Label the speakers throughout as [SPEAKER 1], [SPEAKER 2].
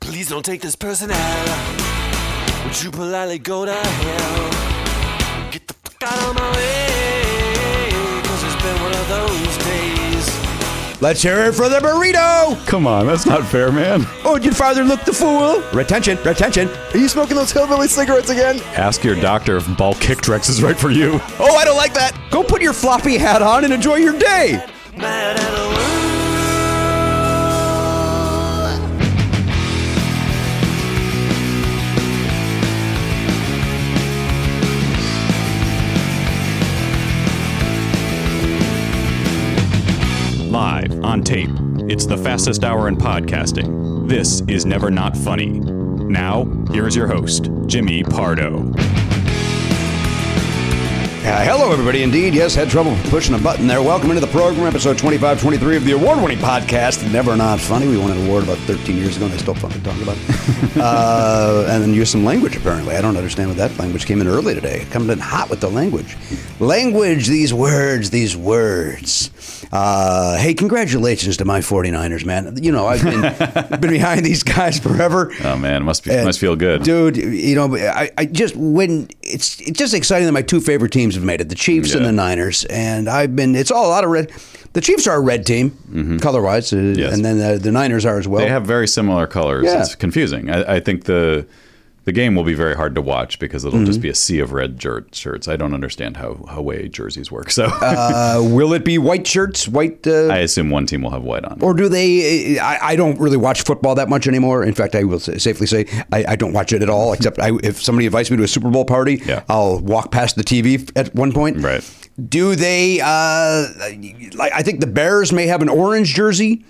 [SPEAKER 1] Please don't take this person out. Would you politely go to hell? Get the fuck out of my way. Cause it's been one of those days.
[SPEAKER 2] Let's hear it for the burrito.
[SPEAKER 3] Come on, that's not fair, man.
[SPEAKER 2] Oh, your father looked the fool. Retention, retention.
[SPEAKER 4] Are you smoking those hillbilly cigarettes again?
[SPEAKER 3] Ask your doctor if ball kickdrex is right for you.
[SPEAKER 2] Oh, I don't like that. Go put your floppy hat on and enjoy your day.
[SPEAKER 1] Mad at the world.
[SPEAKER 3] Live on tape. It's the fastest hour in podcasting. This is never not funny. Now, here is your host, Jimmy Pardo.
[SPEAKER 2] Uh, hello, everybody. Indeed, yes, had trouble pushing a button there. Welcome into the program, episode 2523 of the award winning podcast, Never Not Funny. We won an award about 13 years ago, and I still fucking talk about it. uh, and then use some language, apparently. I don't understand what that language came in early today. It comes in hot with the language. Language, these words, these words. Uh, hey, congratulations to my 49ers, man. You know, I've been, been behind these guys forever.
[SPEAKER 3] Oh man, must be
[SPEAKER 2] And,
[SPEAKER 3] must feel good.
[SPEAKER 2] dude. You know, I, I just when it's it's just exciting that my two favorite teams have made it: the Chiefs and
[SPEAKER 3] Yeah.
[SPEAKER 2] the Niners. And I've been it's all a lot of red. The Chiefs are a red team, color wise,
[SPEAKER 3] Mm-hmm. Yes.
[SPEAKER 2] and then the, the Niners are as well.
[SPEAKER 3] They have very similar colors.
[SPEAKER 2] Oh. Yeah.
[SPEAKER 3] It's confusing. I, I think the the game will be very hard to watch because it'll
[SPEAKER 2] Mm-hmm.
[SPEAKER 3] just be a sea of red jer- shirts. I don't understand how how way jerseys work. So
[SPEAKER 2] uh, will it be white shirts, white? Uh,
[SPEAKER 3] I assume one team will have white on.
[SPEAKER 2] or do they? I, I don't really watch football that much anymore. In fact, I will sa- safely say I, I don't watch it at all. Except I, if somebody invites me to a Super Bowl party,
[SPEAKER 3] Yeah.
[SPEAKER 2] I'll walk past the TV at one point.
[SPEAKER 3] Right.
[SPEAKER 2] Do they? Uh, like I think the Bears may have an orange jersey.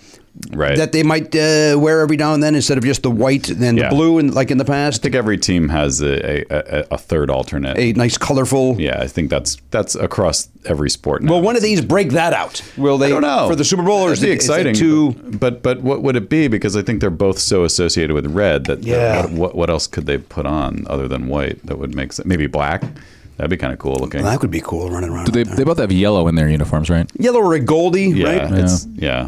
[SPEAKER 3] right.
[SPEAKER 2] that they might uh, wear every now and then instead of just the white and
[SPEAKER 3] Yeah.
[SPEAKER 2] the blue and like in the
[SPEAKER 3] I
[SPEAKER 2] past
[SPEAKER 3] think every team has a, a, a, a third alternate.
[SPEAKER 2] a nice colorful
[SPEAKER 3] yeah, I think that's that's across every sport. Now.
[SPEAKER 2] will one of these break that out will
[SPEAKER 3] I
[SPEAKER 2] they
[SPEAKER 3] don't know
[SPEAKER 2] for the super bowl or
[SPEAKER 3] That'd
[SPEAKER 2] is
[SPEAKER 3] be
[SPEAKER 2] it, is it
[SPEAKER 3] exciting?
[SPEAKER 2] too
[SPEAKER 3] but but what would it be? Because I think they're both so associated with red that
[SPEAKER 2] Yeah.
[SPEAKER 3] that what what else could they put on other than white that would make sense? Maybe black. That'd be kind of cool looking.
[SPEAKER 2] that would be cool running around
[SPEAKER 5] They,
[SPEAKER 2] with that.
[SPEAKER 5] they both have yellow in their uniforms, right?
[SPEAKER 2] yellow or a goldie
[SPEAKER 3] yeah,
[SPEAKER 2] right
[SPEAKER 3] it's, yeah.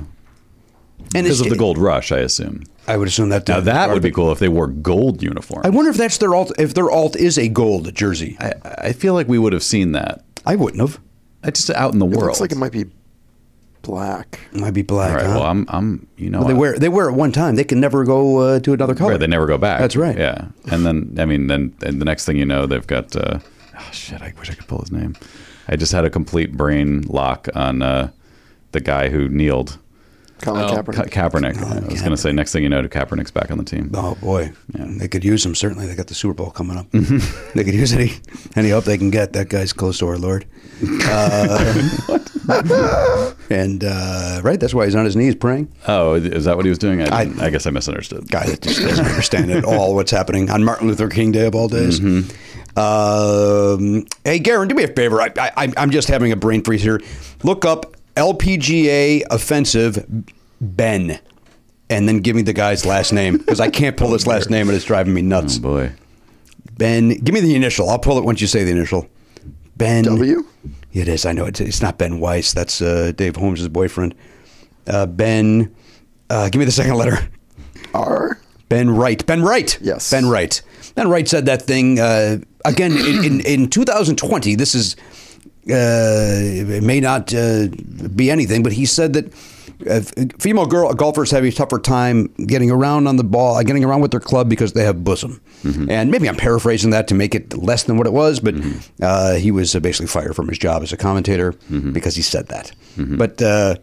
[SPEAKER 2] and
[SPEAKER 3] Because
[SPEAKER 2] it's-
[SPEAKER 3] of the gold rush, I assume.
[SPEAKER 2] i would assume that
[SPEAKER 3] Now that would be cool if they wore gold uniforms.
[SPEAKER 2] i wonder if that's their alt if their alt is a gold jersey i,
[SPEAKER 3] I, I feel like we would have seen that.
[SPEAKER 2] wouldn't have
[SPEAKER 3] I just out in the
[SPEAKER 4] It
[SPEAKER 3] world.
[SPEAKER 4] looks like it might be black.
[SPEAKER 2] it might be black
[SPEAKER 3] All right.
[SPEAKER 2] huh?
[SPEAKER 3] Well, I'm. I'm. You know.
[SPEAKER 2] But they
[SPEAKER 3] I-
[SPEAKER 2] wear they wear it one time they can never go uh, to another color
[SPEAKER 3] Right, they never go back.
[SPEAKER 2] That's right.
[SPEAKER 3] Yeah, and then I mean, then and the next thing you know, they've got. Uh, oh, shit, I wish I could pull his name. I just had a complete brain lock on uh, the guy who kneeled. Oh.
[SPEAKER 4] Colin
[SPEAKER 3] Ka-
[SPEAKER 4] Kaepernick.
[SPEAKER 3] Kaepernick. I was going to say, next thing you know, Kaepernick's back on the team.
[SPEAKER 2] Oh boy, they could use him. Certainly, they got the Super Bowl coming up. they could use any any help they can get. That guy's close to our Lord. Uh, and uh, right, that's why he's on his knees praying.
[SPEAKER 3] Oh, is that what he was doing? I,
[SPEAKER 2] I-
[SPEAKER 3] didn't- I, guess I misunderstood.
[SPEAKER 2] Guy that just doesn't understand at all what's happening on Martin Luther King Day of all days. Mm-hmm. Um, hey, Garen, do me a favor. I, I, I'm- I'm just having a brain freeze here. Look up LPGA offensive Ben, and then give me the guy's last name because I can't pull his last name and it's driving me nuts.
[SPEAKER 3] Oh boy,
[SPEAKER 2] Ben, give me the initial. I'll pull it once you say the initial. Ben
[SPEAKER 4] W?
[SPEAKER 2] It is. I know it's, it's not Ben Weiss. That's uh, Dave Holmes' boyfriend. Uh, ben, uh, give me the second letter.
[SPEAKER 4] R.
[SPEAKER 2] Ben Wright. Ben Wright.
[SPEAKER 4] Yes.
[SPEAKER 2] Ben Wright. Ben Wright said that thing uh, again in, in, in 2020. This is uh, it may not uh, be anything, but he said that uh, female girl golfers have a tougher time getting around on the ball, uh, getting around with their club because they have bosom.
[SPEAKER 3] Mm-hmm.
[SPEAKER 2] And maybe I'm paraphrasing that to make it less than what it was, but uh, he was uh, basically fired from his job as a commentator
[SPEAKER 3] Mm-hmm.
[SPEAKER 2] because he said that. But uh,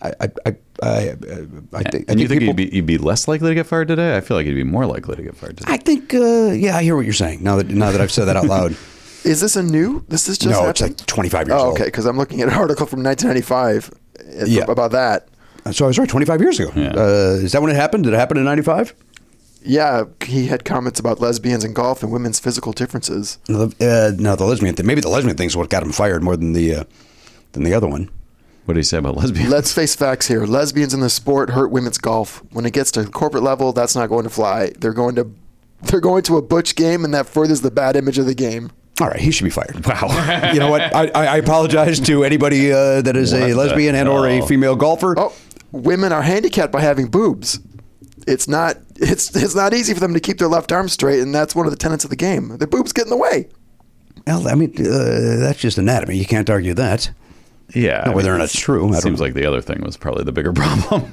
[SPEAKER 2] I, I, I, I, I think, I
[SPEAKER 3] Uh, and you think
[SPEAKER 2] people-
[SPEAKER 3] he'd, be, he'd be less likely to get fired today? I feel like he'd be more likely to get fired today.
[SPEAKER 2] I think, uh, yeah, I hear what you're saying. Now that now that I've said that out loud,
[SPEAKER 4] Is this a new? This is just
[SPEAKER 2] No, it's
[SPEAKER 4] happened?
[SPEAKER 2] like 25 years
[SPEAKER 4] oh,
[SPEAKER 2] old.
[SPEAKER 4] okay, because I'm looking at an article from 1995 uh,
[SPEAKER 2] Yeah.
[SPEAKER 4] about that.
[SPEAKER 2] so I was right, 25 years ago.
[SPEAKER 3] Yeah.
[SPEAKER 2] Uh, is that when it happened? Did it happen in '95?
[SPEAKER 4] Yeah, he had comments about lesbians in golf and women's physical differences.
[SPEAKER 2] No, the, uh, no, the lesbian thing. Maybe the lesbian thing's what got him fired more than the uh, than the other one.
[SPEAKER 3] what do you say about lesbian?
[SPEAKER 4] Let's face facts here. Lesbians in the sport hurt women's golf. When it gets to corporate level, that's not going to fly. They're going to they're going to a butch game and that furthers the bad image of the game.
[SPEAKER 2] All right, he should be fired. Wow. you know what? I, I I apologize to anybody uh, that is
[SPEAKER 3] What
[SPEAKER 2] a
[SPEAKER 3] the
[SPEAKER 2] lesbian and or a
[SPEAKER 3] hell?
[SPEAKER 2] Oh. female golfer.
[SPEAKER 4] Oh, women are handicapped by having boobs. it's not it's it's not easy for them to keep their left arm straight, and that's one of the tenets of the game. Their boobs get in the way.
[SPEAKER 2] Well, I mean, uh, that's just anatomy. You can't argue that.
[SPEAKER 3] Yeah,
[SPEAKER 2] No, whether or not it's true, I don't
[SPEAKER 3] seems
[SPEAKER 2] know.
[SPEAKER 3] like the other thing was probably the bigger problem.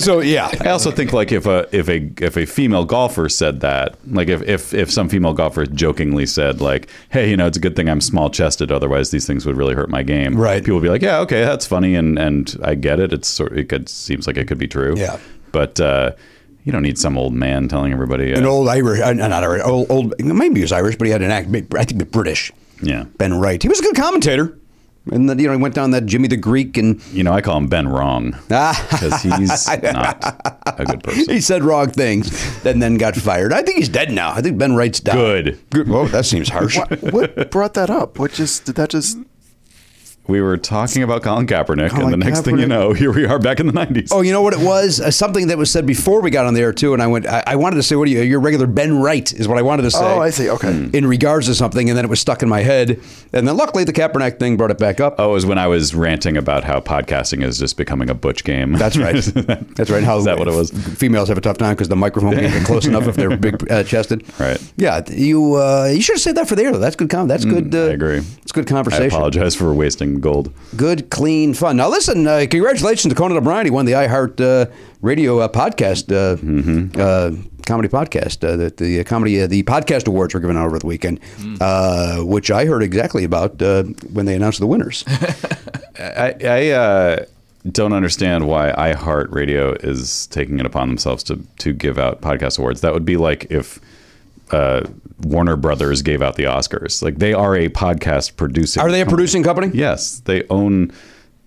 [SPEAKER 2] So yeah,
[SPEAKER 3] I also think like if a if a if a female golfer said that, like if if if some female golfer jokingly said like, "Hey, you know, it's a good thing I'm small chested, otherwise these things would really hurt my game."
[SPEAKER 2] Right.
[SPEAKER 3] People would be like, "Yeah, okay, that's funny," and and I get it. It's sort it could seems like it could be true.
[SPEAKER 2] Yeah.
[SPEAKER 3] but uh, you don't need some old man telling everybody. Uh,
[SPEAKER 2] an old Irish, uh, not Irish, old, old maybe he was Irish, but he had an act. I think British.
[SPEAKER 3] yeah.
[SPEAKER 2] Ben Wright. He was a good commentator, and then you know he went down that Jimmy the Greek, and
[SPEAKER 3] You know, I call him Ben Wrong
[SPEAKER 2] Ah.
[SPEAKER 3] because he's not a good person.
[SPEAKER 2] he said wrong things, and then got fired. I think he's dead now. I think Ben Wright's dead.
[SPEAKER 3] Good.
[SPEAKER 2] Good. Whoa, that seems harsh.
[SPEAKER 4] What brought that up? What just did that just?
[SPEAKER 3] We were talking about Colin Kaepernick, and
[SPEAKER 4] Colin
[SPEAKER 3] the next thing you
[SPEAKER 4] Kaepernick.
[SPEAKER 3] know, here we are back in the '90s.
[SPEAKER 2] Oh, you know what it was? Uh, something that was said before we got on the air too, and I went. I, I wanted to say, "What are you? Your regular Ben Wright?" Is what I wanted to say.
[SPEAKER 4] Oh, I see. Okay.
[SPEAKER 2] In regards to something, and then it was stuck in my head, and then luckily the Kaepernick thing brought it back up.
[SPEAKER 3] Oh, it was when I was ranting about how podcasting is just becoming a butch game.
[SPEAKER 2] That's right. That's right. How
[SPEAKER 3] Is that what it was?
[SPEAKER 2] Females have a tough time because the microphone can't get close enough if they're big uh, chested.
[SPEAKER 3] Right.
[SPEAKER 2] Yeah. th- You uh, you should have said that for the air. though. That's good. Com- that's good. Uh,
[SPEAKER 3] Mm, I agree.
[SPEAKER 2] It's good
[SPEAKER 3] I
[SPEAKER 2] conversation.
[SPEAKER 3] apologize for wasting gold.
[SPEAKER 2] Good, clean fun. Now listen. Uh, congratulations to Conan O'Brien. He won the iHeart uh, Radio uh, podcast. Uh,
[SPEAKER 3] Mm-hmm.
[SPEAKER 2] uh, Comedy podcast, uh, the, the comedy, uh, the podcast awards were given out over the weekend, uh, which I heard exactly about uh, when they announced the winners.
[SPEAKER 3] I, I uh, don't understand why iHeartRadio is taking it upon themselves to to give out podcast awards. That would be like if uh, Warner Brothers gave out the Oscars. Like they are a podcast producer.
[SPEAKER 2] Are they a producing company?
[SPEAKER 3] Yes, they own.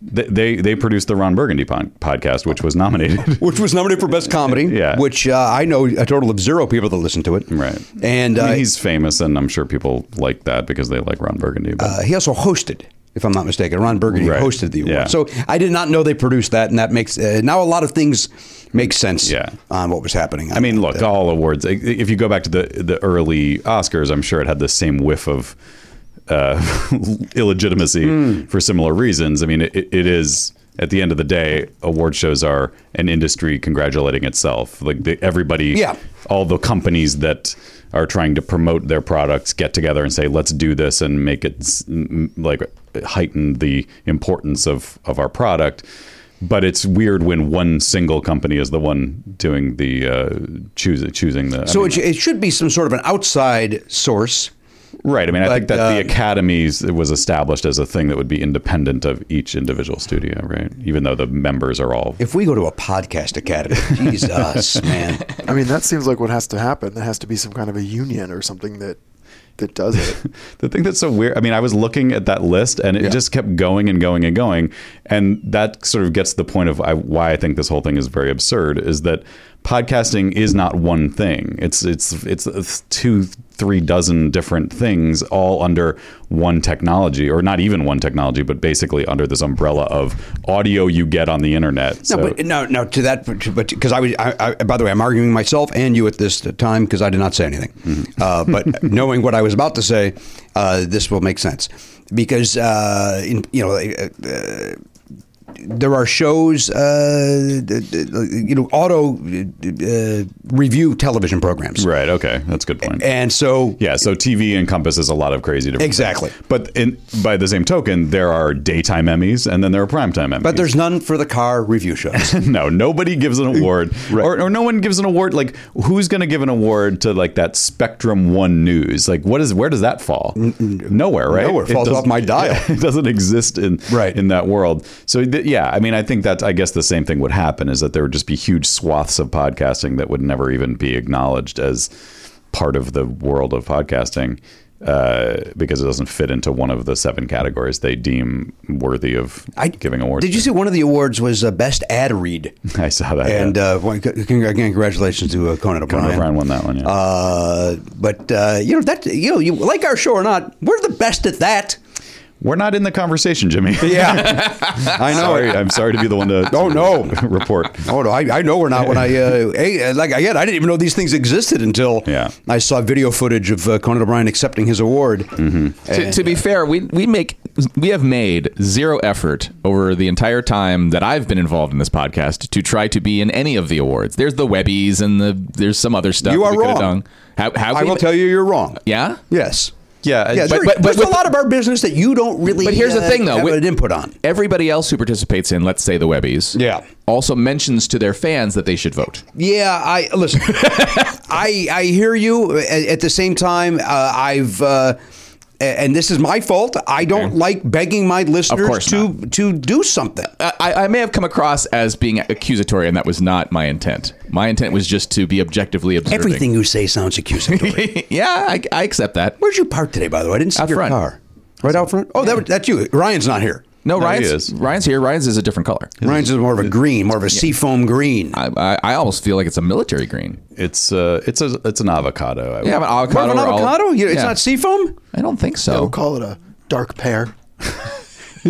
[SPEAKER 3] They they, they produced the Ron Burgundy pon- podcast, which was nominated.
[SPEAKER 2] which was nominated for best comedy.
[SPEAKER 3] Yeah.
[SPEAKER 2] which uh, I know a total of zero people that listen to it.
[SPEAKER 3] Right.
[SPEAKER 2] and
[SPEAKER 3] I
[SPEAKER 2] uh,
[SPEAKER 3] mean, he's famous, and I'm sure people like that because they like Ron Burgundy. But
[SPEAKER 2] uh, he also hosted. If I'm not mistaken, Ron Burgundy
[SPEAKER 3] Right.
[SPEAKER 2] hosted the award.
[SPEAKER 3] Yeah.
[SPEAKER 2] So I did not know they produced that, and that makes uh, now a lot of things make sense
[SPEAKER 3] Yeah.
[SPEAKER 2] on what was happening.
[SPEAKER 3] I mean,
[SPEAKER 2] uh,
[SPEAKER 3] look, all awards. i- If you go back to the the early Oscars, I'm sure it had the same whiff of uh, illegitimacy
[SPEAKER 2] Hmm.
[SPEAKER 3] for similar reasons. I mean, it, it is at the end of the day, award shows are an industry congratulating itself. Like the, everybody,
[SPEAKER 2] Yeah.
[SPEAKER 3] all the companies that are trying to promote their products get together and say, "Let's do this and make it s- m- like heighten the importance of of our product." But it's weird when one single company is the one doing the uh, choosing choosing the. I
[SPEAKER 2] so
[SPEAKER 3] mean,
[SPEAKER 2] it, sh- it should be some sort of an outside source.
[SPEAKER 3] Right. I mean, I think
[SPEAKER 2] But,
[SPEAKER 3] that the
[SPEAKER 2] uh,
[SPEAKER 3] academies was established as a thing that would be independent of each individual studio, right? Even though the members are all.
[SPEAKER 2] If we go to a podcast academy, Jesus, man,
[SPEAKER 4] I mean, that seems like what has to happen. There has to be some kind of a union or something that that does it.
[SPEAKER 3] The thing that's so weird. I mean, I was looking at that list and it just kept going and going and going. And that sort of gets to the point of I, why I think this whole thing is very absurd is that podcasting is not one thing. It's, it's, it's, it's two, three dozen different things all under one technology or not even one technology, but basically under this umbrella of audio you get on the internet.
[SPEAKER 2] No, but no, no. To that, but because I was, I, I, by the way, I'm arguing myself and you at this time because I did not say anything.
[SPEAKER 3] Mm-hmm.
[SPEAKER 2] Uh, but knowing what I was about to say, uh, this will make sense because uh, in, you know. Uh, uh, there are shows, uh, th- th- you know, auto uh, review television programs,
[SPEAKER 3] Right. Okay. That's a good point.
[SPEAKER 2] and so
[SPEAKER 3] yeah. So TV encompasses a lot of crazy different
[SPEAKER 2] Exactly.
[SPEAKER 3] things. But in, by the same token, there are daytime Emmys and then there are primetime Emmys.
[SPEAKER 2] But there's none for the car review shows.
[SPEAKER 3] no nobody gives an award or, or no one gives an award like who's going to give an award to like that spectrum one news like what is where does that fall nowhere right
[SPEAKER 2] Nowhere. Falls
[SPEAKER 3] doesn't-
[SPEAKER 2] off my dial.
[SPEAKER 3] Yeah, it doesn't exist in
[SPEAKER 2] Right.
[SPEAKER 3] in that world so th- yeah i mean i think that i guess the same thing would happen is that there would just be huge swaths of podcasting that would never even be acknowledged as part of the world of podcasting uh, because it doesn't fit into one of the seven categories they deem worthy of giving awards.
[SPEAKER 2] Did you see one of the awards was uh, best ad read?
[SPEAKER 3] I saw that.
[SPEAKER 2] And uh, well, c- c- again, congratulations to uh, Conan O'Brien.
[SPEAKER 3] Conan O'Brien won that one, yeah.
[SPEAKER 2] Uh, but uh, you know that you know you like our show or not, we're the best at that.
[SPEAKER 3] We're not in the conversation, Jimmy.
[SPEAKER 2] Yeah, I know
[SPEAKER 3] sorry,
[SPEAKER 2] it.
[SPEAKER 3] I'm sorry to be the one to.
[SPEAKER 2] Oh, no.
[SPEAKER 3] report.
[SPEAKER 2] Oh no, I, I know we're not. When I uh, hey, like again, I didn't even know these things existed until
[SPEAKER 3] Yeah.
[SPEAKER 2] I saw video footage of uh, Conan O'Brien accepting his award. Mm-hmm.
[SPEAKER 5] to, to be fair, we we make we have made zero effort over the entire time that I've been involved in this podcast to try to be in any of the awards. There's the Webbies and the there's some other stuff.
[SPEAKER 2] You
[SPEAKER 5] that
[SPEAKER 2] are
[SPEAKER 5] we could've
[SPEAKER 2] wrong.
[SPEAKER 5] Done. Have, have
[SPEAKER 2] I
[SPEAKER 5] we
[SPEAKER 2] will
[SPEAKER 5] ma-
[SPEAKER 2] tell you, you're wrong.
[SPEAKER 5] Yeah.
[SPEAKER 2] Yes.
[SPEAKER 3] Yeah,
[SPEAKER 2] Yeah,
[SPEAKER 3] but-
[SPEAKER 2] there-
[SPEAKER 5] but- but
[SPEAKER 2] there's
[SPEAKER 5] with-
[SPEAKER 2] a lot of our business that you don't really.
[SPEAKER 5] But here's the
[SPEAKER 2] uh,
[SPEAKER 5] thing, though.
[SPEAKER 2] have
[SPEAKER 5] With-
[SPEAKER 2] an input on.
[SPEAKER 5] Everybody else who participates in, let's say, the Webbies,
[SPEAKER 2] Yeah.
[SPEAKER 5] also mentions to their fans that they should vote.
[SPEAKER 2] Yeah, I listen. I I hear you. At, at the same time, uh, I've. Uh, a- and this is my fault. I don't like begging my listeners
[SPEAKER 5] course
[SPEAKER 2] to to do something.
[SPEAKER 5] I, I may have come across as being accusatory, and that was not my intent. My intent was just to be objectively observing.
[SPEAKER 2] Everything you say sounds accusatory.
[SPEAKER 5] yeah, I, I accept that.
[SPEAKER 2] Where'd you park today, by the way? I didn't see
[SPEAKER 5] Out
[SPEAKER 2] your
[SPEAKER 5] front.
[SPEAKER 2] car. Right out front. Oh, that, was- that's you. Ryan's not here.
[SPEAKER 3] No,
[SPEAKER 5] No,
[SPEAKER 3] he
[SPEAKER 5] Ryan's
[SPEAKER 3] is.
[SPEAKER 5] Ryan's here. Ryan's is a different color.
[SPEAKER 2] Ryan's is more of a green, more of a seafoam green.
[SPEAKER 5] I, I, I almost feel like it's a military green.
[SPEAKER 3] it's uh, it's a it's an avocado. I would-
[SPEAKER 5] Yeah, an
[SPEAKER 2] More of
[SPEAKER 5] avocado.
[SPEAKER 2] an
[SPEAKER 5] or olive-
[SPEAKER 2] avocado? You- It's
[SPEAKER 5] Yeah.
[SPEAKER 2] not seafoam.
[SPEAKER 5] I don't think so.
[SPEAKER 4] We'll call it a dark pear.
[SPEAKER 2] You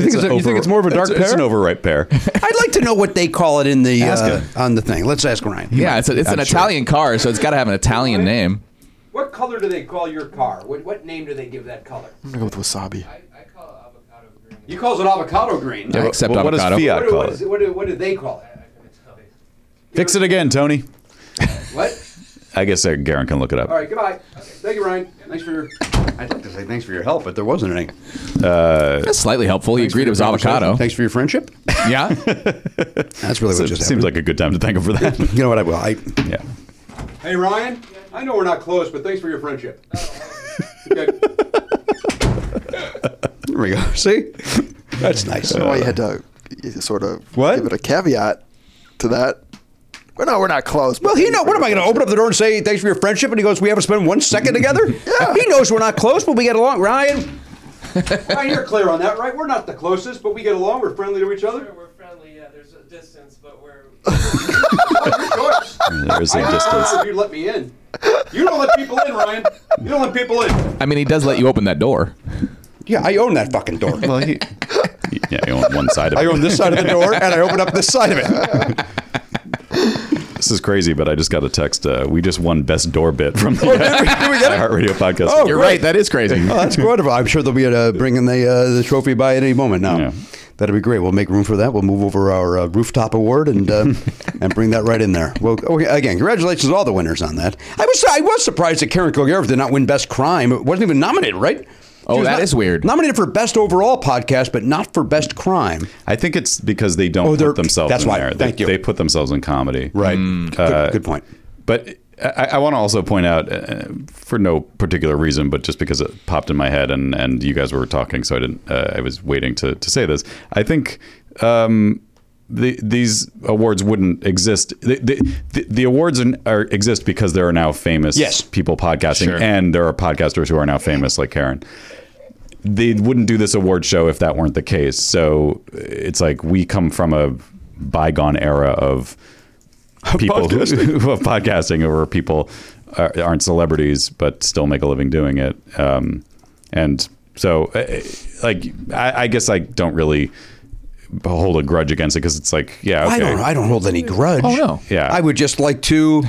[SPEAKER 2] think,
[SPEAKER 3] an over- it's, It's an overripe pear.
[SPEAKER 2] I'd like to know what they call it in the
[SPEAKER 3] Ask
[SPEAKER 2] uh,
[SPEAKER 3] him.
[SPEAKER 2] on the thing. Let's ask Ryan.
[SPEAKER 5] yeah, it's, a, it's an Italian car, so it's got to have an Italian name.
[SPEAKER 6] What color do they call your car? What, what name do they give that color?
[SPEAKER 4] I'm gonna go with wasabi.
[SPEAKER 6] You calls it avocado green.
[SPEAKER 5] I accept
[SPEAKER 3] Well, what does
[SPEAKER 5] avocado.
[SPEAKER 3] Fiat
[SPEAKER 6] What, do,
[SPEAKER 3] call
[SPEAKER 6] what, is,
[SPEAKER 3] it?
[SPEAKER 6] what, do, what do they call it?
[SPEAKER 3] Fix it again, Tony.
[SPEAKER 6] What?
[SPEAKER 3] I guess uh, Garen can look it up.
[SPEAKER 6] All right, goodbye. Thank you, Ryan. Thanks for your.
[SPEAKER 2] I'd like to say thanks for your help, but there wasn't any.
[SPEAKER 5] That's slightly helpful. He agreed it was avocado.
[SPEAKER 2] Thanks for your friendship.
[SPEAKER 5] Yeah.
[SPEAKER 2] That's really
[SPEAKER 3] So it
[SPEAKER 2] what just
[SPEAKER 3] seems
[SPEAKER 2] happened.
[SPEAKER 3] like a good time to thank him for that.
[SPEAKER 2] you know what I will. I,
[SPEAKER 3] yeah.
[SPEAKER 6] Hey, Ryan. I know we're not close, but thanks for your friendship. Okay.
[SPEAKER 2] there we go. See, that's nice.
[SPEAKER 4] That's why you had to you sort of
[SPEAKER 3] What?
[SPEAKER 4] give it a caveat to that. Well, no, we're not close. but-
[SPEAKER 2] well, he know. What am I going to open up the door and say thanks for your friendship? And he goes, "We haven't spent one second together." yeah. He knows we're not close, but we get along. Ryan,
[SPEAKER 6] Ryan, you're clear on that, right? We're not the closest, but we get along. We're friendly to each other.
[SPEAKER 7] We're friendly, yeah. There's a distance, but we're.
[SPEAKER 6] Your choice.
[SPEAKER 3] There's a
[SPEAKER 6] I just
[SPEAKER 3] distance.
[SPEAKER 6] if you let me in. You don't let people in, Ryan. You don't let people in.
[SPEAKER 5] I mean, he does let you open that door.
[SPEAKER 2] yeah, I own that fucking door.
[SPEAKER 3] Well, he, yeah, you own one side of
[SPEAKER 2] I
[SPEAKER 3] it.
[SPEAKER 2] own this side of the door, and I open up this side of it.
[SPEAKER 3] This is crazy, but I just got a text. Uh, we just won best door bit from the Heart Radio podcast.
[SPEAKER 2] Oh,
[SPEAKER 5] You're
[SPEAKER 2] Great.
[SPEAKER 5] right. That is crazy.
[SPEAKER 2] Oh, that's wonderful. I'm sure they'll be uh, bringing the uh, the trophy by at any moment now.
[SPEAKER 3] Yeah.
[SPEAKER 2] That'll be great. We'll make room for that. We'll move over our uh, rooftop award and uh, and bring that right in there. Well, okay, again, congratulations to all the winners on that. I was I was surprised that Karen Kilgariff did not win Best Crime. It wasn't even nominated, right?
[SPEAKER 5] Oh,
[SPEAKER 2] She was
[SPEAKER 5] that
[SPEAKER 2] not-
[SPEAKER 5] is weird.
[SPEAKER 2] Nominated for Best Overall Podcast, but not for Best Crime.
[SPEAKER 3] I think it's because they don't
[SPEAKER 2] Oh, they're-
[SPEAKER 3] put themselves
[SPEAKER 2] that's
[SPEAKER 3] in
[SPEAKER 2] why.
[SPEAKER 3] there. They,
[SPEAKER 2] Thank you.
[SPEAKER 3] they put themselves in comedy.
[SPEAKER 2] Good, Hmm.
[SPEAKER 5] Uh,
[SPEAKER 2] good point.
[SPEAKER 3] But I, I want to also point out, uh, for no particular reason, but just because it popped in my head, and and you guys were talking, so I didn't. Uh, I was waiting to to say this. I think. Um, the, these awards wouldn't exist. The, the, the, the awards are, are, exist because there are now famous
[SPEAKER 2] Yes.
[SPEAKER 3] people podcasting,
[SPEAKER 5] Sure.
[SPEAKER 3] and there are podcasters who are now famous, like Karen they wouldn't do this award show if that weren't the case. So uh, it's like we come from a bygone era of people who, who of podcasting, where people are, aren't celebrities but still make a living doing it. Um, and so, uh, like, I, I guess I don't really hold a grudge against it because it's like, yeah, okay.
[SPEAKER 2] I don't. I don't hold any grudge.
[SPEAKER 5] Oh, no.
[SPEAKER 3] Yeah.
[SPEAKER 2] I would just like to,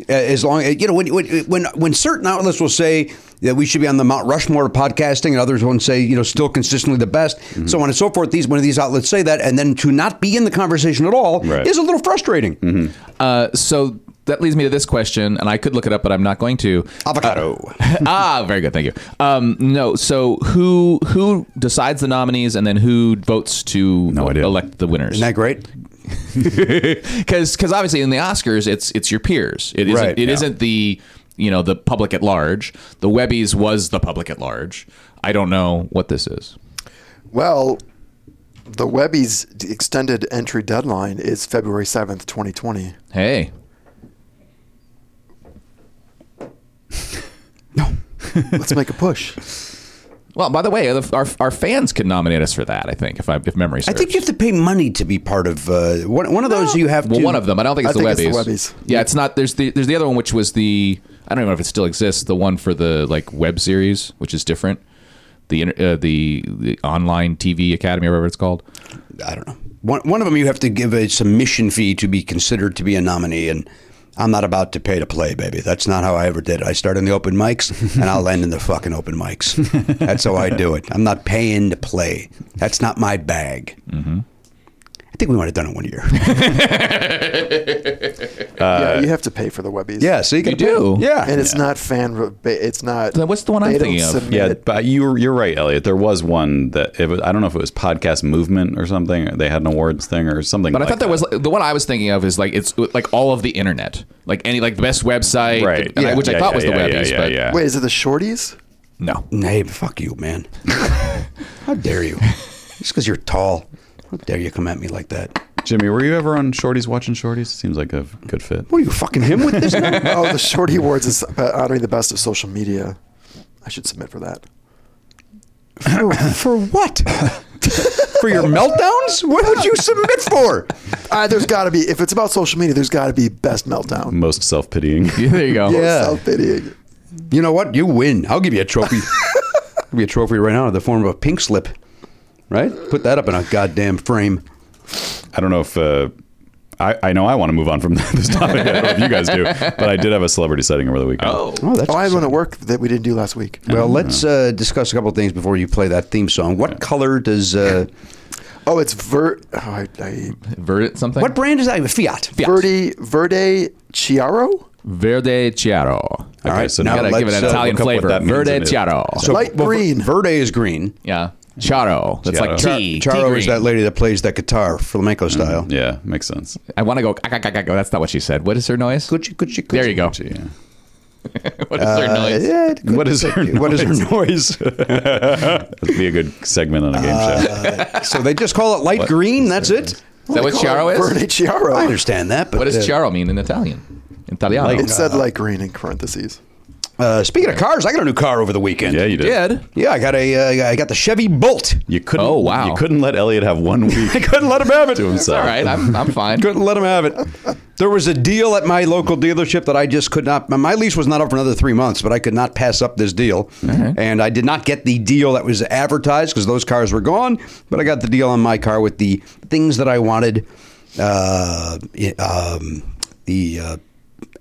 [SPEAKER 2] uh, as long you know, when when when when certain outlets will say that we should be on the Mount Rushmore of podcasting, and others will say you know still consistently the best, so on and so forth. These one of these outlets say that, and then to not be in the conversation at all
[SPEAKER 3] Right.
[SPEAKER 2] is a little frustrating.
[SPEAKER 5] Uh, so that leads me to this question, and I could look it up, but I'm not going to.
[SPEAKER 2] Avocado.
[SPEAKER 5] ah, very good. Thank you. Um, no. So who who decides the nominees, and then who votes to
[SPEAKER 3] No idea.
[SPEAKER 5] elect the winners?
[SPEAKER 2] Isn't that great?
[SPEAKER 5] Because obviously in the Oscars, it's it's your peers. It isn't,
[SPEAKER 2] Right,
[SPEAKER 5] it
[SPEAKER 2] yeah.
[SPEAKER 5] not the you know the public at large. The Webbies was the public at large. I don't know what this is.
[SPEAKER 4] Well, the Webby's extended entry deadline is February 7th, 2020.
[SPEAKER 5] Hey,
[SPEAKER 4] Let's make a push.
[SPEAKER 5] well, by the way, the- our, our fans could nominate us for that. I think if I, if memory
[SPEAKER 2] I
[SPEAKER 5] serves.
[SPEAKER 2] think you have to pay money to be part of uh, one, one of those. You have
[SPEAKER 5] Well,
[SPEAKER 2] to
[SPEAKER 5] one of them. I don't think it's
[SPEAKER 4] I
[SPEAKER 5] the
[SPEAKER 4] think
[SPEAKER 5] Webbies.
[SPEAKER 4] it's the Webbies.
[SPEAKER 5] Yeah, it's not. There's the there's the other one, which was the I don't even know if it still exists. The one for the like web series, which is different. the inter- uh, the the online TV Academy or whatever it's called.
[SPEAKER 2] I don't know. One, one of them you have to give a submission fee to be considered to be a nominee, and I'm not about to pay to play, baby. That's not how I ever did it. I start in the open mics, and I'll end in the fucking open mics. That's how I do it. I'm not paying to play. That's not my bag. Mm-hmm. I think we might have done it one year.
[SPEAKER 4] yeah, you have to pay for the Webbies.
[SPEAKER 2] yeah, so you, gotta
[SPEAKER 5] You do?
[SPEAKER 2] pay. Yeah,
[SPEAKER 4] and it's not fan. re- ba- It's not.
[SPEAKER 5] Then what's the one I'm
[SPEAKER 4] they don't
[SPEAKER 5] thinking of?
[SPEAKER 4] submit
[SPEAKER 3] Yeah,
[SPEAKER 4] it.
[SPEAKER 3] but you're you're right, Elliot. There was one that it was, I don't know if it was podcast movement or something. Or they had an awards thing or something.
[SPEAKER 5] But I
[SPEAKER 3] like
[SPEAKER 5] thought that was the one I was thinking of is like it's like all of the internet, like any like the best website,
[SPEAKER 3] right,
[SPEAKER 5] and I-
[SPEAKER 3] Yeah,
[SPEAKER 5] which I
[SPEAKER 3] yeah,
[SPEAKER 5] thought
[SPEAKER 3] yeah,
[SPEAKER 5] was the
[SPEAKER 3] yeah,
[SPEAKER 5] Webbies,
[SPEAKER 3] Yeah, yeah,
[SPEAKER 5] but
[SPEAKER 3] yeah.
[SPEAKER 4] Wait, is it the shorties?
[SPEAKER 5] no.
[SPEAKER 2] Hey, fuck you, man. How dare you? Just because you're tall. How dare you come at me like that?
[SPEAKER 3] Jimmy, were you ever on Shorties watching Shorties? Seems like a good fit.
[SPEAKER 2] What are you fucking him with this? now?
[SPEAKER 4] oh, the Shorty Awards is about honoring the best of social media. I should submit for that.
[SPEAKER 2] for, for what? for your meltdowns? What would you submit for?
[SPEAKER 4] Uh, there's got to be if it's about social media. There's got to be best meltdown.
[SPEAKER 3] Most self pitying.
[SPEAKER 5] Yeah, there you go.
[SPEAKER 2] Yeah.
[SPEAKER 4] Self-pitying.
[SPEAKER 2] You know what? You win. I'll give you a trophy. I'll give you a trophy right now in the form of a pink slip. Right? Put that up in a goddamn frame.
[SPEAKER 3] I don't know if uh, I I know I want to move on from this topic. I don't know if you guys do, but I did have a celebrity setting over the weekend. Oh,
[SPEAKER 2] Oh, that's
[SPEAKER 4] Oh, I had one at work that we didn't do last week.
[SPEAKER 2] well. Let's uh, discuss a couple things before you play that theme song. What color does uh,
[SPEAKER 4] Oh, it's Ver. Oh, I, I,
[SPEAKER 5] Verdant something.
[SPEAKER 2] what brand is that? Fiat.
[SPEAKER 5] Fiat.
[SPEAKER 4] Verde Verde Chiaro.
[SPEAKER 2] Oh,
[SPEAKER 5] Verde Chiaro.
[SPEAKER 3] okay,
[SPEAKER 2] right,
[SPEAKER 3] so
[SPEAKER 2] now
[SPEAKER 3] now
[SPEAKER 5] Gotta give it
[SPEAKER 2] let's,
[SPEAKER 5] an
[SPEAKER 2] uh,
[SPEAKER 5] Italian
[SPEAKER 3] look up what
[SPEAKER 5] flavor.
[SPEAKER 3] that means
[SPEAKER 5] Verde
[SPEAKER 3] in it.
[SPEAKER 5] Chiaro.
[SPEAKER 2] So,
[SPEAKER 4] Light
[SPEAKER 2] well,
[SPEAKER 4] green.
[SPEAKER 2] Verde is green.
[SPEAKER 5] yeah. Charo. That's like
[SPEAKER 3] Chiaro.
[SPEAKER 2] Char-
[SPEAKER 5] tea. tea
[SPEAKER 2] Charo is
[SPEAKER 5] green. Mm,
[SPEAKER 2] that lady that plays that guitar flamenco style.
[SPEAKER 3] yeah, makes sense.
[SPEAKER 5] I want to go. "Ah, ah, ah, ah, ah." That's not what she said. What is her noise?
[SPEAKER 2] Gucci, Gucci, Gucci.
[SPEAKER 5] There you go.
[SPEAKER 3] Gee, yeah.
[SPEAKER 5] What is her
[SPEAKER 2] Uh,
[SPEAKER 5] noise?
[SPEAKER 2] yeah, it could-
[SPEAKER 3] What is her
[SPEAKER 2] What is her
[SPEAKER 3] noise?
[SPEAKER 2] noise?
[SPEAKER 3] That'd be a good segment on a game
[SPEAKER 2] Uh,
[SPEAKER 3] show.
[SPEAKER 2] so they just call it light green. That's it.
[SPEAKER 5] Is that what Chiaro is?
[SPEAKER 4] Verde Chiaro.
[SPEAKER 2] I understand that, but
[SPEAKER 5] What does
[SPEAKER 2] uh,
[SPEAKER 5] Chiaro mean in Italian? Italiano.
[SPEAKER 4] It said light green in parentheses.
[SPEAKER 2] uh, speaking of cars, I got a new car over the weekend.
[SPEAKER 3] Yeah, you did.
[SPEAKER 5] Did.
[SPEAKER 2] Yeah, I got a uh, I got the Chevy Bolt.
[SPEAKER 3] You couldn't.
[SPEAKER 5] Oh, wow.
[SPEAKER 3] You couldn't let Elliot have one week. I couldn't let him have it to himself.
[SPEAKER 5] All right. I'm, I'm fine.
[SPEAKER 2] Couldn't let him have it. There was a deal at my local dealership that I just could not. My lease was not up for another three months, but I could not pass up this deal, and I did not get the deal that was advertised because those cars were gone. But I got the deal on my car with the things that I wanted, uh, it- um, the uh,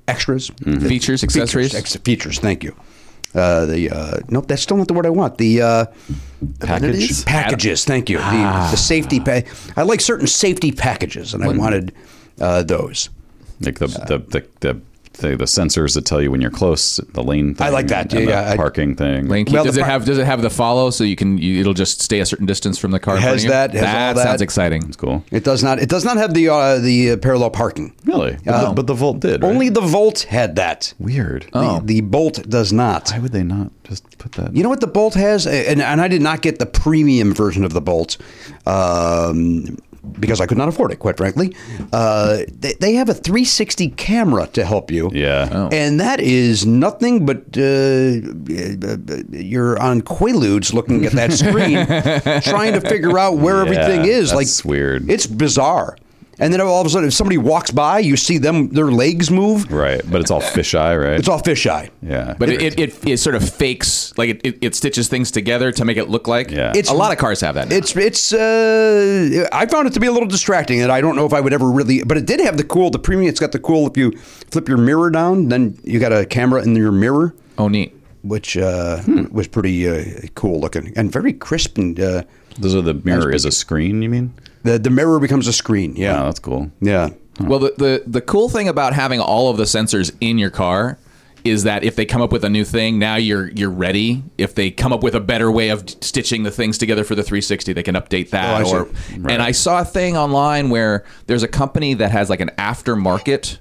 [SPEAKER 2] extras,
[SPEAKER 3] Mm-hmm.
[SPEAKER 5] Features, accessories.
[SPEAKER 2] Features, ex- features, thank you. Uh, the uh, nope, that's still not the word I want. The uh,
[SPEAKER 4] Amenities?
[SPEAKER 2] packages, thank you. The, the safety pa- I like certain safety packages, and I wanted uh, those.
[SPEAKER 3] Like the the the. the the, the sensors that tell you when you're close, the lane. Thing,
[SPEAKER 2] I like that.
[SPEAKER 3] and
[SPEAKER 2] Yeah,
[SPEAKER 3] the
[SPEAKER 2] yeah, I-
[SPEAKER 3] parking thing.
[SPEAKER 5] Lane keep-
[SPEAKER 2] Well,
[SPEAKER 5] does
[SPEAKER 2] the
[SPEAKER 5] it
[SPEAKER 2] pro-
[SPEAKER 5] have does it have the follow so you can you, it'll just stay a certain distance from the car? in front
[SPEAKER 2] Has
[SPEAKER 5] of you?
[SPEAKER 2] that- has all
[SPEAKER 5] that
[SPEAKER 2] that.
[SPEAKER 5] sounds exciting.
[SPEAKER 3] It's cool.
[SPEAKER 2] It does not. It does not have the uh, the uh, parallel parking.
[SPEAKER 3] Really? But, the, but the Volt did. right?
[SPEAKER 2] Um, Only the Volt had that.
[SPEAKER 3] weird.
[SPEAKER 2] The, the Bolt does not.
[SPEAKER 3] Why would they not just put that?
[SPEAKER 2] You know what the Bolt has, and, and I did not get the premium version of the Bolt um, because I could not afford it, quite frankly. Uh, they, they have a 360 camera to help you.
[SPEAKER 3] Yeah. Oh.
[SPEAKER 2] And that is nothing but uh, you're on Quaaludes looking at that screen, trying to figure out where
[SPEAKER 3] Yeah,
[SPEAKER 2] everything is.
[SPEAKER 3] that's
[SPEAKER 2] like
[SPEAKER 3] weird.
[SPEAKER 2] It's bizarre. And then all of a sudden, if somebody walks by, you see them their legs move.
[SPEAKER 3] right, but it's all fisheye, right?
[SPEAKER 2] It's all fisheye.
[SPEAKER 3] yeah.
[SPEAKER 5] But it, it, it, it sort of fakes like it, it, it stitches things together to make it look like
[SPEAKER 3] Yeah.
[SPEAKER 5] it's
[SPEAKER 3] It's-
[SPEAKER 5] a lot of cars have that. now.
[SPEAKER 2] It's it's uh, I found it to be a little distracting, and I don't know if I would ever really. But it did have the cool, the premium. It's got the cool. If you flip your mirror down, then you got a camera in your mirror,
[SPEAKER 5] oh neat.
[SPEAKER 2] which uh,
[SPEAKER 5] Hmm.
[SPEAKER 2] was pretty uh, cool looking and very crisp. And uh,
[SPEAKER 3] Those are the mirror is a screen. You mean?
[SPEAKER 2] the the mirror becomes a screen. Yeah,
[SPEAKER 3] Wow,
[SPEAKER 5] Oh.
[SPEAKER 3] that's cool.
[SPEAKER 2] Yeah,
[SPEAKER 5] Well, the, the the cool thing about having all of the sensors in your car is that if they come up with a new thing, now you're you're ready. If they come up with a better way of stitching the things together for the 360, they can update that.
[SPEAKER 2] Oh, I
[SPEAKER 5] or
[SPEAKER 2] see.
[SPEAKER 5] and I saw a thing online where there's a company that has like an aftermarket.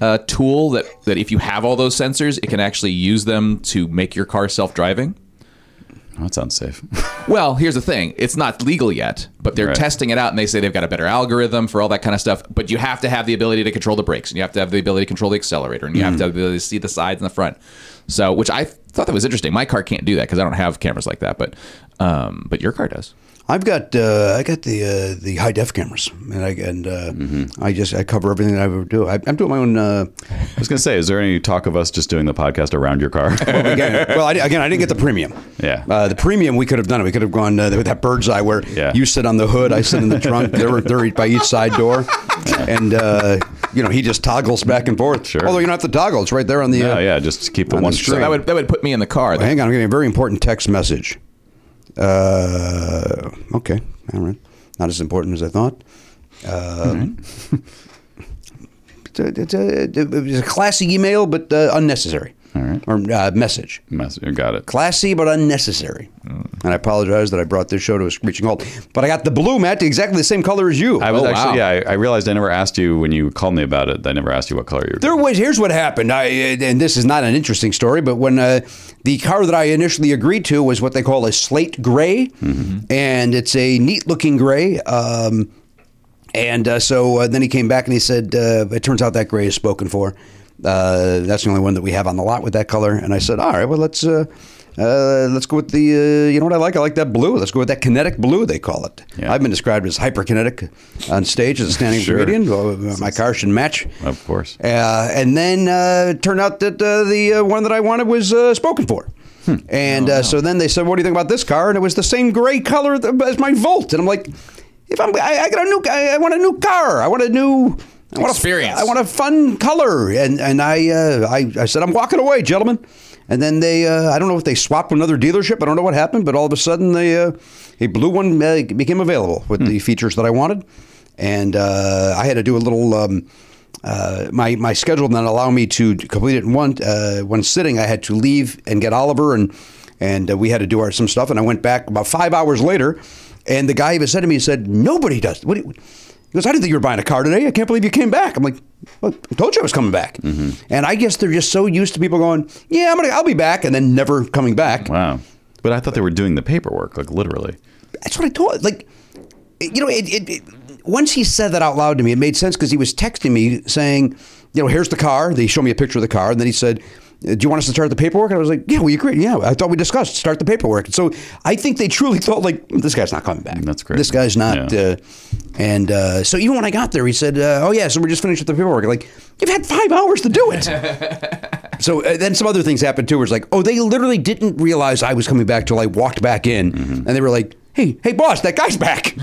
[SPEAKER 5] uh tool that, that if you have all those sensors, it can actually use them to make your car self driving.
[SPEAKER 3] Oh, that sounds safe.
[SPEAKER 5] Well, here's the thing. It's not legal yet, but they're
[SPEAKER 3] Right.
[SPEAKER 5] testing it out and they say they've got a better algorithm for all that kind of stuff. But you have to have the ability to control the brakes and you have to have the ability to control the accelerator and you have to have the ability to see the sides and the front. So, which I thought that was interesting. My car can't do that because I don't have cameras like that, but um, but your car does.
[SPEAKER 2] I've got uh, I got the uh, the high def cameras, and I and uh,
[SPEAKER 5] Mm-hmm.
[SPEAKER 2] I just I cover everything that I would do. I, I'm doing my own. Uh,
[SPEAKER 3] I was gonna say, is there any talk of us just doing the podcast around your car?
[SPEAKER 2] again, well, I, again, I didn't get the premium.
[SPEAKER 3] Yeah.
[SPEAKER 2] uh, the premium we could have done it. We could have gone uh, with that bird's eye where
[SPEAKER 3] Yeah.
[SPEAKER 2] you sit on the hood, I sit in the trunk. They're they're each by each side door, and uh, you know he just toggles back and forth.
[SPEAKER 3] Sure.
[SPEAKER 2] Although you don't have to toggle; it's right there on the.
[SPEAKER 3] yeah,
[SPEAKER 2] uh,
[SPEAKER 3] Oh, yeah. Just keep the
[SPEAKER 2] On the
[SPEAKER 3] one
[SPEAKER 2] screen.
[SPEAKER 3] side.
[SPEAKER 5] That would that would put me in the car.
[SPEAKER 2] Well, hang on, I'm getting a very important text message. Uh, okay, all right. Not as important as I thought. Um, it's, a, it's, a, it's a classy email, but uh, unnecessary. All
[SPEAKER 3] right.
[SPEAKER 2] Or uh, message.
[SPEAKER 3] Mess- Got it.
[SPEAKER 2] Classy, but unnecessary.
[SPEAKER 3] Mm.
[SPEAKER 2] And I apologize that I brought this show to a screeching halt. But I got the blue, Matt, exactly the same color as you.
[SPEAKER 3] I was
[SPEAKER 5] Oh, wow.
[SPEAKER 3] actually, yeah, I, I realized I never asked you when you called me about it. I never asked you what color you were.
[SPEAKER 2] There was. Here's what happened. I uh, and this is not an interesting story, but when uh, the car that I initially agreed to was what they call a slate gray,
[SPEAKER 3] Mm-hmm.
[SPEAKER 2] and it's a neat looking gray. Um, and uh, so uh, then he came back and he said, uh, "It turns out that gray is spoken for. Uh, that's the only one that we have on the lot with that color." And I said, "All right, well let's uh, uh, let's go with the uh, you know what I like? I like that blue. Let's go with that kinetic blue they call it.
[SPEAKER 3] Yeah.
[SPEAKER 2] I've been described as hyperkinetic on stage as a standing
[SPEAKER 3] Sure.
[SPEAKER 2] comedian. Well, my car should match.
[SPEAKER 3] Of course.
[SPEAKER 2] Uh, and then uh, it turned out that uh, the uh, one that I wanted was uh, spoken for. And uh, so then they said, "What do you think about this car?" And it was the same gray color th- as my Volt. And I'm like, "If I'm, I, I got a new, I, I want a new car. I want a new." I want
[SPEAKER 5] Experience.
[SPEAKER 2] A, I want a fun color, and and I, uh, I I said I'm walking away, gentlemen. And then they, uh, I don't know if they swapped another dealership. I don't know what happened, but all of a sudden, they uh, a blue one uh, became available with the features that I wanted, and uh, I had to do a little. Um, uh, my my schedule did not allow me to complete it in one uh, one sitting. I had to leave and get Oliver, and and uh, we had to do our some stuff. And I went back about five hours later, and the guy even said to me, he said, "Nobody does." What do you, he goes, "I didn't think you were buying a car today. I can't believe you came back." I'm like, well, "I told you I was coming back." And I guess they're just so used to people going, "Yeah, I'm gonna, I'll be back," and then never coming back.
[SPEAKER 3] Wow. But I thought they were doing the paperwork, like literally.
[SPEAKER 2] That's what I told. Like, you know, it, it, it once he said that out loud to me, it made sense because he was texting me saying, you know, here's the car. They showed me a picture of the car, and then he said. Do you want us to start the paperwork? And I was like, Yeah, we agreed. Yeah, I thought we discussed start the paperwork. So I think they truly thought like this guy's not coming back.
[SPEAKER 3] That's crazy.
[SPEAKER 2] This guy's not.
[SPEAKER 3] Yeah.
[SPEAKER 2] Uh, and uh, so even when I got there, he said, uh, "Oh yeah, so we're just finished with the paperwork." Like you've had five hours to do it. So uh, then some other things happened too. Where it's like, oh, they literally didn't realize I was coming back till I walked back in, and
[SPEAKER 3] Mm-hmm.
[SPEAKER 2] they were like, hey, hey, boss, that guy's back.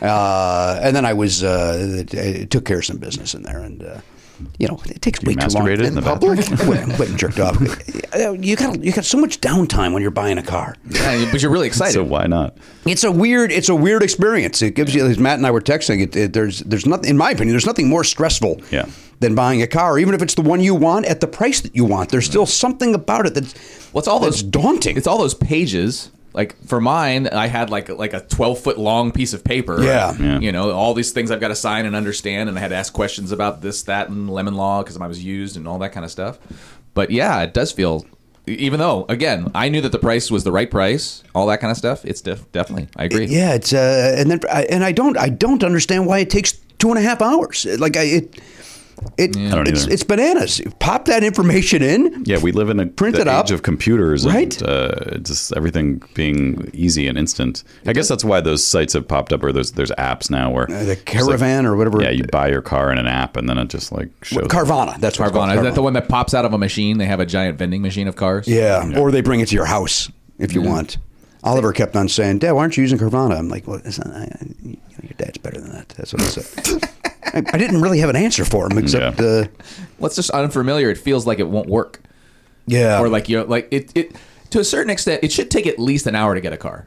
[SPEAKER 2] Uh, and then I was uh, I took care of some business in there, and uh, you know, it takes way too long.
[SPEAKER 3] Masturbated in the
[SPEAKER 4] public?
[SPEAKER 3] bathroom.
[SPEAKER 2] Went, went and jerked off. Uh, You got you got so much downtime when you're buying a car.
[SPEAKER 5] Yeah, but you're really excited.
[SPEAKER 3] So why not?
[SPEAKER 2] It's a weird it's a weird experience. It gives you as Matt and I were texting. It, it, there's there's nothing in my opinion. There's nothing more stressful
[SPEAKER 3] Yeah.
[SPEAKER 2] than buying a car, even if it's the one you want at the price that you want. There's still something about it that's
[SPEAKER 5] What's all
[SPEAKER 2] that's
[SPEAKER 5] those
[SPEAKER 2] daunting.
[SPEAKER 5] It's all those pages. Like for mine, I had like like a twelve foot long piece of paper.
[SPEAKER 2] Yeah.
[SPEAKER 3] Yeah.
[SPEAKER 5] you know all these things I've got to sign and understand, and I had to ask questions about this, that, and lemon law because I was used and all that kind of stuff. But yeah, it does feel. e-, Even though, again, I knew that the price was the right price, all that kind of stuff. It's def- definitely, I agree.
[SPEAKER 2] Yeah, it's uh, and then I, and I don't I don't understand why it takes two and a half hours. Like I it it
[SPEAKER 3] I don't
[SPEAKER 2] it's,
[SPEAKER 3] either.
[SPEAKER 2] it's bananas. Pop that information in.
[SPEAKER 3] Yeah, we live in a
[SPEAKER 2] Print
[SPEAKER 3] the
[SPEAKER 2] it up.
[SPEAKER 3] age of computers,
[SPEAKER 2] Right.
[SPEAKER 3] And, uh, just everything being easy and instant. I guess that's why those sites have popped up, or there's there's apps now where
[SPEAKER 2] Uh, The
[SPEAKER 3] it's like-
[SPEAKER 2] caravan or whatever.
[SPEAKER 3] Yeah, you buy your car in an app, and then it just like shows.
[SPEAKER 2] Carvana. That's what it's called,
[SPEAKER 5] Carvana, is that the one that pops out of a machine? They have a giant vending machine of cars.
[SPEAKER 2] Yeah. Or they bring it to your house if you want. Oliver kept on saying, "Dad, why aren't you using Carvana?" I'm like, "Well, it's not, I, I- you know, your dad's better than that." That's what I said. I, I didn't really have an answer for him except,
[SPEAKER 3] Yeah.
[SPEAKER 2] yeah, uh,
[SPEAKER 5] What's just unfamiliar? It feels like it won't work.
[SPEAKER 2] yeah.
[SPEAKER 5] or like you know, like it, it to a certain extent it should take at least an hour to get a car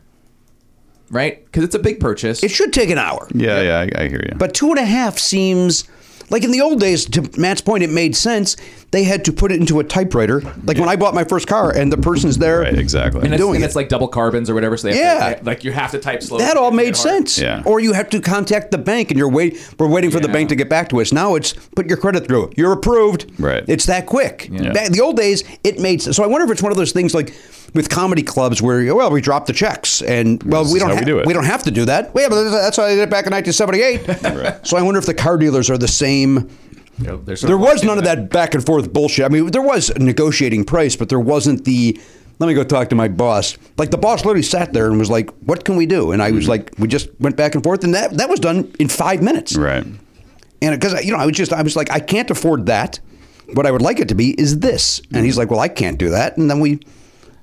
[SPEAKER 5] right because it's a big purchase
[SPEAKER 2] it should take an hour.
[SPEAKER 3] Yeah, yeah, I, I hear you.
[SPEAKER 2] But two and a half seems like in the old days, to Matt's point, it made sense. They had to put it into a typewriter. Like when I bought my first car and the person's there.
[SPEAKER 3] right, exactly.
[SPEAKER 5] and, it's,
[SPEAKER 2] doing
[SPEAKER 5] and
[SPEAKER 2] it.
[SPEAKER 5] it's like double carbons or whatever so they have
[SPEAKER 2] Yeah.
[SPEAKER 5] to, like you have to type slow
[SPEAKER 2] That
[SPEAKER 5] to
[SPEAKER 2] all
[SPEAKER 5] get
[SPEAKER 2] made
[SPEAKER 5] it hard.
[SPEAKER 2] sense.
[SPEAKER 3] Yeah.
[SPEAKER 2] Or you have to contact the bank and you're wait we're waiting for the
[SPEAKER 5] Yeah.
[SPEAKER 2] bank to get back to us. Now it's put your credit through. You're approved.
[SPEAKER 3] Right.
[SPEAKER 2] It's that quick.
[SPEAKER 3] Yeah.
[SPEAKER 2] Back- the old days it made sense. So I wonder if it's one of those things like with comedy clubs where well we drop the checks and well
[SPEAKER 3] This
[SPEAKER 2] we
[SPEAKER 3] is
[SPEAKER 2] don't
[SPEAKER 3] how we
[SPEAKER 2] ha-
[SPEAKER 3] do it.
[SPEAKER 2] we don't have to do that. Well, yeah, but that's how I did it back in 1978.
[SPEAKER 3] Right.
[SPEAKER 2] So I wonder if the car dealers are the same
[SPEAKER 5] You know, they're sort
[SPEAKER 2] there
[SPEAKER 5] of
[SPEAKER 2] was
[SPEAKER 5] locked
[SPEAKER 2] none of
[SPEAKER 5] in
[SPEAKER 2] that back and forth bullshit. I mean, there was a negotiating price, but there wasn't the let me go talk to my boss. Like the boss literally sat there and was like, "What can we do?" And I was like, "We just went back and forth, and that that was done in five minutes."
[SPEAKER 3] Right.
[SPEAKER 2] And because you know, I was just I was like, I can't afford that. What I would like it to be is this. And he's like, Well, I can't do that. And then we.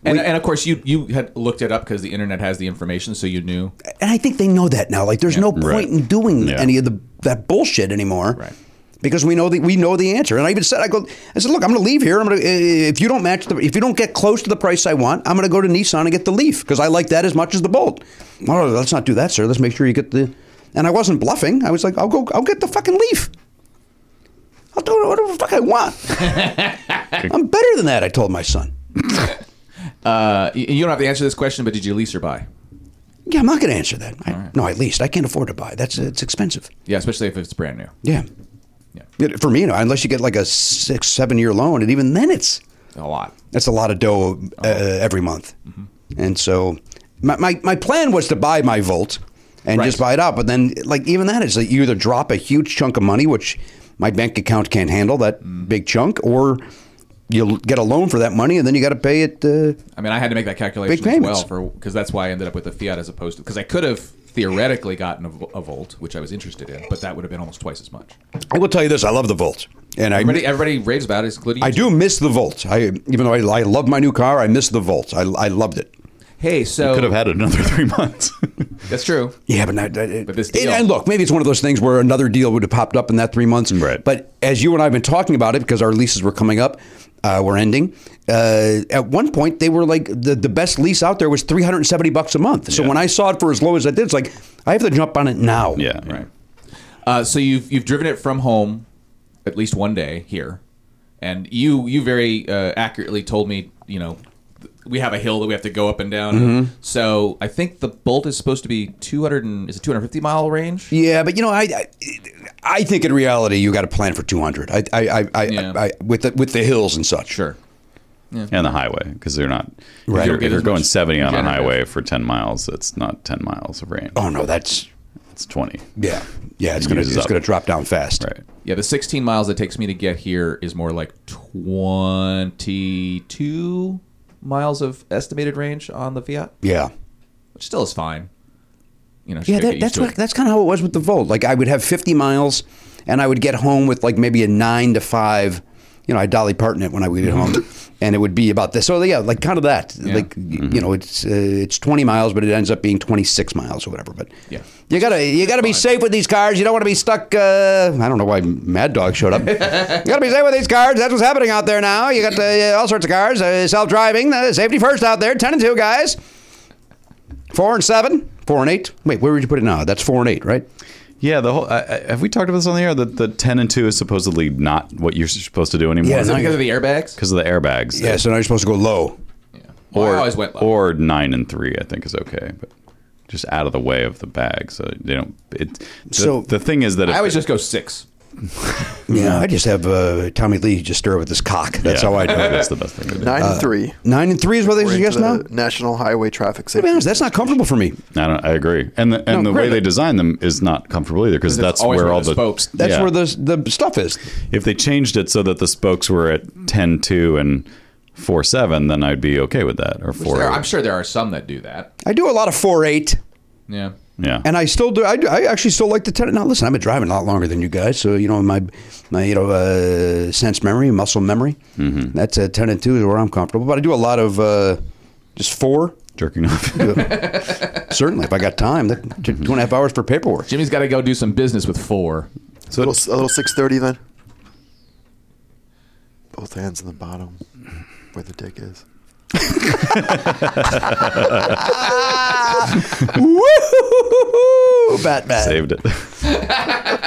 [SPEAKER 5] And, and of course, you you had looked it up because the internet has the information, so you knew.
[SPEAKER 2] And I think they know that now. Like, there's no point
[SPEAKER 3] right.
[SPEAKER 2] in doing
[SPEAKER 3] Yeah.
[SPEAKER 2] any of the that bullshit anymore.
[SPEAKER 5] Right.
[SPEAKER 2] Because we know the we know the answer. And I even said, I go, I said, look, I'm going to leave here. I'm going to if you don't match the if you don't get close to the price I want, I'm going to go to Nissan and get the Leaf because I like that as much as the Bolt. Oh, let's not do that, sir. Let's make sure you get the. And I wasn't bluffing. I was like, I'll go. I'll get the fucking Leaf. I'll do whatever the fuck I want. I'm better than that. I told my son.
[SPEAKER 5] Uh, you, you don't have to answer this question, but did you lease or buy?
[SPEAKER 2] Yeah, I'm not going to answer that. I, No, I leased. I can't afford to buy. That's it's expensive.
[SPEAKER 5] Yeah, especially if it's brand new.
[SPEAKER 2] Yeah.
[SPEAKER 5] Yeah.
[SPEAKER 2] Yeah, For me, you know, unless you get like a six, seven year loan, and even then, it's
[SPEAKER 5] A lot.
[SPEAKER 2] that's a lot of dough uh,
[SPEAKER 5] Oh.
[SPEAKER 2] every month.
[SPEAKER 5] Mm-hmm.
[SPEAKER 2] And so, my, my my plan was to buy my Volt and
[SPEAKER 5] Right.
[SPEAKER 2] just buy it out. But then, like even that is like you either drop a huge chunk of money, which my bank account can't handle that
[SPEAKER 5] Mm.
[SPEAKER 2] big chunk, or you get a loan for that money, and then you got to pay it. Uh,
[SPEAKER 5] I mean, I had to make that
[SPEAKER 2] Big
[SPEAKER 5] calculation as
[SPEAKER 2] payments.
[SPEAKER 5] well for because that's why I ended up with a Fiat as opposed to because I could have theoretically gotten a, Vo- a Volt, which I was interested in, but that would have been almost twice as much.
[SPEAKER 2] I will tell you this: I love the Volt, and I
[SPEAKER 5] Everybody, everybody raves about it, including
[SPEAKER 2] I
[SPEAKER 5] you.
[SPEAKER 2] do miss the Volt. I even though I, I love my new car, I miss the Volt. I, I loved it.
[SPEAKER 5] Hey, so
[SPEAKER 3] Could have had another three months.
[SPEAKER 5] that's true.
[SPEAKER 2] Yeah, but not. That,
[SPEAKER 5] But this
[SPEAKER 2] and-
[SPEAKER 5] deal-
[SPEAKER 2] and look, maybe it's one of those things where another deal would have popped up in that three months.
[SPEAKER 3] Right.
[SPEAKER 2] But as you and I have been talking about it, because our leases were coming up, uh, were ending. Uh, at one point, they were like the, the best lease out there was three hundred and seventy bucks a month. So
[SPEAKER 3] Yeah.
[SPEAKER 2] when I saw it for as low as I did, it's like I have to jump on it now.
[SPEAKER 3] yeah.
[SPEAKER 5] Right. Uh, so you've you've driven it from home at least one day here, and you you very uh, accurately told me you know th- we have a hill that we have to go up and down.
[SPEAKER 2] Mm-hmm.
[SPEAKER 5] So I think the Bolt is supposed to be 200 and is it 250 mile range?
[SPEAKER 2] Yeah, but you know, I, I, I think in reality, you got to plan for two hundred. I, I, I, I,
[SPEAKER 5] Yeah.
[SPEAKER 2] I, with the, with the hills and such.
[SPEAKER 5] Sure.
[SPEAKER 3] And the highway because they're not.
[SPEAKER 2] Right.
[SPEAKER 3] If you're, if
[SPEAKER 5] Get
[SPEAKER 3] you're
[SPEAKER 5] as
[SPEAKER 3] going
[SPEAKER 5] much
[SPEAKER 3] 70 on a
[SPEAKER 5] regenerative.
[SPEAKER 3] highway for 10 miles, it's not 10 miles of range.
[SPEAKER 2] Oh no, that's
[SPEAKER 3] It's 20.
[SPEAKER 2] yeah, yeah. It's
[SPEAKER 3] It
[SPEAKER 2] gonna
[SPEAKER 3] uses
[SPEAKER 2] it's
[SPEAKER 3] up.
[SPEAKER 2] gonna drop down fast.
[SPEAKER 3] Right.
[SPEAKER 5] Yeah, the 16 miles it takes me to get here is more like 22 miles of estimated range on the Fiat,
[SPEAKER 2] Yeah.
[SPEAKER 5] which still is fine. You know,
[SPEAKER 2] Yeah,
[SPEAKER 5] should
[SPEAKER 2] that,
[SPEAKER 5] get used
[SPEAKER 2] that's
[SPEAKER 5] to
[SPEAKER 2] what,
[SPEAKER 5] it.
[SPEAKER 2] that's kind of how it was with the Volt. Like I would have 50 miles, and I would get home with like maybe a nine to five. You know, I Dolly Parton it when I would get home, and it would be about this. So yeah, like kind of that. Like y- you know, it's uh, it's 20 miles, but it ends up being 26 miles or whatever. But
[SPEAKER 5] Yeah.
[SPEAKER 2] you gotta you gotta be safe with these cars. You don't want to be stuck. Uh, I don't know why Mad Dog showed up. you gotta be safe with these cars. That's what's happening out there now. You got uh, all sorts of cars, uh, self driving, uh, safety first out there. Ten and two guys. Four and seven, four and eight. Wait, where would you put it now? That's four and eight, right?
[SPEAKER 3] Yeah, the whole. I, I, have we talked about this on the air? That the ten and two is supposedly not what you're supposed to do anymore.
[SPEAKER 2] Yeah, no,
[SPEAKER 5] because of the airbags.
[SPEAKER 3] because of the airbags.
[SPEAKER 2] Yeah, so now you're supposed to go low.
[SPEAKER 5] Well, I always went low.
[SPEAKER 3] Or nine and three, I think is okay, but just out of the way of the bag, so they don't. It. The,
[SPEAKER 2] So-
[SPEAKER 3] the thing is that if,
[SPEAKER 5] I always just go six.
[SPEAKER 2] Yeah, I just have uh, Tommy Lee just stir with his cock. That's
[SPEAKER 3] yeah,
[SPEAKER 2] how I do it.
[SPEAKER 3] That's the best thing. To do.
[SPEAKER 4] Nine and three.
[SPEAKER 2] Nine and three is what they
[SPEAKER 4] according to
[SPEAKER 3] uh,
[SPEAKER 2] suggest now.
[SPEAKER 4] the
[SPEAKER 2] To
[SPEAKER 4] National Highway Traffic Safety.
[SPEAKER 2] be honest, that's not comfortable for me.
[SPEAKER 3] I, don't, I agree, and the, and
[SPEAKER 2] No,
[SPEAKER 3] the way
[SPEAKER 2] great.
[SPEAKER 3] they design them is not comfortable either, because
[SPEAKER 5] it's
[SPEAKER 3] that's
[SPEAKER 5] always
[SPEAKER 3] where
[SPEAKER 5] where
[SPEAKER 3] all
[SPEAKER 5] the
[SPEAKER 3] the
[SPEAKER 5] spokes-
[SPEAKER 2] That's
[SPEAKER 3] yeah.
[SPEAKER 2] where the the stuff is.
[SPEAKER 3] If they changed it so that the spokes were at ten two and four seven, then I'd be okay with that, or four.
[SPEAKER 5] There are- I'm sure there are some that do that.
[SPEAKER 2] I do a lot of four eight,
[SPEAKER 5] Yeah.
[SPEAKER 3] Yeah,
[SPEAKER 2] and I still do. I, do- I actually still like the ten. Now listen, I've been driving a lot longer than you guys, so you know my my you know uh, sense memory, muscle memory. Mm-hmm. That's a ten and two is where I'm comfortable. But I do a lot of uh, just four.
[SPEAKER 3] jerking off.
[SPEAKER 2] Certainly, if I got time, that, two two and a half hours for paperwork.
[SPEAKER 5] Jimmy's got to go do some business with four.
[SPEAKER 4] A little, a little six thirty then. Both hands in the bottom, where the dick is.
[SPEAKER 2] Woo-hoo-hoo-hoo-hoo, Batman.
[SPEAKER 3] Saved it.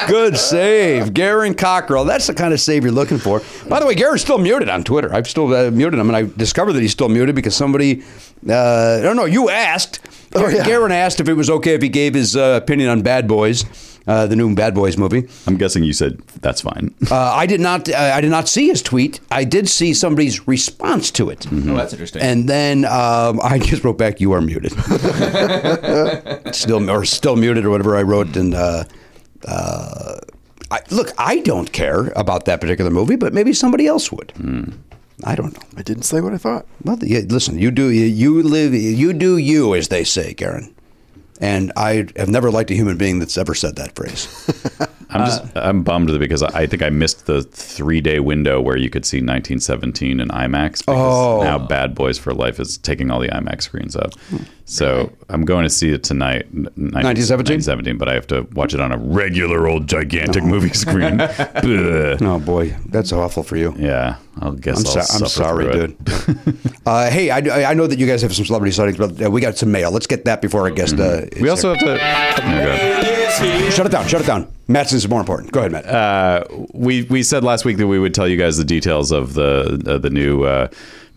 [SPEAKER 2] Good save. Garen Cockrell. That's the kind of save you're looking for. By the way, Garen's still muted on Twitter. I've still uh, muted him, and I discovered that he's still muted because somebody, uh, no, no, you asked. Oh,
[SPEAKER 4] yeah.
[SPEAKER 2] Garen asked if it was okay if he gave his uh, opinion on Bad Boys, uh, the new Bad Boys movie.
[SPEAKER 3] I'm guessing you said that's fine.
[SPEAKER 2] Uh, I did not. Uh, I did not see his tweet. I did see somebody's response to it.
[SPEAKER 3] Mm.
[SPEAKER 5] Oh, that's interesting.
[SPEAKER 2] And then um, I just wrote back, "You are muted." still or still muted or whatever I wrote. And uh, uh, I, look, I don't care about that particular movie, but maybe somebody else would. I don't know.
[SPEAKER 4] I didn't say what I thought.
[SPEAKER 2] Well, yeah, listen, you do you, you live you do you as they say, Garen. And I have never liked a human being that's ever said that phrase.
[SPEAKER 3] I'm just I'm bummed that because I, I think I missed the three day window where you could see 1917 in IMAX. Because
[SPEAKER 2] Oh.
[SPEAKER 3] now Bad Boys for Life is taking all the IMAX screens up. So I'm going to see it tonight. n-
[SPEAKER 2] 1917?
[SPEAKER 3] 1917, but I have to watch it on a regular old gigantic movie screen. Bleh.
[SPEAKER 2] oh boy, that's awful for you.
[SPEAKER 3] Yeah, I'll guess
[SPEAKER 2] I'm,
[SPEAKER 3] I'll
[SPEAKER 2] so- I'm
[SPEAKER 3] suffer
[SPEAKER 2] sorry,
[SPEAKER 3] through it.
[SPEAKER 2] dude. uh, hey, I, I know that you guys have some celebrity sightings, but uh, we got some mail. Let's get that before I guess the.
[SPEAKER 3] Mm-hmm. We also have to. oh, God.
[SPEAKER 2] shut it down. Shut it down. Matson's is more important. Go ahead, Matt.
[SPEAKER 3] Uh, we we said last week that we would tell you guys the details of the uh, the new uh,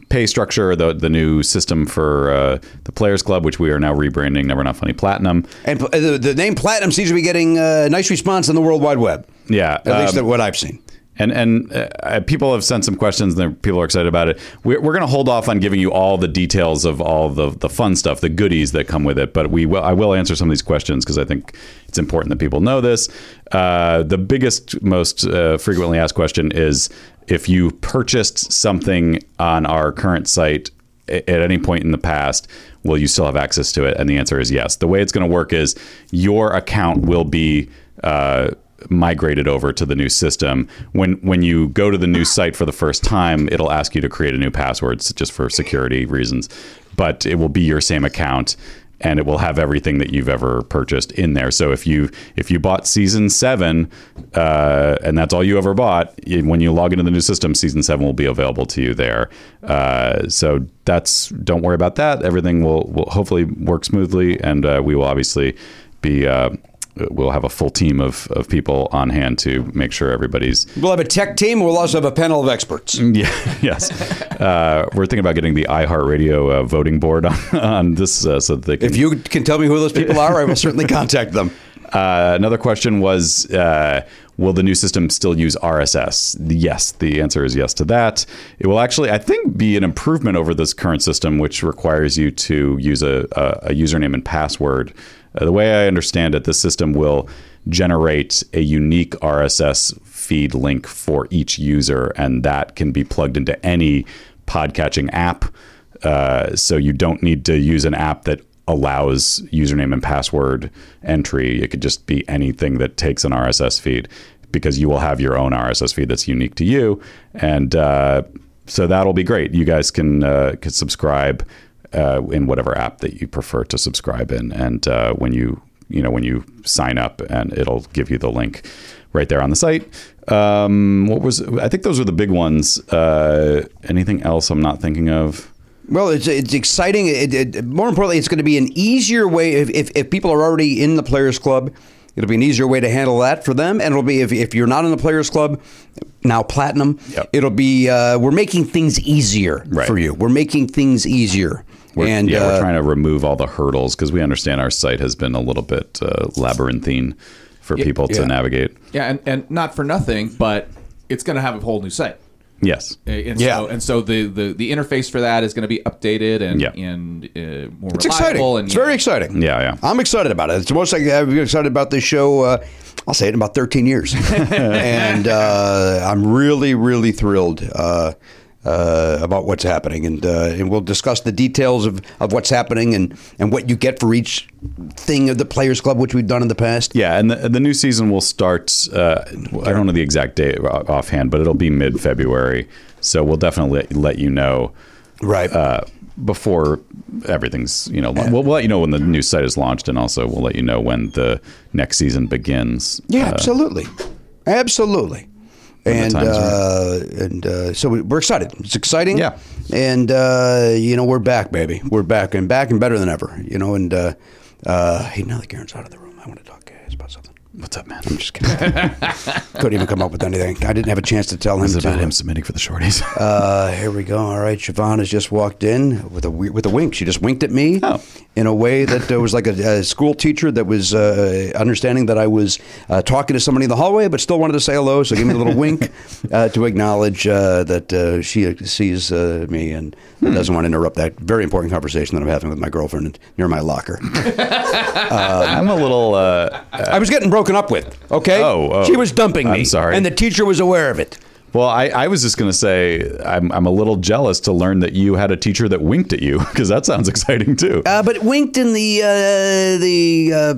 [SPEAKER 3] pay structure, the the new system for uh, the Players Club, which we are now rebranding Never Not Funny Platinum.
[SPEAKER 2] and pl- uh, the, the name Platinum seems to be getting a nice response on the World Wide Web.
[SPEAKER 3] Yeah,
[SPEAKER 2] At least
[SPEAKER 3] um,
[SPEAKER 2] that what I've seen.
[SPEAKER 3] And and uh, people have sent some questions, and people are excited about it. We're, we're going to hold off on giving you all the details of all the the fun stuff, the goodies that come with it. But we will, I will answer some of these questions because I think it's important that people know this. Uh, the biggest, most uh, frequently asked question is if you purchased something on our current site a- at any point in the past, will you still have access to it? And the answer is yes. The way it's going to work is your account will be uh, migrated over to the new system. When when you go to the new site for the first time, it'll ask you to create a new password s- just for security reasons, but it will be your same account and it will have everything that you've ever purchased in there. So if you if you bought season seven, uh, and that's all you ever bought, y- when you log into the new system, season seven will be available to you there. Uh, so that's don't worry about that. Everything will will hopefully work smoothly, and uh, we will obviously be. Uh, We'll have a full team of, of people on hand to make sure everybody's
[SPEAKER 2] We'll have a tech team. We'll also have a panel of experts.
[SPEAKER 3] yeah, yes. Uh, we're thinking about getting the iHeartRadio uh, voting board on, on this uh, so that they can
[SPEAKER 2] If you can tell me who those people are, I will certainly contact them.
[SPEAKER 3] Uh, another question was uh, Will the new system still use RSS? Yes, the answer is yes to that. It will actually, I think, be an improvement over this current system, which requires you to use a, a, a username and password. Uh, the way I understand it, the system will generate a unique RSS feed link for each user, and that can be plugged into any podcatching app. Uh, so you don't need to use an app that allows username and password entry. It could just be anything that takes an RSS feed because you will have your own RSS feed that's unique to you. And uh, so that'll be great. You guys can, uh, can subscribe uh, in whatever app that you prefer to subscribe in. And uh, when you you know when you sign up and it'll give you the link right there on the site um what was i think those were the big ones uh anything else i'm not thinking of
[SPEAKER 2] Well, it's it's exciting. It, it, more importantly, it's going to be an easier way if, if, if people are already in the Players Club. It'll be an easier way to handle that for them, and it'll be if, if you're not in the Players Club now Platinum.
[SPEAKER 3] Yep.
[SPEAKER 2] It'll be uh, we're making things easier
[SPEAKER 3] Right.
[SPEAKER 2] for you. We're making things easier,
[SPEAKER 3] We're,
[SPEAKER 2] and
[SPEAKER 3] yeah,
[SPEAKER 2] uh,
[SPEAKER 3] we're trying to remove all the hurdles because we understand our site has been a little bit uh, labyrinthine for people
[SPEAKER 2] yeah.
[SPEAKER 3] to navigate.
[SPEAKER 5] Yeah, and, and not for nothing, but it's going to have a whole new site.
[SPEAKER 3] Yes.
[SPEAKER 5] Uh, And
[SPEAKER 2] Yeah.
[SPEAKER 5] so, and so the, the, the interface for that is going to be updated and
[SPEAKER 3] Yeah.
[SPEAKER 5] and uh, more
[SPEAKER 2] it's exciting.
[SPEAKER 5] reliable. And
[SPEAKER 2] it's very exciting.
[SPEAKER 3] Yeah, yeah.
[SPEAKER 2] I'm excited about it. It's the most I- I've been excited about this show. Uh, I'll say it in about 13 years, and uh, I'm really, really thrilled uh, uh, about what's happening. And uh, and we'll discuss the details of, of what's happening and, and what you get for each thing of the Players Club, which we've done in the past.
[SPEAKER 3] Yeah, and the, the new season will start. Uh, I don't know the exact date o- offhand, but it'll be mid February. So we'll definitely let, let you know
[SPEAKER 2] Right.
[SPEAKER 3] uh, before everything's, you know, la- we'll, we'll let you know when the new site is launched and also we'll let you know when the next season begins.
[SPEAKER 2] Yeah,
[SPEAKER 3] Uh,
[SPEAKER 2] absolutely, absolutely. And
[SPEAKER 3] time's
[SPEAKER 2] uh, and uh, so we- we're excited. It's exciting.
[SPEAKER 3] Yeah.
[SPEAKER 2] And uh, you know we're back, baby. We're back and back and better than ever. You know. And uh, uh, hey, now that Garen's out of the room, I want to talk guys about something.
[SPEAKER 3] What's up, man?
[SPEAKER 2] I'm just kidding. Couldn't even come up with anything. I didn't have a chance to tell him.
[SPEAKER 3] This is
[SPEAKER 2] to-
[SPEAKER 3] about him submitting for the shorties.
[SPEAKER 2] uh, here we go. All right, Siobhan has just walked in with a wi- with a wink. She just winked at me
[SPEAKER 3] Oh.
[SPEAKER 2] in a way that uh, was like a, a school teacher that was uh, understanding that I was uh, talking to somebody in the hallway, but still wanted to say hello. So give me a little wink uh, to acknowledge uh, that uh, she sees uh, me and
[SPEAKER 3] Hmm.
[SPEAKER 2] doesn't want to interrupt that very important conversation that I'm having with my girlfriend near my locker.
[SPEAKER 3] I'm a little. Uh,
[SPEAKER 2] I was getting broken up with. Okay.
[SPEAKER 3] Oh, oh.
[SPEAKER 2] she was dumping me.
[SPEAKER 3] I'm sorry.
[SPEAKER 2] and the teacher was aware of it.
[SPEAKER 3] Well, I, I was just going to say I'm, I'm a little jealous to learn that you had a teacher that winked at you because that sounds exciting too.
[SPEAKER 5] Oh,
[SPEAKER 2] Uh, but winked in the uh, the uh,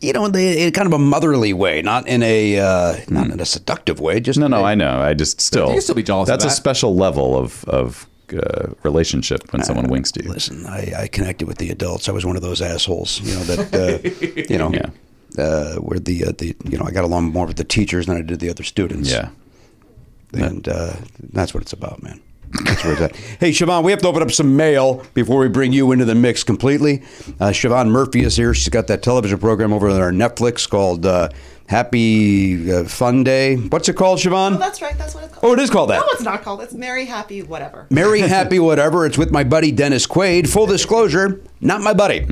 [SPEAKER 2] you know the in kind of a motherly way, not in a uh, not in a seductive way. Just
[SPEAKER 3] no, no, I know. I just still
[SPEAKER 5] You can still be jealous of
[SPEAKER 3] That's a
[SPEAKER 5] that.
[SPEAKER 3] special level of of uh, relationship when
[SPEAKER 5] Uh,
[SPEAKER 3] someone winks to you.
[SPEAKER 2] listen. I, I connected with the adults. I was one of those assholes, you know that uh, you know
[SPEAKER 3] Yeah.
[SPEAKER 2] uh, where the uh, the you know I got along more with the teachers than I did the other students.
[SPEAKER 3] Yeah.
[SPEAKER 2] and uh, that's what it's about, man. That's where it's at. Hey, Siobhan, we have to open up some mail before we bring you into the mix completely. Uh, Siobhan Murphy is here. She's got that television program over on our Netflix called uh, Happy uh, Fun Day. What's it called,
[SPEAKER 8] Oh,
[SPEAKER 2] Siobhan?
[SPEAKER 8] that's right. That's what it's
[SPEAKER 2] Oh,
[SPEAKER 8] called.
[SPEAKER 2] it is called that.
[SPEAKER 8] No, it's not called. It's Merry Happy Whatever.
[SPEAKER 2] Merry, happy, whatever. It's with my buddy Dennis Quaid. Full disclosure, not my buddy.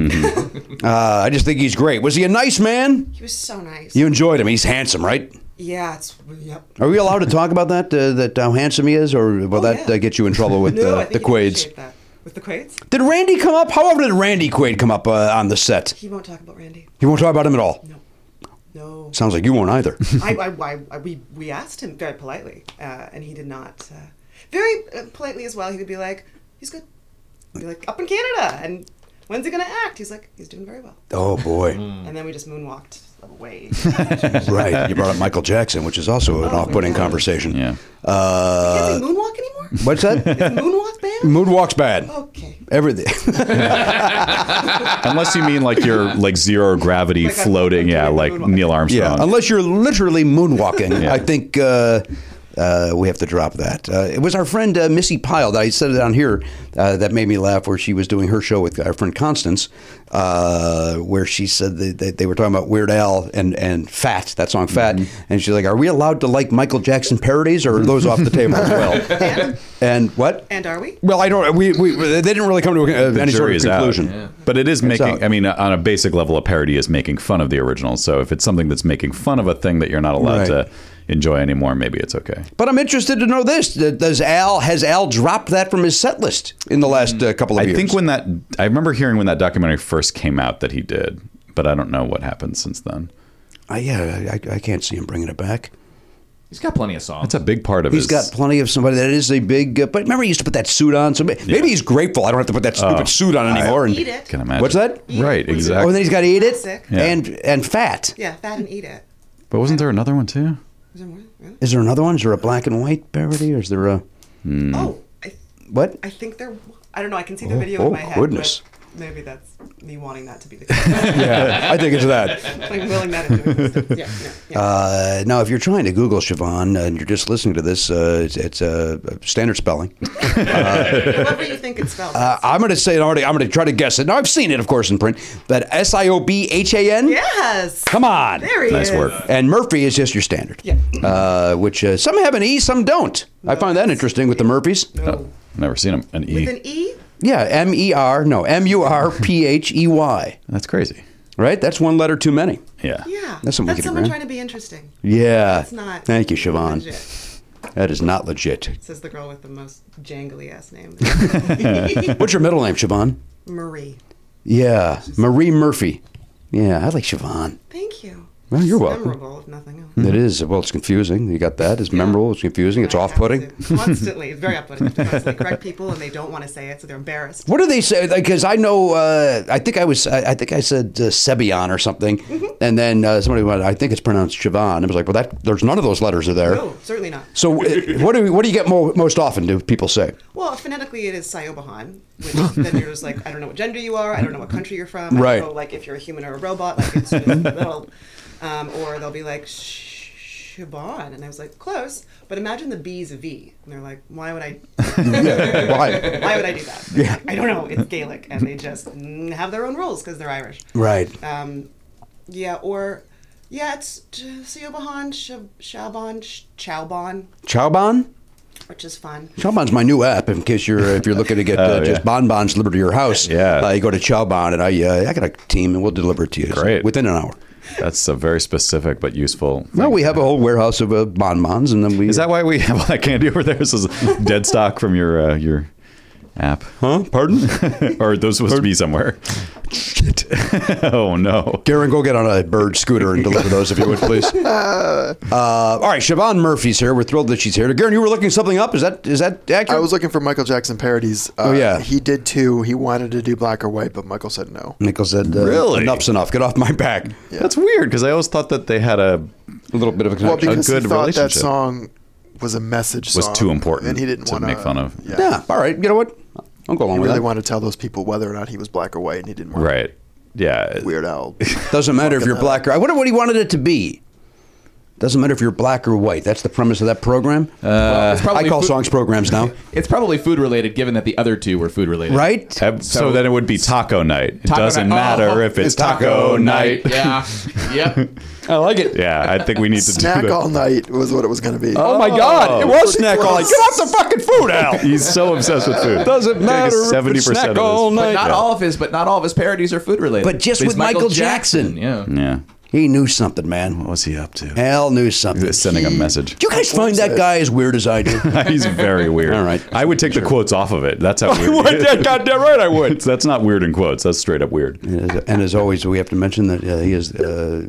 [SPEAKER 2] uh, I just think he's great. Was he a nice man?
[SPEAKER 8] He was so nice.
[SPEAKER 2] You enjoyed him. He's handsome, right?
[SPEAKER 8] yeah, it's yep.
[SPEAKER 2] Are we allowed to talk about that? Uh, that how handsome he is, or will
[SPEAKER 8] Oh,
[SPEAKER 2] that
[SPEAKER 8] yeah.
[SPEAKER 2] uh, get you in trouble with
[SPEAKER 8] No, I
[SPEAKER 2] uh,
[SPEAKER 8] think
[SPEAKER 2] the
[SPEAKER 8] you'd
[SPEAKER 2] Quaids?
[SPEAKER 8] appreciate that. With the Quaids,
[SPEAKER 2] Did Randy come up? However, did Randy Quaid come up uh, on the set?
[SPEAKER 8] he won't talk about Randy.
[SPEAKER 2] You won't talk about him at all.
[SPEAKER 8] No, no.
[SPEAKER 2] Sounds like you won't either.
[SPEAKER 8] I, I, I, I, we, we asked him very politely, uh, and he did not. Uh, very uh, politely as well, he would be like, he's good. He'd be like, up in Canada, and when's he going to act? He's like, he's doing very well.
[SPEAKER 2] oh boy!
[SPEAKER 8] And then we just moonwalked away.
[SPEAKER 2] right, you brought up Michael Jackson, which is also an off-putting conversation.
[SPEAKER 3] Yeah.
[SPEAKER 2] Uh,
[SPEAKER 8] Can't they moonwalk anymore?
[SPEAKER 2] What's that?
[SPEAKER 8] Moonwalk band?
[SPEAKER 2] Mood walks bad.
[SPEAKER 8] Okay.
[SPEAKER 2] Everything.
[SPEAKER 3] Unless you mean like you're like zero gravity
[SPEAKER 8] Like I'm-
[SPEAKER 3] floating,
[SPEAKER 8] I'm
[SPEAKER 3] yeah,
[SPEAKER 8] doing
[SPEAKER 3] like
[SPEAKER 8] moonwalk.
[SPEAKER 3] Neil
[SPEAKER 2] yeah,
[SPEAKER 3] Armstrong.
[SPEAKER 2] unless you're literally moonwalking,
[SPEAKER 3] Yeah.
[SPEAKER 2] I think uh, uh, we have to drop that. Uh, it was our friend uh, Missy Pyle that I said it on here uh, that made me laugh, where she was doing her show with our friend Constance, uh, where she said that that they were talking about Weird Al and and Fat that song Fat, and she's like, "Are we allowed to like Michael Jackson parodies, or are those off the table as well?" and what?
[SPEAKER 8] And are we?
[SPEAKER 2] well, I don't. We, we they didn't really come to a,
[SPEAKER 3] The
[SPEAKER 2] any sort
[SPEAKER 3] jury
[SPEAKER 2] of
[SPEAKER 3] is out.
[SPEAKER 2] conclusion.
[SPEAKER 3] But it is making,
[SPEAKER 2] out.
[SPEAKER 3] I mean, on a basic level, a parody is making fun of the original. So if it's something that's making fun of a thing that you're not allowed
[SPEAKER 2] Right.
[SPEAKER 3] to enjoy anymore, maybe it's okay.
[SPEAKER 2] But I'm interested to know this: Does Al has Al dropped that from his set list in the last uh, couple of
[SPEAKER 3] I
[SPEAKER 2] years?
[SPEAKER 3] think when that, I remember hearing when that documentary first came out that he did, but I don't know what happened since then.
[SPEAKER 2] Uh, yeah, I, I can't see him bringing it back.
[SPEAKER 5] He's got plenty of songs.
[SPEAKER 3] It's a big part of
[SPEAKER 2] He's
[SPEAKER 3] his.
[SPEAKER 2] got plenty of somebody that is a big. Uh, but remember, he used to put that suit on. So may- maybe he's grateful. I don't have to put that stupid suit on anymore. and,
[SPEAKER 8] Eat it.
[SPEAKER 3] can imagine.
[SPEAKER 2] What's that?
[SPEAKER 3] Right,
[SPEAKER 2] Oh, then
[SPEAKER 3] exactly.
[SPEAKER 2] he's got to eat it
[SPEAKER 8] Classic.
[SPEAKER 3] Yeah.
[SPEAKER 2] and and fat.
[SPEAKER 8] Yeah, fat and eat it.
[SPEAKER 3] But wasn't there another one too?
[SPEAKER 8] Is there more? Really?
[SPEAKER 2] Is there another one? Is there a black and white parody? Or is there a
[SPEAKER 8] Oh, I,
[SPEAKER 2] what?
[SPEAKER 8] I think they're. I don't know. I can see the video
[SPEAKER 2] Mm. oh,
[SPEAKER 8] in my head.
[SPEAKER 2] goodness.
[SPEAKER 8] but Maybe that's me wanting that to be the case.
[SPEAKER 2] yeah, I think it's that.
[SPEAKER 8] like willing that into existence. Yeah, yeah, yeah.
[SPEAKER 2] Uh, now, if you're trying to Google Siobhan and you're just listening to this, uh, it's, it's uh, standard spelling.
[SPEAKER 8] Whatever you think it's spelled.
[SPEAKER 2] Uh, I'm going to say it already. I'm going to try to guess it. Now, I've seen it, of course, in print. But S I O B H A N?
[SPEAKER 8] yes.
[SPEAKER 2] Come on.
[SPEAKER 8] There he
[SPEAKER 3] Nice
[SPEAKER 8] is.
[SPEAKER 3] work.
[SPEAKER 2] And Murphy is just your standard.
[SPEAKER 8] Yeah.
[SPEAKER 2] Uh, which uh, some have an E, some don't. I find that interesting with the Murphys.
[SPEAKER 8] No.
[SPEAKER 3] Never seen him. An E.
[SPEAKER 8] With an E.
[SPEAKER 2] Yeah, M E R, no, M U R P H E Y.
[SPEAKER 3] That's crazy.
[SPEAKER 2] Right? That's one letter too many.
[SPEAKER 3] Yeah.
[SPEAKER 8] Yeah.
[SPEAKER 2] That's something we could agree
[SPEAKER 8] someone
[SPEAKER 2] on.
[SPEAKER 8] trying to be interesting.
[SPEAKER 2] Yeah.
[SPEAKER 8] It's not.
[SPEAKER 2] Thank you, Siobhan.
[SPEAKER 8] legit,
[SPEAKER 2] That is not legit.
[SPEAKER 8] Says the girl with the most jangly ass name.
[SPEAKER 2] What's your middle name, Siobhan?
[SPEAKER 8] Marie.
[SPEAKER 2] Yeah, Marie Murphy. Yeah, I like Siobhan.
[SPEAKER 8] Thank you.
[SPEAKER 2] Well, you're
[SPEAKER 8] It's
[SPEAKER 2] welcome. Hmm.
[SPEAKER 8] Memorable, if nothing else.
[SPEAKER 2] It is. Well, it's confusing. You got that. It's memorable. It's confusing. It's
[SPEAKER 8] Hmm. I have
[SPEAKER 2] off putting.
[SPEAKER 8] to Constantly. It's very off putting. Constantly correct people and they don't want to say it, so they're embarrassed.
[SPEAKER 2] What do they say? Because I know, uh, I think I was, I, I think I said uh, Sebion or something, and then uh, somebody went, I think it's pronounced Siobhan. I was like, well, that there's none of those letters are there.
[SPEAKER 8] No, certainly not.
[SPEAKER 2] So uh, what do we, what do you get mo- most often? Do people say?
[SPEAKER 8] Well, phonetically, it is Sayobahan, which then you're just like, I don't know what gender you are, I don't know what country you're from, I
[SPEAKER 2] Right.
[SPEAKER 8] don't know, like, if you're a human or a robot, like, it's just little. Um, or they'll be like, "Sh- Shaban. And I was like, close, but imagine the B's a V. And they're like, why would I,
[SPEAKER 2] Why?
[SPEAKER 8] why would I do that? Yeah. I don't know, it's Gaelic, and they just mm, have their own rules because they're Irish.
[SPEAKER 2] Right.
[SPEAKER 8] Um, yeah, or, yeah, it's t- Sayobahan, Shab- Shaban, Sh- Chowbon,
[SPEAKER 2] Chowbon.
[SPEAKER 8] which is fun.
[SPEAKER 2] Chowbon's my new app. In case you're if you're looking to get uh,
[SPEAKER 3] Oh, yeah.
[SPEAKER 2] just bonbons delivered to your house,
[SPEAKER 3] Yeah.
[SPEAKER 2] uh, you go to Chowbon and I uh, I got a team and we'll deliver it to you so
[SPEAKER 3] Great.
[SPEAKER 2] within an hour.
[SPEAKER 3] That's a very specific but useful.
[SPEAKER 2] Well,
[SPEAKER 3] thing.
[SPEAKER 2] we have a whole warehouse of uh, bonbons and then we
[SPEAKER 3] Is that why we have all that candy over there? This is dead stock from your uh, your app. Huh? Pardon? or those supposed to be somewhere. Shit. oh no.
[SPEAKER 2] Darren, go get on a bird scooter and deliver those if you would, please. Uh, all right, Siobhan Murphy's here. We're thrilled that she's here. Darren, you were looking something up. Is that is that accurate?
[SPEAKER 4] I was looking for Michael Jackson parodies. Uh,
[SPEAKER 2] Oh, yeah.
[SPEAKER 4] he did too. He wanted to do black or white, but Michael said no.
[SPEAKER 2] Nichols said, uh,
[SPEAKER 3] Really?
[SPEAKER 2] Enough's enough. Get off my back.
[SPEAKER 3] That's weird because I always thought that they had a
[SPEAKER 2] A little bit of a
[SPEAKER 4] Well,
[SPEAKER 2] connection.
[SPEAKER 4] because
[SPEAKER 3] good
[SPEAKER 4] he thought that
[SPEAKER 3] relationship.
[SPEAKER 4] song was a message.
[SPEAKER 3] Was
[SPEAKER 4] song,
[SPEAKER 3] too important
[SPEAKER 4] and he didn't
[SPEAKER 3] to
[SPEAKER 4] want
[SPEAKER 3] make fun of.
[SPEAKER 4] Yeah,
[SPEAKER 2] yeah. All right. You know what? I'll go along
[SPEAKER 4] he
[SPEAKER 2] with
[SPEAKER 4] really
[SPEAKER 2] that.
[SPEAKER 4] wanted to tell those people whether or not he was black or white, and he didn't want
[SPEAKER 3] right. Yeah.
[SPEAKER 4] Weird Al.
[SPEAKER 2] Doesn't matter if
[SPEAKER 4] Fucking
[SPEAKER 2] you're
[SPEAKER 4] hell.
[SPEAKER 2] black or. I wonder what he wanted it to be. Doesn't matter if you're black or white. That's the premise of that program.
[SPEAKER 5] it's
[SPEAKER 3] uh,
[SPEAKER 2] I
[SPEAKER 5] probably
[SPEAKER 2] call
[SPEAKER 5] food-
[SPEAKER 2] songs programs now,
[SPEAKER 5] It's probably food related, given that the other two were food related.
[SPEAKER 2] right?
[SPEAKER 3] Uh, So, then it would be taco night. It
[SPEAKER 5] Taco
[SPEAKER 3] doesn't
[SPEAKER 5] night.
[SPEAKER 3] matter
[SPEAKER 5] Oh,
[SPEAKER 3] if it's
[SPEAKER 2] it's taco
[SPEAKER 3] taco night.
[SPEAKER 5] Yeah. yep.
[SPEAKER 2] I like it.
[SPEAKER 3] Yeah, I think we need to do
[SPEAKER 4] Snack
[SPEAKER 3] that.
[SPEAKER 4] all night was what it was going to be.
[SPEAKER 2] Oh my God! It was snack all night. Get off the fucking food, Al.
[SPEAKER 3] He's so obsessed with food.
[SPEAKER 2] Doesn't matter. if
[SPEAKER 3] Seventy
[SPEAKER 2] it's snack
[SPEAKER 3] percent
[SPEAKER 2] all
[SPEAKER 3] of this.
[SPEAKER 5] But
[SPEAKER 2] night.
[SPEAKER 5] not
[SPEAKER 3] Yeah.
[SPEAKER 5] all of his, but not all of his parodies are food related.
[SPEAKER 2] But just
[SPEAKER 5] At
[SPEAKER 2] with
[SPEAKER 5] least
[SPEAKER 2] Michael Jackson.
[SPEAKER 5] Yeah.
[SPEAKER 3] Yeah.
[SPEAKER 2] He knew something, man.
[SPEAKER 3] What was he up to?
[SPEAKER 2] Al knew something.
[SPEAKER 3] He's sending a message.
[SPEAKER 2] Do you guys find that guy as weird as I do?
[SPEAKER 3] He's very weird.
[SPEAKER 2] All right.
[SPEAKER 3] I would take the quotes off of it. That's how weird.
[SPEAKER 2] would. Yeah, goddamn right I would.
[SPEAKER 3] That's not weird in quotes. That's straight up weird.
[SPEAKER 2] And as- and as always, we have to mention that uh, he is uh,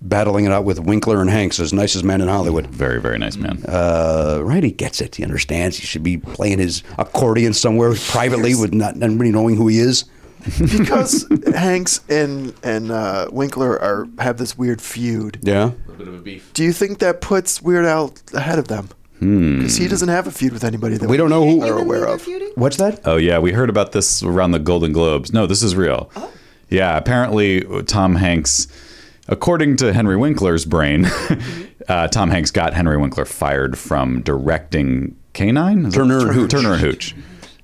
[SPEAKER 2] battling it out with Winkler and Hanks, as nicest man in Hollywood.
[SPEAKER 3] Very, very nice man.
[SPEAKER 2] Uh, right, he gets it. He understands. He should be playing his accordion somewhere privately with not anybody knowing who he is.
[SPEAKER 4] because Hanks and and uh, Winkler are have this weird feud.
[SPEAKER 2] Yeah.
[SPEAKER 5] A bit of a beef.
[SPEAKER 4] Do you think that puts Weird Al ahead of them?
[SPEAKER 3] Hmm.
[SPEAKER 4] Because he doesn't have a feud with anybody that
[SPEAKER 2] We don't know
[SPEAKER 8] You
[SPEAKER 2] who.
[SPEAKER 8] and
[SPEAKER 4] aware
[SPEAKER 8] Lee were
[SPEAKER 4] of.
[SPEAKER 8] feuding?
[SPEAKER 2] What's that?
[SPEAKER 3] Oh yeah, we heard about this around the Golden Globes. No, this is real. Yeah, apparently Tom Hanks, according to Henry Winkler's brain, uh, Tom Hanks got Henry Winkler fired from directing Canine Is it-
[SPEAKER 2] Turner and Hooch.
[SPEAKER 3] Turner and Hooch.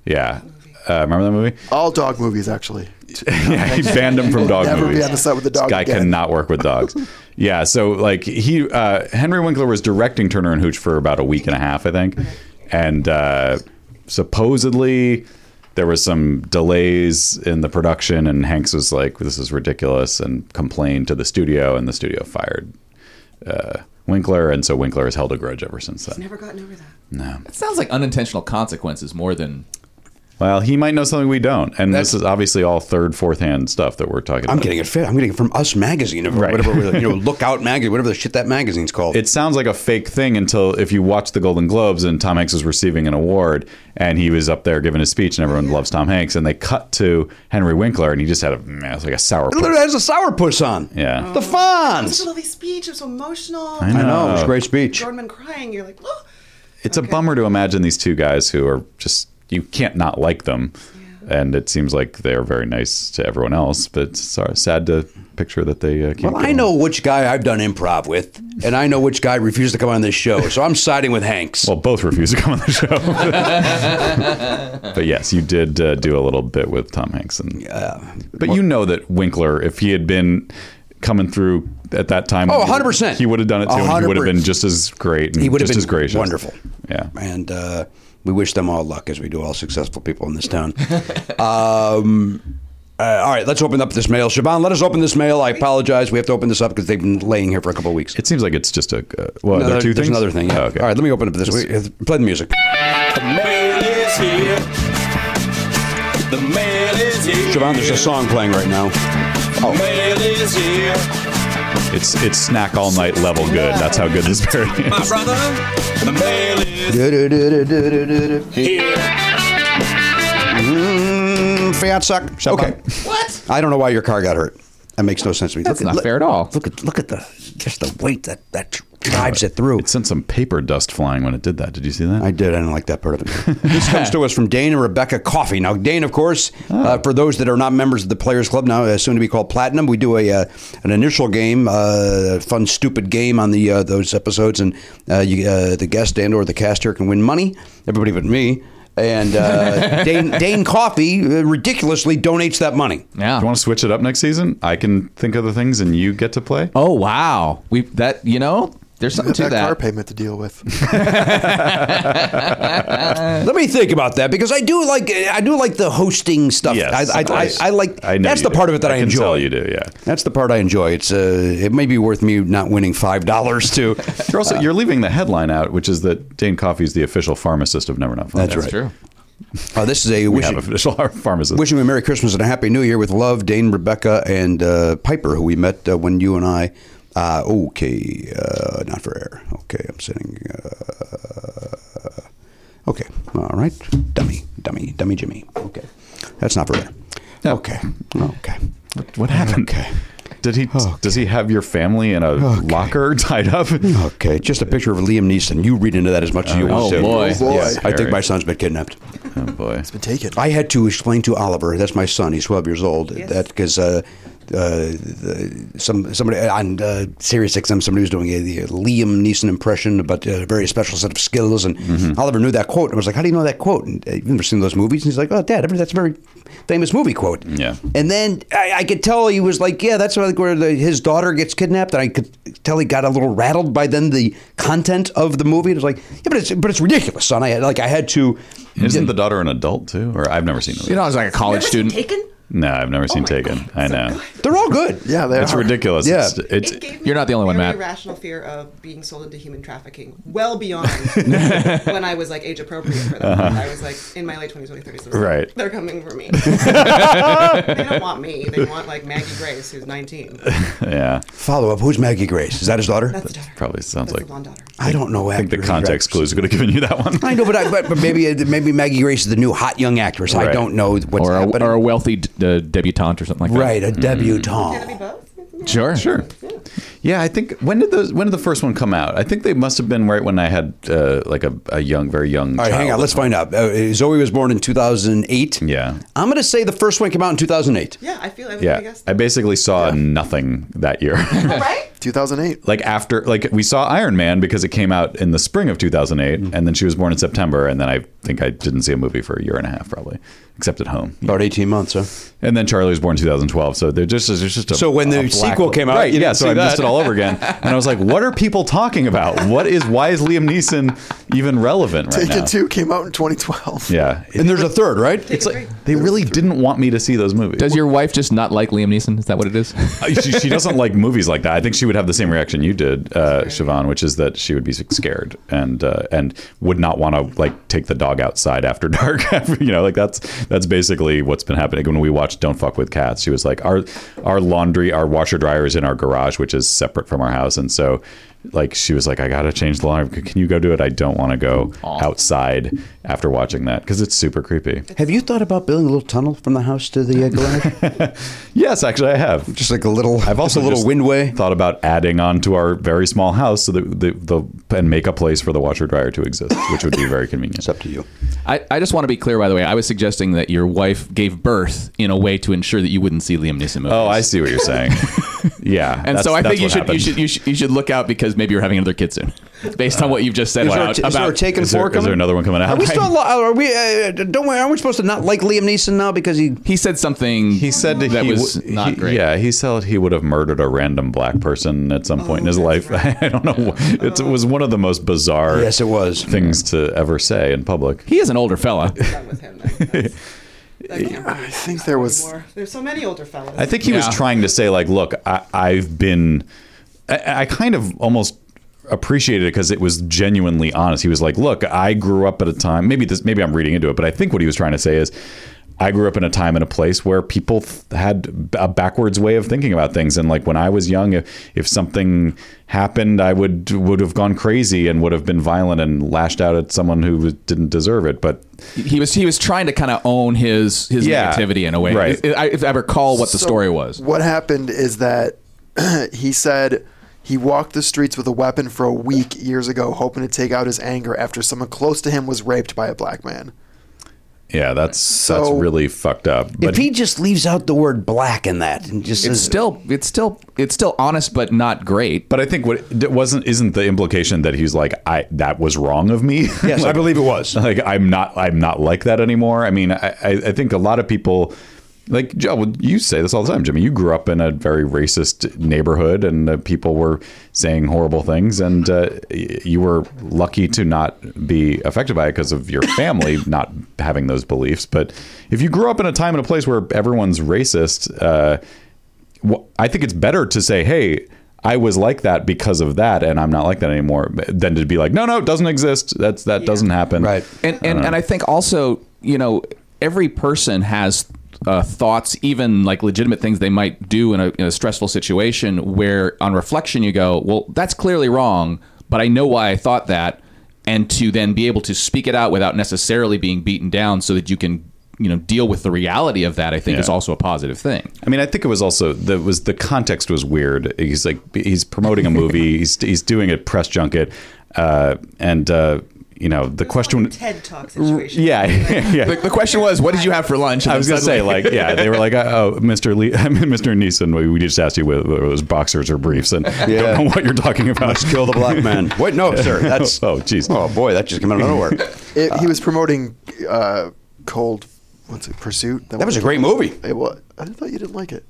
[SPEAKER 3] Yeah, uh, remember that movie?
[SPEAKER 4] All dog movies, actually.
[SPEAKER 3] yeah, he banned him from dog
[SPEAKER 4] Never be
[SPEAKER 3] movies.
[SPEAKER 4] on the set with the dog
[SPEAKER 3] This guy
[SPEAKER 4] again.
[SPEAKER 3] cannot work with dogs. yeah, so like he uh, Henry Winkler was directing Turner and Hooch for about a week and a half, I think, and uh, supposedly there was some delays in the production, and Hanks was like, "This is ridiculous," and complained to the studio, and the studio fired. Uh, Winkler, and so Winkler has held a grudge ever since then.
[SPEAKER 8] Never gotten over that.
[SPEAKER 5] It sounds like unintentional consequences more than
[SPEAKER 3] Well, he might know something we don't, and this is obviously all third, fourth hand stuff that we're talking
[SPEAKER 2] I'm
[SPEAKER 3] about.
[SPEAKER 2] getting it. Fit. I'm getting it from Us Magazine, or
[SPEAKER 3] Right.
[SPEAKER 2] whatever. You know, Lookout Magazine, whatever the shit that magazine's called.
[SPEAKER 3] it sounds like a fake thing until if you watch the Golden Globes and Tom Hanks was receiving an award and he was up there giving his speech and everyone loves Tom Hanks and they cut to Henry Winkler and he just had a man, it's like a sour.
[SPEAKER 2] It literally has a sourpuss on.
[SPEAKER 3] Yeah.
[SPEAKER 2] The Fonz.
[SPEAKER 8] All these speech, it was so emotional.
[SPEAKER 2] I know. It
[SPEAKER 3] Oh.
[SPEAKER 2] was a great speech.
[SPEAKER 8] Jordan crying. You're like, oh.
[SPEAKER 3] It's a bummer to imagine these two guys who are just you can't not like them. And it seems like they are very nice to everyone else, but it's sor- sad to picture that they uh, can't.
[SPEAKER 2] Well,
[SPEAKER 3] get
[SPEAKER 2] I know which guy I've done improv with, and I know which guy refused to come on this show. So I'm siding with Hanks.
[SPEAKER 3] Well, both refuse to come on the show. but yes, you did uh, do a little bit with Tom Hanks, and but you know that Winkler, if he had been coming through at that time,
[SPEAKER 2] Oh, 100%.
[SPEAKER 3] he would have done it too. And he would have
[SPEAKER 2] 100%.
[SPEAKER 3] been just as great. And
[SPEAKER 2] he would have
[SPEAKER 3] just
[SPEAKER 2] been
[SPEAKER 3] as gracious.
[SPEAKER 2] wonderful.
[SPEAKER 3] Yeah.
[SPEAKER 2] and uh, we wish them all luck as we do all successful people in this town. um, uh, all right, let's open up this mail, Siobhan. Let us open this mail. I apologize. We have to open this up because they've been laying here for a couple of weeks.
[SPEAKER 3] It seems like it's just a uh, well.
[SPEAKER 2] No,
[SPEAKER 3] there are
[SPEAKER 2] there-
[SPEAKER 3] two
[SPEAKER 2] there's
[SPEAKER 3] things.
[SPEAKER 2] another thing. Yeah.
[SPEAKER 3] Oh, okay.
[SPEAKER 2] All right, let me open up this. Wait, play the music.
[SPEAKER 1] The mail is here. The mail is here.
[SPEAKER 2] Siobhan, there's a song playing right now.
[SPEAKER 1] The mail is here.
[SPEAKER 3] Oh. It's it's snack all night level good. That's how good this parody
[SPEAKER 1] My
[SPEAKER 3] is.
[SPEAKER 1] brother, the mail is here.
[SPEAKER 2] Mm, Fiat suck. Okay. What? I don't know why your car got hurt. That makes no sense to me.
[SPEAKER 5] That's
[SPEAKER 2] Look at-
[SPEAKER 5] not
[SPEAKER 2] look-
[SPEAKER 5] fair at all.
[SPEAKER 2] Look at look at the just the weight that that drives it through.
[SPEAKER 3] It sent some paper dust flying when it did that. Did you see that?
[SPEAKER 2] I did. I didn't like that part of it. this comes to us from Dane and Rebecca Coffee. Now, Dane, of course,
[SPEAKER 5] Oh.
[SPEAKER 2] uh, for those that are not members of the Players Club, now uh, soon to be called Platinum, we do a uh, an initial game, uh, fun, stupid game on the uh, those episodes, and uh, you, uh, the guest and or the cast here can win money. Everybody but me. And uh, Dane, Dane Coffee uh, ridiculously donates that money.
[SPEAKER 5] yeah.
[SPEAKER 3] Do you want to switch it up next season? I can think of the things, and you get to play.
[SPEAKER 5] Oh wow. We that you know there's something to
[SPEAKER 4] That, car
[SPEAKER 5] that.
[SPEAKER 4] payment to deal with.
[SPEAKER 2] Let me think about that because I do like I do like the hosting stuff.
[SPEAKER 3] Yes,
[SPEAKER 2] I, I, I, I like
[SPEAKER 3] know
[SPEAKER 2] that's
[SPEAKER 3] you
[SPEAKER 2] the part
[SPEAKER 3] do.
[SPEAKER 2] of it that I,
[SPEAKER 3] can
[SPEAKER 2] enjoy.
[SPEAKER 3] Tell you do, yeah.
[SPEAKER 2] That's the part I enjoy. It's uh, it may be worth me not winning five dollars to.
[SPEAKER 3] You're
[SPEAKER 2] Uh,
[SPEAKER 3] also you're leaving the headline out, which is that Dane Coffey's the official pharmacist of Never Not Funny.
[SPEAKER 2] That's right.
[SPEAKER 5] True.
[SPEAKER 2] Uh, this is a
[SPEAKER 3] We
[SPEAKER 2] wish,
[SPEAKER 3] have official pharmacist.
[SPEAKER 2] wishing you a Merry Christmas and a Happy New Year with love, Dane, Rebecca, and uh, Piper, who we met uh, when you and I. Uh, okay, uh, not for air. Okay, I'm sitting. Uh, okay, all right. Dummy, dummy, dummy, Jimmy. Okay, that's not for air.
[SPEAKER 3] No.
[SPEAKER 2] Okay, okay.
[SPEAKER 3] what happened?
[SPEAKER 2] Okay.
[SPEAKER 3] Did he? Does he have your family in a locker tied up?
[SPEAKER 2] Okay, just a picture of Liam Neeson. You read into that as much as you
[SPEAKER 5] oh,
[SPEAKER 2] want to.
[SPEAKER 5] boy.
[SPEAKER 4] Oh, boy.
[SPEAKER 2] Yes, I think
[SPEAKER 3] Scary.
[SPEAKER 2] my son's been kidnapped.
[SPEAKER 3] Oh boy.
[SPEAKER 4] Been taken.
[SPEAKER 2] I had to explain to Oliver, that's my son, he's 12 years old,
[SPEAKER 8] Yes.
[SPEAKER 2] that because uh, uh, the- some somebody on uh, Sirius XM, somebody was doing a, the Liam Neeson impression about uh, a very special set of skills, and Oliver knew that quote. And I was like, "How do you know that quote?" And uh, you've never seen those movies? And he's like, "Oh, Dad, I mean, that's a very famous movie quote."
[SPEAKER 3] Yeah.
[SPEAKER 2] And then I, I could tell he was like, "Yeah, that's like where the, his daughter gets kidnapped," and I could tell he got a little rattled by then the content of the movie. And it was like, "Yeah, but it's but it's ridiculous, son." I had like I had to.
[SPEAKER 3] Isn't the daughter an adult too? Or I've never seen it.
[SPEAKER 5] You know, I was like a college student.
[SPEAKER 8] Taken?
[SPEAKER 3] No, I've
[SPEAKER 2] oh
[SPEAKER 3] never seen
[SPEAKER 8] my
[SPEAKER 3] Taken.
[SPEAKER 8] God,
[SPEAKER 3] I
[SPEAKER 8] so
[SPEAKER 3] know.
[SPEAKER 8] good.
[SPEAKER 2] They're all good.
[SPEAKER 4] yeah, they
[SPEAKER 3] It's
[SPEAKER 4] are.
[SPEAKER 3] ridiculous.
[SPEAKER 2] Yeah.
[SPEAKER 3] It's, it's,
[SPEAKER 8] It gave me
[SPEAKER 5] You're not the only one,
[SPEAKER 8] very
[SPEAKER 5] Matt.
[SPEAKER 8] irrational fear of being sold into human trafficking, well beyond when I was like age appropriate for that. I was like in my late twenties, early thirties.
[SPEAKER 3] Right.
[SPEAKER 8] They're coming for me. they don't want me. They want like Maggie Grace, who's 19.
[SPEAKER 3] yeah.
[SPEAKER 2] Follow up. Who's Maggie Grace? Is that his daughter?
[SPEAKER 8] That's the daughter.
[SPEAKER 3] Probably sounds
[SPEAKER 8] That's the
[SPEAKER 3] like.
[SPEAKER 8] blonde daughter.
[SPEAKER 2] I don't know.
[SPEAKER 3] I think the context clues could have given you that one.
[SPEAKER 2] I know, but, I, but but maybe uh, maybe Maggie Grace is the new hot young actress. I
[SPEAKER 3] Right.
[SPEAKER 2] don't know what's
[SPEAKER 5] or a,
[SPEAKER 2] happening.
[SPEAKER 5] or a wealthy d- uh, debutante or something like that.
[SPEAKER 2] right, a
[SPEAKER 3] Mm-hmm.
[SPEAKER 2] debutante.
[SPEAKER 8] Can it be both?
[SPEAKER 5] Sure.
[SPEAKER 3] Sure.
[SPEAKER 8] Yeah.
[SPEAKER 3] Yeah, I think when did those when did the first one come out? I think they must have been right when I had uh, like a, a young, very young.
[SPEAKER 2] All right, hang on. Let's find out. Uh, Zoe was born in 2008.
[SPEAKER 3] Yeah.
[SPEAKER 2] I'm going to say the first one came out in 2008.
[SPEAKER 8] Yeah, I feel. I, yeah. I
[SPEAKER 3] Yeah,
[SPEAKER 8] guess.
[SPEAKER 3] I basically saw nothing that year.
[SPEAKER 8] right.
[SPEAKER 4] 2008.
[SPEAKER 3] like after, like we saw Iron Man because it came out in the spring of 2008,
[SPEAKER 2] Mm-hmm.
[SPEAKER 3] and then she was born in September, and then I think I didn't see a movie for a year and a half probably, except at home.
[SPEAKER 2] About 18 months, huh?
[SPEAKER 3] And then Charlie was born in 2012, so they're just there's just a,
[SPEAKER 2] So when the
[SPEAKER 3] a black-
[SPEAKER 2] sequel came out,
[SPEAKER 3] right?
[SPEAKER 2] you
[SPEAKER 3] Yeah,
[SPEAKER 2] didn't
[SPEAKER 3] so
[SPEAKER 2] see
[SPEAKER 3] I missed
[SPEAKER 2] that.
[SPEAKER 3] it all over again, and I was like, what are people talking about? What is why is Liam Neeson even relevant right
[SPEAKER 4] Taken
[SPEAKER 3] now?
[SPEAKER 4] 2 came out in 2012.
[SPEAKER 3] Yeah,
[SPEAKER 2] And there's a third, right?
[SPEAKER 3] It's like they really didn't want me to see those movies.
[SPEAKER 5] Does your wife just not like Liam Neeson? Is that what it is?
[SPEAKER 3] Uh, she, she doesn't like movies like that. I think she would have the same reaction you did, uh, Siobhan, which is that she would be scared and uh, and would not want to like take the dog outside after dark. you know, like that's that's basically what's been happening. When we watched Don't Fuck with Cats, she was like, our our laundry, our washer dryer is in our garage, which is separate from our house, and so like she was like, I gotta change the laundry. Can you go do it? I don't want to go outside after watching that because it's super creepy.
[SPEAKER 2] Have you thought about building a little tunnel from the house to the uh, garage?
[SPEAKER 3] Yes, actually, I have.
[SPEAKER 2] just like a little,
[SPEAKER 3] I've also
[SPEAKER 2] just a little
[SPEAKER 3] just
[SPEAKER 2] windway.
[SPEAKER 3] Thought about adding on to our very small house so that the, the and make a place for the washer dryer to exist, which would be very convenient.
[SPEAKER 2] It's up to you.
[SPEAKER 5] I, I just want to be clear, by the way. I was suggesting that your wife gave birth in a way to ensure that you wouldn't see Liam Neeson movies.
[SPEAKER 3] Oh, I see what you're saying. yeah,
[SPEAKER 5] And
[SPEAKER 3] that's-
[SPEAKER 5] so I
[SPEAKER 3] that's
[SPEAKER 5] think you
[SPEAKER 3] what
[SPEAKER 5] should, you
[SPEAKER 3] happened.
[SPEAKER 5] should you should you should look out because maybe you're having another kid soon, based on what you've just said
[SPEAKER 2] Is there, a
[SPEAKER 5] about,
[SPEAKER 2] t- is there a
[SPEAKER 5] about-
[SPEAKER 2] Taken
[SPEAKER 3] Is there-
[SPEAKER 2] four
[SPEAKER 3] is
[SPEAKER 2] coming?
[SPEAKER 3] there another one coming out?
[SPEAKER 2] Are we still? lo- Are we? Uh, don't worry. Aren't we supposed to not like Liam Neeson now because he?
[SPEAKER 5] He said something.
[SPEAKER 3] He said that,
[SPEAKER 5] that
[SPEAKER 3] he
[SPEAKER 5] was
[SPEAKER 3] w-
[SPEAKER 5] not
[SPEAKER 3] he-
[SPEAKER 5] great.
[SPEAKER 3] Yeah, he said he would have murdered a random black person at
[SPEAKER 5] Oh,
[SPEAKER 3] some point in his life. I don't know. It's, it was one of the most bizarre
[SPEAKER 2] Yes, it was.
[SPEAKER 3] things to ever say in public.
[SPEAKER 5] He is an older fella.
[SPEAKER 8] That was him. That, that's, that can't be
[SPEAKER 4] I think there was.
[SPEAKER 8] anymore. There's so many older fellas.
[SPEAKER 3] I think he
[SPEAKER 5] Yeah.
[SPEAKER 3] was trying to say like, look, I, I've been, I, I kind of almost appreciated it because it was genuinely honest. He was like, look, I grew up at a time. Maybe this. Maybe I'm reading into it, but I think what he was trying to say is. I grew up in a time and a place where people th- had a backwards way of thinking about things, and like when I was young, if, if something happened, I would would have gone crazy and would have been violent and lashed out at someone who didn't deserve it. But
[SPEAKER 5] He was he was trying to kind of own his his
[SPEAKER 3] Yeah.
[SPEAKER 5] negativity in a way.
[SPEAKER 3] Right.
[SPEAKER 5] If I, if I recall what the
[SPEAKER 4] So
[SPEAKER 5] story was.
[SPEAKER 4] What happened is that he said he walked the streets with a weapon for a week years ago, hoping to take out his anger after someone close to him was raped by a black man.
[SPEAKER 3] yeah, that's that's
[SPEAKER 4] So-
[SPEAKER 3] really fucked up. But
[SPEAKER 2] if he just leaves out the word black in that and just
[SPEAKER 5] It's
[SPEAKER 2] says,
[SPEAKER 5] still it's still it's still honest but not great.
[SPEAKER 3] But I think what it wasn't isn't the implication that he's like I that was wrong of me.
[SPEAKER 2] Yes, I
[SPEAKER 3] Like-
[SPEAKER 2] believe it was.
[SPEAKER 3] Like I'm not I'm not like that anymore. I mean, I I I think a lot of people. Like Joe, well, you say this all the time, Jimmy. You grew up in a very racist neighborhood, and uh, people were saying horrible things, and uh, y- you were lucky to not be affected by it because of your family not having those beliefs. But if you grew up in a time and a place where everyone's racist, uh, wh- I think it's better to say, "Hey, I was like that because of that, and I'm not like that anymore," than to be like, "No, no, it doesn't exist. That's that doesn't happen."
[SPEAKER 2] Right.
[SPEAKER 5] And and, and I think also you know, every person has uh, thoughts, even like legitimate things they might do in a, in a stressful situation, where on reflection you go, well, that's clearly wrong, but I know why I thought that, and to then be able to speak it out without necessarily being beaten down, so that you can. You know, deal with the reality of that. I think is
[SPEAKER 3] Yeah.
[SPEAKER 5] also a positive thing.
[SPEAKER 3] I mean, I think it was also the was the context was weird. He's like he's promoting a movie. he's he's doing a press junket, uh, and uh, you know the question.
[SPEAKER 8] TED Talk situation.
[SPEAKER 3] Yeah, yeah.
[SPEAKER 5] The, the question was, what did you have for lunch? And
[SPEAKER 3] I
[SPEAKER 5] then
[SPEAKER 3] was gonna say
[SPEAKER 5] suddenly-
[SPEAKER 3] like yeah, they were like oh Mr. Le- I mean, Mr. Neeson, we, we just asked you whether it was boxers or briefs, and
[SPEAKER 2] Yeah.
[SPEAKER 3] don't know what you're talking about.
[SPEAKER 2] Kill the black man. Wait, no, sir. That's
[SPEAKER 3] Oh, jeez.
[SPEAKER 2] Oh boy, that just came out of nowhere. that
[SPEAKER 4] It, he was promoting uh, Cold. What's it? Pursuit. That,
[SPEAKER 2] was a
[SPEAKER 4] one?
[SPEAKER 2] great movie.
[SPEAKER 4] It was. I thought you didn't like it.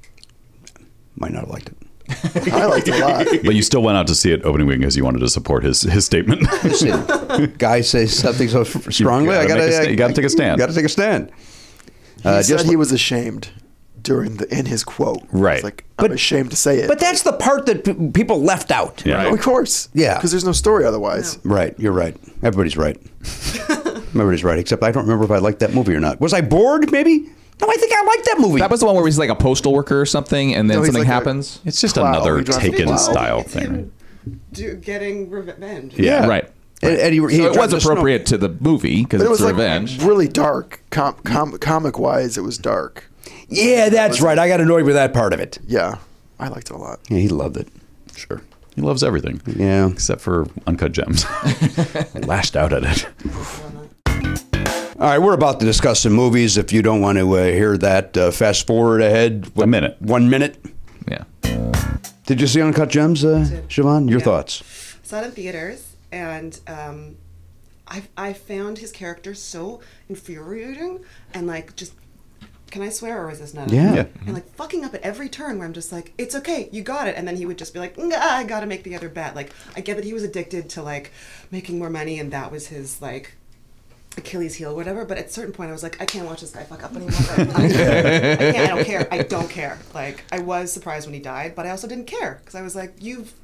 [SPEAKER 2] Might not have liked it.
[SPEAKER 4] I liked it a lot.
[SPEAKER 3] But you still went out to see it opening week because you wanted to support his his statement.
[SPEAKER 2] Listen, guy says something so f- strongly.
[SPEAKER 3] gotta
[SPEAKER 2] I gotta,
[SPEAKER 3] make a sta-
[SPEAKER 2] I-
[SPEAKER 3] you gotta take a stand.
[SPEAKER 2] Gotta take a stand.
[SPEAKER 4] He
[SPEAKER 2] Uh,
[SPEAKER 4] said
[SPEAKER 2] just-
[SPEAKER 4] he was ashamed during the in his quote.
[SPEAKER 3] Right.
[SPEAKER 4] It's like I'm
[SPEAKER 2] But-
[SPEAKER 4] ashamed to say it.
[SPEAKER 2] But that's the part that p- people left out.
[SPEAKER 3] Yeah.
[SPEAKER 4] of course.
[SPEAKER 2] Yeah.
[SPEAKER 4] Because there's no story otherwise.
[SPEAKER 2] Right, you're right. Everybody's right. Everybody's right, except I don't remember if I liked that movie or not. Was I bored, maybe? No, I think I liked that movie.
[SPEAKER 5] That was the one where he's like a postal worker or something, and then
[SPEAKER 4] No, he's
[SPEAKER 5] something
[SPEAKER 4] like a-
[SPEAKER 5] happens.
[SPEAKER 3] It's just
[SPEAKER 4] Cloud.
[SPEAKER 3] another
[SPEAKER 4] He drives a
[SPEAKER 3] Taken
[SPEAKER 4] cloud.
[SPEAKER 3] style
[SPEAKER 8] It's him
[SPEAKER 3] thing.
[SPEAKER 8] do, getting revenge.
[SPEAKER 3] Yeah.
[SPEAKER 5] right.
[SPEAKER 2] And, and he, he
[SPEAKER 5] So it
[SPEAKER 2] dropped
[SPEAKER 5] was
[SPEAKER 2] the snow-
[SPEAKER 5] appropriate to the movie because
[SPEAKER 4] But it
[SPEAKER 5] it's
[SPEAKER 4] was like
[SPEAKER 5] revenge.
[SPEAKER 4] really dark. Com- com- comic wise, it was dark.
[SPEAKER 2] Yeah, that's right. I got annoyed with that part of it.
[SPEAKER 4] Yeah. I liked it a lot.
[SPEAKER 2] Yeah, he loved it.
[SPEAKER 3] Sure. He loves everything.
[SPEAKER 2] Yeah.
[SPEAKER 3] Except for uncut gems. I lashed out at it.
[SPEAKER 2] All right, we're about to discuss some movies. If you don't want to uh, hear that, uh, fast forward ahead.
[SPEAKER 3] A minute.
[SPEAKER 2] One minute.
[SPEAKER 5] yeah.
[SPEAKER 2] Did you see Uncut Gems, uh, Siobhan? Your
[SPEAKER 8] Yeah.
[SPEAKER 2] thoughts?
[SPEAKER 8] saw it in theaters, and um, I I found his character so infuriating and like just. Can I swear or is this not?
[SPEAKER 2] Yeah. Yeah.
[SPEAKER 8] And like fucking up at every turn where I'm just like, it's okay, you got it. And then he would just be like, "Nga, I gotta make the other bet. Like, I get that he was addicted to like making more money and that was his like Achilles heel, whatever. But at a certain point, I was like, I can't watch this guy fuck up anymore. I can't. I, can't, I don't care. I don't care. Like, I was surprised when he died, but I also didn't care because I was like, you've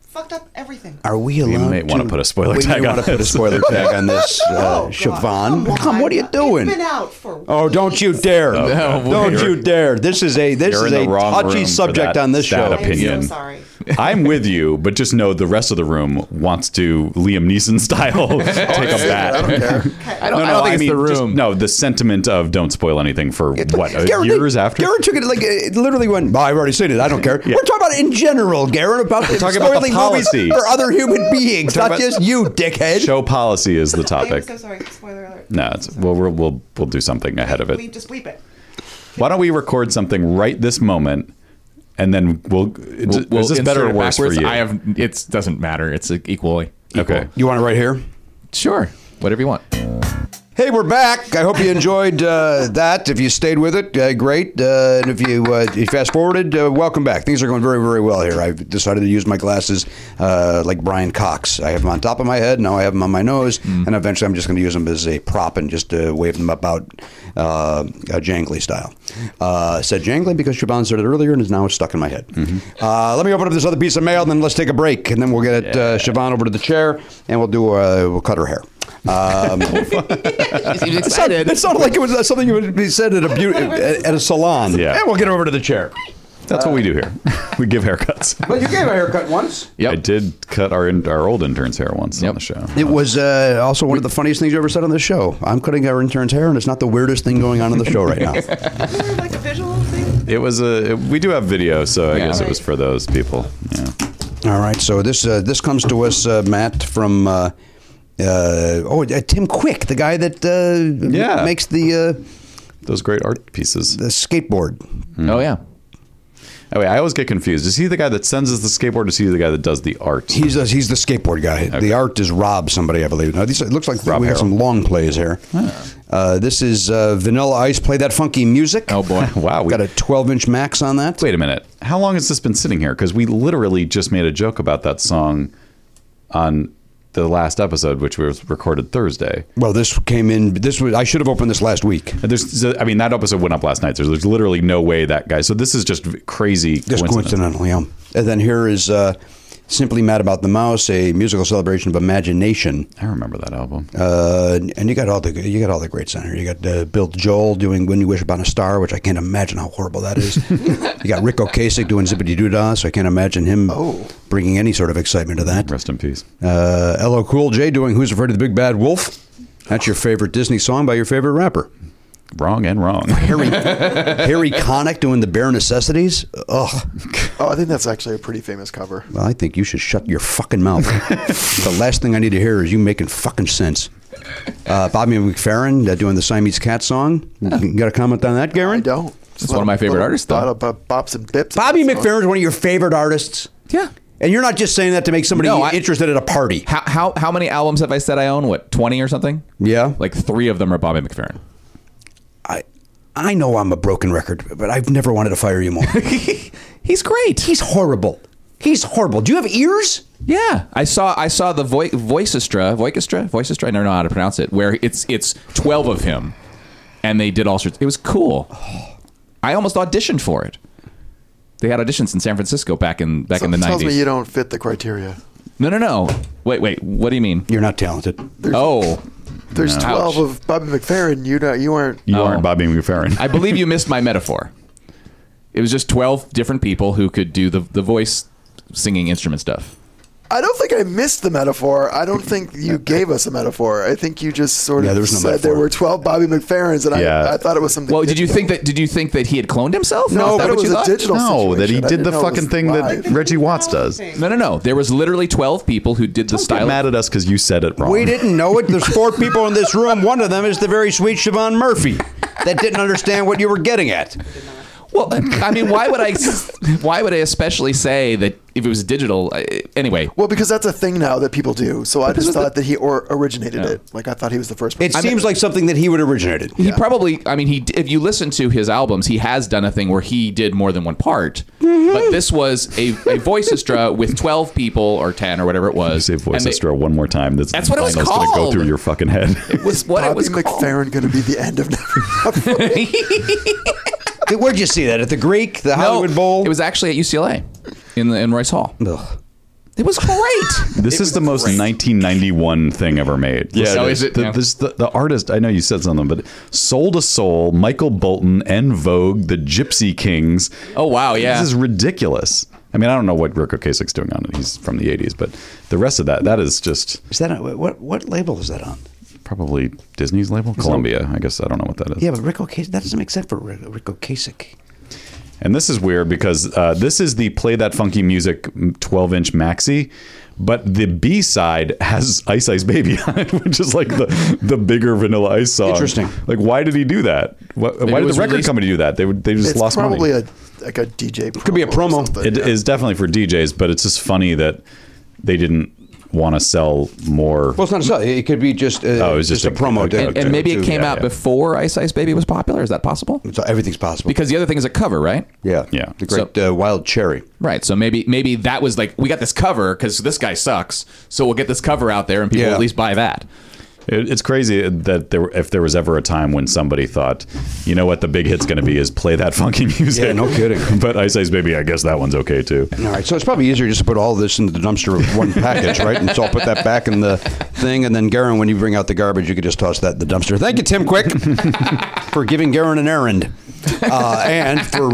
[SPEAKER 8] fucked up everything.
[SPEAKER 2] Are we allowed?
[SPEAKER 3] may wanna
[SPEAKER 2] to-
[SPEAKER 3] put a spoiler
[SPEAKER 2] we
[SPEAKER 3] tag
[SPEAKER 2] may
[SPEAKER 3] on
[SPEAKER 2] wanna put a
[SPEAKER 3] this.
[SPEAKER 2] spoiler tag on this, uh,
[SPEAKER 8] Oh, God.
[SPEAKER 2] Siobhan. Come, what are you
[SPEAKER 8] It's
[SPEAKER 2] doing?
[SPEAKER 8] been out for
[SPEAKER 2] Oh, don't you dare!
[SPEAKER 3] God.
[SPEAKER 2] don't
[SPEAKER 3] You're-
[SPEAKER 2] you dare! This is a this
[SPEAKER 3] You're
[SPEAKER 2] is
[SPEAKER 3] in
[SPEAKER 2] a
[SPEAKER 3] the wrong
[SPEAKER 2] touchy
[SPEAKER 3] room for
[SPEAKER 2] subject
[SPEAKER 3] that
[SPEAKER 2] on this
[SPEAKER 3] stat
[SPEAKER 2] show.
[SPEAKER 8] I'm
[SPEAKER 3] opinion.
[SPEAKER 8] so sorry.
[SPEAKER 3] I'm with you, but just know the rest of the room wants to Liam Neeson style take a bat.
[SPEAKER 4] I don't care.
[SPEAKER 5] I don't, I don't think it's the
[SPEAKER 3] just-
[SPEAKER 5] room.
[SPEAKER 3] no, the sentiment of don't spoil anything for what uh,
[SPEAKER 2] Garrett,
[SPEAKER 3] years
[SPEAKER 2] they-
[SPEAKER 3] after.
[SPEAKER 2] Garrett took it like uh, it literally went. Well, I've already seen it. I don't care. We're talking about in general, Garrett. About we're
[SPEAKER 3] talking about the policy.
[SPEAKER 2] for other human beings,
[SPEAKER 3] We're
[SPEAKER 2] not
[SPEAKER 3] talking about-
[SPEAKER 2] just you, dickhead.
[SPEAKER 3] Show policy is the
[SPEAKER 8] I'm
[SPEAKER 3] topic.
[SPEAKER 8] so sorry. Spoiler alert.
[SPEAKER 3] No, it's, well, we'll we'll we'll do something ahead of
[SPEAKER 8] We
[SPEAKER 3] it.
[SPEAKER 8] just bleep it.
[SPEAKER 3] Why don't we record something right this moment, and then we'll. we'll
[SPEAKER 5] We'll
[SPEAKER 3] is this
[SPEAKER 5] insert
[SPEAKER 3] better or
[SPEAKER 5] it
[SPEAKER 3] worse for
[SPEAKER 5] backwards.
[SPEAKER 3] you? E,
[SPEAKER 5] I have. It doesn't matter. It's equally. equal.
[SPEAKER 3] Okay.
[SPEAKER 2] You want it right here?
[SPEAKER 5] Sure. Whatever you want.
[SPEAKER 2] Hey, we're back. I hope you enjoyed uh, that. If you stayed with it, uh, great. Uh, and if you uh, if you fast forwarded, uh, welcome back. Things are going very, very well here. I've decided to use my glasses uh, like Brian Cox. I have them on top of my head. Now I have them on my nose, and eventually I'm just going to use them as a prop and just uh, wave them about uh, uh, jangly style. Uh, said jangly because Siobhan said it earlier, and is now it's stuck in my head. Uh, let me open up this other piece of mail, and then let's take a break, and then we'll get it, uh, Siobhan over to the chair, and we'll do uh, we'll cut her hair. Um, It sounded, it sounded like it was uh, something you would be said at a beauty at, at a salon.
[SPEAKER 3] Yeah.
[SPEAKER 2] And we'll get over to the chair.
[SPEAKER 3] That's what we do here. we give haircuts.
[SPEAKER 2] Well, you gave a haircut once.
[SPEAKER 5] Yep.
[SPEAKER 3] I did cut our in, our old intern's hair once on
[SPEAKER 5] Yep.
[SPEAKER 3] the show.
[SPEAKER 2] It was uh, also one of the funniest things you ever said on this show. I'm cutting our intern's hair, and it's not the weirdest thing going on in the show right now.
[SPEAKER 8] Is there like a visual thing?
[SPEAKER 3] It was a. we do have video, so I
[SPEAKER 5] Yeah.
[SPEAKER 3] guess it was for those people. Yeah.
[SPEAKER 2] All right, so this uh, this comes to us, uh, Matt, from uh, uh, oh uh, Tim Quick, the guy that uh,
[SPEAKER 3] Yeah.
[SPEAKER 2] makes the uh,
[SPEAKER 3] Those great art pieces.
[SPEAKER 2] the skateboard.
[SPEAKER 5] Oh yeah.
[SPEAKER 3] Oh, wait, I always get confused. Is he the guy that sends us the skateboard? Or is he the guy that does the art?
[SPEAKER 2] He's the, he's the skateboard guy. The art is Rob somebody, I believe. Now, these, it looks like
[SPEAKER 3] Rob
[SPEAKER 2] we have
[SPEAKER 3] Harrell.
[SPEAKER 2] some long plays here. Uh, this is uh, Vanilla Ice. Play that funky music.
[SPEAKER 5] Oh boy.
[SPEAKER 3] wow. We,
[SPEAKER 2] Got a 12 inch max on that.
[SPEAKER 3] wait a minute. How long has this been sitting here? Because we literally just made a joke about that song on the last episode, which was recorded Thursday.
[SPEAKER 2] Well, this came in. This was I should have opened this last week.
[SPEAKER 3] And There's, so- I mean, that episode went up last night. There's, there's literally no way that guy. So this is just v- crazy
[SPEAKER 2] Just
[SPEAKER 3] coincidence.
[SPEAKER 2] coincidentally, um. And then here is uh, Simply Mad About the Mouse, a musical celebration of imagination.
[SPEAKER 3] I remember that album.
[SPEAKER 2] Uh, and you got all the you got all the greats on here. You got uh, Bill Joel doing "When You Wish Upon a Star," which I can't imagine how horrible that is. you got Rick Ocasek doing "Zippity Doo Dah," so I can't imagine him
[SPEAKER 3] Oh.
[SPEAKER 2] bringing any sort of excitement to that.
[SPEAKER 3] Rest in peace.
[SPEAKER 2] Uh, LL Cool J doing "Who's Afraid of the Big Bad Wolf." That's your favorite Disney song by your favorite rapper.
[SPEAKER 3] Wrong and wrong.
[SPEAKER 2] Harry Harry Connick doing the bare necessities. Ugh.
[SPEAKER 4] Oh, I think that's actually a pretty famous cover.
[SPEAKER 2] Well, I think you should shut your fucking mouth. the last thing I need to hear is you making fucking sense. Uh, Bobby McFerrin uh, doing the Siamese Cat song. You got a comment on that,
[SPEAKER 4] I
[SPEAKER 2] Garen?
[SPEAKER 4] don't.
[SPEAKER 5] It's one of my favorite artists, though.
[SPEAKER 4] Thought about bops and bips.
[SPEAKER 2] Bobby McFerrin is one of your favorite artists.
[SPEAKER 5] Yeah.
[SPEAKER 2] And you're not just saying that to make somebody
[SPEAKER 5] No, I-
[SPEAKER 2] interested at a party.
[SPEAKER 5] How, how how many albums have I said I own? What twenty or something?
[SPEAKER 2] Yeah.
[SPEAKER 5] like three of them are Bobby McFerrin.
[SPEAKER 2] I, I know I'm a broken record, but I've never wanted to fire you more.
[SPEAKER 5] He's great.
[SPEAKER 2] He's horrible. He's horrible. Do you have ears?
[SPEAKER 5] Yeah, I saw I saw the Vo- Voicestra, Voicestra, Voicestra. I never know how to pronounce it. Where it's it's twelve of him, and they did all sorts. It was cool. I almost auditioned for it. They had auditions in San Francisco back in back in the
[SPEAKER 4] tells me
[SPEAKER 5] nineties.
[SPEAKER 4] you don't fit the criteria.
[SPEAKER 5] No, no, no. Wait, wait. What do you mean?
[SPEAKER 2] You're not talented.
[SPEAKER 5] Oh,
[SPEAKER 4] There's 12 of Bobby McFerrin. You don't, you aren't.
[SPEAKER 3] You
[SPEAKER 5] Oh.
[SPEAKER 3] aren't Bobby McFerrin.
[SPEAKER 5] I believe you missed my metaphor. It was just twelve different people who could do the the voice singing instrument stuff.
[SPEAKER 4] I don't think I missed the metaphor. I don't think you gave us a metaphor. I think you just sort of
[SPEAKER 2] Yeah, there was no
[SPEAKER 4] said there
[SPEAKER 2] metaphor.
[SPEAKER 4] were 12 Bobby McFerrins, and
[SPEAKER 3] Yeah.
[SPEAKER 4] I, I thought it was something.
[SPEAKER 5] Well, did you think that? Did you think that he had cloned himself?
[SPEAKER 4] No,
[SPEAKER 5] Is that
[SPEAKER 4] but it
[SPEAKER 5] what you
[SPEAKER 4] was a
[SPEAKER 5] thought?
[SPEAKER 4] digital
[SPEAKER 3] no, that he
[SPEAKER 4] situation. I
[SPEAKER 3] did
[SPEAKER 4] didn't
[SPEAKER 3] the
[SPEAKER 4] know it was
[SPEAKER 3] fucking thing
[SPEAKER 4] live.
[SPEAKER 3] that Reggie Watts does.
[SPEAKER 5] No, no, no. There was literally twelve people who did the
[SPEAKER 3] Get
[SPEAKER 5] style.
[SPEAKER 3] mad at us because you said it wrong.
[SPEAKER 2] We didn't know it. There's four people in this room. One of them is the very sweet Siobhan Murphy that didn't understand what you were getting at.
[SPEAKER 5] Well, I mean, why would I? Why would I especially say that if it was digital? I- Anyway,
[SPEAKER 4] Well, because that's a thing now that people do. So I just thought that he or originated it. Like I thought he was the first.
[SPEAKER 2] It
[SPEAKER 4] person.
[SPEAKER 2] seems like something that he would have originated.
[SPEAKER 5] he probably. I mean, he. If you listen to his albums, he has done a thing where he did more than one part. But this was a, a voicestra with twelve people or ten or whatever it was.
[SPEAKER 3] Say voice
[SPEAKER 5] and they-
[SPEAKER 3] Astro one more time. That's,
[SPEAKER 5] That's what it was
[SPEAKER 3] vinyls gonna go
[SPEAKER 5] called.
[SPEAKER 3] through your fucking head.
[SPEAKER 5] was what it
[SPEAKER 4] Bobby
[SPEAKER 5] was called.
[SPEAKER 4] McFerrin going to be the end of never.
[SPEAKER 2] Did- Where'd you see that? At the Greek, the Hollywood Bowl?
[SPEAKER 5] It was actually at UCLA in the, in Rice Hall.
[SPEAKER 2] Ugh.
[SPEAKER 5] It was great.
[SPEAKER 3] This is the most 1991 thing ever made.
[SPEAKER 5] Yeah, So it is. is it?
[SPEAKER 3] The,
[SPEAKER 5] Yeah.
[SPEAKER 3] this- the, the artist, I know you said something, but Soul to Soul, Michael Bolton, and Vogue, the Gypsy Kings.
[SPEAKER 5] Oh, wow, yeah.
[SPEAKER 3] This is ridiculous. I mean, I don't know what Rick Ocasek's doing on it. He's from the 80s, but the rest of that, that is just
[SPEAKER 2] Is that on, what? What label is that on?
[SPEAKER 3] probably Disney's label, Columbia. I guess I don't know what that is.
[SPEAKER 2] Yeah, but Rick Ocasek. That doesn't make sense for Rick, Rick Ocasek.
[SPEAKER 3] And this is weird because uh, this is the Play That Funky Music 12 inch maxi, but the B side has Ice Ice Baby on it, which is like the, the bigger Vanilla Ice song.
[SPEAKER 2] Interesting.
[SPEAKER 3] Like, why did he do that? Why, why
[SPEAKER 5] it
[SPEAKER 3] did the
[SPEAKER 5] was
[SPEAKER 3] record
[SPEAKER 5] released-
[SPEAKER 3] company do that? They, would, they just
[SPEAKER 4] It's
[SPEAKER 3] lost
[SPEAKER 4] probably
[SPEAKER 3] money.
[SPEAKER 4] a like a DJ. Could
[SPEAKER 2] be a promo.
[SPEAKER 3] It is definitely for DJs, but it's just funny that they didn't want to sell more.
[SPEAKER 2] Well, it's not a sell. It could be just. Uh,
[SPEAKER 3] Oh, it was just
[SPEAKER 2] a,
[SPEAKER 3] a-
[SPEAKER 2] promo.
[SPEAKER 3] okay,
[SPEAKER 2] to-
[SPEAKER 5] and, and maybe it came
[SPEAKER 3] Yeah,
[SPEAKER 5] out
[SPEAKER 3] yeah.
[SPEAKER 5] before Ice Ice Baby was popular. Is that possible?
[SPEAKER 2] So everything's possible.
[SPEAKER 5] Because the other thing is a cover, right?
[SPEAKER 2] yeah,
[SPEAKER 3] Yeah.
[SPEAKER 2] the great uh, Wild Cherry.
[SPEAKER 5] Right. So maybe maybe that was like we got this cover because this guy sucks. So we'll get this cover out there and people
[SPEAKER 2] Yeah.
[SPEAKER 5] at least buy that.
[SPEAKER 3] It, it's crazy that there, if there was ever a time when somebody thought, you know what, the big hit's going to be is play that funky music.
[SPEAKER 2] Yeah, no kidding.
[SPEAKER 3] but Ice Ice Baby, I guess that one's okay too.
[SPEAKER 2] All right, so it's probably easier just to put all this into the dumpster of one package, right? And so I'll put that back in the thing, and then Garen, when you bring out the garbage, you could just toss that in the dumpster. Thank you, Tim Quick, for giving Garen an errand, uh, and for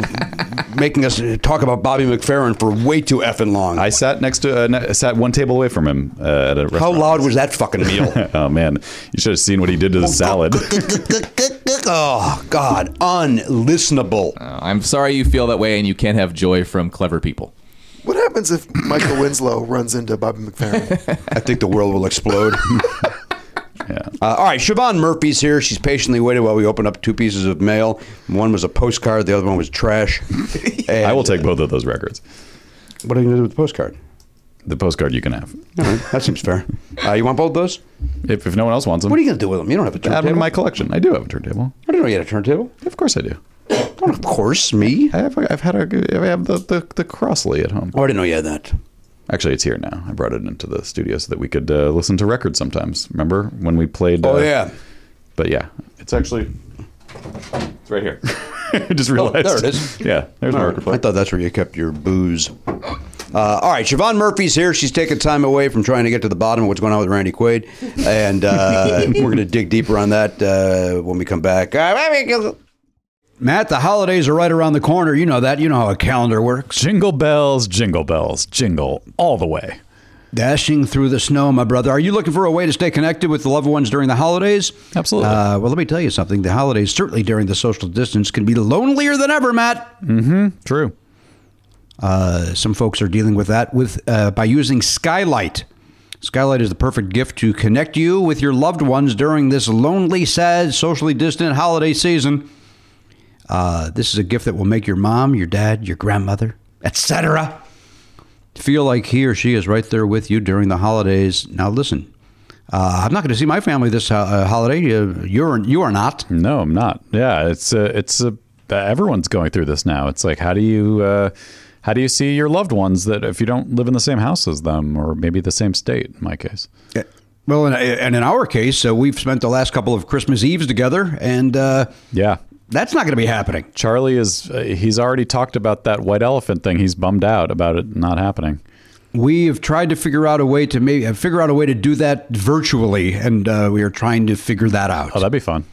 [SPEAKER 2] making us talk about Bobby McFerrin for way too effing long.
[SPEAKER 3] I sat next to uh, ne- sat one table away from him uh, at a
[SPEAKER 2] How
[SPEAKER 3] restaurant.
[SPEAKER 2] loud was that fucking meal?
[SPEAKER 3] oh man, you should have seen what he did to the salad.
[SPEAKER 2] oh God, unlistenable.
[SPEAKER 3] Oh.
[SPEAKER 5] I'm sorry you feel that way and you can't have joy from clever people.
[SPEAKER 4] What happens if Michael Winslow runs into Bobby McFerrin?
[SPEAKER 2] I think the world will explode.
[SPEAKER 3] yeah.
[SPEAKER 2] Uh, all right, Siobhan Murphy's here. She's patiently waited while we open up two pieces of mail. One was a postcard, the other one was trash. And-
[SPEAKER 3] I will take both of those records.
[SPEAKER 2] What are you going to do with the postcard?
[SPEAKER 3] The postcard you can have
[SPEAKER 2] All right, that seems fair. Uh, you want both those?
[SPEAKER 3] if, if no one else wants them.
[SPEAKER 2] What are you going to do with them? You don't have a
[SPEAKER 3] add
[SPEAKER 2] turntable.
[SPEAKER 3] them to my collection? I do have a turntable.
[SPEAKER 2] I didn't know you had a turntable.
[SPEAKER 3] Of course I do.
[SPEAKER 2] Well, of course, me.
[SPEAKER 3] I have I've had a I have the the, the Crossley at home.
[SPEAKER 2] Oh, I didn't know you had that.
[SPEAKER 3] Actually, it's here now. I brought it into the studio so that we could uh, listen to records sometimes. Remember when we played?
[SPEAKER 2] Oh,
[SPEAKER 3] uh,
[SPEAKER 2] yeah.
[SPEAKER 3] But yeah, it's actually it's right here. I just realized.
[SPEAKER 2] Oh, there it is.
[SPEAKER 3] Yeah, there's my record player.
[SPEAKER 2] I thought that's where you kept your booze. Uh, all right, Siobhan Murphy's here. She's taking time away from trying to get to the bottom of what's going on with Randy Quaid, and uh, we're going to dig deeper on that uh, when we come back. Uh, Matt, the holidays are right around the corner. You know that. You know how a calendar works.
[SPEAKER 3] Jingle bells, jingle bells, jingle all the way.
[SPEAKER 2] Dashing through the snow, my brother. Are you looking for a way to stay connected with the loved ones during the holidays?
[SPEAKER 3] Absolutely.
[SPEAKER 2] Uh, well, let me tell you something. The holidays, certainly during the social distance, can be lonelier than ever, Matt.
[SPEAKER 3] True.
[SPEAKER 2] Uh, some folks are dealing with that with uh, by using Skylight. Skylight is the perfect gift to connect you with your loved ones during this lonely, sad, socially distant holiday season. Uh, this is a gift that will make your mom, your dad, your grandmother, etc. feel like he or she is right there with you during the holidays. Now, listen, uh, I'm not going to see my family this uh, holiday. Uh, you're you are not.
[SPEAKER 3] No, I'm not. Yeah, it's a, it's a, everyone's going through this now. It's like how do you uh, how do you see your loved ones that if you don't live in the same house as them or maybe the same state in my case.
[SPEAKER 2] Uh, Well, and, and in our case, uh, we've spent the last couple of Christmas Eves together, and uh,
[SPEAKER 3] Yeah.
[SPEAKER 2] that's not going to be happening.
[SPEAKER 3] Charlie is uh, he's already talked about that white elephant thing. He's bummed out about it not happening.
[SPEAKER 2] We have tried to figure out a way to maybe uh, figure out a way to do that virtually, and uh, we are trying to figure that out
[SPEAKER 3] Oh, that'd be fun.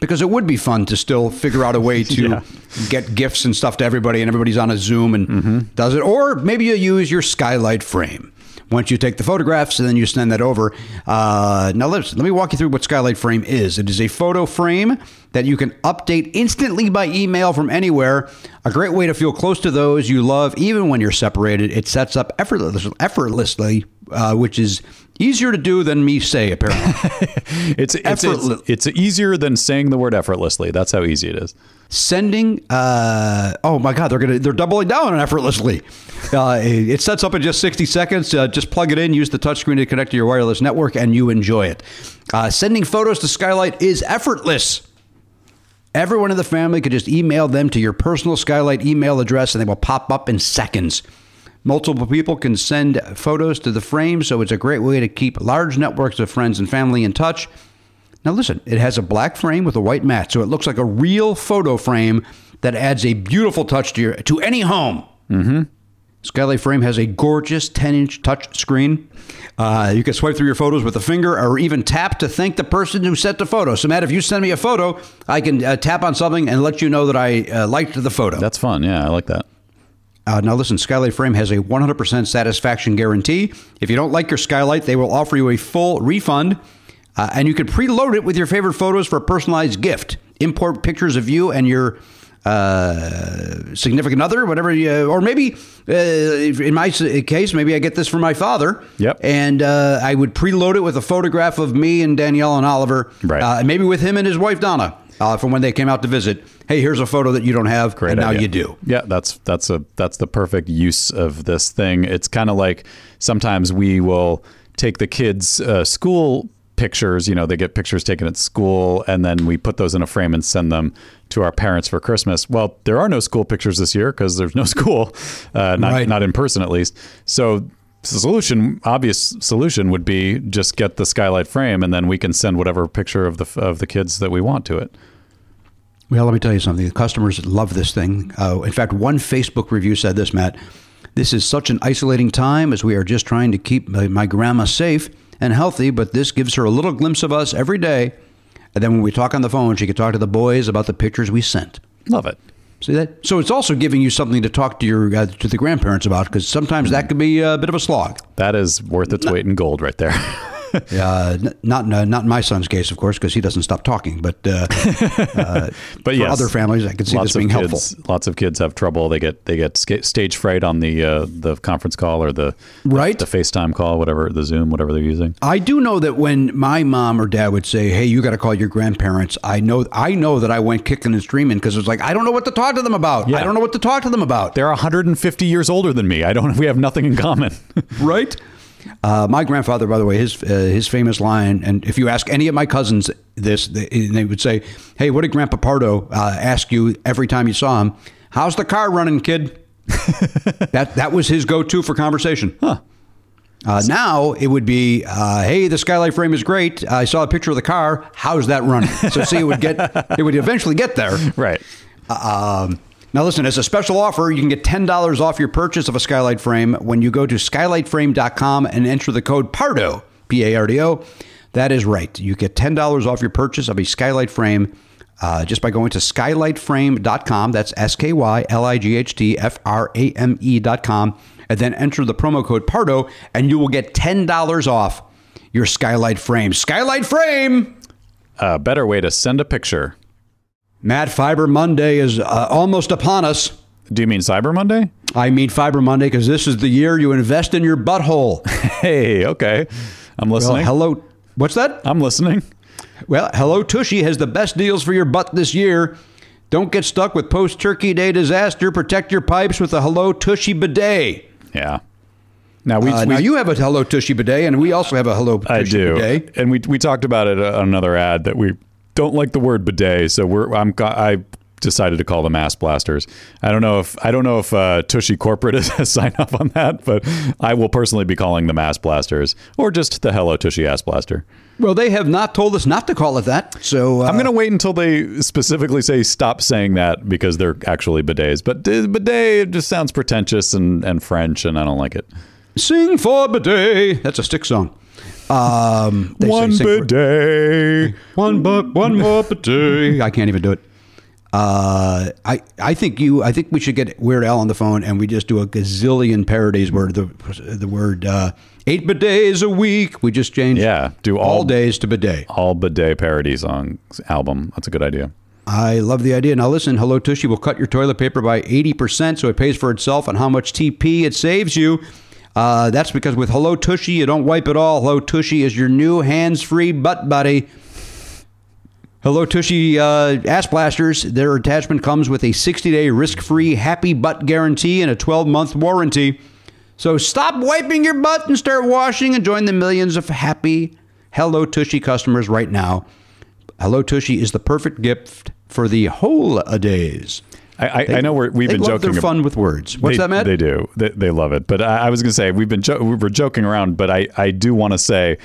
[SPEAKER 2] because it would be fun to still figure out a way to
[SPEAKER 3] Yeah.
[SPEAKER 2] get gifts and stuff to everybody, and everybody's on a Zoom and does it. Or maybe you use your skylight frame. Once you take the photographs and then you send that over. Uh, now let's let me walk you through what Skylight Frame is. It is a photo frame that you can update instantly by email from anywhere. A great way to feel close to those you love, even when you're separated. It sets up effortless, effortlessly, uh, which is easier to do than me say apparently.
[SPEAKER 3] It's it's,
[SPEAKER 2] Effortless.
[SPEAKER 3] it's it's easier than saying the word effortlessly. That's how easy it is.
[SPEAKER 2] sending uh oh my god they're gonna they're doubling down on effortlessly uh, it it sets up in just 60 seconds uh, just plug it in use the touchscreen to connect to your wireless network and you enjoy it uh, sending photos to skylight is effortless everyone in the family could just email them to your personal skylight email address and they will pop up in seconds multiple people can send photos to the frame so it's a great way to keep large networks of friends and family in touch now, listen, it has a black frame with a white mat, so it looks like a real photo frame that adds a beautiful touch to your to any home. Mm-hmm. Skylight Frame has a gorgeous 10 inch touch screen. Uh, you can swipe through your photos with a finger or even tap to thank the person who sent the photo. So, Matt, if you send me a photo, I can uh, tap on something and let you know that I uh, liked the photo.
[SPEAKER 3] That's fun. Yeah, I like that.
[SPEAKER 2] Uh, now, listen, Skylight Frame has a 100% satisfaction guarantee. If you don't like your Skylight, they will offer you a full refund, uh, and you can preload it with your favorite photos for a personalized gift. Import pictures of you and your uh, significant other, whatever, you, or maybe uh, in my s- case, maybe I get this from my father.
[SPEAKER 3] Yep.
[SPEAKER 2] And uh, I would preload it with a photograph of me and Danielle and Oliver,
[SPEAKER 3] Right.
[SPEAKER 2] uh, and maybe with him and his wife Donna uh, from when they came out to visit. Hey, here's a photo that you don't have,
[SPEAKER 3] Great
[SPEAKER 2] and now
[SPEAKER 3] idea.
[SPEAKER 2] you do.
[SPEAKER 3] Yeah, that's that's a that's the perfect use of this thing. It's kind of like sometimes we will take the kids' uh, school pictures. You know, they get pictures taken at school, and then we put those in a frame and send them to our parents for Christmas. Well, there are no school pictures this year because there's no school, uh, not
[SPEAKER 2] Right.
[SPEAKER 3] not in person at least. So. The solution, obvious solution, would be just get the skylight frame, and then we can send whatever picture of the of the kids that we want to it.
[SPEAKER 2] Well, let me tell you something. The customers love this thing. Uh, in fact, one Facebook review said this, Matt. This is such an isolating time as we are just trying to keep my, my grandma safe and healthy, but this gives her a little glimpse of us every day. And then when we talk on the phone, she can talk to the boys about the pictures we sent.
[SPEAKER 3] Love it.
[SPEAKER 2] See that? So it's also giving you something to talk to your uh, to the grandparents about because sometimes that could be a bit of a slog.
[SPEAKER 3] That is worth its weight in gold, right there.
[SPEAKER 2] Uh, n- not in, uh, not in my son's case, of course, because he doesn't stop talking. But uh, uh,
[SPEAKER 3] but
[SPEAKER 2] for
[SPEAKER 3] yes,
[SPEAKER 2] other families, I can see this
[SPEAKER 3] of
[SPEAKER 2] being
[SPEAKER 3] kids,
[SPEAKER 2] helpful.
[SPEAKER 3] Lots of kids have trouble. They get they get sca- stage fright on the uh, the conference call or the
[SPEAKER 2] Right.
[SPEAKER 3] the, FaceTime call, whatever the Zoom, whatever they're using.
[SPEAKER 2] I do know that when my mom or dad would say, "Hey, you got to call your grandparents," I know I know that I went kicking and screaming because it was like I don't know what to talk to them about.
[SPEAKER 3] Yeah.
[SPEAKER 2] I don't know what to talk to them about.
[SPEAKER 3] They're 150 years older than me. I don't. We have nothing in common.
[SPEAKER 2] right? Uh, my grandfather, by the way, his uh, his famous line, and if you ask any of my cousins this, they, they would say, "Hey, what did Grandpa Pardo uh, ask you every time you saw him? How's the car running, kid?" that that was his go-to for conversation. Huh. Uh, now it would be, uh, "Hey, the skylight frame is great. I saw a picture of the car. How's that running?" So see, it would get it would eventually get there.
[SPEAKER 3] right.
[SPEAKER 2] Um, Now, listen, as a special offer, you can get $10 off your purchase of a skylight frame when you go to skylightframe.com and enter the code PARDO, P A R D O. That is right. You get $10 off your purchase of a skylight frame uh, just by going to skylightframe.com. That's S K Y L I G H T F R A M E.com. And then enter the promo code PARDO, and you will get $10 off your skylight frame. Skylight frame!
[SPEAKER 3] A Uh, better way to send a picture.
[SPEAKER 2] Matt Fiber Monday is uh, almost upon us.
[SPEAKER 3] Do you mean Cyber Monday?
[SPEAKER 2] I mean Fiber Monday because this is the year you invest in your butthole.
[SPEAKER 3] Hey, okay. I'm
[SPEAKER 2] Well,
[SPEAKER 3] listening.
[SPEAKER 2] hello. What's that?
[SPEAKER 3] I'm listening.
[SPEAKER 2] Well, Hello Tushy has the best deals for your butt this year. Don't get stuck with post Turkey Day disaster. Protect your pipes with a Hello Tushy bidet.
[SPEAKER 3] Yeah. Now we,
[SPEAKER 2] Uh,
[SPEAKER 3] we
[SPEAKER 2] now you have a Hello Tushy bidet, and we also have a Hello Tushy
[SPEAKER 3] I do.
[SPEAKER 2] bidet.
[SPEAKER 3] And we we talked about it on another ad that we don't like the word bidet, so we're I'm ca- I decided to call them ass blasters. I don't know if I don't know if uh, Tushy Corporate is has signed up on that, but I will personally be calling them ass blasters or just the Hello Tushy ass blaster.
[SPEAKER 2] Well, they have not told us not to call it that, so uh,
[SPEAKER 3] I'm going to wait until they specifically say stop saying that because they're actually bidets. But uh, bidet just sounds pretentious and, and French, and I don't like it.
[SPEAKER 2] sing for bidet. That's a stick song. Um, they say
[SPEAKER 3] One
[SPEAKER 2] sing for-
[SPEAKER 3] bidet, one but one more bidet.
[SPEAKER 2] I can't even do it. Uh, I I think you I think we should get Weird Al on the phone and we just do a gazillion parodies where the the word uh, eight bidets a week. We just change
[SPEAKER 3] Yeah, do all-
[SPEAKER 2] all days to bidet.
[SPEAKER 3] all bidet parody songs album. That's a good idea.
[SPEAKER 2] I love the idea. Now listen, Hello Tushy will cut your toilet paper by eighty percent, so it pays for itself and how much TP it saves you. Uh, that's because with Hello Tushy, you don't wipe at all. Hello Tushy is your new hands-free butt buddy. Hello Tushy uh, ass blasters. Their attachment comes with a 60-day risk-free happy butt guarantee and a 12-month warranty. So stop wiping your butt and start washing and join the millions of happy Hello Tushy customers right now. Hello Tushy is the perfect gift for the whole a days.
[SPEAKER 3] I, I, I know we're, we've
[SPEAKER 2] they
[SPEAKER 3] been
[SPEAKER 2] love
[SPEAKER 3] joking.
[SPEAKER 2] Their
[SPEAKER 3] ab-
[SPEAKER 2] fun with words. What's
[SPEAKER 3] they,
[SPEAKER 2] that, Matt?
[SPEAKER 3] They do. They, they love it. But I, I was going to say we've been jo- we we're joking around, but I I do want to say.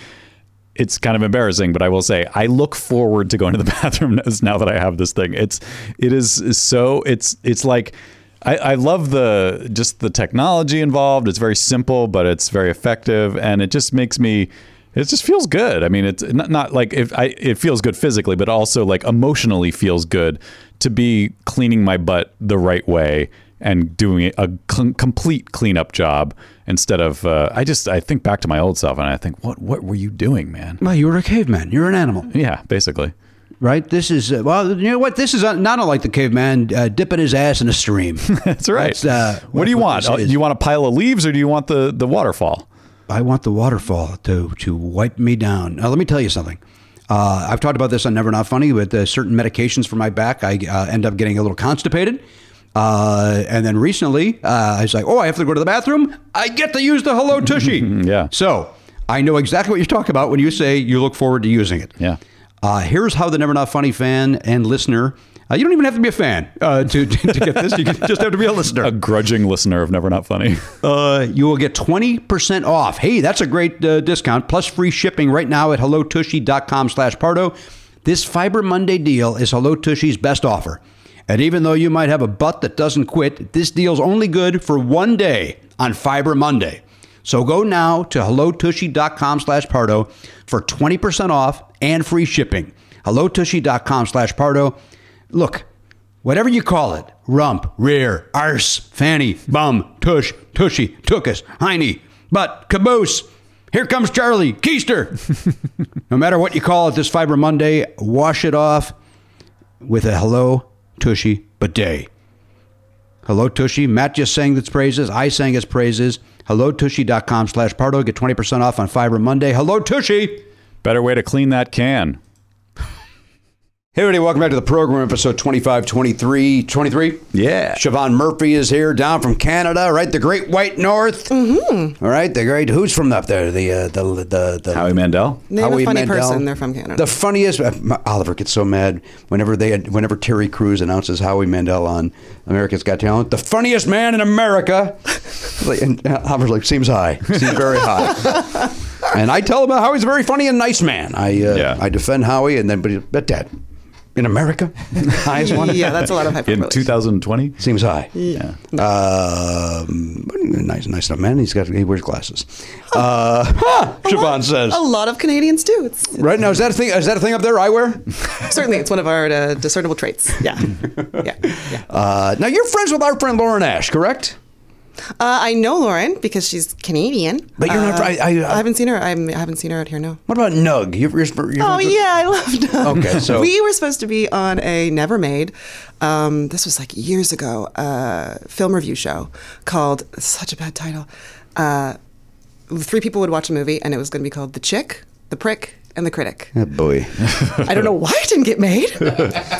[SPEAKER 3] It's kind of embarrassing, but I will say I look forward to going to the bathroom now that I have this thing. It's it is so it's it's like I, I love the just the technology involved. It's very simple, but it's very effective, and it just makes me it just feels good. I mean, it's not, not like if I it feels good physically, but also like emotionally feels good to be cleaning my butt the right way and doing a cl- complete cleanup job instead of uh, I just I think back to my old self and I think what what were you doing, man?
[SPEAKER 2] Well, you were a caveman. You're an animal,
[SPEAKER 3] Yeah, basically.
[SPEAKER 2] right? This is uh, well. You know what? This is uh, not unlike the caveman uh, dipping his ass in a stream.
[SPEAKER 3] That's right.
[SPEAKER 2] That's, uh,
[SPEAKER 3] what, do you want?
[SPEAKER 2] this
[SPEAKER 3] Uh,
[SPEAKER 2] is.
[SPEAKER 3] Do you want a pile of leaves or do you want the the waterfall?
[SPEAKER 2] I want the waterfall to to wipe me down. Now, let me tell you something. Uh, I've talked about this on Never Not Funny with uh, certain medications for my back. I uh, end up getting a little constipated. Uh, and then recently, uh, I was like, oh, I have to go to the bathroom. I get to use the Hello Tushy.
[SPEAKER 3] Yeah.
[SPEAKER 2] So I know exactly what you're talking about when you say you look forward to using it.
[SPEAKER 3] Yeah.
[SPEAKER 2] Uh, here's how the Never Not Funny fan and listener, uh, you don't even have to be a fan uh, to, to, to get this. You just have to be a listener
[SPEAKER 3] A grudging listener of Never Not Funny.
[SPEAKER 2] uh, you will get 20% off. Hey, that's a great uh, discount, plus free shipping right now at hellotushy.com slash Pardo. This Fiber Monday deal is Hello Tushy's best offer. And even though you might have a butt that doesn't quit, this deal's only good for one day on Fiber Monday. So go now to hellotushy.com slash Pardo for 20% off and free shipping. hellotushy.com slash Pardo. Look, whatever you call it rump, rear, arse, fanny, bum, tush, tushy, tookus, hiney, butt, caboose. Here comes Charlie, keister. no matter what you call it this Fiber Monday, wash it off with a hello, tushy, bidet. Hello Tushy. Matt just sang its praises. I sang his praises. HelloTushy.com slash Pardo. Get 20% off on Fiber Monday. Hello Tushy.
[SPEAKER 3] Better way to clean that can.
[SPEAKER 2] Hey, everybody, welcome back to the program, episode 25, 23, 23.
[SPEAKER 3] Yeah.
[SPEAKER 2] Siobhan Murphy is here, down from Canada, right? The Great White North. Mm-hmm. All right, the great, who's from up there? The, uh, the, the, the,
[SPEAKER 3] Howie Mandel.
[SPEAKER 8] Name a
[SPEAKER 2] Howie
[SPEAKER 8] funny
[SPEAKER 2] Mandel.
[SPEAKER 8] person. They're from Canada.
[SPEAKER 2] The funniest, uh, my- Oliver gets so mad whenever they, whenever Terry Crews announces Howie Mandel on America's Got Talent, the funniest man in America. Like, and uh, Oliver's like, seems high, seems very high. and I tell him how he's a very funny and nice man. I, uh,
[SPEAKER 3] Yeah.
[SPEAKER 2] I defend Howie, and then, but, he- but Dad, in America? Highest one?
[SPEAKER 8] yeah, that's a lot of hyperbole.
[SPEAKER 3] in 2020.
[SPEAKER 2] Seems high.
[SPEAKER 3] Yeah.
[SPEAKER 2] Um, but nice, nice enough man. He's got he wears glasses. Uh, ha, Siobhan says.
[SPEAKER 8] A lot of Canadians do. It's,
[SPEAKER 2] Right now, is that a thing? Is that a thing up there? I wear.
[SPEAKER 8] certainly, it's one of our uh, discernible traits. Yeah, yeah. yeah. Uh,
[SPEAKER 2] Uh, now you're friends with our friend Lauren Ash, correct?
[SPEAKER 8] Uh, I know Lauren because she's Canadian.
[SPEAKER 2] But you're not-
[SPEAKER 8] Uh,
[SPEAKER 2] I- I- I-
[SPEAKER 8] haven't seen her. I'm, I haven't seen her out here. No.
[SPEAKER 2] What about Nug? You're, you're, you're
[SPEAKER 8] Oh yeah, I love Doug.
[SPEAKER 2] Okay, so-
[SPEAKER 8] we were supposed to be on a Never Made. Um, this was like years ago. Uh, film review show called such a bad title. Uh, three people would watch a movie, and it was going to be called The Chick, The Prick, and The Critic.
[SPEAKER 2] Oh, boy,
[SPEAKER 8] I don't know why it didn't get made.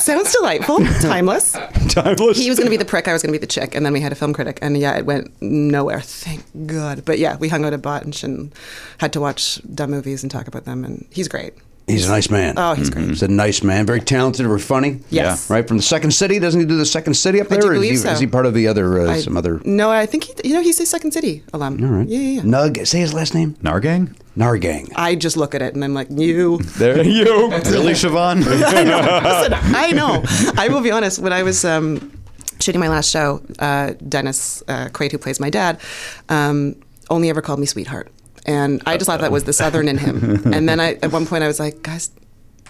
[SPEAKER 8] Sounds delightful, timeless.
[SPEAKER 2] timeless.
[SPEAKER 8] He was going to be the prick, I was going to be the chick, and then we had a film critic, and yeah, it went nowhere. Thank God. But yeah, we hung out at Botch and had to watch dumb movies and talk about them, and he's great.
[SPEAKER 2] He's a nice man.
[SPEAKER 8] Oh, he's great.
[SPEAKER 2] He's a nice man. Very talented. Very funny.
[SPEAKER 8] Yes.
[SPEAKER 2] Right from the second city. Doesn't he do the second city up
[SPEAKER 8] I
[SPEAKER 2] there?
[SPEAKER 8] do
[SPEAKER 2] Or is
[SPEAKER 8] believe
[SPEAKER 2] he,
[SPEAKER 8] so.
[SPEAKER 2] is he part of the other uh,
[SPEAKER 8] I-
[SPEAKER 2] some other?
[SPEAKER 8] No, I think he. You know, he's a Second City alum. All right. Yeah, yeah. yeah.
[SPEAKER 2] Nug. Say his last name.
[SPEAKER 3] Nargang?
[SPEAKER 2] Nargang.
[SPEAKER 8] I just look at it and I'm like, you.
[SPEAKER 3] There you really, Siobhan?
[SPEAKER 8] I know. Listen, I know. I will be honest. When I was um, shooting my last show, uh, Dennis uh, Quaid, who plays my dad, um, only ever called me sweetheart, and I just thought that was the Southern in him. And then I, at one point, I was like, guys.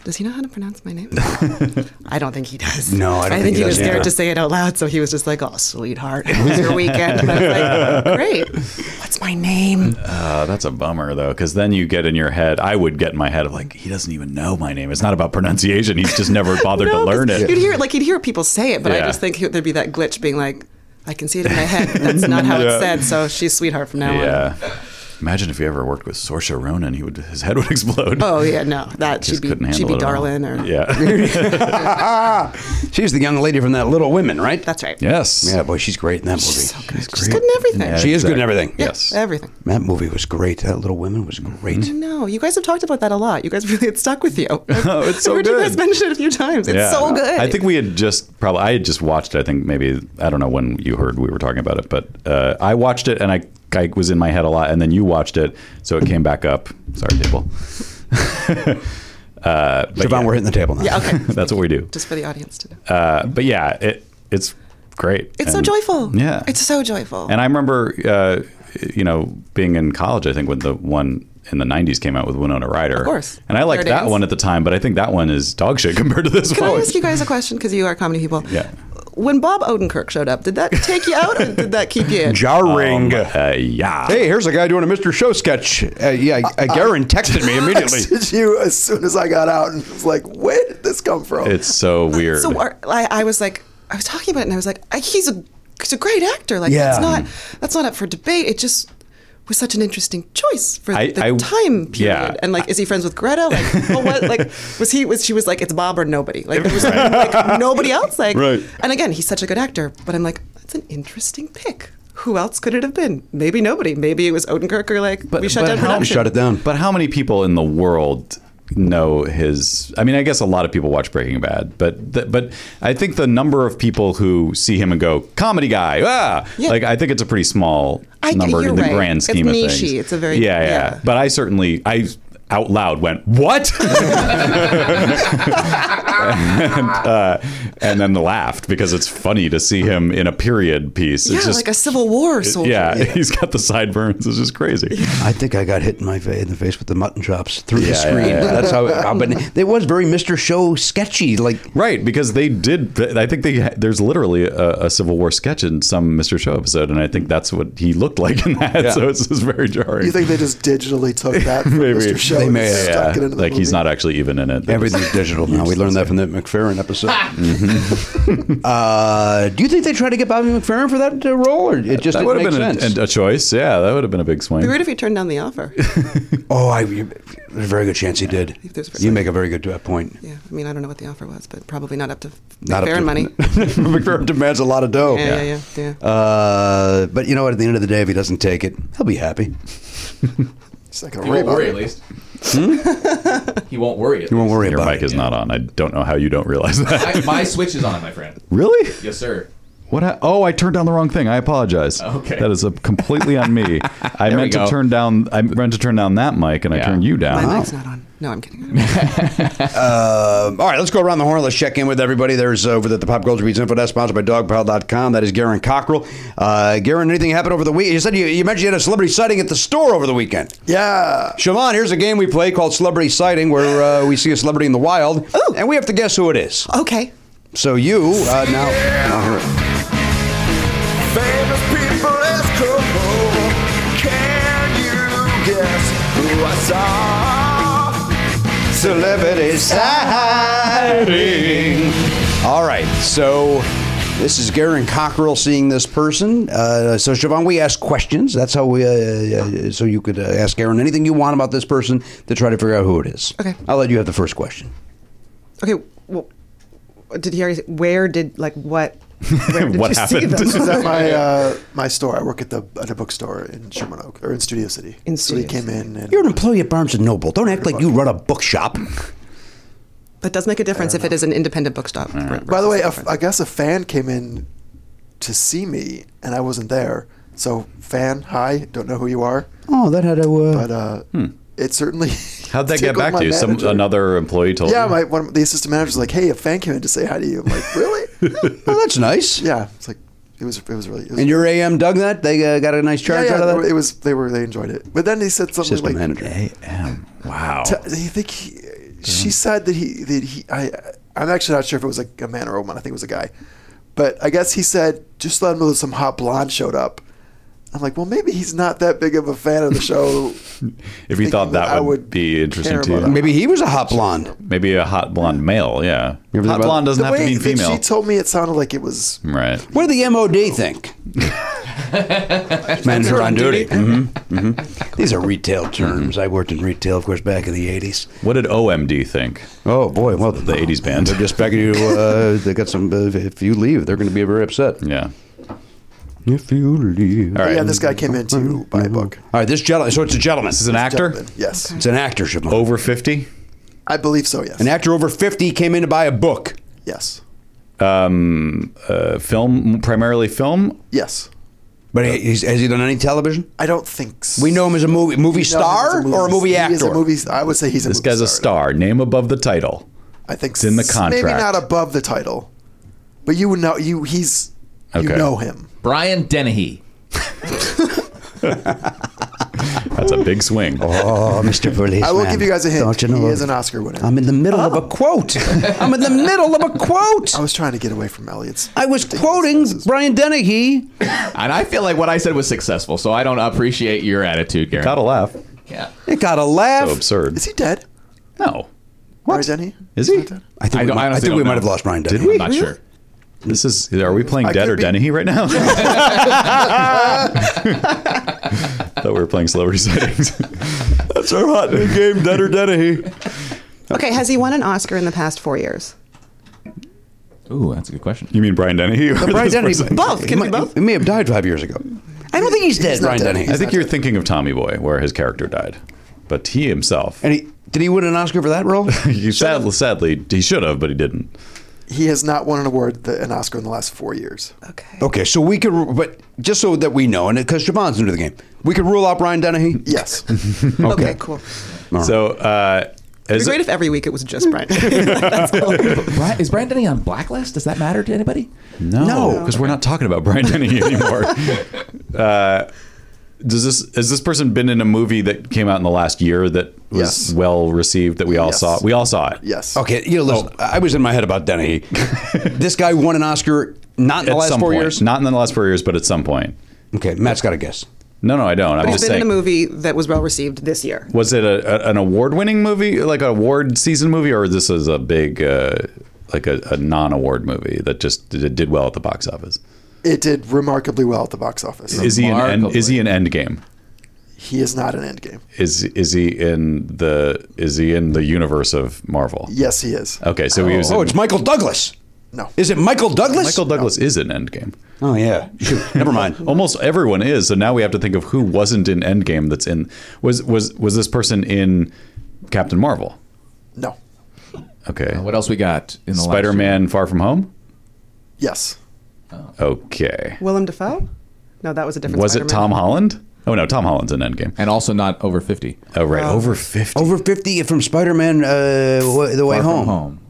[SPEAKER 8] Does he know how to pronounce my name? I don't think he does.
[SPEAKER 2] No, I don't think
[SPEAKER 8] think
[SPEAKER 2] he
[SPEAKER 8] was
[SPEAKER 2] does
[SPEAKER 8] scared
[SPEAKER 2] either.
[SPEAKER 8] to say it out loud, so he was just like, "Oh, sweetheart, how was your weekend?" And I was like, "Great. What's my name?"
[SPEAKER 3] Uh, that's a bummer, though, because then you get in your head. I would get in my head of like, he doesn't even know my name. It's not about pronunciation. He's just never bothered to
[SPEAKER 8] No, 'cause
[SPEAKER 3] learn it.
[SPEAKER 8] You'd hear like you'd hear people say it, but I
[SPEAKER 3] Yeah.
[SPEAKER 8] just think he- there'd be that glitch, being like, I can see it in my head. That's not how
[SPEAKER 3] Yeah.
[SPEAKER 8] it's said. So she's sweetheart from now on.
[SPEAKER 3] Yeah. Imagine if he ever worked with Saoirse Ronan, he would his head would explode.
[SPEAKER 8] Oh yeah, no, that
[SPEAKER 3] Just
[SPEAKER 8] she'd be
[SPEAKER 3] couldn't
[SPEAKER 8] she'd
[SPEAKER 3] handle
[SPEAKER 8] be
[SPEAKER 3] it at all.
[SPEAKER 8] darling or
[SPEAKER 3] yeah.
[SPEAKER 2] She's the young lady from that Little Women, right?
[SPEAKER 8] that's right.
[SPEAKER 3] yes.
[SPEAKER 2] Yeah, boy, she's great in that movie.
[SPEAKER 8] so good. She's good in everything.
[SPEAKER 3] Yeah,
[SPEAKER 2] She is good in
[SPEAKER 3] exactly.
[SPEAKER 2] everything.
[SPEAKER 3] Yes.
[SPEAKER 8] Everything.
[SPEAKER 2] That movie was great. That Little Women was great.
[SPEAKER 8] No, you guys have talked about that a lot. You guys really it stuck with you. Oh,
[SPEAKER 3] it's so
[SPEAKER 8] I heard
[SPEAKER 3] good.
[SPEAKER 8] You guys mentioned it a few times. It's
[SPEAKER 3] Yeah.
[SPEAKER 8] so good.
[SPEAKER 3] I think we had just probably I had just watched it. I think maybe I don't know when you heard we were talking about it, but uh, I watched it and I, I was in my head a lot, and then you watched it, so it came back up. Sorry, table. uh, but
[SPEAKER 2] Siobhan,
[SPEAKER 3] yeah,
[SPEAKER 2] we're hitting the table now.
[SPEAKER 8] Yeah. Okay.
[SPEAKER 3] that's what we do.
[SPEAKER 8] Just for the audience to know.
[SPEAKER 3] Uh, but yeah, it it's great.
[SPEAKER 8] it's so
[SPEAKER 3] And-
[SPEAKER 8] joyful.
[SPEAKER 3] Yeah,
[SPEAKER 8] It's so joyful.
[SPEAKER 3] And I remember, uh, you know, being in college. I think when the one in the '90s came out with Winona Ryder. Of
[SPEAKER 8] course.
[SPEAKER 3] And I liked
[SPEAKER 8] There it
[SPEAKER 3] that
[SPEAKER 8] is.
[SPEAKER 3] one at the time, but I think that one is dog shit compared to this
[SPEAKER 8] Can
[SPEAKER 3] one.
[SPEAKER 8] I ask you guys a question? Because you are comedy people.
[SPEAKER 3] Yeah.
[SPEAKER 8] When Bob Odenkirk showed up, did that take you out or did that keep you in?
[SPEAKER 2] Jarring.
[SPEAKER 3] Uh, yeah.
[SPEAKER 2] hey, here's a guy doing a Mr. Show sketch. Uh, yeah, uh, Garen texted me immediately.
[SPEAKER 4] Texted you as soon as I got out and was like, where did this come from?
[SPEAKER 3] It's so weird.
[SPEAKER 8] So are, I, I was like, I was talking about it, and I was like, I, he's a he's a great actor. Like,
[SPEAKER 2] Yeah.
[SPEAKER 8] it's not that's not up for debate. It just was such an interesting choice for
[SPEAKER 3] I-
[SPEAKER 8] the
[SPEAKER 3] I-
[SPEAKER 8] time period.
[SPEAKER 3] yeah.
[SPEAKER 8] And like, is he friends with Greta? Like, well, what, like was he was she was like, it's Bob or nobody. Like, there was like, nobody else. Like,
[SPEAKER 3] Right.
[SPEAKER 8] and again, he's such a good actor. But I'm like, that's an interesting pick. Who else could it have been? Maybe nobody. Maybe it was Odenkirk or like we shut down
[SPEAKER 3] how-
[SPEAKER 8] production.
[SPEAKER 2] Shut it down.
[SPEAKER 3] But how many people in the world know his? I mean, I guess a lot of people watch Breaking Bad, but th- but I think the number of people who see him and go comedy guy, ah,
[SPEAKER 8] Yeah.
[SPEAKER 3] like I think it's a pretty small
[SPEAKER 8] I-
[SPEAKER 3] number
[SPEAKER 8] you're
[SPEAKER 3] in the
[SPEAKER 8] right.
[SPEAKER 3] grand
[SPEAKER 8] It's
[SPEAKER 3] scheme of
[SPEAKER 8] niche-y.
[SPEAKER 3] things.
[SPEAKER 8] It's a very-
[SPEAKER 3] yeah, yeah,
[SPEAKER 8] yeah.
[SPEAKER 3] But I certainly I out loud went what and, uh, and then laughed because it's funny to see him in a period piece
[SPEAKER 8] Yeah,
[SPEAKER 3] it's just
[SPEAKER 8] like a Civil War soldier.
[SPEAKER 3] yeah, he's got the sideburns it's just crazy
[SPEAKER 2] I think I got hit in my fa- in the face with the mutton chops through
[SPEAKER 3] Yeah,
[SPEAKER 2] the
[SPEAKER 3] yeah,
[SPEAKER 2] screen.
[SPEAKER 3] yeah.
[SPEAKER 2] That's how. It, but it was very Mr. Show sketchy. Like
[SPEAKER 3] Right, because they did. I think they there's literally a, a Civil War sketch in some Mr. Show episode, and I think that's what he looked like in that. So it's just very jarring.
[SPEAKER 4] you think they just digitally took that from
[SPEAKER 3] Maybe.
[SPEAKER 4] Mr. Show
[SPEAKER 2] They
[SPEAKER 4] and
[SPEAKER 2] may have,
[SPEAKER 4] stuck it into the
[SPEAKER 3] like he's
[SPEAKER 4] movie?
[SPEAKER 3] not actually even in it. They
[SPEAKER 2] everything's
[SPEAKER 3] just-
[SPEAKER 2] digital now. We learned that from the McFerrin episode. uh, do you think they tried to get Bobby McFerrin for that uh, role, or it just
[SPEAKER 3] that
[SPEAKER 2] didn't
[SPEAKER 3] would
[SPEAKER 2] make
[SPEAKER 3] have been
[SPEAKER 2] sense?
[SPEAKER 3] a- uh, a, choice. Yeah, that would have been a big swing.
[SPEAKER 8] Weird if he turned down the offer.
[SPEAKER 2] oh, I, you- there's a very good chance he did.
[SPEAKER 8] there's a-
[SPEAKER 2] You make a very good uh, point.
[SPEAKER 8] Yeah, I mean, I don't know what the offer was, but probably not up to
[SPEAKER 2] Not
[SPEAKER 8] not
[SPEAKER 2] up
[SPEAKER 8] fair
[SPEAKER 2] to-
[SPEAKER 8] money.
[SPEAKER 2] McFerrin demands a lot of dough.
[SPEAKER 8] Yeah, yeah, yeah, yeah.
[SPEAKER 2] Uh, but you know what? At the end of the day, if he doesn't take it, he'll be happy.
[SPEAKER 4] He's not gonna
[SPEAKER 5] He won't
[SPEAKER 4] worry about
[SPEAKER 5] worry
[SPEAKER 4] it.
[SPEAKER 5] at least.
[SPEAKER 3] Hmm?
[SPEAKER 5] he won't worry. At
[SPEAKER 2] You won't
[SPEAKER 5] least.
[SPEAKER 2] worry
[SPEAKER 3] Your
[SPEAKER 2] about
[SPEAKER 3] mic
[SPEAKER 2] it.
[SPEAKER 3] is not on. I don't know how you don't realize that.
[SPEAKER 5] I, my switch is on, my friend.
[SPEAKER 3] really?
[SPEAKER 5] Yes, sir.
[SPEAKER 3] What? I, oh, I turned down the wrong thing. I apologize.
[SPEAKER 5] Okay.
[SPEAKER 3] that is a, completely on me. I
[SPEAKER 5] There we
[SPEAKER 3] meant to
[SPEAKER 5] go.
[SPEAKER 3] turn down. I meant to turn down that mic, and I
[SPEAKER 5] Yeah.
[SPEAKER 3] turned you down.
[SPEAKER 8] My mic's not on. No, I'm kidding.
[SPEAKER 9] Um, all right, let's go around the horn. Let's check in with everybody. There's uh, over at the Pop Culture Beats Info Desk, sponsored by dogpile.com. That is Garen Cockrell. Uh, Garen, anything happened over the week? You said you, you mentioned you had a celebrity sighting at the store over the weekend.
[SPEAKER 4] Yeah.
[SPEAKER 9] Siobhan, here's a game we play called Celebrity Sighting, where uh, we see a celebrity in the wild,
[SPEAKER 8] Ooh.
[SPEAKER 9] and we have to guess who it is.
[SPEAKER 8] Okay.
[SPEAKER 9] So you uh, now. now here it-
[SPEAKER 10] Famous people is cool. Can you guess who I saw?
[SPEAKER 9] Celebrity sighting. All right, so this is Garen Cockrell seeing this person. Uh, so Siobhan, we ask questions. That's how we. Uh, uh, so you could uh, ask Garen anything you want about this person to try to figure out who it is.
[SPEAKER 8] Okay.
[SPEAKER 9] I'll let you have the first question.
[SPEAKER 8] Okay. Well, did you hear? Where did like what? Where did
[SPEAKER 3] What
[SPEAKER 8] you See
[SPEAKER 3] happened?
[SPEAKER 4] This is
[SPEAKER 8] them?
[SPEAKER 4] at my uh, my store. I work at the at a bookstore in Sherman Oak or in Studio City.
[SPEAKER 8] In
[SPEAKER 4] so they
[SPEAKER 8] Studio
[SPEAKER 4] came in and
[SPEAKER 9] You're an employee at Barnes and Noble. Don't act like you run a bookshop.
[SPEAKER 8] that does make a difference if it is an independent bookstop.
[SPEAKER 4] By the way,
[SPEAKER 9] uh,
[SPEAKER 4] a, I guess a fan came in to see me, and I wasn't there. So, fan, hi, don't know who you are,
[SPEAKER 9] Oh, that had a. Uh,
[SPEAKER 4] but uh, it certainly.
[SPEAKER 3] Hmm. How'd that get
[SPEAKER 4] tickled
[SPEAKER 3] back
[SPEAKER 4] my
[SPEAKER 3] to you? Some
[SPEAKER 4] manager.
[SPEAKER 3] another employee told
[SPEAKER 4] Yeah,
[SPEAKER 3] you.
[SPEAKER 4] my one of the assistant manager's like, "Hey, a fan came in to say hi to you." I'm like, "Really?"
[SPEAKER 9] oh, that's nice.
[SPEAKER 4] yeah, it's like it was. It was really. It was,
[SPEAKER 9] And your AM dug that? They uh, got a nice
[SPEAKER 4] yeah,
[SPEAKER 9] charge
[SPEAKER 4] yeah,
[SPEAKER 9] out of
[SPEAKER 4] they
[SPEAKER 9] that?
[SPEAKER 4] were- it was. They were. They enjoyed it. But then he said something like,
[SPEAKER 9] System manager.
[SPEAKER 3] AM. Wow.
[SPEAKER 4] T- I think he, she said that he that he I I'm actually not sure if it was like a man or a woman. I think it was a guy, but I guess he said just let him know that some hot blonde showed up. I'm like, well, maybe he's not that big of a fan of the show.
[SPEAKER 3] if you thought
[SPEAKER 4] thinking that
[SPEAKER 3] that
[SPEAKER 4] I
[SPEAKER 3] would,
[SPEAKER 4] would
[SPEAKER 3] be interesting
[SPEAKER 4] care
[SPEAKER 3] to you,
[SPEAKER 4] about
[SPEAKER 3] maybe,
[SPEAKER 9] Maybe he was a hot blonde.
[SPEAKER 3] a hot blonde male. Yeah,
[SPEAKER 9] You ever thought
[SPEAKER 3] hot
[SPEAKER 9] about-
[SPEAKER 3] blonde doesn't
[SPEAKER 4] the
[SPEAKER 3] have to
[SPEAKER 4] way
[SPEAKER 3] mean
[SPEAKER 4] that
[SPEAKER 3] female.
[SPEAKER 4] she told me, it sounded like it was.
[SPEAKER 3] right.
[SPEAKER 9] What do the MOD think? Manager on duty. hmm These are retail terms. I worked in retail, of course, back in the 80s.
[SPEAKER 3] What did OMD think?
[SPEAKER 9] Oh, boy. Well, the
[SPEAKER 3] 80s band.
[SPEAKER 9] They're just back at you. Uh, they got some. Uh, if you leave, they're going to be very upset.
[SPEAKER 3] Yeah.
[SPEAKER 9] If you leave. All
[SPEAKER 3] right.
[SPEAKER 4] Yeah, this guy came in to buy a book.
[SPEAKER 9] All right, this gentleman. So it's a gentleman.
[SPEAKER 3] This is an actor Oh.
[SPEAKER 4] Gentleman, Yes,
[SPEAKER 9] It's an actor, Siobhan.
[SPEAKER 3] over fifty.
[SPEAKER 4] I believe so. Yes,
[SPEAKER 9] An actor over 50 came in to buy a book.
[SPEAKER 4] yes,
[SPEAKER 3] Um, uh, film primarily film.
[SPEAKER 4] yes.
[SPEAKER 9] But he, he's, has he done any television?
[SPEAKER 4] I don't think so.
[SPEAKER 9] We know him as a movie movie star or a movie actor.
[SPEAKER 4] He's a movie. I would say he's a
[SPEAKER 3] This
[SPEAKER 4] movie
[SPEAKER 3] guy's a star. Name above the title.
[SPEAKER 4] I think
[SPEAKER 3] in the
[SPEAKER 4] s- Maybe
[SPEAKER 3] contract.
[SPEAKER 4] not above the title, but you would know you he's you
[SPEAKER 3] Okay.
[SPEAKER 4] know him.
[SPEAKER 5] Brian Dennehy.
[SPEAKER 3] That's a big swing.
[SPEAKER 9] Oh, Mr. Policeman.
[SPEAKER 4] I will give you guys a hint.
[SPEAKER 9] Don't you know?
[SPEAKER 4] he is an Oscar winner. i
[SPEAKER 9] I'm in the middle of a quote. Oh. I'm in the middle of a quote.
[SPEAKER 4] was trying to get away from Elliot's.
[SPEAKER 9] I was quoting Brian Dennehy.
[SPEAKER 5] And I feel like what I said was successful, so I don't appreciate your attitude, Gary.
[SPEAKER 3] Gotta laugh.
[SPEAKER 5] Yeah.
[SPEAKER 9] It got a
[SPEAKER 3] So
[SPEAKER 9] laugh.
[SPEAKER 3] absurd.
[SPEAKER 4] Is he dead?
[SPEAKER 3] No.
[SPEAKER 4] What? Is he?
[SPEAKER 3] Is he?
[SPEAKER 9] I think
[SPEAKER 5] I
[SPEAKER 9] we,
[SPEAKER 5] don't- I
[SPEAKER 9] might, I
[SPEAKER 5] honestly
[SPEAKER 9] think
[SPEAKER 5] don't
[SPEAKER 9] we might
[SPEAKER 5] know.
[SPEAKER 9] have lost Brian Dennehy.
[SPEAKER 5] I'm not sure.
[SPEAKER 3] This is. Are we playing Dead
[SPEAKER 4] could
[SPEAKER 3] or
[SPEAKER 4] be-
[SPEAKER 3] Dennehy right now? Thought we were playing celebrity sightings. That's our hot new game, Dead or Dennehy.
[SPEAKER 8] Okay, has he won an Oscar in the past four years?
[SPEAKER 5] Ooh, that's a good question.
[SPEAKER 3] You mean Brian Dennehy? or
[SPEAKER 9] Brian
[SPEAKER 3] this
[SPEAKER 9] Dennehy.
[SPEAKER 3] person?
[SPEAKER 9] Both. Can he, both? he may have died five years ago. I don't think he's dead, Brian
[SPEAKER 4] dead.
[SPEAKER 9] Dennehy.
[SPEAKER 3] I think you're thinking of Tommy Boy, where his character died, but he himself.
[SPEAKER 9] And he, did he win an Oscar for that role?
[SPEAKER 3] He sadly, sadly, he should have, but he didn't.
[SPEAKER 4] He has not won an award, that, an Oscar in the last four years.
[SPEAKER 8] Okay.
[SPEAKER 9] okay, so we could, but just so that we know, and because Siobhan's new to the game, we could rule out Brian Dennehy.
[SPEAKER 4] Yes.
[SPEAKER 9] Okay,
[SPEAKER 8] Okay, cool.
[SPEAKER 3] So, uh,
[SPEAKER 8] It'd be
[SPEAKER 3] is
[SPEAKER 8] great
[SPEAKER 3] it,
[SPEAKER 8] if every week it was just Brian. That's all.
[SPEAKER 5] Brian, is Brian Dennehy on blacklist? Does that matter to anybody?
[SPEAKER 3] no, because we're not talking about Brian Dennehy anymore. uh, does this has this person been in a movie that came out in the last year that was
[SPEAKER 4] Yes.
[SPEAKER 3] well received that we all
[SPEAKER 4] Yes.
[SPEAKER 3] saw? We all saw it.
[SPEAKER 4] yes.
[SPEAKER 9] Okay, you know, listen, I was in my head about Dennehy. this guy won an Oscar not in the
[SPEAKER 3] At
[SPEAKER 9] last
[SPEAKER 3] some
[SPEAKER 9] four
[SPEAKER 3] point,
[SPEAKER 9] years.
[SPEAKER 3] not in the last four years, but at some point.
[SPEAKER 9] okay, Matt's got a guess.
[SPEAKER 3] No, no, I don't. I'm
[SPEAKER 8] He's
[SPEAKER 3] just
[SPEAKER 8] been
[SPEAKER 3] saying.
[SPEAKER 8] in a movie that was well received this year.
[SPEAKER 3] Was it a, a, an award-winning movie, like an award season movie, or this is a big, uh, like a, a non-award movie that just did, did well at the box office?
[SPEAKER 4] It did remarkably well at the box office.
[SPEAKER 3] Is he an end, is he an Endgame?
[SPEAKER 4] he is not an Endgame.
[SPEAKER 3] Is is he in the is he in the universe of Marvel?
[SPEAKER 4] Yes, he is.
[SPEAKER 3] Okay, so he was.
[SPEAKER 9] Oh,
[SPEAKER 3] in-
[SPEAKER 9] it's Michael Douglas.
[SPEAKER 4] No.
[SPEAKER 9] Is it Michael Douglas?
[SPEAKER 3] Michael Douglas is in Endgame.
[SPEAKER 9] Oh yeah. Shoot. Never mind.
[SPEAKER 3] Almost everyone is. So now we have to think of who wasn't in Endgame. That's in was was was this person in Captain Marvel?
[SPEAKER 4] No.
[SPEAKER 3] Okay,
[SPEAKER 5] What else we got in the last year?
[SPEAKER 3] Spider-Man: Far From Home.
[SPEAKER 4] Yes.
[SPEAKER 3] Okay,
[SPEAKER 8] Willem Dafoe? No, that was a different
[SPEAKER 3] was it
[SPEAKER 8] Spider-Man.
[SPEAKER 3] Tom Holland? Oh no, Tom Holland's in Endgame.
[SPEAKER 5] and also not over fifty.
[SPEAKER 3] Oh right, over fifty.
[SPEAKER 9] Over 50 from Spider Man uh, Wa- The Way
[SPEAKER 5] Far
[SPEAKER 9] Home.
[SPEAKER 5] From home.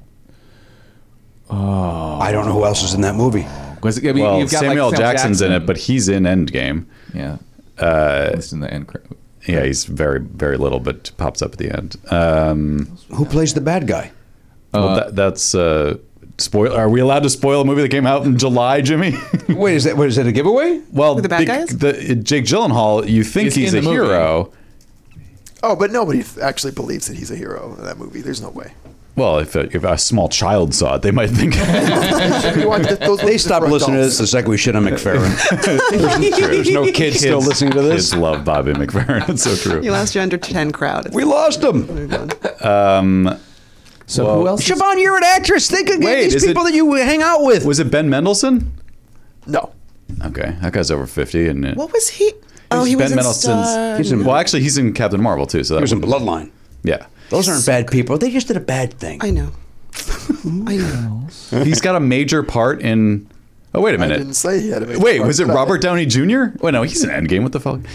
[SPEAKER 9] I don't know who else is in that movie.
[SPEAKER 5] 'Cause, I mean,
[SPEAKER 3] Well,
[SPEAKER 5] you've got, like,
[SPEAKER 3] Samuel
[SPEAKER 5] Sam
[SPEAKER 3] Jackson's in
[SPEAKER 5] Jackson.
[SPEAKER 3] it, but he's in Endgame.
[SPEAKER 5] yeah, uh, it's in the end. cre-
[SPEAKER 3] Yeah, he's very very little, but pops up at the end. Um,
[SPEAKER 9] Who plays the bad guy?
[SPEAKER 3] well, that, that's uh, spoil. Are we allowed to spoil a movie that came out in July, Jimmy?
[SPEAKER 9] Wait, is that what is that a giveaway?
[SPEAKER 3] well,
[SPEAKER 8] The bad guy is?
[SPEAKER 3] the- Jake Gyllenhaal. You think
[SPEAKER 5] He's
[SPEAKER 3] he's a
[SPEAKER 5] in the movie.
[SPEAKER 3] hero?
[SPEAKER 4] Oh, but nobody th- actually believes that he's a hero in that movie. There's no way.
[SPEAKER 3] Well, if a, if a small child saw it, they might think.
[SPEAKER 4] We watch th- those
[SPEAKER 9] They
[SPEAKER 4] movies
[SPEAKER 9] stopped
[SPEAKER 4] for
[SPEAKER 9] listening to
[SPEAKER 4] adults.
[SPEAKER 9] this the second we shit on McFerrin.
[SPEAKER 3] There's no kids,
[SPEAKER 9] still listening to this.
[SPEAKER 3] Kids love Bobby McFerrin. It's so true.
[SPEAKER 8] You lost your under 10 crowd.
[SPEAKER 9] we lost them.
[SPEAKER 5] So who else? is-
[SPEAKER 9] Siobhan, you're an actress. Think of
[SPEAKER 3] Wait,
[SPEAKER 9] these
[SPEAKER 3] is it-
[SPEAKER 9] people that you hang out with.
[SPEAKER 3] Was it Ben Mendelsohn?
[SPEAKER 4] No.
[SPEAKER 3] Okay, that guy's over fifty, and it-
[SPEAKER 8] What was he? Oh, he was
[SPEAKER 3] Ben
[SPEAKER 8] in
[SPEAKER 3] Mendelsohn's.
[SPEAKER 8] Star-
[SPEAKER 9] He's in-
[SPEAKER 3] well, actually, he's in Captain Marvel too. So that
[SPEAKER 9] It was in Bloodline.
[SPEAKER 3] yeah,
[SPEAKER 9] Those aren't bad people. They just did a bad thing.
[SPEAKER 8] I know. I know.
[SPEAKER 3] he's got a major part in. Oh wait a
[SPEAKER 4] I
[SPEAKER 3] minute.
[SPEAKER 4] didn't say he had a big
[SPEAKER 3] Wait,
[SPEAKER 4] part,
[SPEAKER 3] was it
[SPEAKER 4] but I-
[SPEAKER 3] Robert Downey Jr.? Wait, no, he's in Endgame. What the fuck?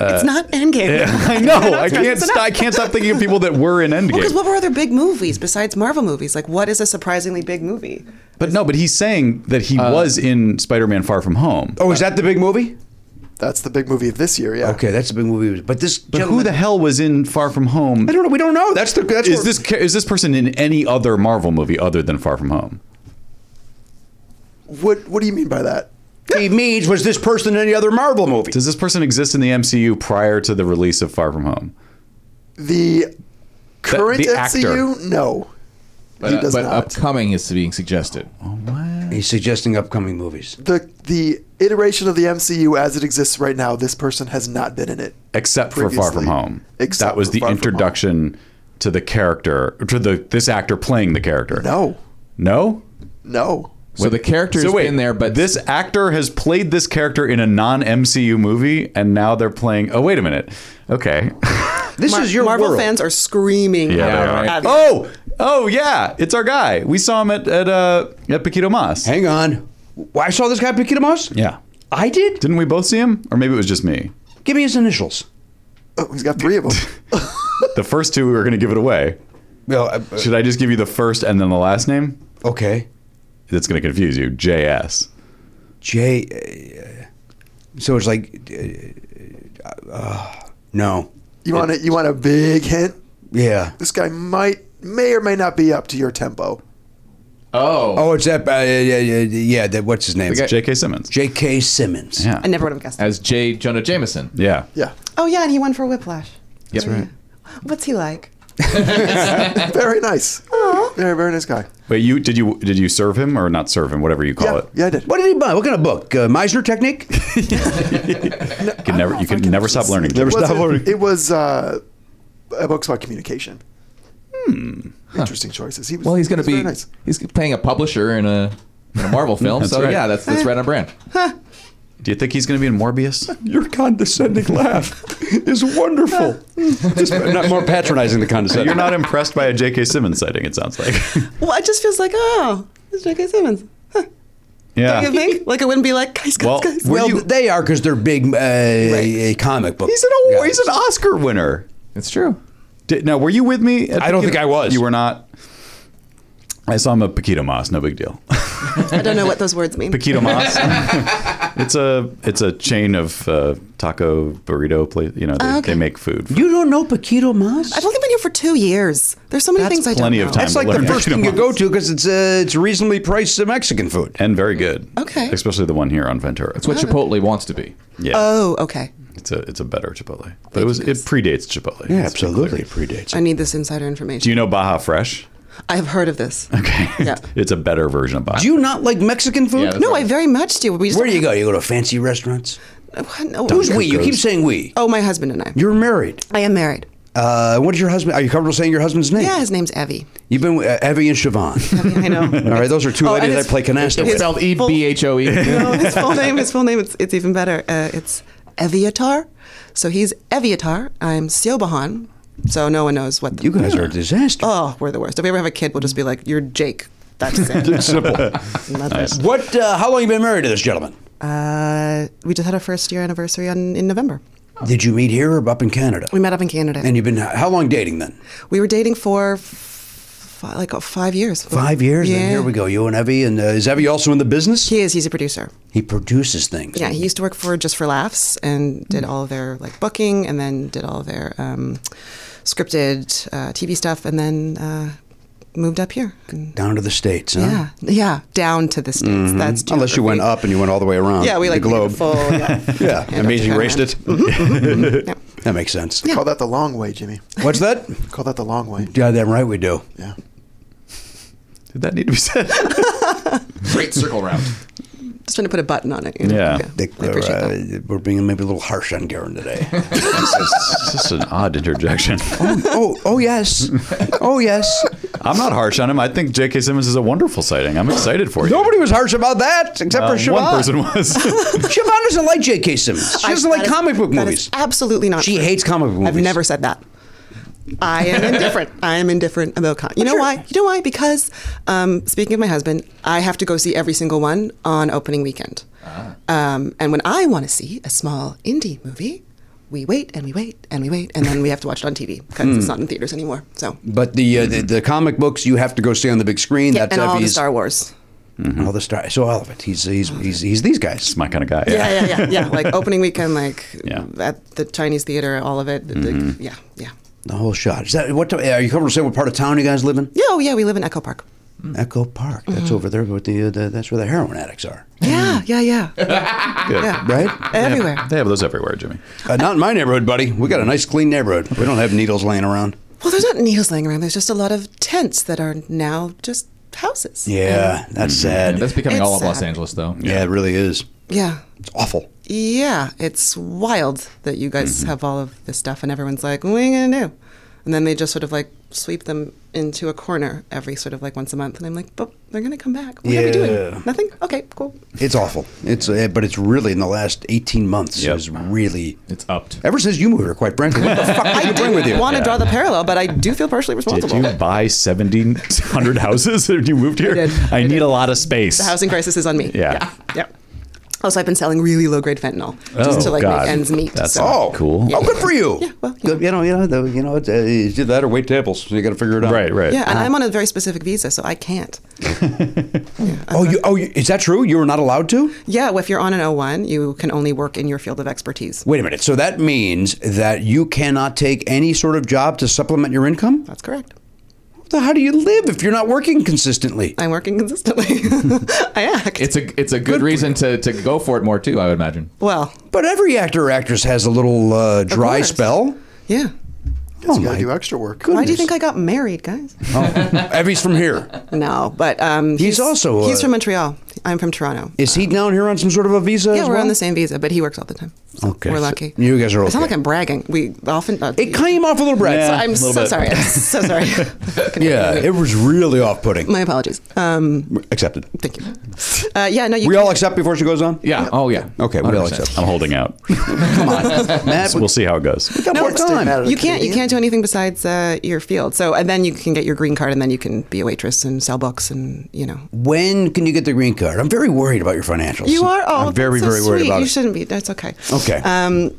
[SPEAKER 3] Uh,
[SPEAKER 8] it's not Endgame.
[SPEAKER 3] I know. I can't.
[SPEAKER 8] It's
[SPEAKER 3] St- I can't stop thinking of people that were in Endgame.
[SPEAKER 8] Because what were other big movies besides Marvel movies? Like, what is a surprisingly big movie?
[SPEAKER 3] but no, but he's saying that he was in Spider-Man: Far From Home.
[SPEAKER 9] Oh, is that the big movie?
[SPEAKER 4] That's the big movie of this year, yeah.
[SPEAKER 9] Okay, that's the big movie. But this
[SPEAKER 3] but who the hell was in Far From Home?
[SPEAKER 9] I don't know. We don't know. That's the. That's
[SPEAKER 3] Is
[SPEAKER 9] where-
[SPEAKER 3] this ca- is this person in any other Marvel movie other than Far From Home?
[SPEAKER 4] What What do you mean by that?
[SPEAKER 9] Steve Meads was this person in any other Marvel movie?
[SPEAKER 3] Does this person exist in the MCU prior to the release of Far From Home?
[SPEAKER 4] The current
[SPEAKER 3] the actor.
[SPEAKER 4] MCU? No. he
[SPEAKER 5] But, uh,
[SPEAKER 4] does
[SPEAKER 5] but
[SPEAKER 4] not.
[SPEAKER 5] upcoming is being suggested.
[SPEAKER 3] Oh.
[SPEAKER 9] He's suggesting upcoming movies.
[SPEAKER 4] the the iteration of the MCU as it exists right now, this person has not been in it.
[SPEAKER 3] except for Far From
[SPEAKER 4] previously.
[SPEAKER 3] Home.
[SPEAKER 4] Except
[SPEAKER 3] that was
[SPEAKER 4] for
[SPEAKER 3] the
[SPEAKER 4] Far From Home.
[SPEAKER 3] introduction to the character, to the this actor playing the character.
[SPEAKER 4] No.
[SPEAKER 3] no.
[SPEAKER 4] No.
[SPEAKER 5] So the character's
[SPEAKER 3] So wait,
[SPEAKER 5] in there, but
[SPEAKER 3] this actor has played this character in a non-MCU movie, and now they're playing. Oh, wait a minute. Okay.
[SPEAKER 9] This
[SPEAKER 8] Mar-
[SPEAKER 9] is your
[SPEAKER 8] Marvel
[SPEAKER 9] world.
[SPEAKER 8] fans are screaming.
[SPEAKER 3] Yeah, they are.
[SPEAKER 8] at-
[SPEAKER 3] Oh, oh yeah, it's our guy. We saw him at at uh, at Paquito Mas.
[SPEAKER 9] Hang on. Well, I saw this guy Paquita Moss.
[SPEAKER 3] Yeah.
[SPEAKER 9] I did.
[SPEAKER 3] Didn't we both see him? Or maybe it was just me.
[SPEAKER 9] Give me his initials.
[SPEAKER 4] Oh, he's got three of them.
[SPEAKER 3] The first two we were going to give it away.
[SPEAKER 9] Well, uh,
[SPEAKER 3] Should I just give you the first and then the last name?
[SPEAKER 9] okay.
[SPEAKER 3] That's going to confuse you. JS.
[SPEAKER 9] J. Uh, so it's like. Uh, uh, no.
[SPEAKER 4] You want a, You want a big hint?
[SPEAKER 9] Yeah.
[SPEAKER 4] This guy might, may or may not be up to your tempo.
[SPEAKER 5] oh,
[SPEAKER 9] Oh, it's that. Uh, yeah, yeah, yeah. That, what's his name?
[SPEAKER 5] The guy-
[SPEAKER 3] J.K. Simmons.
[SPEAKER 9] J.K. Simmons.
[SPEAKER 3] yeah.
[SPEAKER 8] I never would have guessed.
[SPEAKER 5] as J. Jonah Jameson.
[SPEAKER 3] Yeah.
[SPEAKER 4] Yeah,
[SPEAKER 8] oh, yeah, and he won for Whiplash.
[SPEAKER 3] That's right.
[SPEAKER 8] What's he like?
[SPEAKER 4] very nice. Very very nice guy.
[SPEAKER 3] Wait, you did you did you serve him or not serve him? Whatever you call
[SPEAKER 4] Yeah,
[SPEAKER 3] it.
[SPEAKER 4] yeah, I did.
[SPEAKER 9] What did he buy? What kind of book? Uh, Meisner Technique?
[SPEAKER 3] You can never you can never stop learning.
[SPEAKER 9] Never
[SPEAKER 4] Was
[SPEAKER 9] stop
[SPEAKER 4] it-
[SPEAKER 9] learning.
[SPEAKER 4] It was uh, a book about communication. Hmm. Interesting choices. He was,
[SPEAKER 5] Well, he's going
[SPEAKER 4] he
[SPEAKER 5] to
[SPEAKER 4] was very
[SPEAKER 5] be
[SPEAKER 4] nice.
[SPEAKER 5] he's playing a publisher in a, in a Marvel film.
[SPEAKER 3] That's
[SPEAKER 5] so
[SPEAKER 3] right.
[SPEAKER 5] yeah, that's that's right on brand.
[SPEAKER 3] Do you think he's going to be in Morbius?
[SPEAKER 9] Your condescending laugh is wonderful. Just not more patronizing the condescending.
[SPEAKER 3] You're not impressed by a J.K. Simmons sighting. It sounds like.
[SPEAKER 8] Well, it just feels like, oh, it's J.K. Simmons. Huh. You
[SPEAKER 3] Yeah.
[SPEAKER 8] think? Like, it wouldn't be like, guys, guys,
[SPEAKER 3] Well,
[SPEAKER 8] guys.
[SPEAKER 3] were
[SPEAKER 9] Well,
[SPEAKER 3] you-
[SPEAKER 9] they are because they're big uh, comic book.
[SPEAKER 3] He's an he's an Oscar winner.
[SPEAKER 5] It's true.
[SPEAKER 3] Did, now, were you with me? at
[SPEAKER 9] I don't
[SPEAKER 3] Paquito-
[SPEAKER 9] think I was.
[SPEAKER 3] You were not. I saw him at Paquito Mas. No big deal.
[SPEAKER 8] I don't know what those words mean.
[SPEAKER 3] Paquito Mas. it's a it's a chain of uh, taco burrito place. You know they, they make food.
[SPEAKER 9] You don't know Paquito Mas?
[SPEAKER 8] I've only been here for two years. There's so many things I don't
[SPEAKER 3] plenty
[SPEAKER 8] know.
[SPEAKER 3] of time.
[SPEAKER 9] That's like
[SPEAKER 3] Learn
[SPEAKER 9] the first
[SPEAKER 3] Paquito
[SPEAKER 9] thing you
[SPEAKER 3] Mas.
[SPEAKER 9] go to because it's uh, it's reasonably priced uh, Mexican food.
[SPEAKER 3] and very good.
[SPEAKER 8] Okay.
[SPEAKER 3] Especially the one here on Ventura.
[SPEAKER 5] It's what Chipotle wants to be.
[SPEAKER 3] yeah.
[SPEAKER 8] Oh, okay.
[SPEAKER 3] It's a it's a better Chipotle, but it was it predates Chipotle.
[SPEAKER 9] Yeah,
[SPEAKER 3] Let's be clear.
[SPEAKER 9] absolutely. It predates
[SPEAKER 8] I
[SPEAKER 9] it.
[SPEAKER 8] need this insider information.
[SPEAKER 3] Do you know Baja Fresh?
[SPEAKER 8] I have heard of this.
[SPEAKER 3] Okay,
[SPEAKER 8] Yeah.
[SPEAKER 3] it's a better version of Baja.
[SPEAKER 9] Do you not like Mexican food?
[SPEAKER 5] Yeah, that's
[SPEAKER 9] no.
[SPEAKER 8] No, I very much do. We just
[SPEAKER 9] Where do you go? You go to fancy restaurants?
[SPEAKER 8] What? No,
[SPEAKER 9] Who's we? You keep saying we.
[SPEAKER 8] Oh, my husband and I.
[SPEAKER 9] You're married.
[SPEAKER 8] I am married.
[SPEAKER 9] Uh, what is your husband? Are you comfortable saying your husband's name?
[SPEAKER 8] Yeah, his name's Evie.
[SPEAKER 9] You've been with uh, Evie and Siobhan.
[SPEAKER 8] I know.
[SPEAKER 9] All right, those are two
[SPEAKER 8] Oh, and
[SPEAKER 9] ladies I
[SPEAKER 8] his-
[SPEAKER 9] play canasta
[SPEAKER 8] his-
[SPEAKER 9] with.
[SPEAKER 5] Spelled E B H O E.
[SPEAKER 8] no, his full name. His full name. It's, it's even better. Uh, it's Eviatar. So he's Eviatar. I'm Siobahan. So no one knows what. The,
[SPEAKER 9] You guys are a disaster.
[SPEAKER 8] Oh, we're the worst. If we ever have a kid, we'll just be like, "You're Jake." That's it.
[SPEAKER 9] Simple.
[SPEAKER 8] Nice.
[SPEAKER 9] What? Uh, how long you been married to this gentleman?
[SPEAKER 8] Uh, we just had our first year anniversary on, in November.
[SPEAKER 9] Did you meet here or up in Canada?
[SPEAKER 8] We met up in Canada.
[SPEAKER 9] And you've been how long dating then?
[SPEAKER 8] we were dating for f- f- like uh, five years.
[SPEAKER 9] Five years.
[SPEAKER 8] Yeah.
[SPEAKER 9] And here we go. You and Evie, and uh, is Evie also in the business?
[SPEAKER 8] He is. He's a producer.
[SPEAKER 9] He produces things.
[SPEAKER 8] Yeah, he used to work for Just for Laughs and
[SPEAKER 9] Mm-hmm.
[SPEAKER 8] did all their like booking, and then did all their um, scripted uh, TV stuff, and then uh, moved up here. And-
[SPEAKER 9] down to the states. Huh?
[SPEAKER 8] yeah, yeah, down to the states. That's
[SPEAKER 9] Ah. Mm-hmm. Unless you went
[SPEAKER 8] geography.
[SPEAKER 9] up and you went all the way around.
[SPEAKER 8] Yeah, we
[SPEAKER 9] the
[SPEAKER 8] like
[SPEAKER 9] globe.
[SPEAKER 8] Full, yeah.
[SPEAKER 9] Yeah,
[SPEAKER 8] Yeah,
[SPEAKER 9] amazing
[SPEAKER 8] Dr.
[SPEAKER 9] raced it.
[SPEAKER 8] Conrad.
[SPEAKER 9] That makes sense.
[SPEAKER 4] Call that the long way, Jimmy.
[SPEAKER 9] What's that?
[SPEAKER 4] Call that the long way.
[SPEAKER 9] Goddamn right we do.
[SPEAKER 4] Yeah.
[SPEAKER 3] Did that need to be said?
[SPEAKER 5] Great circle round.
[SPEAKER 8] Just trying to put a button on it. you know?
[SPEAKER 3] Yeah.
[SPEAKER 9] Dick,
[SPEAKER 8] I appreciate
[SPEAKER 9] uh,
[SPEAKER 8] that.
[SPEAKER 9] We're being maybe a little harsh on Garen today.
[SPEAKER 3] it's just an odd interjection.
[SPEAKER 9] oh, oh yes, oh yes.
[SPEAKER 3] I'm not harsh on him. I think J.K. Simmons is a wonderful sighting. I'm excited for you.
[SPEAKER 9] Nobody was harsh about that except
[SPEAKER 3] Uh,
[SPEAKER 9] for Siobhan.
[SPEAKER 3] one person was.
[SPEAKER 9] Siobhan doesn't like J.K. Simmons. She
[SPEAKER 8] I-
[SPEAKER 9] doesn't like
[SPEAKER 8] that is-
[SPEAKER 9] comic book
[SPEAKER 8] that is
[SPEAKER 9] movies.
[SPEAKER 8] absolutely not.
[SPEAKER 9] She
[SPEAKER 8] true.
[SPEAKER 9] hates comic book
[SPEAKER 8] I've
[SPEAKER 9] movies.
[SPEAKER 8] never said that. I am indifferent. I am indifferent about con. You know why? You know why? Because um, speaking of my husband, I have to go see every single one on opening weekend.
[SPEAKER 9] Ah.
[SPEAKER 8] Um, and when I want to see a small indie movie, we wait and we wait and we wait, and then we have to watch it on TV because
[SPEAKER 9] Hmm.
[SPEAKER 8] it's not in theaters anymore. So,
[SPEAKER 9] But the, uh, the the comic books you have to go see on the big screen.
[SPEAKER 8] yeah,
[SPEAKER 9] That's
[SPEAKER 8] and all the
[SPEAKER 9] Evie's-
[SPEAKER 8] Star Wars.
[SPEAKER 9] Mm-hmm. All the star. So all of it. He's he's he's, he's these guys.
[SPEAKER 3] It's my kind of guy.
[SPEAKER 8] Yeah, yeah, yeah, yeah. like opening weekend, like
[SPEAKER 3] Yeah.
[SPEAKER 8] at the Chinese theater, all of it. like,
[SPEAKER 9] Mm-hmm.
[SPEAKER 8] yeah, yeah,
[SPEAKER 9] The whole shot. Is that what? Are you comfortable saying what part of town you guys live in?
[SPEAKER 8] yeah. Oh, yeah. We live in Echo Park.
[SPEAKER 9] Echo Park. That's over there. With the, uh, the that's where the heroin addicts are.
[SPEAKER 8] Yeah, yeah, yeah. yeah.
[SPEAKER 9] Mm. Right.
[SPEAKER 8] Everywhere.
[SPEAKER 3] They have those everywhere, Jimmy.
[SPEAKER 9] Uh, not in my neighborhood, buddy. We got a nice, clean neighborhood. We don't have needles laying around.
[SPEAKER 8] Well, there's not needles laying around. There's just a lot of tents that are now just houses.
[SPEAKER 9] Yeah,
[SPEAKER 3] Mm-hmm.
[SPEAKER 9] that's sad.
[SPEAKER 5] That's becoming all of
[SPEAKER 8] It's
[SPEAKER 5] Los
[SPEAKER 8] sad.
[SPEAKER 5] Angeles, though.
[SPEAKER 9] yeah, it really is.
[SPEAKER 8] Yeah.
[SPEAKER 9] It's awful.
[SPEAKER 8] Yeah. It's wild that you guys
[SPEAKER 9] Mm-hmm.
[SPEAKER 8] have all of this stuff and everyone's like, what are you going to do? And then they just sort of like sweep them into a corner every sort of like once a month. And I'm like, but they're going to come back. What are we
[SPEAKER 9] Yeah.
[SPEAKER 8] doing? Nothing? Okay, cool.
[SPEAKER 9] It's awful. It's uh, but it's really in the last eighteen months
[SPEAKER 3] Yep.
[SPEAKER 9] is really.
[SPEAKER 5] It's upped.
[SPEAKER 9] Ever since you moved here, quite frankly, what the fuck did you bring with you?
[SPEAKER 8] want to draw the parallel, but I do feel partially
[SPEAKER 3] Did
[SPEAKER 8] responsible.
[SPEAKER 3] you buy 1,700 houses when you moved here?
[SPEAKER 8] I did.
[SPEAKER 3] I
[SPEAKER 8] I
[SPEAKER 3] need
[SPEAKER 8] did.
[SPEAKER 3] a lot of space.
[SPEAKER 8] The housing crisis is on me.
[SPEAKER 3] Yeah.
[SPEAKER 8] Yeah. yeah. Also, I've been selling really low grade fentanyl just
[SPEAKER 3] Oh,
[SPEAKER 8] to like
[SPEAKER 3] God.
[SPEAKER 8] make ends meet.
[SPEAKER 3] That's
[SPEAKER 8] so.
[SPEAKER 9] Oh,
[SPEAKER 3] Cool.
[SPEAKER 9] Oh, good for you.
[SPEAKER 8] Yeah, well,
[SPEAKER 9] Good- you know, you know, the, you know, it's, uh, you do that or wait tables. So you got to figure it out.
[SPEAKER 3] Right, right.
[SPEAKER 8] Yeah, and
[SPEAKER 9] Uh-huh.
[SPEAKER 8] I'm on a very specific visa, so I can't.
[SPEAKER 9] Oh, you, oh, you, is that true? You were not allowed to?
[SPEAKER 8] Yeah, well, if you're on an O1, you can only work in your field of expertise.
[SPEAKER 9] Wait a minute. So that means that you cannot take any sort of job to supplement your income?
[SPEAKER 8] That's correct.
[SPEAKER 9] So how do you live if you're not working consistently?
[SPEAKER 8] I'm working consistently. I act.
[SPEAKER 5] It's a it's a good, reason to, to go for it more too. I would imagine.
[SPEAKER 8] well,
[SPEAKER 9] But every actor or actress has a little uh, dry
[SPEAKER 8] course.
[SPEAKER 9] spell.
[SPEAKER 8] yeah.
[SPEAKER 9] Oh,
[SPEAKER 4] You
[SPEAKER 9] my
[SPEAKER 4] gotta do extra work.
[SPEAKER 8] Why do you think I got married, guys?
[SPEAKER 9] God. Evie's from here.
[SPEAKER 8] No, but um,
[SPEAKER 9] He's also, uh,
[SPEAKER 8] he's from Montreal. I'm from Toronto.
[SPEAKER 9] Is he down here on some sort of a visa?
[SPEAKER 8] yeah,
[SPEAKER 9] as
[SPEAKER 8] we're
[SPEAKER 9] well?
[SPEAKER 8] on the same visa, but he works all the time. So
[SPEAKER 9] Okay,
[SPEAKER 8] we're
[SPEAKER 9] so
[SPEAKER 8] lucky.
[SPEAKER 9] you guys are
[SPEAKER 8] I sound
[SPEAKER 9] okay.
[SPEAKER 8] like I'm bragging. We often. Uh,
[SPEAKER 9] It came off a little brat.
[SPEAKER 3] Yeah.
[SPEAKER 8] I'm
[SPEAKER 3] a little
[SPEAKER 8] so
[SPEAKER 3] bit.
[SPEAKER 8] sorry. I'm so sorry.
[SPEAKER 9] Yeah, it was really off putting.
[SPEAKER 8] My apologies. Um,
[SPEAKER 9] Accepted.
[SPEAKER 8] thank you. Uh, yeah, no, you.
[SPEAKER 9] We all accept before she goes on?
[SPEAKER 5] Yeah. Oh yeah.
[SPEAKER 9] Okay, we all
[SPEAKER 5] 100%.
[SPEAKER 9] accept.
[SPEAKER 3] I'm holding out.
[SPEAKER 9] Come on. Matt, we
[SPEAKER 3] we'll see how it goes.
[SPEAKER 9] got
[SPEAKER 8] No,
[SPEAKER 9] more
[SPEAKER 8] it's-
[SPEAKER 9] time.
[SPEAKER 4] Matter.
[SPEAKER 8] you can't you
[SPEAKER 4] Canadian.
[SPEAKER 8] can't do anything besides uh, your field. So and then you can get your green card, and then you can be a waitress and sell books, and you know.
[SPEAKER 9] When can you get the green card? I'm very worried about your financials.
[SPEAKER 8] You are oh,
[SPEAKER 9] I'm very,
[SPEAKER 8] that's so
[SPEAKER 9] very worried
[SPEAKER 8] sweet.
[SPEAKER 9] about
[SPEAKER 8] You
[SPEAKER 9] it.
[SPEAKER 8] shouldn't be. That's okay.
[SPEAKER 9] Okay.
[SPEAKER 8] Um,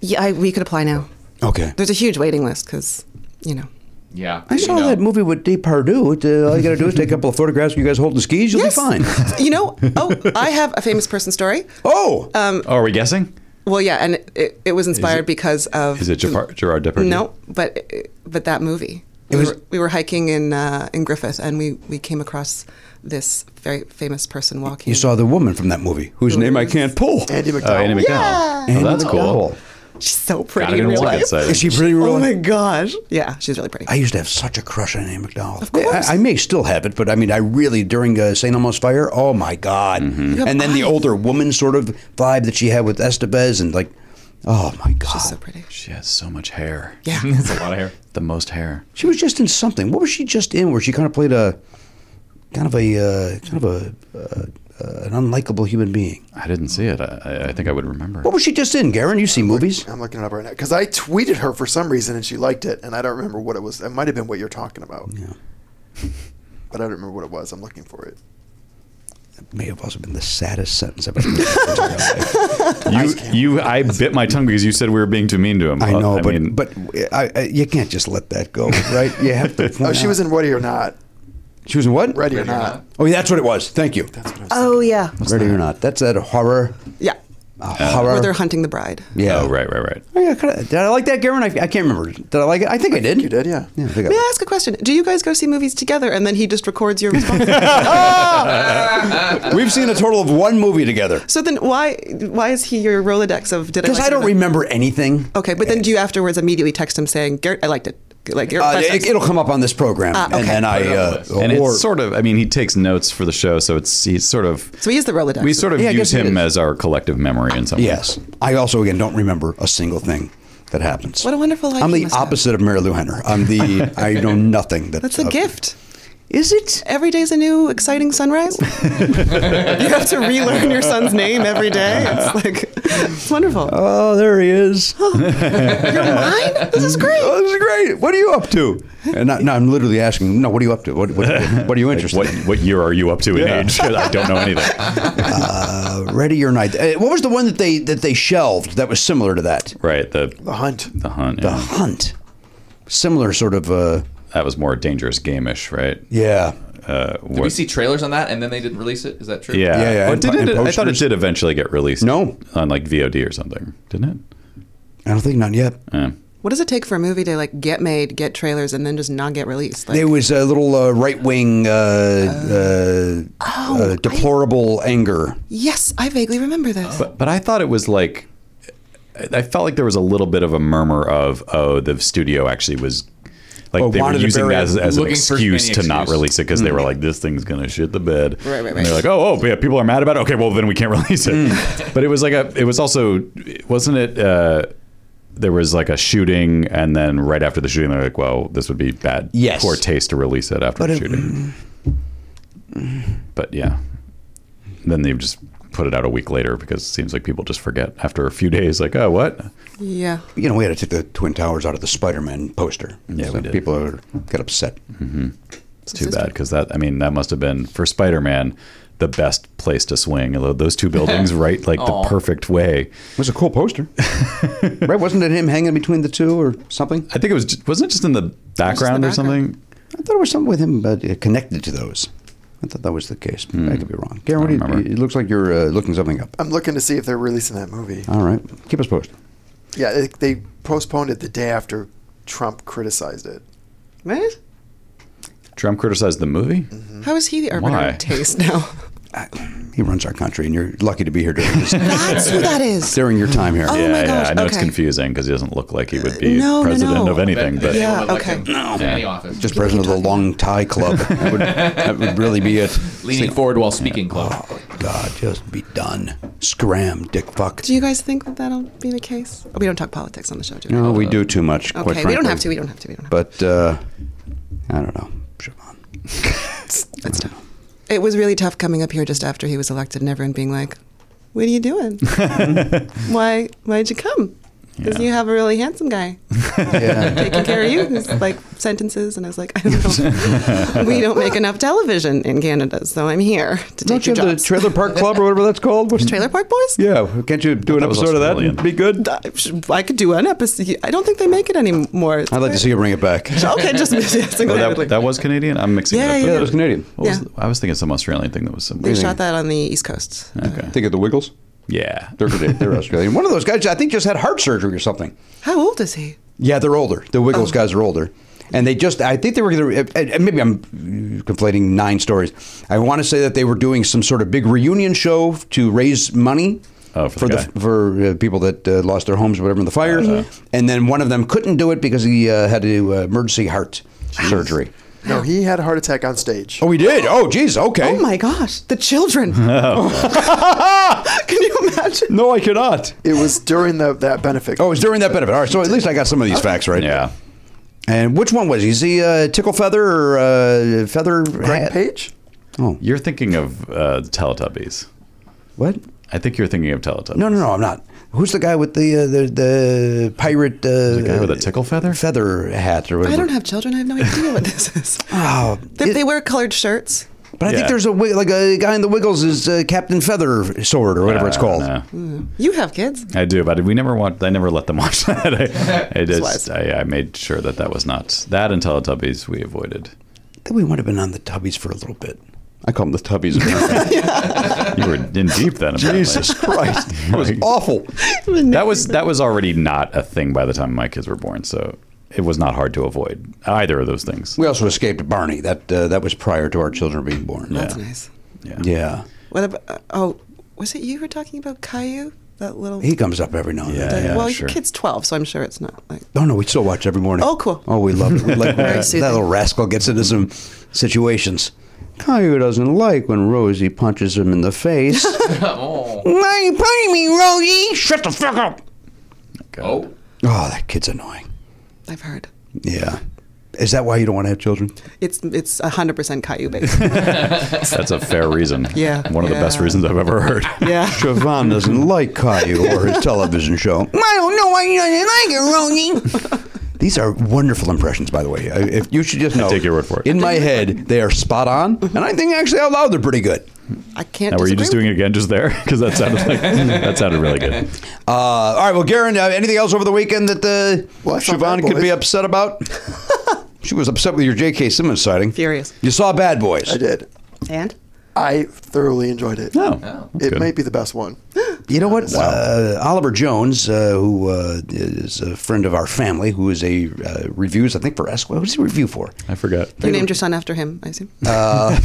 [SPEAKER 8] yeah, I, we could apply now.
[SPEAKER 9] Okay.
[SPEAKER 8] There's a huge waiting list because you know.
[SPEAKER 5] Yeah.
[SPEAKER 9] I saw that movie with Depardieu. It, uh, all you got to do is take a couple of photographs of you guys holding skis. You'll
[SPEAKER 8] Yes.
[SPEAKER 9] be fine.
[SPEAKER 8] you know. Oh, I have a famous person story.
[SPEAKER 9] Oh,
[SPEAKER 8] Um,
[SPEAKER 3] Oh, are we guessing?
[SPEAKER 8] Well, yeah, and it, it was inspired because of.
[SPEAKER 3] Is it Gerard, Gerard Depardieu?
[SPEAKER 8] No, but but that movie.
[SPEAKER 9] It
[SPEAKER 8] we,
[SPEAKER 9] was-
[SPEAKER 8] were, we were hiking in uh, in Griffith, and we, we came across this very famous person walking.
[SPEAKER 9] you saw the woman from that movie whose name I can't pull.
[SPEAKER 4] Andy
[SPEAKER 3] Oh,
[SPEAKER 4] McDowell.
[SPEAKER 3] Andy McDowell. Oh,
[SPEAKER 9] Andy
[SPEAKER 3] that's cool.
[SPEAKER 9] McDowell.
[SPEAKER 8] She's so
[SPEAKER 3] Got
[SPEAKER 8] pretty
[SPEAKER 3] it
[SPEAKER 8] in
[SPEAKER 3] in
[SPEAKER 8] real
[SPEAKER 3] one
[SPEAKER 8] life.
[SPEAKER 3] side.
[SPEAKER 9] Is she pretty real?
[SPEAKER 8] Oh my gosh! Yeah, she's really pretty.
[SPEAKER 9] I used to have such a crush on Andy McDowell. Of
[SPEAKER 8] course.
[SPEAKER 9] I, I may still have it, but I mean, I really during uh, St. Elmo's Fire. Oh my God!
[SPEAKER 8] have
[SPEAKER 9] And then the
[SPEAKER 8] eyes.
[SPEAKER 9] older woman sort of vibe that she had with Estevez, and like, oh my God,
[SPEAKER 8] she's so pretty.
[SPEAKER 3] She has so much hair.
[SPEAKER 8] Yeah.
[SPEAKER 5] That's a lot of hair.
[SPEAKER 3] The most hair.
[SPEAKER 9] She was just in something. What was she just in? Where she kind of played a kind of a uh, kind of a uh, uh, an unlikable human being.
[SPEAKER 3] I didn't see it. I, I- I think I would remember.
[SPEAKER 9] What was she just in, Garen? You see movies?
[SPEAKER 4] I'm looking it up right now because I tweeted her for some reason and she liked it, and I don't remember what it was. It might have been what you're talking about. Yeah. But I don't remember what it was. I'm looking for it.
[SPEAKER 9] That may have also been the saddest sentence I've ever heard.
[SPEAKER 3] You, you, I bit my tongue because you said we were being too mean to him.
[SPEAKER 9] I
[SPEAKER 3] Uh,
[SPEAKER 9] know, but
[SPEAKER 3] mean,
[SPEAKER 9] but I, I, you can't just let that go, right? You have to.
[SPEAKER 4] Oh,
[SPEAKER 9] point
[SPEAKER 4] she
[SPEAKER 9] out-
[SPEAKER 4] was in Ready or Not.
[SPEAKER 9] She was in what?
[SPEAKER 4] Ready, or Not.
[SPEAKER 9] Oh, yeah, that's what it was. Thank you.
[SPEAKER 8] Oh yeah,
[SPEAKER 9] Ready or not? That's that horror.
[SPEAKER 8] yeah.
[SPEAKER 9] a horror.
[SPEAKER 8] Where they're hunting the bride.
[SPEAKER 9] yeah.
[SPEAKER 3] oh, right, right, right.
[SPEAKER 9] Oh, yeah, kinda- did I like that, Garen? I, I can't remember. Did I like it? I think I did.
[SPEAKER 4] You did, yeah.
[SPEAKER 9] Yeah, I think I
[SPEAKER 8] May I ask a question? Do you guys go see movies together, and then he just records your response?
[SPEAKER 9] We've seen a total of one movie together.
[SPEAKER 8] so then, why why is he your Rolodex of did?
[SPEAKER 9] Because
[SPEAKER 8] like
[SPEAKER 9] I don't
[SPEAKER 8] something?
[SPEAKER 9] remember anything.
[SPEAKER 8] Okay, but then do you afterwards immediately text him saying, "Garrett, I liked it." Like Garrett,
[SPEAKER 9] Uh,
[SPEAKER 8] press
[SPEAKER 9] it,
[SPEAKER 8] X.
[SPEAKER 9] will come up on this program,
[SPEAKER 8] Ah, okay.
[SPEAKER 9] and then I uh,
[SPEAKER 3] And
[SPEAKER 9] or-
[SPEAKER 3] it's sort of, I mean, he takes notes for the show, so it's he's sort of.
[SPEAKER 8] So he is the Rolodex.
[SPEAKER 3] We sort of
[SPEAKER 9] Yeah, I
[SPEAKER 3] use
[SPEAKER 9] guess he
[SPEAKER 3] him
[SPEAKER 9] is.
[SPEAKER 3] as our collective memory in some way.
[SPEAKER 9] yes. I also again don't remember a single thing that happens.
[SPEAKER 8] What a wonderful life
[SPEAKER 9] I'm
[SPEAKER 8] you
[SPEAKER 9] the
[SPEAKER 8] must have.
[SPEAKER 9] opposite of Mary Lou Henner. I'm the I know nothing. That,
[SPEAKER 8] That's a
[SPEAKER 9] uh,
[SPEAKER 8] gift.
[SPEAKER 9] Is it?
[SPEAKER 8] Every day's a new exciting sunrise. you have to relearn your son's name every day. It's like it's wonderful.
[SPEAKER 3] Uh,
[SPEAKER 9] Oh, there he is.
[SPEAKER 8] You're mine. This is
[SPEAKER 9] Oh,
[SPEAKER 8] great.
[SPEAKER 9] this is great. What are you up to? And I, no, I'm literally asking. No, what are you up to? What, what, what are you interested?
[SPEAKER 3] What
[SPEAKER 9] in?
[SPEAKER 3] what year are you up to in Yeah. age? 'Cause I don't know anything.
[SPEAKER 9] Uh, ready or not? Uh, what was the one that they that they shelved that was similar to that?
[SPEAKER 3] Right. The
[SPEAKER 4] The Hunt.
[SPEAKER 3] the hunt.
[SPEAKER 9] The
[SPEAKER 3] yeah.
[SPEAKER 9] Hunt. Similar sort of. Uh,
[SPEAKER 3] That was more dangerous gameish, right?
[SPEAKER 9] yeah.
[SPEAKER 3] Uh,
[SPEAKER 5] Did we
[SPEAKER 3] what-
[SPEAKER 5] see trailers on that and then they didn't release it? Is that true?
[SPEAKER 3] Yeah.
[SPEAKER 9] Yeah, yeah,
[SPEAKER 3] Or
[SPEAKER 9] and
[SPEAKER 3] did
[SPEAKER 9] po-
[SPEAKER 3] it,
[SPEAKER 9] and
[SPEAKER 3] I thought it
[SPEAKER 9] posters.
[SPEAKER 3] did eventually get released.
[SPEAKER 9] No.
[SPEAKER 3] On like VOD or something, didn't
[SPEAKER 9] I don't think not yet.
[SPEAKER 3] it? Eh.
[SPEAKER 8] What does it take for a movie to like get made, get trailers, and then just not get released? Like,
[SPEAKER 9] There was a little uh, right wing uh, uh,
[SPEAKER 8] Oh,
[SPEAKER 9] uh, deplorable anger.
[SPEAKER 8] yes, I vaguely remember this.
[SPEAKER 3] But but I thought it was like I felt like there was a little bit of a murmur of oh the studio actually was like
[SPEAKER 9] Oh,
[SPEAKER 3] they were
[SPEAKER 9] wanted to
[SPEAKER 3] using
[SPEAKER 9] bury
[SPEAKER 3] that as,
[SPEAKER 9] it.
[SPEAKER 3] as an
[SPEAKER 5] Looking for
[SPEAKER 3] excuse
[SPEAKER 5] any
[SPEAKER 3] to not
[SPEAKER 5] excuse.
[SPEAKER 3] release it because they were like this thing's gonna shit the bed
[SPEAKER 8] Right, right,
[SPEAKER 3] and they're
[SPEAKER 8] right.
[SPEAKER 3] like oh oh yeah people are mad about it okay well then we can't release it but it was like a it was also wasn't it uh, there was like a shooting and then right after the shooting they're like well this would be bad
[SPEAKER 9] Yes.
[SPEAKER 3] poor taste to release it after
[SPEAKER 9] But
[SPEAKER 3] the
[SPEAKER 9] it-
[SPEAKER 3] shooting but yeah then they just put it out a week later because it seems like people just forget after a few days like oh what
[SPEAKER 8] Yeah.
[SPEAKER 9] You know, we had to take the Twin Towers out of the Spider Man poster.
[SPEAKER 3] Yeah, we did.
[SPEAKER 9] people are, got upset.
[SPEAKER 3] it's too bad because that i mean that must have been for spider-man the best place to swing although those two buildings right like the
[SPEAKER 5] Aw.
[SPEAKER 3] perfect way
[SPEAKER 9] It was a cool poster, right? Wasn't it him hanging between the two or something?
[SPEAKER 3] i think it was ju- wasn't it just in the background or
[SPEAKER 8] background.
[SPEAKER 3] something
[SPEAKER 9] I thought it was something with him but uh, connected to those. I thought that was the case. I could be wrong. Garen, what do
[SPEAKER 3] Hmm. remember.
[SPEAKER 9] you, it looks like you're uh, looking something up.
[SPEAKER 4] I'm looking to see if they're releasing that movie.
[SPEAKER 9] All right, keep us posted.
[SPEAKER 4] Yeah, they, they postponed it the day after Trump criticized it.
[SPEAKER 8] What?
[SPEAKER 3] trump criticized the movie
[SPEAKER 8] How is he the arbiter
[SPEAKER 3] Why?
[SPEAKER 8] of taste now?
[SPEAKER 9] He runs our country, and you're lucky to be here during, this,
[SPEAKER 8] That's who that is.
[SPEAKER 9] during your time here.
[SPEAKER 8] Oh
[SPEAKER 3] yeah
[SPEAKER 8] my
[SPEAKER 3] yeah
[SPEAKER 8] gosh,
[SPEAKER 3] i know it's
[SPEAKER 8] okay.
[SPEAKER 3] confusing because he doesn't look like he would be
[SPEAKER 8] Uh, no, no,
[SPEAKER 3] president
[SPEAKER 8] no.
[SPEAKER 3] of anything but
[SPEAKER 8] Yeah,
[SPEAKER 5] Anyone elect
[SPEAKER 8] okay.
[SPEAKER 5] him to any office.
[SPEAKER 9] Just president of the Long Tie Club. That would, that would really be it.
[SPEAKER 5] leaning forward while speaking club.
[SPEAKER 9] Oh, God, just be done. Scram, dick fuck.
[SPEAKER 8] Do you guys think that that'll be the case? Oh, we don't talk politics on the show, do we?
[SPEAKER 9] No, we do too much.
[SPEAKER 8] Okay,
[SPEAKER 9] quite
[SPEAKER 8] we don't
[SPEAKER 9] frankly.
[SPEAKER 8] have to. We don't have to. We don't have
[SPEAKER 9] But uh, I don't know, Siobhan.
[SPEAKER 8] to. It's tough. It was really tough coming up here just after he was elected and everyone being like, what are you doing? Why, why'd you come? Because
[SPEAKER 3] Yeah.
[SPEAKER 8] you have a really handsome guy
[SPEAKER 9] Yeah,
[SPEAKER 8] taking care of you who's like sentences. And I was like, I don't know. we don't make enough television in Canada, so I'm here to take
[SPEAKER 9] don't you
[SPEAKER 8] your
[SPEAKER 9] have the
[SPEAKER 8] jobs.
[SPEAKER 9] Trailer Park Club or whatever that's called? What's
[SPEAKER 8] Trailer Park Boys?
[SPEAKER 9] Yeah, can't you do an
[SPEAKER 3] that was
[SPEAKER 9] episode of that?
[SPEAKER 3] Australian.
[SPEAKER 9] and Be good.
[SPEAKER 8] I could do an episode. I don't think they make it anymore.
[SPEAKER 9] I'd like to see you bring it back. Yeah,
[SPEAKER 8] Okay, just
[SPEAKER 3] Oh, that, that was Canadian. I'm mixing
[SPEAKER 8] Yeah,
[SPEAKER 3] it up.
[SPEAKER 8] yeah.
[SPEAKER 9] that was Canadian.
[SPEAKER 3] What was
[SPEAKER 8] Yeah.
[SPEAKER 3] the- I was thinking some Australian thing that was some.
[SPEAKER 8] They shot that on the East Coast.
[SPEAKER 3] Okay.
[SPEAKER 9] Think of the Wiggles.
[SPEAKER 3] Yeah.
[SPEAKER 9] They're, they're Australian. One of those guys, I think, just had heart surgery or something.
[SPEAKER 8] How old is he?
[SPEAKER 9] Yeah, they're older. The Wiggles guys are older. And they just, I think they were going to, maybe I'm conflating nine stories. I want to say that they were doing some sort of big reunion show to raise money.
[SPEAKER 3] Oh, for the
[SPEAKER 9] for
[SPEAKER 3] guy.
[SPEAKER 9] for uh, people that uh, lost their homes, or whatever, in the fire, and then one of them couldn't do it because he uh, had to do uh, emergency heart surgery.
[SPEAKER 4] No, he had a heart attack on stage.
[SPEAKER 9] Oh, he did. Oh, geez. Okay.
[SPEAKER 8] Oh my gosh, the children. Can you imagine?
[SPEAKER 9] No, I cannot.
[SPEAKER 4] It was during the that benefit.
[SPEAKER 9] Oh, it was during that benefit. All right. So at least I got some of these facts right.
[SPEAKER 3] Yeah.
[SPEAKER 9] And which one was he? Is he uh, tickle feather or uh, feather?
[SPEAKER 4] Greg
[SPEAKER 9] hat?
[SPEAKER 4] Page?
[SPEAKER 9] Oh,
[SPEAKER 3] You're thinking of uh, Teletubbies.
[SPEAKER 9] what?
[SPEAKER 3] I think you're thinking of Teletubbies.
[SPEAKER 9] No, no, no, I'm not. Who's the guy with the uh, the, the pirate? Uh, the
[SPEAKER 3] guy with a tickle feather?
[SPEAKER 9] feather hat or whatever.
[SPEAKER 8] I don't have children. I have no idea what this is.
[SPEAKER 9] Oh,
[SPEAKER 8] They,
[SPEAKER 9] it-
[SPEAKER 8] they wear colored shirts.
[SPEAKER 9] But I
[SPEAKER 3] Yeah.
[SPEAKER 9] think there's a wi- like a guy in the Wiggles is uh, Captain Feather Sword or whatever it's
[SPEAKER 3] Uh,
[SPEAKER 9] called.
[SPEAKER 3] no.
[SPEAKER 8] You have kids.
[SPEAKER 3] I do, but we never watched. I never let them watch that. I, I
[SPEAKER 4] Slides.
[SPEAKER 3] just, I, I made sure that that was not that and Teletubbies we avoided.
[SPEAKER 9] I think we might have been on the Tubbies for a little bit. I call them the Tubbies. apparently.
[SPEAKER 3] You were in deep then. Apparently.
[SPEAKER 9] Jesus Christ, that was awful.
[SPEAKER 3] that was that was already not a thing by the time my kids were born, so it was not hard to avoid either of those things.
[SPEAKER 9] We also escaped Barney. That uh, that was prior to our children being born.
[SPEAKER 8] That's nice.
[SPEAKER 3] yeah.
[SPEAKER 9] Yeah,
[SPEAKER 8] What about? Oh, was it you who were talking about Caillou? That little.
[SPEAKER 9] he comes up every now and
[SPEAKER 3] Yeah,
[SPEAKER 9] then.
[SPEAKER 3] yeah,
[SPEAKER 8] well,
[SPEAKER 3] sure.
[SPEAKER 8] your kid's twelve, so I'm sure it's not like.
[SPEAKER 9] Oh no, we still watch every morning.
[SPEAKER 8] Oh, cool.
[SPEAKER 9] Oh, we love it. We like that,
[SPEAKER 8] soothing.
[SPEAKER 9] little rascal gets into some situations. Caillou doesn't like when Rosie punches him in the face.
[SPEAKER 8] Oh.
[SPEAKER 9] Why you punching me, Rosie? Shut the fuck up.
[SPEAKER 3] God.
[SPEAKER 5] Oh,
[SPEAKER 9] Oh, that kid's annoying.
[SPEAKER 8] I've heard.
[SPEAKER 9] Yeah. Is that why you don't want to have children?
[SPEAKER 8] It's it's hundred percent Caillou based.
[SPEAKER 3] that's a fair reason.
[SPEAKER 8] Yeah.
[SPEAKER 3] one of the best
[SPEAKER 8] Yeah.
[SPEAKER 3] reasons I've ever heard.
[SPEAKER 8] yeah.
[SPEAKER 9] Siobhan doesn't like Caillou or his television show. I don't know why you doesn't like it, Rosie. These are wonderful impressions, by the way. I- If you should just know,
[SPEAKER 3] take your word for it.
[SPEAKER 9] In my head, they are spot on, and I think actually out loud they're pretty good.
[SPEAKER 8] I can't.
[SPEAKER 3] Now, were you
[SPEAKER 8] disagree
[SPEAKER 3] just doing it again just there? Because that sounded like that sounded really good.
[SPEAKER 9] Uh, all right, well, Garen, uh, anything else over the weekend that uh,
[SPEAKER 4] Well, I saw
[SPEAKER 9] Siobhan
[SPEAKER 4] Bad
[SPEAKER 9] could be
[SPEAKER 4] Boys.
[SPEAKER 9] upset about? she was upset with your J.K. Simmons sighting.
[SPEAKER 8] Furious.
[SPEAKER 9] You saw Bad Boys.
[SPEAKER 4] I did.
[SPEAKER 8] with- And
[SPEAKER 4] I thoroughly enjoyed it.
[SPEAKER 3] No,
[SPEAKER 4] it might be the best one.
[SPEAKER 9] You know what? Uh, Oliver Jones, uh, who uh, is a friend of our family, who is a uh, reviews, I think for Esquire. What does he review for?
[SPEAKER 3] I forgot.
[SPEAKER 8] you named your son after him, I assume.
[SPEAKER 9] Uh,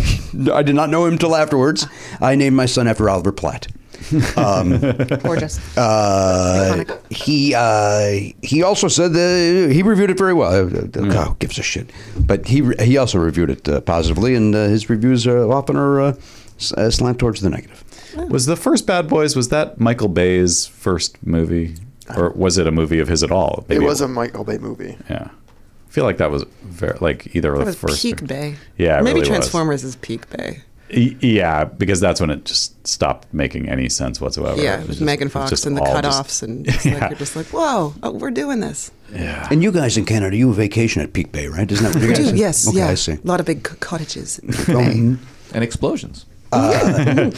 [SPEAKER 9] I did not know him till afterwards. I named my son after Oliver Platt.
[SPEAKER 8] Gorgeous.
[SPEAKER 9] Uh,
[SPEAKER 8] Iconic.
[SPEAKER 9] he uh, he also said that he reviewed it very well. Uh, uh, Oh, gives a shit. But he he also reviewed it uh, positively, and uh, his reviews are often are uh, s- uh, slant towards the negative.
[SPEAKER 3] Was the first Bad Boys was that Michael Bay's first movie, or was it a movie of his at all?
[SPEAKER 4] It
[SPEAKER 3] Maybe
[SPEAKER 4] was a Michael Bay movie.
[SPEAKER 3] Yeah, I feel like that was very like either of
[SPEAKER 8] That
[SPEAKER 3] the
[SPEAKER 8] was
[SPEAKER 3] first.
[SPEAKER 8] peak Bay.
[SPEAKER 3] Yeah, it really
[SPEAKER 8] Maybe
[SPEAKER 3] was.
[SPEAKER 8] Transformers is peak Bay.
[SPEAKER 3] Y- E, Yeah, because that's when it just stopped making any sense whatsoever.
[SPEAKER 8] Yeah,
[SPEAKER 3] It was
[SPEAKER 8] with
[SPEAKER 3] just-
[SPEAKER 8] Megan
[SPEAKER 3] it was
[SPEAKER 8] Fox
[SPEAKER 3] just
[SPEAKER 8] and the
[SPEAKER 3] all
[SPEAKER 8] cutoffs,
[SPEAKER 3] just-
[SPEAKER 8] and it's like, you're just like, whoa, oh, we're doing this.
[SPEAKER 3] yeah.
[SPEAKER 9] And you guys in Canada, you vacation at Peak Bay, right? Isn't that what you guys
[SPEAKER 8] Dude, yes,
[SPEAKER 9] Okay,
[SPEAKER 8] yeah,
[SPEAKER 9] I see.
[SPEAKER 8] a lot of big c- cottages.
[SPEAKER 9] Um,
[SPEAKER 5] and explosions.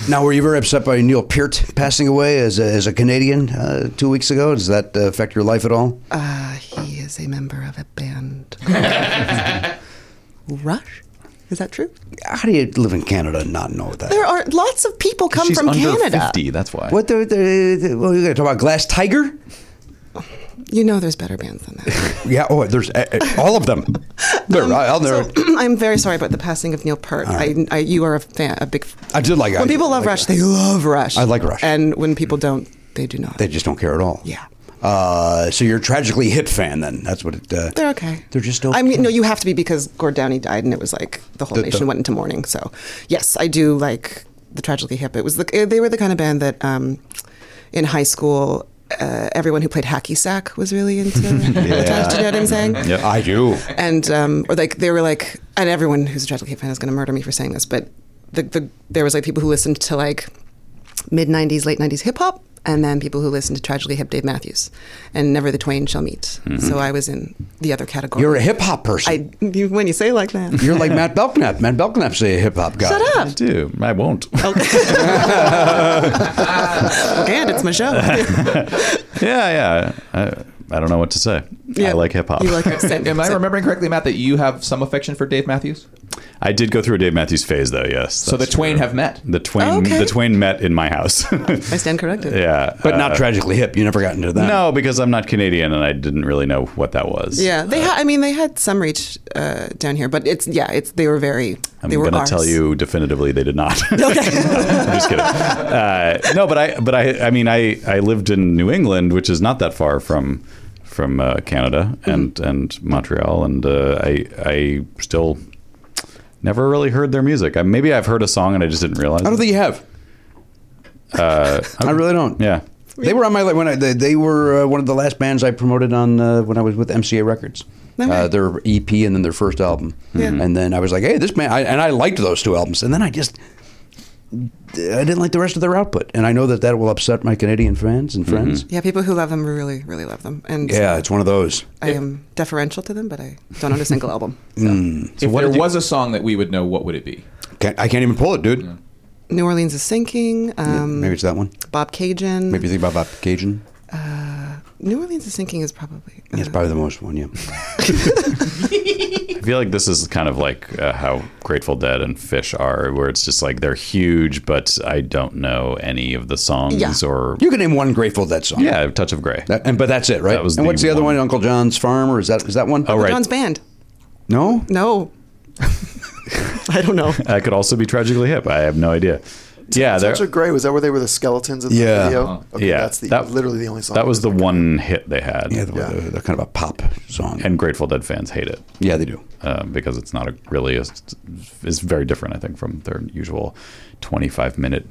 [SPEAKER 9] Now, were you very upset by Neil Peart passing away as a, as a Canadian uh, two weeks ago? Does that uh, affect your life at all?
[SPEAKER 8] Uh, he is a member of a band. Rush. Is that true?
[SPEAKER 9] How do you live in Canada and not know that?
[SPEAKER 8] There are lots of people come
[SPEAKER 3] She's
[SPEAKER 8] from
[SPEAKER 3] under
[SPEAKER 8] Canada.
[SPEAKER 3] 50, that's why.
[SPEAKER 9] what the, the, the well, you got to talk about Glass Tiger?
[SPEAKER 8] You know, there's better bands than that.
[SPEAKER 9] Yeah, oh, there's uh, uh, all of them. There,
[SPEAKER 8] Um,
[SPEAKER 9] I, I'll never.
[SPEAKER 8] I'm very sorry about the passing of Neil Peart. I, I, you are a fan, a big.
[SPEAKER 9] I did like.
[SPEAKER 8] when
[SPEAKER 9] I
[SPEAKER 8] people love
[SPEAKER 9] like-
[SPEAKER 8] Rush, they love Rush.
[SPEAKER 9] I like Rush.
[SPEAKER 8] and when people don't, they do not.
[SPEAKER 9] They just don't care at all.
[SPEAKER 8] Yeah.
[SPEAKER 9] Uh, so you're a tragically hip fan, then? That's what it. Uh,
[SPEAKER 8] They're okay.
[SPEAKER 9] They're just okay.
[SPEAKER 8] I mean, no, you have to be because Gord Downey died, and it was like the whole
[SPEAKER 9] The-
[SPEAKER 8] nation
[SPEAKER 9] the-
[SPEAKER 8] went into mourning. So, yes, I do like the Tragically Hip. It was the eh, they were the kind of band that um, in high school. Uh, everyone who played hacky sack was really into. yeah. Do you know what I'm saying?
[SPEAKER 3] Yep.
[SPEAKER 9] I do.
[SPEAKER 8] And um, or like they were like, and everyone who's a Tragically Hip fan is going to murder me for saying this, but the, the there was like people who listened to like mid '90s, late '90s hip hop, and then people who listened to Tragically Hip Dave Matthews, and Never the Twain Shall Meet.
[SPEAKER 3] Mm-hmm.
[SPEAKER 8] So I was in the other category.
[SPEAKER 9] You're a hip hop person.
[SPEAKER 8] I you, when you say it like that.
[SPEAKER 9] you're like Matt Belknap. Matt Belknap's a hip hop guy.
[SPEAKER 8] Shut
[SPEAKER 3] I
[SPEAKER 8] up.
[SPEAKER 3] do. I won't.
[SPEAKER 8] And it's my show.
[SPEAKER 3] yeah, yeah. I, I don't know what to say. I like hip hop.
[SPEAKER 8] You like
[SPEAKER 5] And am I remembering correctly, Matt, that you have some affection for Dave Matthews?
[SPEAKER 3] I did go through a Dave Matthews phase though. Yes.
[SPEAKER 5] So the
[SPEAKER 3] that's
[SPEAKER 5] twain
[SPEAKER 3] true.
[SPEAKER 5] have met.
[SPEAKER 3] The twain.
[SPEAKER 8] Oh, Okay.
[SPEAKER 3] The twain met in my house.
[SPEAKER 8] I stand corrected.
[SPEAKER 3] yeah,
[SPEAKER 9] But
[SPEAKER 3] uh,
[SPEAKER 9] not tragically hip. You never got into that.
[SPEAKER 3] No, because I'm not Canadian and I didn't really know what that was.
[SPEAKER 8] Yeah, they. Ha- I mean, they had some reach uh, down here, but it's yeah, it's they were very.
[SPEAKER 3] I'm
[SPEAKER 8] they were
[SPEAKER 3] going to tell
[SPEAKER 8] ours.
[SPEAKER 3] you definitively they did not. I'm just kidding. Uh, no, but I, but I, I mean, I, I lived in New England, which is not that far from from uh, Canada and and Montreal, and uh, I I still never really heard their music. I, maybe I've heard a song and I just didn't realize.
[SPEAKER 9] I don't
[SPEAKER 3] it.
[SPEAKER 9] think you have. I really don't.
[SPEAKER 3] Uh, Yeah.
[SPEAKER 9] They were on my li- when I, they, they were uh, one of the last bands I promoted on uh, when I was with MCA Records. Uh,
[SPEAKER 8] Okay.
[SPEAKER 9] their EP and then their first album. Mm-hmm. And then I was like, hey, this band, I, and I liked those two albums. And then I just, I didn't like the rest of their output. And I know that that will upset my Canadian fans and friends.
[SPEAKER 3] Mm-hmm.
[SPEAKER 8] Yeah, people who love them really, really love them, and
[SPEAKER 9] Yeah, it's one of those.
[SPEAKER 8] I am deferential to them, but I don't own a single album. So.
[SPEAKER 5] if there was a song that we would know, what would it be?
[SPEAKER 2] Can't, I can't even pull it, dude.
[SPEAKER 8] New Orleans is sinking. Um,
[SPEAKER 2] Maybe it's that one.
[SPEAKER 8] Bob Cajun.
[SPEAKER 2] Maybe you think about Bob Cajun.
[SPEAKER 8] New Orleans is sinking is probably. uh,
[SPEAKER 2] It's probably the most one, yeah.
[SPEAKER 3] I feel like this is kind of like uh, how Grateful Dead and Fish are, where it's just like they're huge, but I don't know any of the songs
[SPEAKER 8] Yeah.
[SPEAKER 3] or
[SPEAKER 2] You can name one Grateful Dead song.
[SPEAKER 3] yeah, Touch of Grey.
[SPEAKER 2] That- and but that's it, right?
[SPEAKER 3] That was
[SPEAKER 2] and
[SPEAKER 3] the
[SPEAKER 2] what's the other
[SPEAKER 3] one.
[SPEAKER 2] one? Uncle John's Farm, or is that is that one?
[SPEAKER 3] oh right,
[SPEAKER 8] John's band.
[SPEAKER 2] No,
[SPEAKER 8] No. I don't know.
[SPEAKER 3] I could also be tragically hip. I have no idea. Yeah, there-
[SPEAKER 4] Touch of Grey was that where they were the skeletons in the
[SPEAKER 2] Yeah.
[SPEAKER 4] video? Okay,
[SPEAKER 3] yeah,
[SPEAKER 4] that's the,
[SPEAKER 3] that-
[SPEAKER 4] literally the only song.
[SPEAKER 3] that was the one hit they had,
[SPEAKER 2] yeah, they're, they're- they're kind of a pop song.
[SPEAKER 3] and Grateful Dead fans hate it
[SPEAKER 2] yeah, they do.
[SPEAKER 3] uh, because it's not a really a, is very different, I think, from their usual twenty-five minute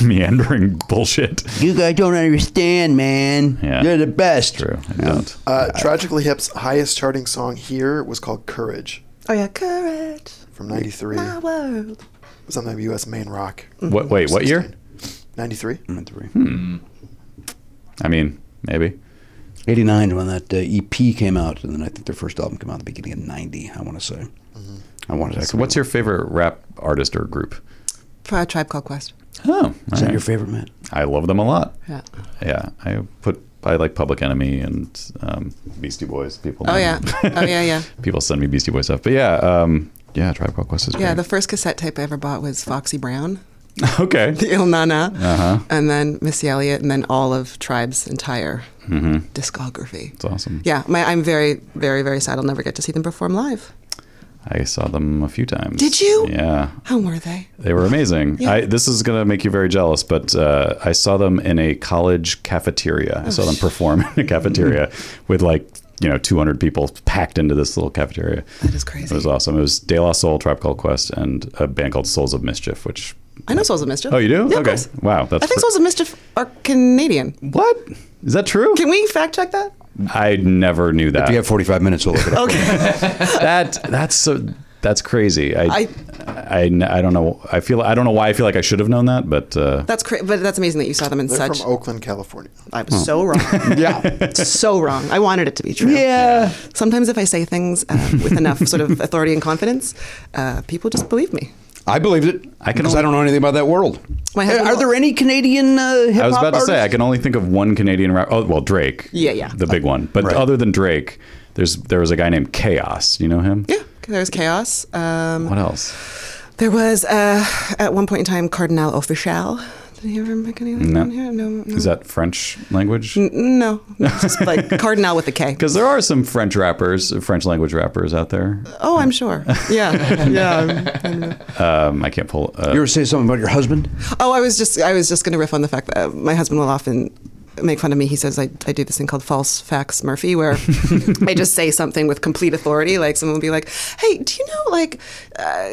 [SPEAKER 3] meandering bullshit.
[SPEAKER 2] You guys don't understand, man.
[SPEAKER 3] Yeah.
[SPEAKER 2] You're the best.
[SPEAKER 3] True, I
[SPEAKER 2] Yeah.
[SPEAKER 3] don't.
[SPEAKER 4] uh, Tragically Hip's highest charting song here was called Courage
[SPEAKER 8] Oh yeah, courage,
[SPEAKER 4] from 93.
[SPEAKER 8] my
[SPEAKER 4] It
[SPEAKER 8] world.
[SPEAKER 4] was on the US main rock.
[SPEAKER 3] What? Wait, what year?
[SPEAKER 4] 93?
[SPEAKER 3] Mm.
[SPEAKER 2] Hmm.
[SPEAKER 3] I mean, maybe.
[SPEAKER 2] 89 is when that uh, EP came out, and then I think their first album came out at the beginning of 90, I want to say. I want to say.
[SPEAKER 3] So what's your favorite rap artist or group?
[SPEAKER 8] For a tribe called Quest.
[SPEAKER 3] Oh,
[SPEAKER 2] Is that your favorite, man?
[SPEAKER 3] I love them a lot.
[SPEAKER 8] Yeah.
[SPEAKER 3] Yeah, I put I like Public Enemy and um, Beastie Boys. People.
[SPEAKER 8] Oh yeah. Oh yeah, yeah.
[SPEAKER 3] people send me Beastie Boys stuff, but yeah, um, yeah, Tribe Called Quest is
[SPEAKER 8] Yeah, the
[SPEAKER 3] great.
[SPEAKER 8] first cassette tape I ever bought was Foxy Brown,
[SPEAKER 3] okay.
[SPEAKER 8] the Il Nana,
[SPEAKER 2] Uh-huh.
[SPEAKER 8] and then Missy Elliott, and then all of Tribe's entire
[SPEAKER 2] Mm-hmm.
[SPEAKER 8] discography.
[SPEAKER 3] It's awesome.
[SPEAKER 8] Yeah, my, I'm very, very, very sad I'll never get to see them perform live.
[SPEAKER 3] I saw them a few times.
[SPEAKER 8] Did you?
[SPEAKER 3] Yeah,
[SPEAKER 8] How were they?
[SPEAKER 3] they were amazing. I, this is gonna make you very jealous, but uh, I saw them in a college cafeteria. I saw
[SPEAKER 8] Oh,
[SPEAKER 3] them perform in a cafeteria with like you know 200 people packed into this little cafeteria.
[SPEAKER 8] That is crazy.
[SPEAKER 3] It was awesome. It was De La Soul, Tribe Called Quest, and a band called Souls of Mischief, which.
[SPEAKER 8] I know Souls of Mischief.
[SPEAKER 3] Oh, you do?
[SPEAKER 8] Yeah, of
[SPEAKER 3] okay.
[SPEAKER 8] course.
[SPEAKER 3] Wow, that's
[SPEAKER 8] I think
[SPEAKER 3] pre-
[SPEAKER 8] Souls of Mischief are Canadian.
[SPEAKER 3] What? Is that true?
[SPEAKER 8] Can we fact check that?
[SPEAKER 3] I never knew that.
[SPEAKER 2] If you have 45 minutes, we'll look it up.
[SPEAKER 8] Okay.
[SPEAKER 3] that that's so that's crazy. I I,
[SPEAKER 8] I-
[SPEAKER 3] I don't know. I feel I don't know why I feel like I should have known that, but uh,
[SPEAKER 8] that's cra- but that's amazing that you saw them in
[SPEAKER 4] They're
[SPEAKER 8] such.
[SPEAKER 4] from Oakland, California.
[SPEAKER 8] I'm so wrong. yeah. So wrong. I wanted it to be true.
[SPEAKER 2] Yeah.
[SPEAKER 8] Sometimes if I say things uh, with enough sort of authority and confidence, uh, people just believe me.
[SPEAKER 2] I believed it. I
[SPEAKER 3] can
[SPEAKER 2] because I
[SPEAKER 3] only-
[SPEAKER 2] don't know anything about that world.
[SPEAKER 8] My
[SPEAKER 2] Are,
[SPEAKER 8] husband-
[SPEAKER 2] Uh, are there any Canadian uh, hip hop
[SPEAKER 3] I was about to
[SPEAKER 2] artists?
[SPEAKER 3] say I can only think of one Canadian rap. Oh well, Drake.
[SPEAKER 8] Yeah, yeah.
[SPEAKER 3] the big one. But
[SPEAKER 2] Right.
[SPEAKER 3] other than Drake, there's there was a guy named Chaos. You know him?
[SPEAKER 8] Yeah. There's chaos. Um,
[SPEAKER 3] What else?
[SPEAKER 8] There was uh, at one point in time Cardinal Official. Did he ever make any of that
[SPEAKER 3] No.
[SPEAKER 8] down here? No, no.
[SPEAKER 3] Is that French language?
[SPEAKER 8] no, no, just like Cardinal with a K.
[SPEAKER 3] Because there are some French rappers, French language rappers out there.
[SPEAKER 8] Oh, I'm sure. Yeah, yeah. I'm- I'm-
[SPEAKER 3] Um, I can't pull. Uh,
[SPEAKER 2] You ever say something about your husband?
[SPEAKER 8] Oh, I was just I was just going to riff on the fact that uh, my husband will often make fun of me. He says I, I do this thing called false facts Murphy, where I just say something with complete authority. Like someone will be like, "Hey, do you know like uh,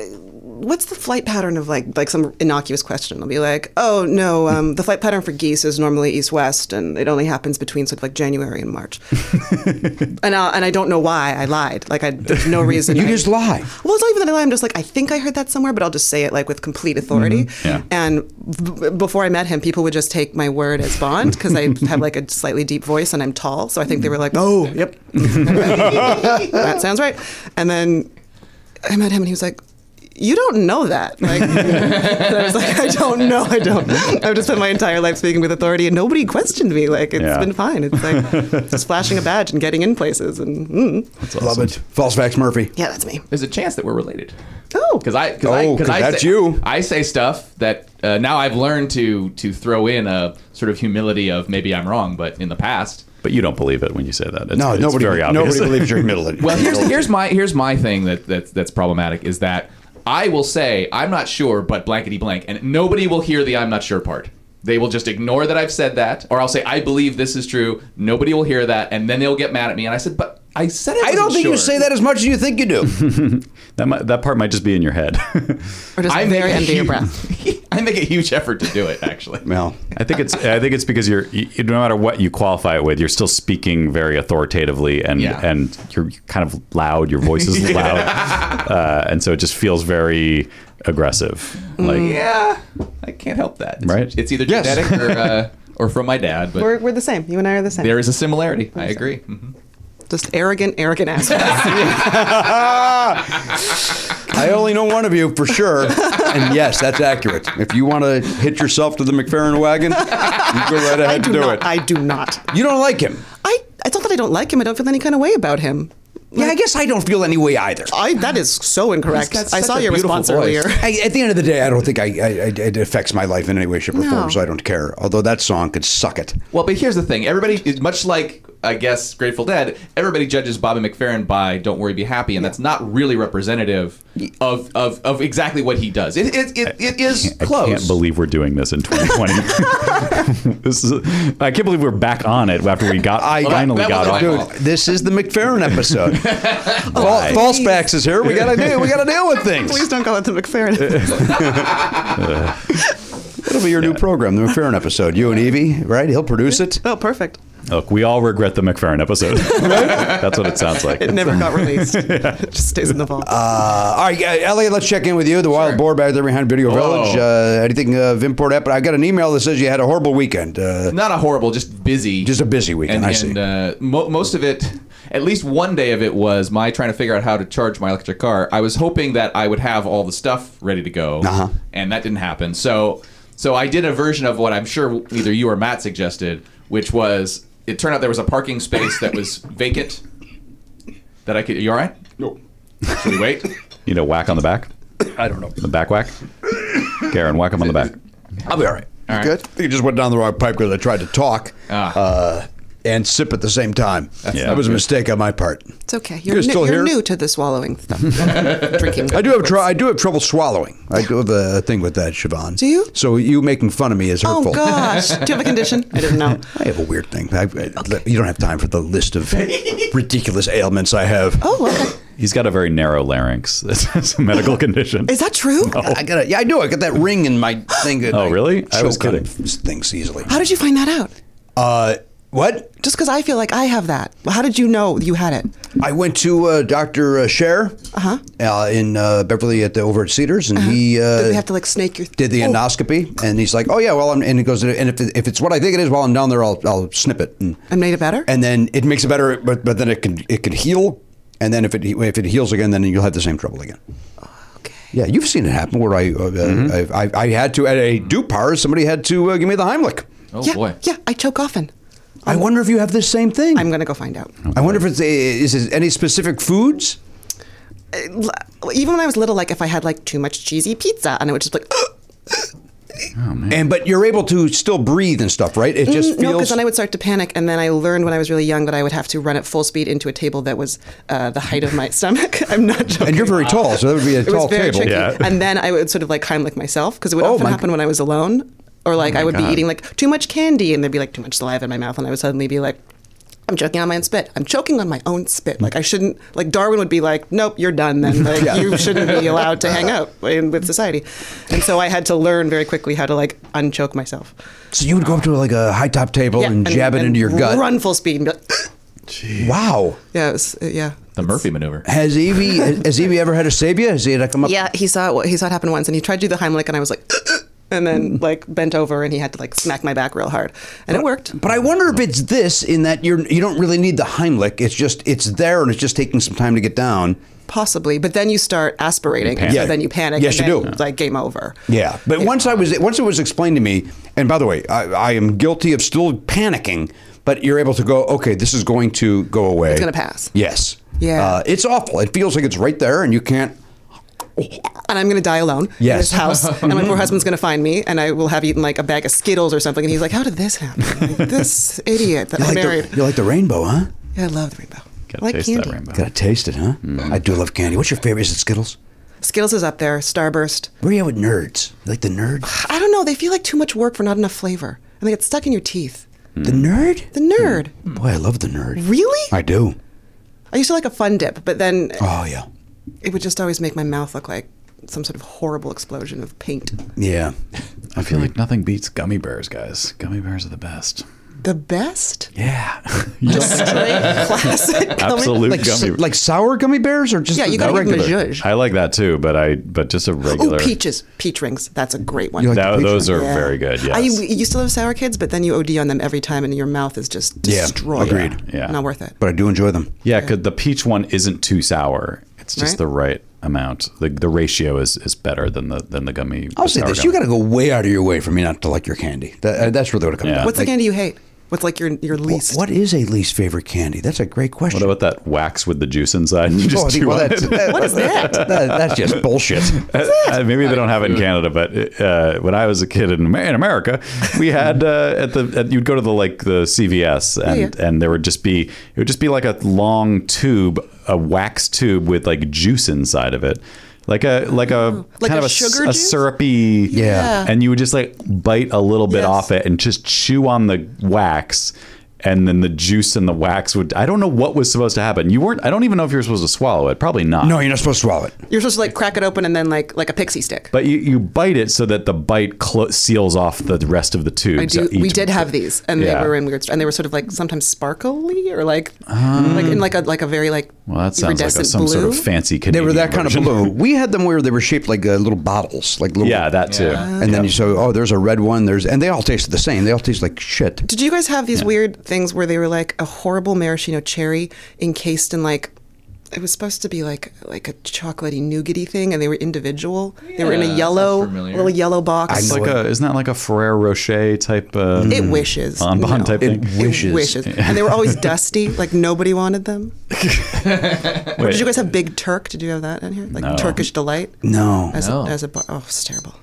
[SPEAKER 8] what's the flight pattern of like like some innocuous question?" I'll be like, "Oh no, um, the flight pattern for geese is normally east west, and it only happens between sort of like January and March." and I, and I don't know why I lied. Like I there's no reason.
[SPEAKER 2] You
[SPEAKER 8] I-
[SPEAKER 2] just lie.
[SPEAKER 8] well, it's not even that I lie. I'm just like I think I heard that somewhere, but I'll just say it like with complete authority.
[SPEAKER 3] Yeah.
[SPEAKER 8] And b- before I met him, people would just take my word as bond because I have like a slightly deep voice and I'm tall, so I think they were like, "Oh, yep, that sounds right." And then I met him, and he was like. You don't know that. Like, and I was like, I don't know. I don't. I've just spent my entire life speaking with authority, and nobody questioned me. Like, it's
[SPEAKER 3] Yeah.
[SPEAKER 8] been fine. It's like just flashing a badge and getting in places. And mm.
[SPEAKER 2] Love it. False facts, Murphy.
[SPEAKER 8] yeah, that's me.
[SPEAKER 5] There's a chance that we're related.
[SPEAKER 8] Oh,
[SPEAKER 5] because I because
[SPEAKER 2] Oh,
[SPEAKER 5] I,
[SPEAKER 2] 'cause
[SPEAKER 5] I
[SPEAKER 2] that's
[SPEAKER 5] say,
[SPEAKER 2] you.
[SPEAKER 5] I say stuff that uh, now I've learned to to throw in a sort of humility of maybe I'm wrong, but in the past.
[SPEAKER 3] but you don't believe it when you say that. It's,
[SPEAKER 2] No,
[SPEAKER 3] it's
[SPEAKER 2] Oh, nobody,
[SPEAKER 3] Very obvious.
[SPEAKER 2] nobody believes you're middle aged.
[SPEAKER 5] Well, here's here's my here's my thing that, that that's problematic is that I will say I'm not sure, but blankety blank, and nobody will hear the I'm not sure part. They will just ignore that I've said that, or I'll say I believe this is true. Nobody will hear that, and then they'll get mad at me. And I said, but I said it.
[SPEAKER 2] I don't think you say that as much as you think you do.
[SPEAKER 3] that might, that part might just be in your head.
[SPEAKER 8] Or just
[SPEAKER 5] I'm
[SPEAKER 8] very under your breath.
[SPEAKER 5] I make a huge effort to do it, actually.
[SPEAKER 2] well,
[SPEAKER 3] I think it's I think it's because you're you, you- no matter what you qualify it with, you're still speaking very authoritatively and
[SPEAKER 5] Yeah.
[SPEAKER 3] and you're kind of loud. Your voice is loud, uh, and so it just feels very aggressive.
[SPEAKER 5] Mm.
[SPEAKER 3] Like
[SPEAKER 5] Yeah, I can't help that. It's,
[SPEAKER 3] Right.
[SPEAKER 5] It's either
[SPEAKER 2] Yes.
[SPEAKER 5] genetic or uh, or from my dad, but
[SPEAKER 8] We're, we're the same. You and I are the same.
[SPEAKER 5] there is a similarity. I agree. Mm-hmm.
[SPEAKER 8] Just arrogant, arrogant assholes.
[SPEAKER 9] I only know one of you for sure. And yes, that's accurate. If you want to hit yourself to the McFerrin wagon, you go right ahead
[SPEAKER 8] I
[SPEAKER 9] and
[SPEAKER 8] do,
[SPEAKER 9] do,
[SPEAKER 8] not.
[SPEAKER 9] it.
[SPEAKER 8] I do not.
[SPEAKER 9] you don't like him.
[SPEAKER 8] I. It's not that I don't like him. I don't feel any kind of way about him.
[SPEAKER 9] Yeah, I guess I don't feel any way either.
[SPEAKER 8] I. That is so incorrect.
[SPEAKER 9] He's got
[SPEAKER 8] I
[SPEAKER 9] such
[SPEAKER 8] saw
[SPEAKER 9] a
[SPEAKER 8] your
[SPEAKER 9] beautiful
[SPEAKER 8] response
[SPEAKER 9] voice.
[SPEAKER 8] earlier.
[SPEAKER 9] I, at the end of the day, I don't think I, I, I- it affects my life in any way, shape, or
[SPEAKER 8] No.
[SPEAKER 9] form. So I don't care. Although that song could suck it.
[SPEAKER 5] Well, but here's the thing. Everybody, much like I guess Grateful Dead, everybody judges Bobby McFerrin by "Don't Worry, Be Happy," and that's not really representative of of, of exactly what he does. It it, it, it is
[SPEAKER 3] I
[SPEAKER 5] close.
[SPEAKER 3] can't believe we're doing this in 2020. this is, I can't believe we're back on it after we got
[SPEAKER 9] I-
[SPEAKER 3] finally
[SPEAKER 5] that
[SPEAKER 3] got off.
[SPEAKER 5] wasn't my
[SPEAKER 3] it.
[SPEAKER 9] Dude,
[SPEAKER 5] fault.
[SPEAKER 9] Oh, this is the McFerrin episode. Fal- false facts is here. We gotta deal. We gotta deal with things.
[SPEAKER 8] Please don't call it the McFerrin.
[SPEAKER 9] It'll be your new program, the McFerrin episode. You and Evie, right? He'll produce it.
[SPEAKER 8] oh, perfect.
[SPEAKER 3] Look, we all regret the McFerrin episode. That's what it sounds like.
[SPEAKER 8] It never got released. It just stays in the vault.
[SPEAKER 9] Uh, all right, uh, Elliot, let's check in with you. The Wild Boar back there behind Video Village. Uh, anything uh, of import happened? I got an email that says you had a horrible weekend. Uh,
[SPEAKER 5] not a horrible, just busy.
[SPEAKER 9] Just a busy weekend,
[SPEAKER 5] And,
[SPEAKER 9] I see.
[SPEAKER 5] and, uh, mo- most of it, at least one day of it, was my trying to figure out how to charge my electric car. I was hoping that I would have all the stuff ready to go,
[SPEAKER 9] Uh-huh.
[SPEAKER 5] and that didn't happen. So, so I did a version of what I'm sure either you or Matt suggested, which was it turned out there was a parking space that was vacant that I could. You all right?
[SPEAKER 11] No.
[SPEAKER 5] Should we wait?
[SPEAKER 3] You know, whack on the back.
[SPEAKER 9] I don't know.
[SPEAKER 3] The back whack. Karen, whack him on the back.
[SPEAKER 9] I'll be all right.
[SPEAKER 5] All right.
[SPEAKER 12] Good.
[SPEAKER 9] You just went down the wrong pipe because I tried to talk
[SPEAKER 5] Ah.
[SPEAKER 9] uh, and sip at the same time.
[SPEAKER 3] Yeah.
[SPEAKER 9] that was a
[SPEAKER 3] good.
[SPEAKER 9] mistake on my part.
[SPEAKER 8] it's okay. You're,
[SPEAKER 9] You're
[SPEAKER 8] new,
[SPEAKER 9] still
[SPEAKER 8] you're
[SPEAKER 9] here?
[SPEAKER 8] new to the swallowing stuff. Drinking.
[SPEAKER 9] I do have tr- I do have trouble swallowing. I do have a thing with that, Siobhan.
[SPEAKER 8] Do you?
[SPEAKER 9] So you making fun of me is hurtful.
[SPEAKER 8] Oh gosh. Do you have a condition? I didn't know.
[SPEAKER 9] I have a weird thing. I, I- You don't have time for the list of ridiculous ailments I have.
[SPEAKER 8] Oh, okay.
[SPEAKER 3] He's got a very narrow larynx. It's a medical condition.
[SPEAKER 8] Is that true?
[SPEAKER 9] I got a, yeah, I do. I got that ring in my thing. that
[SPEAKER 3] Oh,
[SPEAKER 9] I
[SPEAKER 3] really? I was
[SPEAKER 9] choke on
[SPEAKER 3] kidding.
[SPEAKER 9] Things easily.
[SPEAKER 8] How did you find that out?
[SPEAKER 9] Uh, what?
[SPEAKER 8] Just because I feel like I have that. How did you know you had it?
[SPEAKER 9] I went to uh, Doctor uh, Cher
[SPEAKER 8] Uh-huh.
[SPEAKER 9] uh, in uh, Beverly at the over at Cedars, and he uh,
[SPEAKER 8] Did we have to like snake your?
[SPEAKER 9] did the
[SPEAKER 8] Oh,
[SPEAKER 9] endoscopy, and he's like, "Oh yeah, well," I'm, and he goes, "And if, it- if it's what I think it is, while I'm down there, I'll I'll snip it." And,
[SPEAKER 8] And made it better.
[SPEAKER 9] and then it makes it better, but but then it can it can heal, and then if it if it heals again, then you'll have the same trouble again.
[SPEAKER 8] okay.
[SPEAKER 9] Yeah, you've seen it happen where I uh,
[SPEAKER 3] Mm-hmm.
[SPEAKER 9] I, I I had to at a Dupar, somebody had to uh, give me the Heimlich.
[SPEAKER 5] Oh
[SPEAKER 8] yeah,
[SPEAKER 5] boy.
[SPEAKER 8] Yeah, I choke often.
[SPEAKER 9] I wonder if you have the same thing.
[SPEAKER 8] I'm gonna go find out.
[SPEAKER 9] I wonder if it's a, is it any specific foods.
[SPEAKER 8] L- Uh, Even when I was little, like if I had like too much cheesy pizza, and I would just like,
[SPEAKER 9] And but you're able to still breathe and stuff, right? It just
[SPEAKER 8] Mm, no,
[SPEAKER 9] feels
[SPEAKER 8] because then I would start to panic. And then I learned when I was really young that I would have to run at full speed into a table that was uh, the height of my stomach. I'm not joking.
[SPEAKER 9] And you're very tall, so that would be a
[SPEAKER 8] it
[SPEAKER 9] tall
[SPEAKER 8] was very
[SPEAKER 9] table.
[SPEAKER 8] tricky.
[SPEAKER 3] Yeah.
[SPEAKER 8] And then I would sort of like Heimlich myself because it would
[SPEAKER 9] Oh,
[SPEAKER 8] often
[SPEAKER 9] my Oh
[SPEAKER 8] happen
[SPEAKER 9] God.
[SPEAKER 8] when I was alone, or like I would
[SPEAKER 3] God.
[SPEAKER 8] be eating like too much candy, and there'd be like too much saliva in my mouth, and I would suddenly be like. I'm choking on my own spit. I'm choking on my own spit. Like I shouldn't. Like Darwin would be like, "Nope, you're done. Then like you shouldn't be allowed to hang out in, with society." And so I had to learn very quickly how to like unchoke myself.
[SPEAKER 9] So you would go up to like a high top table
[SPEAKER 8] Yeah,
[SPEAKER 9] Oh, and, jab it
[SPEAKER 8] and
[SPEAKER 9] into your gut.
[SPEAKER 8] Run full speed and be like,
[SPEAKER 9] Wow.
[SPEAKER 8] yeah, it was, uh, yeah.
[SPEAKER 5] The Murphy maneuver.
[SPEAKER 9] Has Evie has Evie ever had a sabia? Has he had to come up?
[SPEAKER 8] Yeah, he saw it, he saw it happen once, and he tried to do the Heimlich, and I was like, "Uh, and
[SPEAKER 9] Mm.
[SPEAKER 8] then like bent over, and he had to like smack my back real hard, and it worked.
[SPEAKER 9] But I wonder if it's this in that you're you don't really need the Heimlich. It's just it's there and it's just taking some time to get down.
[SPEAKER 8] Possibly, but then you start aspirating, and
[SPEAKER 9] panic.
[SPEAKER 8] so then you panic.
[SPEAKER 9] Yes,
[SPEAKER 8] and
[SPEAKER 9] you
[SPEAKER 8] then,
[SPEAKER 9] do.
[SPEAKER 8] Like game over.
[SPEAKER 9] Yeah, but once I was once it was explained to me, and by the way, I, I am guilty of still panicking. But you're able to go, okay, this is going to go away.
[SPEAKER 8] It's gonna pass.
[SPEAKER 9] Yes.
[SPEAKER 8] Yeah.
[SPEAKER 9] Uh, it's awful. It feels like it's right there, and you can't.
[SPEAKER 8] And I'm gonna die alone in this
[SPEAKER 9] Yes.
[SPEAKER 8] house, and my poor husband's gonna find me, and I will have eaten like a bag of Skittles or something, and he's like, "How did this happen? Like, this idiot that
[SPEAKER 9] You
[SPEAKER 8] I
[SPEAKER 9] like,
[SPEAKER 8] married."
[SPEAKER 9] the, you like the rainbow, huh?
[SPEAKER 8] yeah, I love the rainbow. I
[SPEAKER 3] Gotta
[SPEAKER 8] like
[SPEAKER 3] taste
[SPEAKER 8] candy.
[SPEAKER 3] that rainbow.
[SPEAKER 9] Gotta taste it, huh? I do love candy. What's your favorite? Is it Skittles?
[SPEAKER 8] Skittles is up there. Starburst.
[SPEAKER 9] Where are you at with nerds? You like the nerd?
[SPEAKER 8] I don't know. They feel like too much work for not enough flavor, and they get stuck in your teeth.
[SPEAKER 9] The nerd?
[SPEAKER 8] The nerd.
[SPEAKER 9] Boy, I love the nerd.
[SPEAKER 8] Really?
[SPEAKER 9] I do.
[SPEAKER 8] I used to like a fun dip, but then
[SPEAKER 9] Oh yeah.
[SPEAKER 8] it would just always make my mouth look like some sort of horrible explosion of paint.
[SPEAKER 9] Yeah.
[SPEAKER 3] I feel like nothing beats gummy bears, guys. Gummy bears are the best.
[SPEAKER 8] The best
[SPEAKER 3] Yeah.
[SPEAKER 8] straight classic. gummy-
[SPEAKER 3] Absolute
[SPEAKER 9] Like
[SPEAKER 3] gummy.
[SPEAKER 9] like sour gummy bears or just
[SPEAKER 8] Yeah, you
[SPEAKER 9] the
[SPEAKER 8] gotta give 'em a
[SPEAKER 9] regular?
[SPEAKER 8] zhuzh.
[SPEAKER 3] I like that too, but I but just a regular.
[SPEAKER 8] Oh, peaches, peach rings. That's a great one.
[SPEAKER 9] You like-
[SPEAKER 3] That-
[SPEAKER 9] peach
[SPEAKER 3] those
[SPEAKER 9] one.
[SPEAKER 3] are very good. Yes.
[SPEAKER 8] I used to love sour kids, but then you OD on them every time, and your mouth is just
[SPEAKER 9] Yeah,
[SPEAKER 8] destroyed.
[SPEAKER 9] agreed.
[SPEAKER 3] Yeah.
[SPEAKER 8] not worth it.
[SPEAKER 9] But I do enjoy them.
[SPEAKER 3] yeah, because the peach one isn't too sour. It's just
[SPEAKER 8] Right?
[SPEAKER 3] the right amount. The, the ratio is, is better than the than the gummy.
[SPEAKER 9] I'll say this: you got to go way out of your way for me not to like your candy. That, uh, that's really what it comes
[SPEAKER 3] Yeah.
[SPEAKER 9] down.
[SPEAKER 13] What's
[SPEAKER 9] like,
[SPEAKER 13] the candy you hate? What's like your your
[SPEAKER 9] wh-
[SPEAKER 13] least?
[SPEAKER 9] What is a least favorite candy? That's a great question.
[SPEAKER 3] What about that wax with the juice inside? You just
[SPEAKER 9] Oh, I think-
[SPEAKER 3] chew
[SPEAKER 9] well,
[SPEAKER 3] on
[SPEAKER 9] that's-
[SPEAKER 3] it.
[SPEAKER 13] What is that?
[SPEAKER 9] that? That's just bullshit.
[SPEAKER 3] Uh, maybe they don't have it in Canada, but uh, when I was a kid in, Amer- in America, we had uh, at the at, you'd go to the like the CVS and and there would just be it would just be like a long tube, a wax tube with like juice inside of it. Like a like a
[SPEAKER 8] Like
[SPEAKER 3] kind
[SPEAKER 8] a
[SPEAKER 3] of a,
[SPEAKER 8] sugar
[SPEAKER 3] s- a
[SPEAKER 8] juice?
[SPEAKER 3] syrupy
[SPEAKER 9] Yeah.
[SPEAKER 3] and you would just like bite a little bit
[SPEAKER 8] Yes.
[SPEAKER 3] off it and just chew on the wax and then the juice and the wax would I don't know what was supposed to happen you weren't I don't even know if you were supposed to swallow it probably not
[SPEAKER 9] No, you're not supposed to swallow it.
[SPEAKER 8] You're supposed to like crack it open and then like like a pixie stick.
[SPEAKER 3] But you, you bite it so that the bite clo- seals off the rest of the tube.
[SPEAKER 8] I do, we did have these, and
[SPEAKER 3] Yeah.
[SPEAKER 8] they were in weird, and they were sort of like sometimes sparkly or like like in like a like a very like
[SPEAKER 3] Um, Well, that sounds like a,
[SPEAKER 8] iridescent
[SPEAKER 3] some
[SPEAKER 8] blue.
[SPEAKER 3] sort of fancy
[SPEAKER 9] They
[SPEAKER 3] Canadian.
[SPEAKER 9] were that kind of
[SPEAKER 3] version.
[SPEAKER 9] blue. We had them where they were shaped like uh, little bottles, like little.
[SPEAKER 3] yeah, that too.
[SPEAKER 9] And then you say, oh, there's a red one. There's and they all taste the same. They all taste like shit.
[SPEAKER 8] Did you guys have these weird things where they were like a horrible maraschino cherry encased in like it was supposed to be like like a chocolatey nougaty thing, and they were individual. they were in
[SPEAKER 5] Yeah,
[SPEAKER 8] a
[SPEAKER 5] that
[SPEAKER 8] yellow
[SPEAKER 5] sounds familiar.
[SPEAKER 8] little yellow box.
[SPEAKER 3] It's like a, isn't that like a Ferrero Rocher type? Uh,
[SPEAKER 8] it wishes
[SPEAKER 3] on bond
[SPEAKER 8] No.
[SPEAKER 3] type
[SPEAKER 9] It
[SPEAKER 3] thing.
[SPEAKER 9] wishes.
[SPEAKER 8] wishes, and they were always dusty. Like nobody wanted them.
[SPEAKER 3] Wait,
[SPEAKER 8] Did you guys have Big Turk? Did you have that in here? Like
[SPEAKER 3] No.
[SPEAKER 8] Turkish delight?
[SPEAKER 9] No.
[SPEAKER 8] As
[SPEAKER 5] No.
[SPEAKER 8] a, as a bar- oh, it's terrible.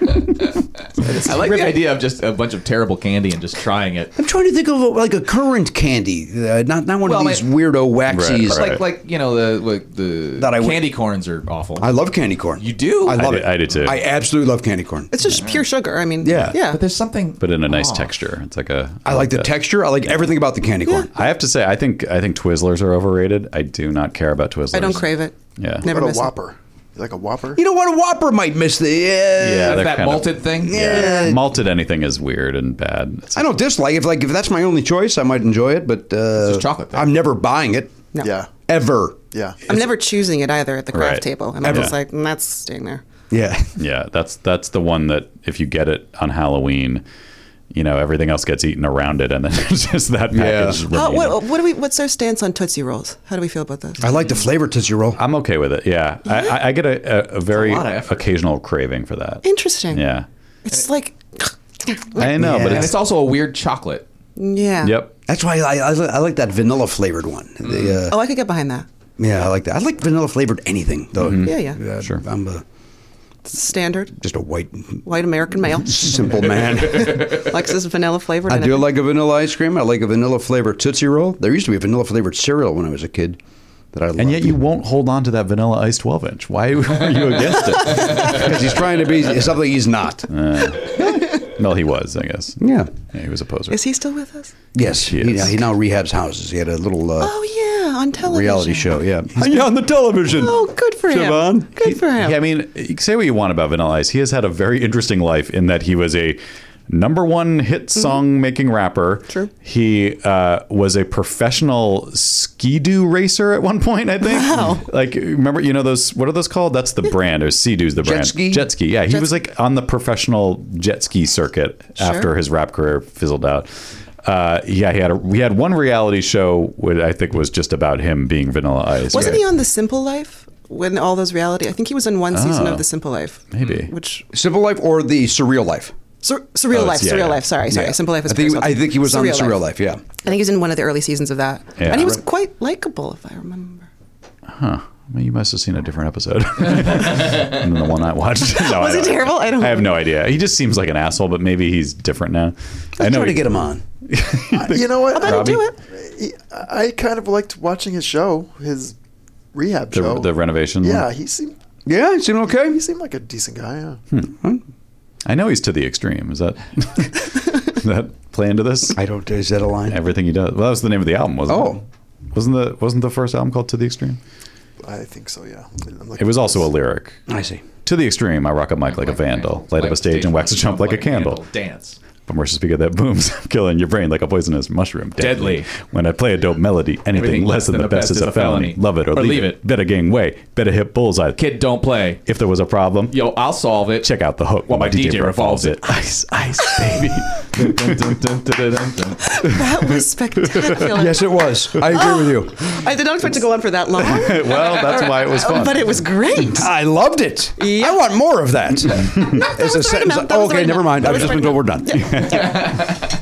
[SPEAKER 5] I like the idea of just a bunch of terrible candy and just trying it.
[SPEAKER 9] I'm trying to think of like a current candy, uh, not not one
[SPEAKER 5] Well,
[SPEAKER 9] of
[SPEAKER 5] my-
[SPEAKER 9] these weirdo waxies.
[SPEAKER 3] Right, right.
[SPEAKER 5] Like like you know the like the
[SPEAKER 9] That I would-
[SPEAKER 5] candy corns are awful.
[SPEAKER 9] I love candy corn.
[SPEAKER 5] you do.
[SPEAKER 9] I love
[SPEAKER 3] do-
[SPEAKER 9] it.
[SPEAKER 3] I do too.
[SPEAKER 9] I absolutely love candy corn.
[SPEAKER 8] It's just pure sugar. I mean,
[SPEAKER 9] Yeah.
[SPEAKER 8] yeah.
[SPEAKER 5] But there's something.
[SPEAKER 3] but in a nice
[SPEAKER 5] Oh.
[SPEAKER 3] texture. It's like a.
[SPEAKER 9] I like the
[SPEAKER 3] that.
[SPEAKER 9] texture. I like everything about the candy corn.
[SPEAKER 3] I have to say, I think I think Twizzlers are overrated. I do not care about Twizzlers.
[SPEAKER 8] I don't crave it.
[SPEAKER 3] Yeah.
[SPEAKER 8] Never
[SPEAKER 4] What
[SPEAKER 8] miss
[SPEAKER 4] a
[SPEAKER 8] it.
[SPEAKER 4] Whopper. You like a Whopper?
[SPEAKER 9] You know what? A Whopper might miss the.
[SPEAKER 3] Yeah, they're
[SPEAKER 5] that
[SPEAKER 3] kind of-
[SPEAKER 5] malted thing.
[SPEAKER 3] Yeah. malted anything is weird and bad. It's-
[SPEAKER 9] I don't dislike it. if like if that's my only choice, I might enjoy it. But uh,
[SPEAKER 5] just chocolate, though.
[SPEAKER 9] I'm never buying it
[SPEAKER 8] No.
[SPEAKER 4] Yeah.
[SPEAKER 9] ever.
[SPEAKER 4] Yeah.
[SPEAKER 8] I'm never choosing it either at the craft
[SPEAKER 3] Right.
[SPEAKER 8] table. I'm
[SPEAKER 3] Ever.
[SPEAKER 8] just
[SPEAKER 3] Yeah.
[SPEAKER 8] like, mm, that's staying there.
[SPEAKER 9] Yeah.
[SPEAKER 3] Yeah, that's that's the one that if you get it on Halloween, you know everything else gets eaten around it, and then it's just that package.
[SPEAKER 8] How,
[SPEAKER 3] remaining.
[SPEAKER 8] what, what do we? What's our stance on Tootsie Rolls? How do we feel about those?
[SPEAKER 9] I like the flavor Tootsie Roll.
[SPEAKER 3] I'm okay with it. Yeah, I I, I get a, a, a very
[SPEAKER 5] lot of effort.
[SPEAKER 3] occasional craving for that.
[SPEAKER 8] Interesting.
[SPEAKER 3] Yeah,
[SPEAKER 8] It's like,
[SPEAKER 3] I know, but
[SPEAKER 5] And
[SPEAKER 3] it's,
[SPEAKER 5] it's also a weird chocolate.
[SPEAKER 8] yeah.
[SPEAKER 3] yep.
[SPEAKER 9] That's why I, I, I like that vanilla flavored one.
[SPEAKER 3] Mm.
[SPEAKER 9] The, uh,
[SPEAKER 8] Oh, I could get behind that.
[SPEAKER 9] yeah, I like that. I like vanilla flavored anything though.
[SPEAKER 8] Yeah, yeah.
[SPEAKER 9] Uh,
[SPEAKER 3] Mm-hmm. Sure.
[SPEAKER 9] I'm a,
[SPEAKER 8] Standard
[SPEAKER 9] just a white,
[SPEAKER 8] white American male
[SPEAKER 9] simple man.
[SPEAKER 8] likes this vanilla flavored.
[SPEAKER 9] I
[SPEAKER 8] and
[SPEAKER 9] do
[SPEAKER 8] everything.
[SPEAKER 9] like a vanilla ice cream. I like a vanilla flavored Tootsie Roll. There used to be a vanilla flavored cereal when I was a kid that I loved.
[SPEAKER 3] And yet you won't hold on to that vanilla ice 12 inch. Why were you against it?
[SPEAKER 9] because he's trying to be something he's not.
[SPEAKER 3] Uh, well, he was, I guess.
[SPEAKER 9] Yeah.
[SPEAKER 3] Yeah, he was a poser.
[SPEAKER 8] Is he still with us?
[SPEAKER 9] Yes,
[SPEAKER 3] She
[SPEAKER 9] he,
[SPEAKER 3] is.
[SPEAKER 9] he now rehabs houses. He had a little uh,
[SPEAKER 8] Oh yeah, on television.
[SPEAKER 9] reality
[SPEAKER 3] Oh,
[SPEAKER 9] show. Yeah,
[SPEAKER 3] on the television.
[SPEAKER 8] Oh, good for him.
[SPEAKER 9] Siobhan?
[SPEAKER 8] Good for him.
[SPEAKER 3] Yeah, I mean, you can say what you want about Vanilla Ice. He has had a very interesting life in that he was a number one hit song making rapper.
[SPEAKER 8] Mm-hmm. True.
[SPEAKER 3] He uh, was a professional ski-doo racer at one point, I think. Wow. Like, remember, you know those, what are those called? That's the brand, or Sea-Doo's the brand.
[SPEAKER 9] ski?
[SPEAKER 3] Jet ski, yeah. He was like on the professional jet ski circuit after his rap career fizzled out. Uh, yeah, he had a, we had one reality show, which I think was just about him being Vanilla Ice.
[SPEAKER 8] Wasn't
[SPEAKER 3] right?
[SPEAKER 8] he on The Simple Life when all those reality? I think he was in one season
[SPEAKER 3] Oh.
[SPEAKER 8] of The Simple Life. Mm,
[SPEAKER 3] Maybe.
[SPEAKER 8] Which
[SPEAKER 9] Simple Life or the Surreal Life.
[SPEAKER 8] sur- surreal
[SPEAKER 3] it's-
[SPEAKER 8] life?
[SPEAKER 3] yeah,
[SPEAKER 8] surreal
[SPEAKER 3] yeah.
[SPEAKER 8] life. Sorry, sorry.
[SPEAKER 9] Oh, Yeah.
[SPEAKER 8] Simple Life is.
[SPEAKER 9] I think,
[SPEAKER 8] Paris
[SPEAKER 9] I
[SPEAKER 8] Hilton.
[SPEAKER 9] think he was on the Surreal Life. Yeah,
[SPEAKER 8] I think he was in one of the early seasons of that,
[SPEAKER 3] Yeah.
[SPEAKER 8] and he was
[SPEAKER 3] Right.
[SPEAKER 8] quite likable, if I remember.
[SPEAKER 3] I mean, you must have seen a different episode than the one I watched. No, I
[SPEAKER 8] Was it
[SPEAKER 3] don't-
[SPEAKER 8] terrible? I don't
[SPEAKER 3] I have no
[SPEAKER 8] know.
[SPEAKER 3] idea. He just seems like an asshole, but maybe he's different now. I
[SPEAKER 9] I'm
[SPEAKER 3] know.
[SPEAKER 9] trying to
[SPEAKER 3] he-
[SPEAKER 9] get him on.
[SPEAKER 4] You know what?
[SPEAKER 8] Let him do it.
[SPEAKER 4] He- I kind of liked watching his show, his rehab
[SPEAKER 3] the,
[SPEAKER 4] show.
[SPEAKER 3] the renovation. one?
[SPEAKER 4] yeah, he seemed
[SPEAKER 9] Yeah, it seemed okay.
[SPEAKER 4] he seemed like a decent guy. Yeah.
[SPEAKER 3] Hmm. I know he's to the extreme. Is that does that play into this?
[SPEAKER 9] I don't. Is that a line?
[SPEAKER 3] Everything he does. Well, that was the name of the album, wasn't
[SPEAKER 9] Oh.
[SPEAKER 3] it? Wasn't the wasn't the first album called To the Extreme?
[SPEAKER 4] I think so. Yeah. I'm looking
[SPEAKER 3] It was
[SPEAKER 4] at
[SPEAKER 3] also a
[SPEAKER 4] this.
[SPEAKER 3] lyric.
[SPEAKER 9] I see.
[SPEAKER 3] To the extreme, I rock a mic like, a vandal, light up a stage and wax a chump like a candle.
[SPEAKER 5] Dance.
[SPEAKER 3] But Marcia Speaker, that boom's killing your brain like a poisonous mushroom.
[SPEAKER 5] Deadly.
[SPEAKER 3] When I play a dope melody, anything, less than, the best, is a felony. Love it or, leave it. Better gang way. Better hit bullseye.
[SPEAKER 5] Kid, don't play.
[SPEAKER 3] If there was a problem,
[SPEAKER 5] Yo, I'll solve it.
[SPEAKER 3] check out the hook
[SPEAKER 5] While my DJ revolves it.
[SPEAKER 3] Ice, ice, baby.
[SPEAKER 8] That was spectacular.
[SPEAKER 9] Yes, it was. I agree with you.
[SPEAKER 8] I did not expect to go on for that long.
[SPEAKER 3] well, that's why it was fun.
[SPEAKER 8] But it was great.
[SPEAKER 9] I loved it.
[SPEAKER 8] Yeah.
[SPEAKER 9] I want more of that. It's a
[SPEAKER 8] was the right
[SPEAKER 9] sentence-
[SPEAKER 8] amount. That was the
[SPEAKER 9] okay,
[SPEAKER 8] right
[SPEAKER 9] never
[SPEAKER 8] amount.
[SPEAKER 9] mind.
[SPEAKER 8] That
[SPEAKER 9] I've
[SPEAKER 8] was
[SPEAKER 9] just
[SPEAKER 8] the right
[SPEAKER 9] been told we're done.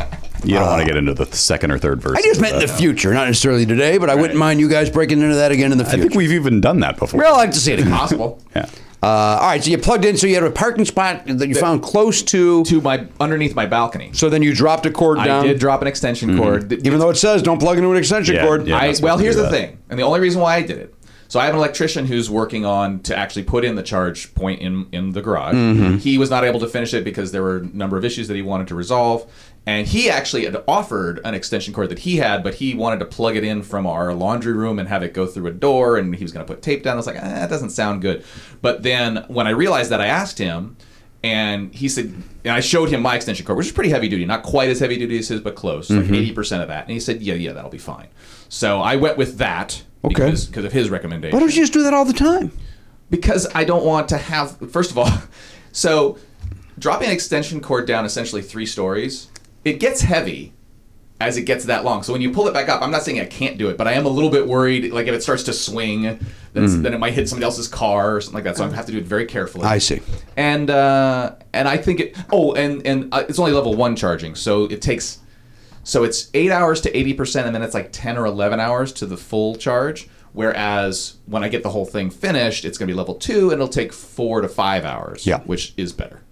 [SPEAKER 3] You don't want to get into the second or third verse.
[SPEAKER 9] I just meant in the future, not necessarily today, but I wouldn't mind you guys breaking into that again in the
[SPEAKER 3] I
[SPEAKER 9] future.
[SPEAKER 3] think we've even done that before.
[SPEAKER 9] Well, I'd like to see it again.
[SPEAKER 5] Possible.
[SPEAKER 3] Yeah.
[SPEAKER 9] Uh, all right, so you plugged in, so you had a parking spot that you found close to.
[SPEAKER 5] To my underneath my balcony.
[SPEAKER 9] So then you dropped a cord
[SPEAKER 5] I
[SPEAKER 9] down.
[SPEAKER 5] did drop an extension
[SPEAKER 3] Mm-hmm.
[SPEAKER 5] cord. Th-
[SPEAKER 9] Even though it says don't plug into an extension
[SPEAKER 3] Yeah,
[SPEAKER 9] cord.
[SPEAKER 3] yeah.
[SPEAKER 5] I,
[SPEAKER 3] not
[SPEAKER 5] well,
[SPEAKER 3] supposed to
[SPEAKER 5] here's
[SPEAKER 3] do
[SPEAKER 5] the
[SPEAKER 3] that.
[SPEAKER 5] thing, and the only reason why I did it. So I have an electrician who's working on to actually put in the charge point in in the garage.
[SPEAKER 3] Mm-hmm.
[SPEAKER 5] He was not able to finish it because there were a number of issues that he wanted to resolve, and he actually had offered an extension cord that he had, but he wanted to plug it in from our laundry room and have it go through a door, and he was going to put tape down. I was like, eh, that doesn't sound good. But then when I realized that, I asked him. And he said, and I showed him my extension cord, which is pretty heavy duty, not quite as heavy duty as his, but close, like
[SPEAKER 9] Mm-hmm.
[SPEAKER 5] eighty percent of that. And he said, yeah, yeah, that'll be fine. So I went with that
[SPEAKER 9] Okay.
[SPEAKER 5] because, because of his
[SPEAKER 9] Why
[SPEAKER 5] recommendation.
[SPEAKER 9] don't you just do that all the time?
[SPEAKER 5] because I don't want to have. First of all, so dropping an extension cord down essentially three stories, it gets heavy as it gets that long. So when you pull it back up, I'm not saying I can't do it, but I am a little bit worried. Like if it starts to swing, then, it's- then it might hit somebody else's car or something like that. So I'm gonna have to do it very carefully.
[SPEAKER 9] Hmm. I see.
[SPEAKER 5] And uh, and I think it. Oh, and and uh, it's only level one charging, so it takes. So it's eight hours to eighty percent, and then it's like ten or eleven hours to the full charge. Whereas when I get the whole thing finished, it's going to be level two, and it'll take four to five hours.
[SPEAKER 9] Yeah.
[SPEAKER 5] which is better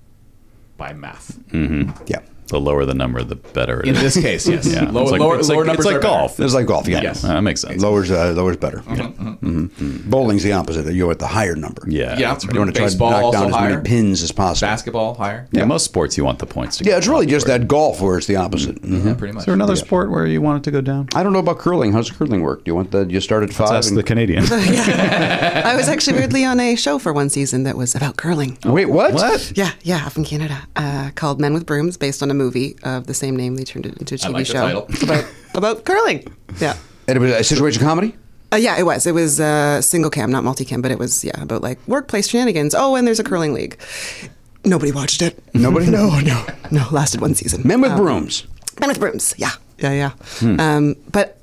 [SPEAKER 5] by math.
[SPEAKER 3] Mm-hmm.
[SPEAKER 9] Yeah.
[SPEAKER 3] The lower the number, the better it
[SPEAKER 5] In
[SPEAKER 3] is.
[SPEAKER 5] this case, yes.
[SPEAKER 3] Yeah.
[SPEAKER 5] Lower,
[SPEAKER 3] It's like-
[SPEAKER 5] lower,
[SPEAKER 3] it's
[SPEAKER 5] lower
[SPEAKER 3] like-
[SPEAKER 5] numbers
[SPEAKER 3] it's like
[SPEAKER 5] are better.
[SPEAKER 3] golf.
[SPEAKER 9] It's like golf, yeah.
[SPEAKER 5] Yes. Mm-hmm,
[SPEAKER 3] Uh, that makes sense.
[SPEAKER 9] Lowers, uh, lowers better. Mhm. Bowling's the opposite. You're at the higher number.
[SPEAKER 3] Yeah.
[SPEAKER 5] Yeah.
[SPEAKER 3] that's right.
[SPEAKER 9] You want to try to
[SPEAKER 5] Baseball
[SPEAKER 9] knock
[SPEAKER 5] also
[SPEAKER 9] down as
[SPEAKER 5] higher.
[SPEAKER 9] many pins as possible.
[SPEAKER 5] Basketball higher.
[SPEAKER 3] Yeah, most sports you want the points to
[SPEAKER 9] Yeah,
[SPEAKER 3] go
[SPEAKER 9] it's really
[SPEAKER 3] up
[SPEAKER 9] just
[SPEAKER 3] for it.
[SPEAKER 9] that golf where it's the opposite. Mhm.
[SPEAKER 5] Yeah, pretty much.
[SPEAKER 3] Is there another sport where you want it to go down?
[SPEAKER 9] I don't know about curling. How's curling work? Do you want the you start at five?
[SPEAKER 3] That's
[SPEAKER 9] and-
[SPEAKER 3] the Canadian.
[SPEAKER 8] I was actually weirdly on a show for one season that was about curling.
[SPEAKER 9] Wait, what?
[SPEAKER 3] what?
[SPEAKER 8] Yeah, yeah, up in Canada, uh, called Men with Brooms, based on a movie of the same name. They turned it into a TV
[SPEAKER 5] like the
[SPEAKER 8] show
[SPEAKER 5] title.
[SPEAKER 8] about about curling. Yeah.
[SPEAKER 9] And it was a situation comedy.
[SPEAKER 8] Uh, yeah, it was. It was uh, single cam, not multi cam, but it was yeah about like workplace shenanigans. Oh, and there's a curling league. Nobody watched it.
[SPEAKER 9] Nobody?
[SPEAKER 8] no, no, no. Lasted one season.
[SPEAKER 9] Men with
[SPEAKER 8] Um,
[SPEAKER 9] brooms. Hmm.
[SPEAKER 8] Men with brooms. Yeah, yeah, yeah. Um, but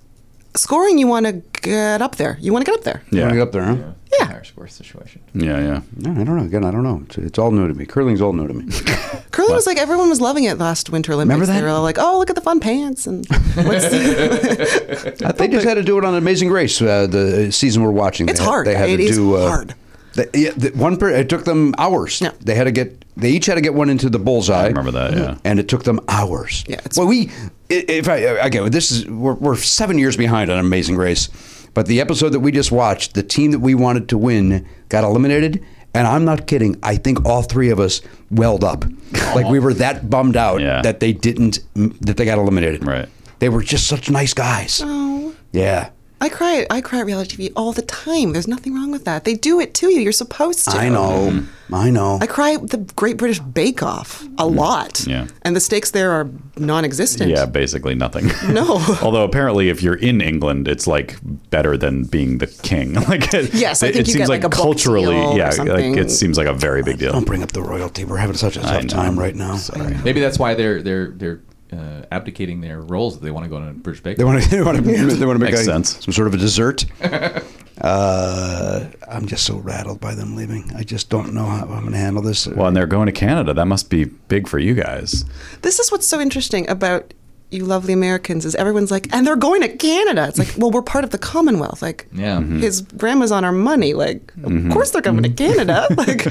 [SPEAKER 8] scoring, you want to get up there. You want to get up there.
[SPEAKER 9] You wanna
[SPEAKER 3] Yeah.
[SPEAKER 9] get up there, huh?
[SPEAKER 8] Yeah.
[SPEAKER 5] Higher score situation.
[SPEAKER 3] Yeah, yeah.
[SPEAKER 9] No, I don't know. Again, I don't know. It's, it's all new to me. Curling's all new to me.
[SPEAKER 8] Curling was like everyone was loving it last Winter Olympics.
[SPEAKER 9] Remember
[SPEAKER 8] They
[SPEAKER 9] that?
[SPEAKER 8] were all like, "Oh, look at the fun pants!" And what's
[SPEAKER 9] they just had to do it on Amazing Race, uh, the season we're watching.
[SPEAKER 8] It's
[SPEAKER 9] they had,
[SPEAKER 8] hard.
[SPEAKER 9] They had
[SPEAKER 8] It
[SPEAKER 9] to
[SPEAKER 8] is
[SPEAKER 9] do, uh,
[SPEAKER 8] hard.
[SPEAKER 9] They, yeah, the, one per, it took them hours.
[SPEAKER 8] Yeah.
[SPEAKER 9] They had to get. They each had to get one into the bullseye.
[SPEAKER 3] I remember that, yeah.
[SPEAKER 9] And it took them hours.
[SPEAKER 8] Yeah, it's-
[SPEAKER 9] well, we i- if I again, this is we're, we're seven years behind on Amazing Race, but the episode that we just watched, the team that we wanted to win got eliminated. And I'm not kidding. I think all three of us welled up, like we were that bummed out
[SPEAKER 3] Yeah.
[SPEAKER 9] that they didn't, that they got eliminated.
[SPEAKER 3] Right.
[SPEAKER 9] They were just such nice guys.
[SPEAKER 8] oh,
[SPEAKER 9] Yeah.
[SPEAKER 8] I cry. at- I cry at reality TV all the time. There's nothing wrong with that. They do it to you. You're supposed to.
[SPEAKER 9] I
[SPEAKER 3] Oh.
[SPEAKER 9] know. Mm. I know.
[SPEAKER 8] I cry at the Great British Bake Off a lot.
[SPEAKER 3] Yeah.
[SPEAKER 8] And the stakes there are non-existent.
[SPEAKER 3] Yeah, basically nothing.
[SPEAKER 8] No.
[SPEAKER 3] Although apparently, if you're in England, it's like better than being the king. like it,
[SPEAKER 8] Yes, I
[SPEAKER 3] it,
[SPEAKER 8] think
[SPEAKER 3] it
[SPEAKER 8] you
[SPEAKER 3] seems
[SPEAKER 8] get,
[SPEAKER 3] like,
[SPEAKER 8] like, a book
[SPEAKER 3] culturally,
[SPEAKER 8] deal or
[SPEAKER 3] yeah, like
[SPEAKER 8] something.
[SPEAKER 3] it seems like a very big deal.
[SPEAKER 9] Don't bring up the royalty. We're having such a
[SPEAKER 3] I
[SPEAKER 9] tough
[SPEAKER 3] know.
[SPEAKER 9] time right
[SPEAKER 8] Oh,
[SPEAKER 9] now.
[SPEAKER 3] Sorry.
[SPEAKER 5] Maybe that's why they're they're they're uh, abdicating their roles that they want to go to British Bakery.
[SPEAKER 9] They want to. They want to. They want to make
[SPEAKER 3] Makes
[SPEAKER 9] a-
[SPEAKER 3] sense.
[SPEAKER 9] some sort of a dessert. uh, I'm just so rattled by them leaving. I just don't know how I'm going to handle this.
[SPEAKER 3] Well, and they're going to Canada. That must be big for you guys.
[SPEAKER 8] This is what's so interesting about you lovely Americans is everyone's like, and they're going to Canada. It's like, well, we're part of the Commonwealth. Like,
[SPEAKER 5] Yeah.
[SPEAKER 3] Mm-hmm.
[SPEAKER 5] Mhm.
[SPEAKER 8] his grandma's on our money. Like, of course they're coming to Canada. like,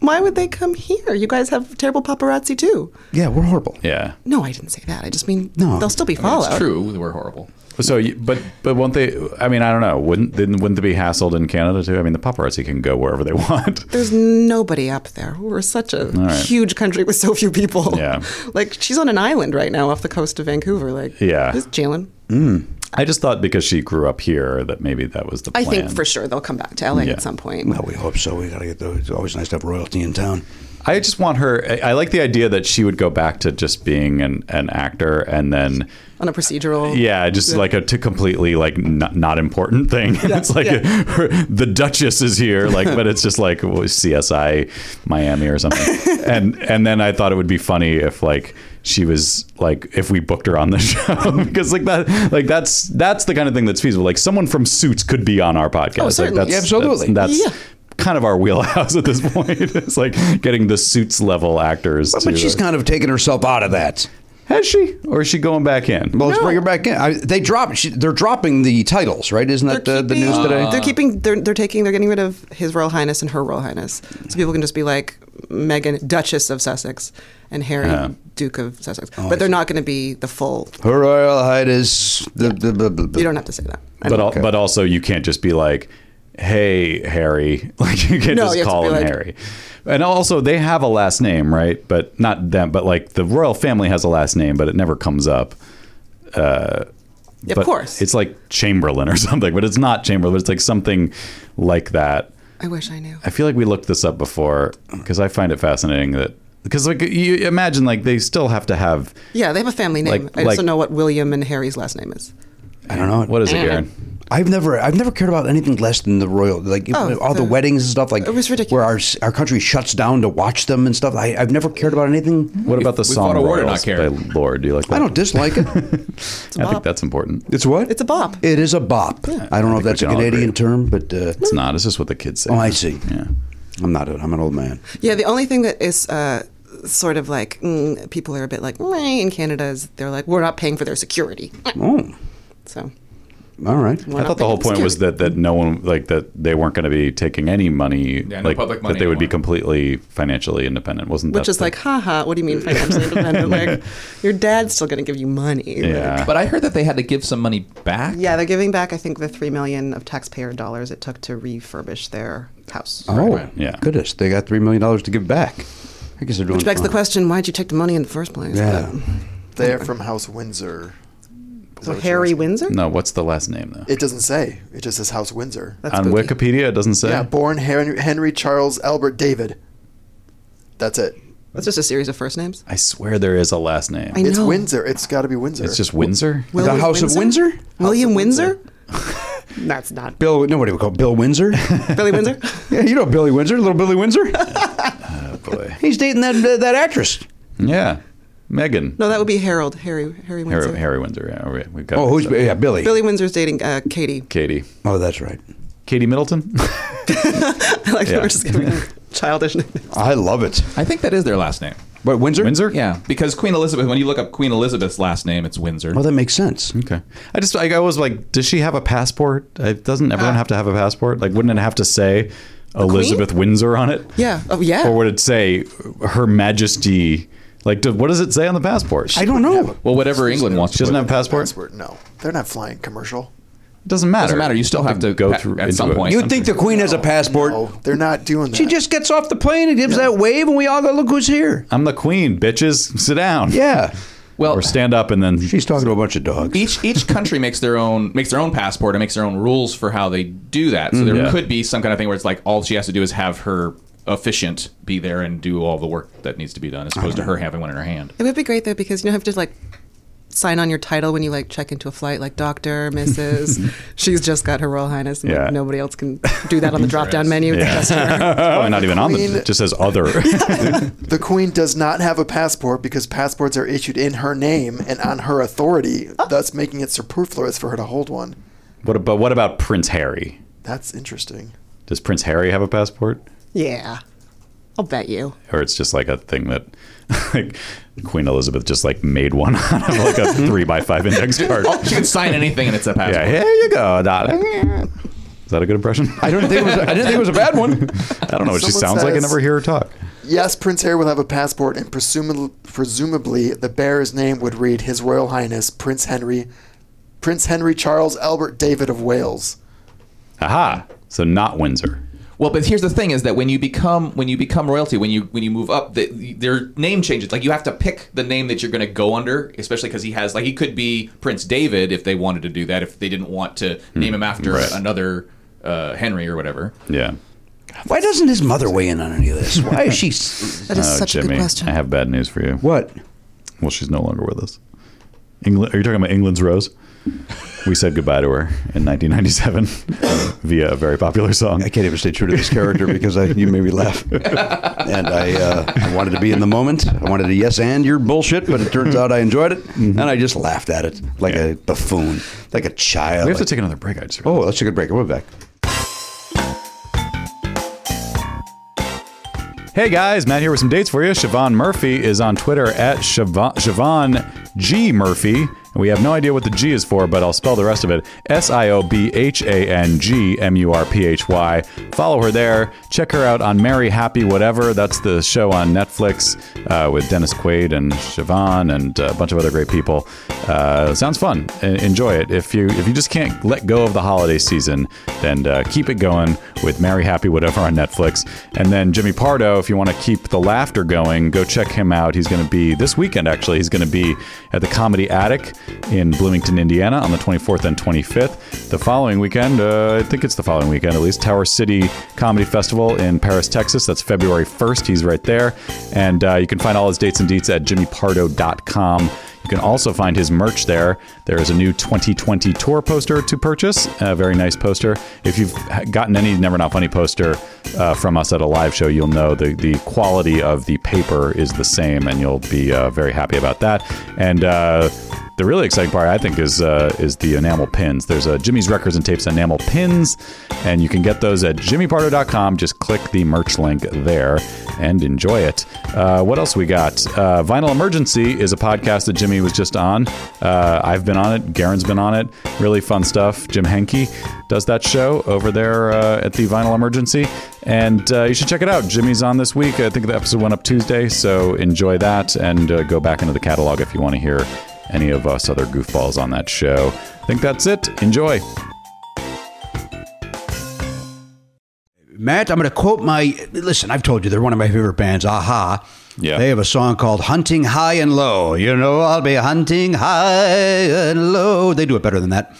[SPEAKER 8] why would they come here? You guys have terrible paparazzi too.
[SPEAKER 9] yeah, we're horrible.
[SPEAKER 3] Yeah.
[SPEAKER 8] No, I didn't say that. I just mean
[SPEAKER 9] No.
[SPEAKER 8] they'll still be
[SPEAKER 5] I mean,
[SPEAKER 8] followed.
[SPEAKER 5] It's true. We're horrible.
[SPEAKER 3] So, you- but but won't they? I mean, I don't know. Wouldn't then wouldn't they be hassled in Canada too? I mean, the paparazzi can go wherever they want.
[SPEAKER 8] There's nobody up there. We're such a
[SPEAKER 3] right.
[SPEAKER 8] huge country with so few people.
[SPEAKER 3] Yeah.
[SPEAKER 8] like she's on an island right now off the coast of Vancouver. Like,
[SPEAKER 3] Yeah.
[SPEAKER 8] just Jalen.
[SPEAKER 3] I just thought because she grew up here that maybe that was the
[SPEAKER 8] I
[SPEAKER 3] plan.
[SPEAKER 8] think for sure they'll come back to LA
[SPEAKER 3] Yeah.
[SPEAKER 8] at some point.
[SPEAKER 9] Well, we hope so. We got to get the. It's always nice to have royalty in town.
[SPEAKER 3] I just want her. I, I like the idea that she would go back to just being an, an actor and then.
[SPEAKER 8] on a
[SPEAKER 9] Oh.
[SPEAKER 8] procedural.
[SPEAKER 3] Yeah, just like a to completely like not, not important thing. it's like
[SPEAKER 8] yeah.
[SPEAKER 3] her- the Duchess is here, like, but it's just like well, CSI Miami or something. and and then I thought it would be funny if like she was like if we booked her on the show because like that like that's that's the kind of thing that's feasible. Like someone from Suits could be on our podcast. Like,
[SPEAKER 9] Oh, certainly.
[SPEAKER 3] that's,
[SPEAKER 9] Absolutely.
[SPEAKER 3] That's, that's
[SPEAKER 8] Yeah.
[SPEAKER 3] kind of our wheelhouse at this point. it's like getting the Suits level actors.
[SPEAKER 9] But she's kind of taking herself out of that.
[SPEAKER 3] has she or is she going back in?
[SPEAKER 9] Well, let's bring her back in. I, they drop. She, they're dropping the titles, right? Isn't that the, the news today?
[SPEAKER 3] Uh,
[SPEAKER 8] They're keeping. They're, they're taking. They're getting rid of His Royal Highness and Her Royal Highness, so people can just be like Meghan, Duchess of Sussex, and Harry,
[SPEAKER 3] Yeah.
[SPEAKER 8] Duke of Sussex.
[SPEAKER 9] Oh,
[SPEAKER 8] but they're not going to be the full.
[SPEAKER 9] Her Royal Highness. The, the, the, the,
[SPEAKER 8] You don't have to say that. I
[SPEAKER 3] but
[SPEAKER 8] don't
[SPEAKER 3] al-
[SPEAKER 8] care.
[SPEAKER 3] but also you can't just be like, "Hey Harry," like you can't
[SPEAKER 8] No,
[SPEAKER 3] just
[SPEAKER 8] you have to
[SPEAKER 3] call
[SPEAKER 8] be
[SPEAKER 3] him
[SPEAKER 8] like-
[SPEAKER 3] Harry. And also they have a last name, right? But not them, but like the royal family has a last name, but it never comes up. uh,
[SPEAKER 8] of
[SPEAKER 3] But
[SPEAKER 8] course.
[SPEAKER 3] it's like Chamberlain or something, but it's not Chamberlain. It's like something like that.
[SPEAKER 8] I wish I knew.
[SPEAKER 3] I feel like we looked this up before because I find it fascinating that because like you imagine like they still have to have
[SPEAKER 8] Yeah, they have a family name.
[SPEAKER 3] Like-
[SPEAKER 8] I also
[SPEAKER 3] like-
[SPEAKER 8] know what William and Harry's last name is.
[SPEAKER 9] I don't know.
[SPEAKER 3] what is it, Aaron?
[SPEAKER 9] I've never, I've never cared about anything less than the royal, like
[SPEAKER 8] Oh,
[SPEAKER 9] all the,
[SPEAKER 8] the-
[SPEAKER 9] weddings and stuff, like
[SPEAKER 8] It was ridiculous.
[SPEAKER 9] where our s- our country shuts down to watch them and stuff. I, I've never cared about anything.
[SPEAKER 3] What about the
[SPEAKER 5] we
[SPEAKER 3] song
[SPEAKER 5] fought a war to
[SPEAKER 3] Royals
[SPEAKER 5] not care.
[SPEAKER 3] by Lord? Do you like that?
[SPEAKER 9] I don't dislike it.
[SPEAKER 3] I think that's important.
[SPEAKER 9] it's what?
[SPEAKER 8] It's a bop.
[SPEAKER 9] It is a bop. I don't know
[SPEAKER 3] think we
[SPEAKER 9] if that's a
[SPEAKER 3] can all
[SPEAKER 9] Canadian
[SPEAKER 3] agree.
[SPEAKER 9] term, but uh,
[SPEAKER 3] It's not. It's just what the kids say.
[SPEAKER 9] oh, I see.
[SPEAKER 3] Yeah.
[SPEAKER 9] I'm not. A, I'm an old man.
[SPEAKER 8] Yeah, the only thing that is uh, sort of like mm, people are a bit like "Meh," in Canada is they're like we're not paying for their security.
[SPEAKER 9] Oh,
[SPEAKER 8] So
[SPEAKER 9] all right.
[SPEAKER 8] we're
[SPEAKER 3] I
[SPEAKER 8] not
[SPEAKER 3] thought the
[SPEAKER 8] paying
[SPEAKER 3] whole
[SPEAKER 8] for
[SPEAKER 3] point was
[SPEAKER 8] security.
[SPEAKER 3] that that no one like that they weren't going to be taking any money,
[SPEAKER 5] Yeah, no
[SPEAKER 3] like
[SPEAKER 5] public
[SPEAKER 3] that
[SPEAKER 5] money
[SPEAKER 3] they would be
[SPEAKER 5] anymore.
[SPEAKER 3] completely financially independent, wasn't
[SPEAKER 8] Which
[SPEAKER 3] that
[SPEAKER 8] is
[SPEAKER 3] the-
[SPEAKER 8] like, haha, what do you mean financially independent? Like, your dad's still going to give you money. Like,
[SPEAKER 3] yeah,
[SPEAKER 5] But I heard that they had to give some money back.
[SPEAKER 8] yeah, they're giving back, I think, the $3 million of taxpayer dollars it took to refurbish their house.
[SPEAKER 9] Oh,
[SPEAKER 3] Yeah.
[SPEAKER 9] Goodness, they got three million dollars to give back. I guess they're doing.
[SPEAKER 8] Which begs the uh,
[SPEAKER 9] fine.
[SPEAKER 8] question why'd you take the money in the first place?
[SPEAKER 9] Yeah.
[SPEAKER 4] They're from House Windsor. Is that
[SPEAKER 8] But-
[SPEAKER 4] what you're
[SPEAKER 8] Harry
[SPEAKER 4] asking?
[SPEAKER 8] Windsor?
[SPEAKER 3] no. What's the last name though?
[SPEAKER 4] It doesn't say. It just says House Windsor.
[SPEAKER 8] That's
[SPEAKER 3] On
[SPEAKER 8] spooky.
[SPEAKER 3] Wikipedia, it doesn't say.
[SPEAKER 4] yeah, born Henry, Henry Charles Albert David. That's it.
[SPEAKER 8] That's just a series of first names.
[SPEAKER 3] I swear there is a last name.
[SPEAKER 8] I
[SPEAKER 4] It's
[SPEAKER 8] know.
[SPEAKER 4] Windsor. It's got to be Windsor.
[SPEAKER 3] It's just Windsor.
[SPEAKER 8] Will
[SPEAKER 9] The House of Windsor?
[SPEAKER 8] William
[SPEAKER 4] of
[SPEAKER 8] Windsor? That's not
[SPEAKER 9] Bill, nobody would call Bill Windsor.
[SPEAKER 8] Billy Windsor.
[SPEAKER 9] yeah, you know Billy Windsor, little Billy Windsor.
[SPEAKER 3] Oh boy.
[SPEAKER 9] He's dating that that actress.
[SPEAKER 3] Yeah, Megan.
[SPEAKER 8] No, that would be Harold. Harry. Harry Windsor.
[SPEAKER 3] Harry, Harry Windsor. Yeah, okay, we've got.
[SPEAKER 9] Oh, who's yeah Billy?
[SPEAKER 8] Billy Windsor's dating uh, Katie.
[SPEAKER 3] Katie?
[SPEAKER 9] Oh, that's right.
[SPEAKER 3] Katie Middleton.
[SPEAKER 8] I like that
[SPEAKER 3] Yeah.
[SPEAKER 8] we're just giving him childish names.
[SPEAKER 9] I love it.
[SPEAKER 5] I think that is their last name.
[SPEAKER 9] But Windsor?
[SPEAKER 3] Windsor.
[SPEAKER 5] Yeah, because Queen Elizabeth. When you look up Queen Elizabeth's last name, it's Windsor.
[SPEAKER 9] Well, that makes sense.
[SPEAKER 3] Okay. I just I, I was like, does she have a passport? Uh, doesn't everyone have to have a passport? Like, wouldn't it have to say Elizabeth Windsor on it?
[SPEAKER 8] Yeah. Oh, yeah.
[SPEAKER 3] Or would it say Her Majesty? Like, do, what does it say on the passport?
[SPEAKER 9] I don't know.
[SPEAKER 5] well, whatever England wants.
[SPEAKER 3] She doesn't have a passport.
[SPEAKER 4] Password. No, they're not flying commercial.
[SPEAKER 3] It doesn't matter.
[SPEAKER 5] Doesn't matter. You still have to
[SPEAKER 3] go
[SPEAKER 5] pa-
[SPEAKER 3] through
[SPEAKER 5] at
[SPEAKER 3] into
[SPEAKER 5] some
[SPEAKER 3] it.
[SPEAKER 5] point.
[SPEAKER 9] You'd think the Queen has a passport.
[SPEAKER 4] No, they're not doing that.
[SPEAKER 9] She just gets off the plane and gives that wave, and we all go, look who's here.
[SPEAKER 3] I'm the queen, bitches. Sit down.
[SPEAKER 9] Yeah.
[SPEAKER 5] Well,
[SPEAKER 3] Or stand up and then.
[SPEAKER 9] She's talking to a bunch of dogs.
[SPEAKER 5] each each country makes their own makes their own passport and makes their own rules for how they do that. So there
[SPEAKER 3] Yeah.
[SPEAKER 5] could be some kind of thing where it's like all she has to do is have her officiant be there and do all the work that needs to be done, as opposed to her having one in her hand.
[SPEAKER 8] It would be great though because you don't have to like sign on your title when you like check into a flight, like Doctor, Mrs. She's just got Her Royal Highness, and
[SPEAKER 3] Yeah.
[SPEAKER 8] like, nobody else can do that on the drop down menu.
[SPEAKER 3] Yeah.
[SPEAKER 8] Just her.
[SPEAKER 3] Oh, not even on the.
[SPEAKER 4] Queen-
[SPEAKER 3] It just says other.
[SPEAKER 4] the Queen does not have a passport because passports are issued in her name and on her authority,
[SPEAKER 8] Oh.
[SPEAKER 4] thus making it superfluous for her to hold one.
[SPEAKER 3] what, but what about Prince Harry?
[SPEAKER 4] That's interesting.
[SPEAKER 3] Does Prince Harry have a passport?
[SPEAKER 8] Yeah, I'll bet you.
[SPEAKER 3] or it's just like a thing that like Queen Elizabeth just like made one out of like a three by five index card.
[SPEAKER 5] She can sign anything and it's a passport.
[SPEAKER 3] Yeah, here you go, darling. Is that a good impression? I don't think it was. I didn't think it was a bad one. I don't know what she
[SPEAKER 4] Someone
[SPEAKER 3] sounds like. I
[SPEAKER 4] says-
[SPEAKER 3] never hear her talk.
[SPEAKER 4] Yes, Prince Harry will have a passport, and presumably, presumably the bearer's name would read His Royal Highness Prince Henry, Prince Henry Charles Albert David of Wales.
[SPEAKER 3] Aha! So not Windsor.
[SPEAKER 5] Well, but here's the thing: is that when you become when you become royalty, when you when you move up, the, their name changes. Like you have to pick the name that you're going to go under, especially because he has like he could be Prince David if they wanted to do that, if they didn't want to name him after
[SPEAKER 3] right.
[SPEAKER 5] another uh, Henry or whatever.
[SPEAKER 3] Yeah.
[SPEAKER 2] Why doesn't his mother weigh in on any of this? Why is she? s-
[SPEAKER 9] That is
[SPEAKER 3] Oh,
[SPEAKER 9] such a
[SPEAKER 3] Jimmy,
[SPEAKER 9] good question.
[SPEAKER 3] I have bad news for you.
[SPEAKER 2] What?
[SPEAKER 3] Well, she's no longer with us. England, are you talking about England's Rose? We said goodbye to her in 1997 via a very popular song.
[SPEAKER 2] I can't even stay true to this character because I, you made me laugh. And I, uh, I wanted to be in the moment. I wanted a yes and your bullshit, but it turns out I enjoyed it, and I just laughed at it like a buffoon, like a child.
[SPEAKER 3] We have to
[SPEAKER 2] like-
[SPEAKER 3] take another break, I'd say.
[SPEAKER 2] Oh, let's take a break. We'll be back.
[SPEAKER 3] Hey guys, Matt here with some dates for you. Siobhan Murphy is on Twitter at Siobhan, Siobhan G Murphy. And we have no idea what the G is for, but I'll spell the rest of it S I O B H A N G M U R P H Y. Follow her there. Check her out on Mary Happy Whatever. That's the show on Netflix uh, with Dennis Quaid and Siobhan and uh, a bunch of other great people. Uh, sounds fun. En- Enjoy it. If you if you just can't let go of the holiday season, then uh, keep it going with Mary Happy Whatever on Netflix. And then Jimmy Pardo, if you want to keep the laughter going, go check him out. He's going to be this weekend actually. He's going to be at the Comedy Attic in Bloomington, Indiana, on the 24th and 25th. The following weekend, uh, I think it's the following weekend at least, Tower City Comedy Festival in Paris, Texas. That's February 1st. He's right there, and uh, you can find all his dates and deets at jimmypardo.com. You can also find his merch there. There is a new 2020 tour poster to purchase, a very nice poster. If you've gotten any Never Not Funny poster uh, from us at a live show, you'll know the, the quality of the paper is the same, and you'll be uh, very happy about that. And uh, the really exciting part, I think, is uh, is the enamel pins. There's a Jimmy's Records and Tapes enamel pins, and you can get those at jimmypardo.com. Just click the merch link there and enjoy it. Uh, what else we got? Uh, Vinyl Emergency is a podcast that Jimmy was just on. Uh, I've been on it. Garen's been on it. Really fun stuff. Jim Henke does that show over there uh, at the Vinyl Emergency, and uh, you should check it out. Jimmy's on this week. I think the episode went up Tuesday, so enjoy that and uh, go back into the catalog if you want to hear any of us other goofballs on that show. I think that's it. Enjoy.
[SPEAKER 2] Matt, I'm going to quote my. Listen, I've told you they're one of my favorite bands, Aha.
[SPEAKER 3] Yeah.
[SPEAKER 2] They have a song called Hunting High and Low. You know, I'll be hunting high and low. They do it better than that.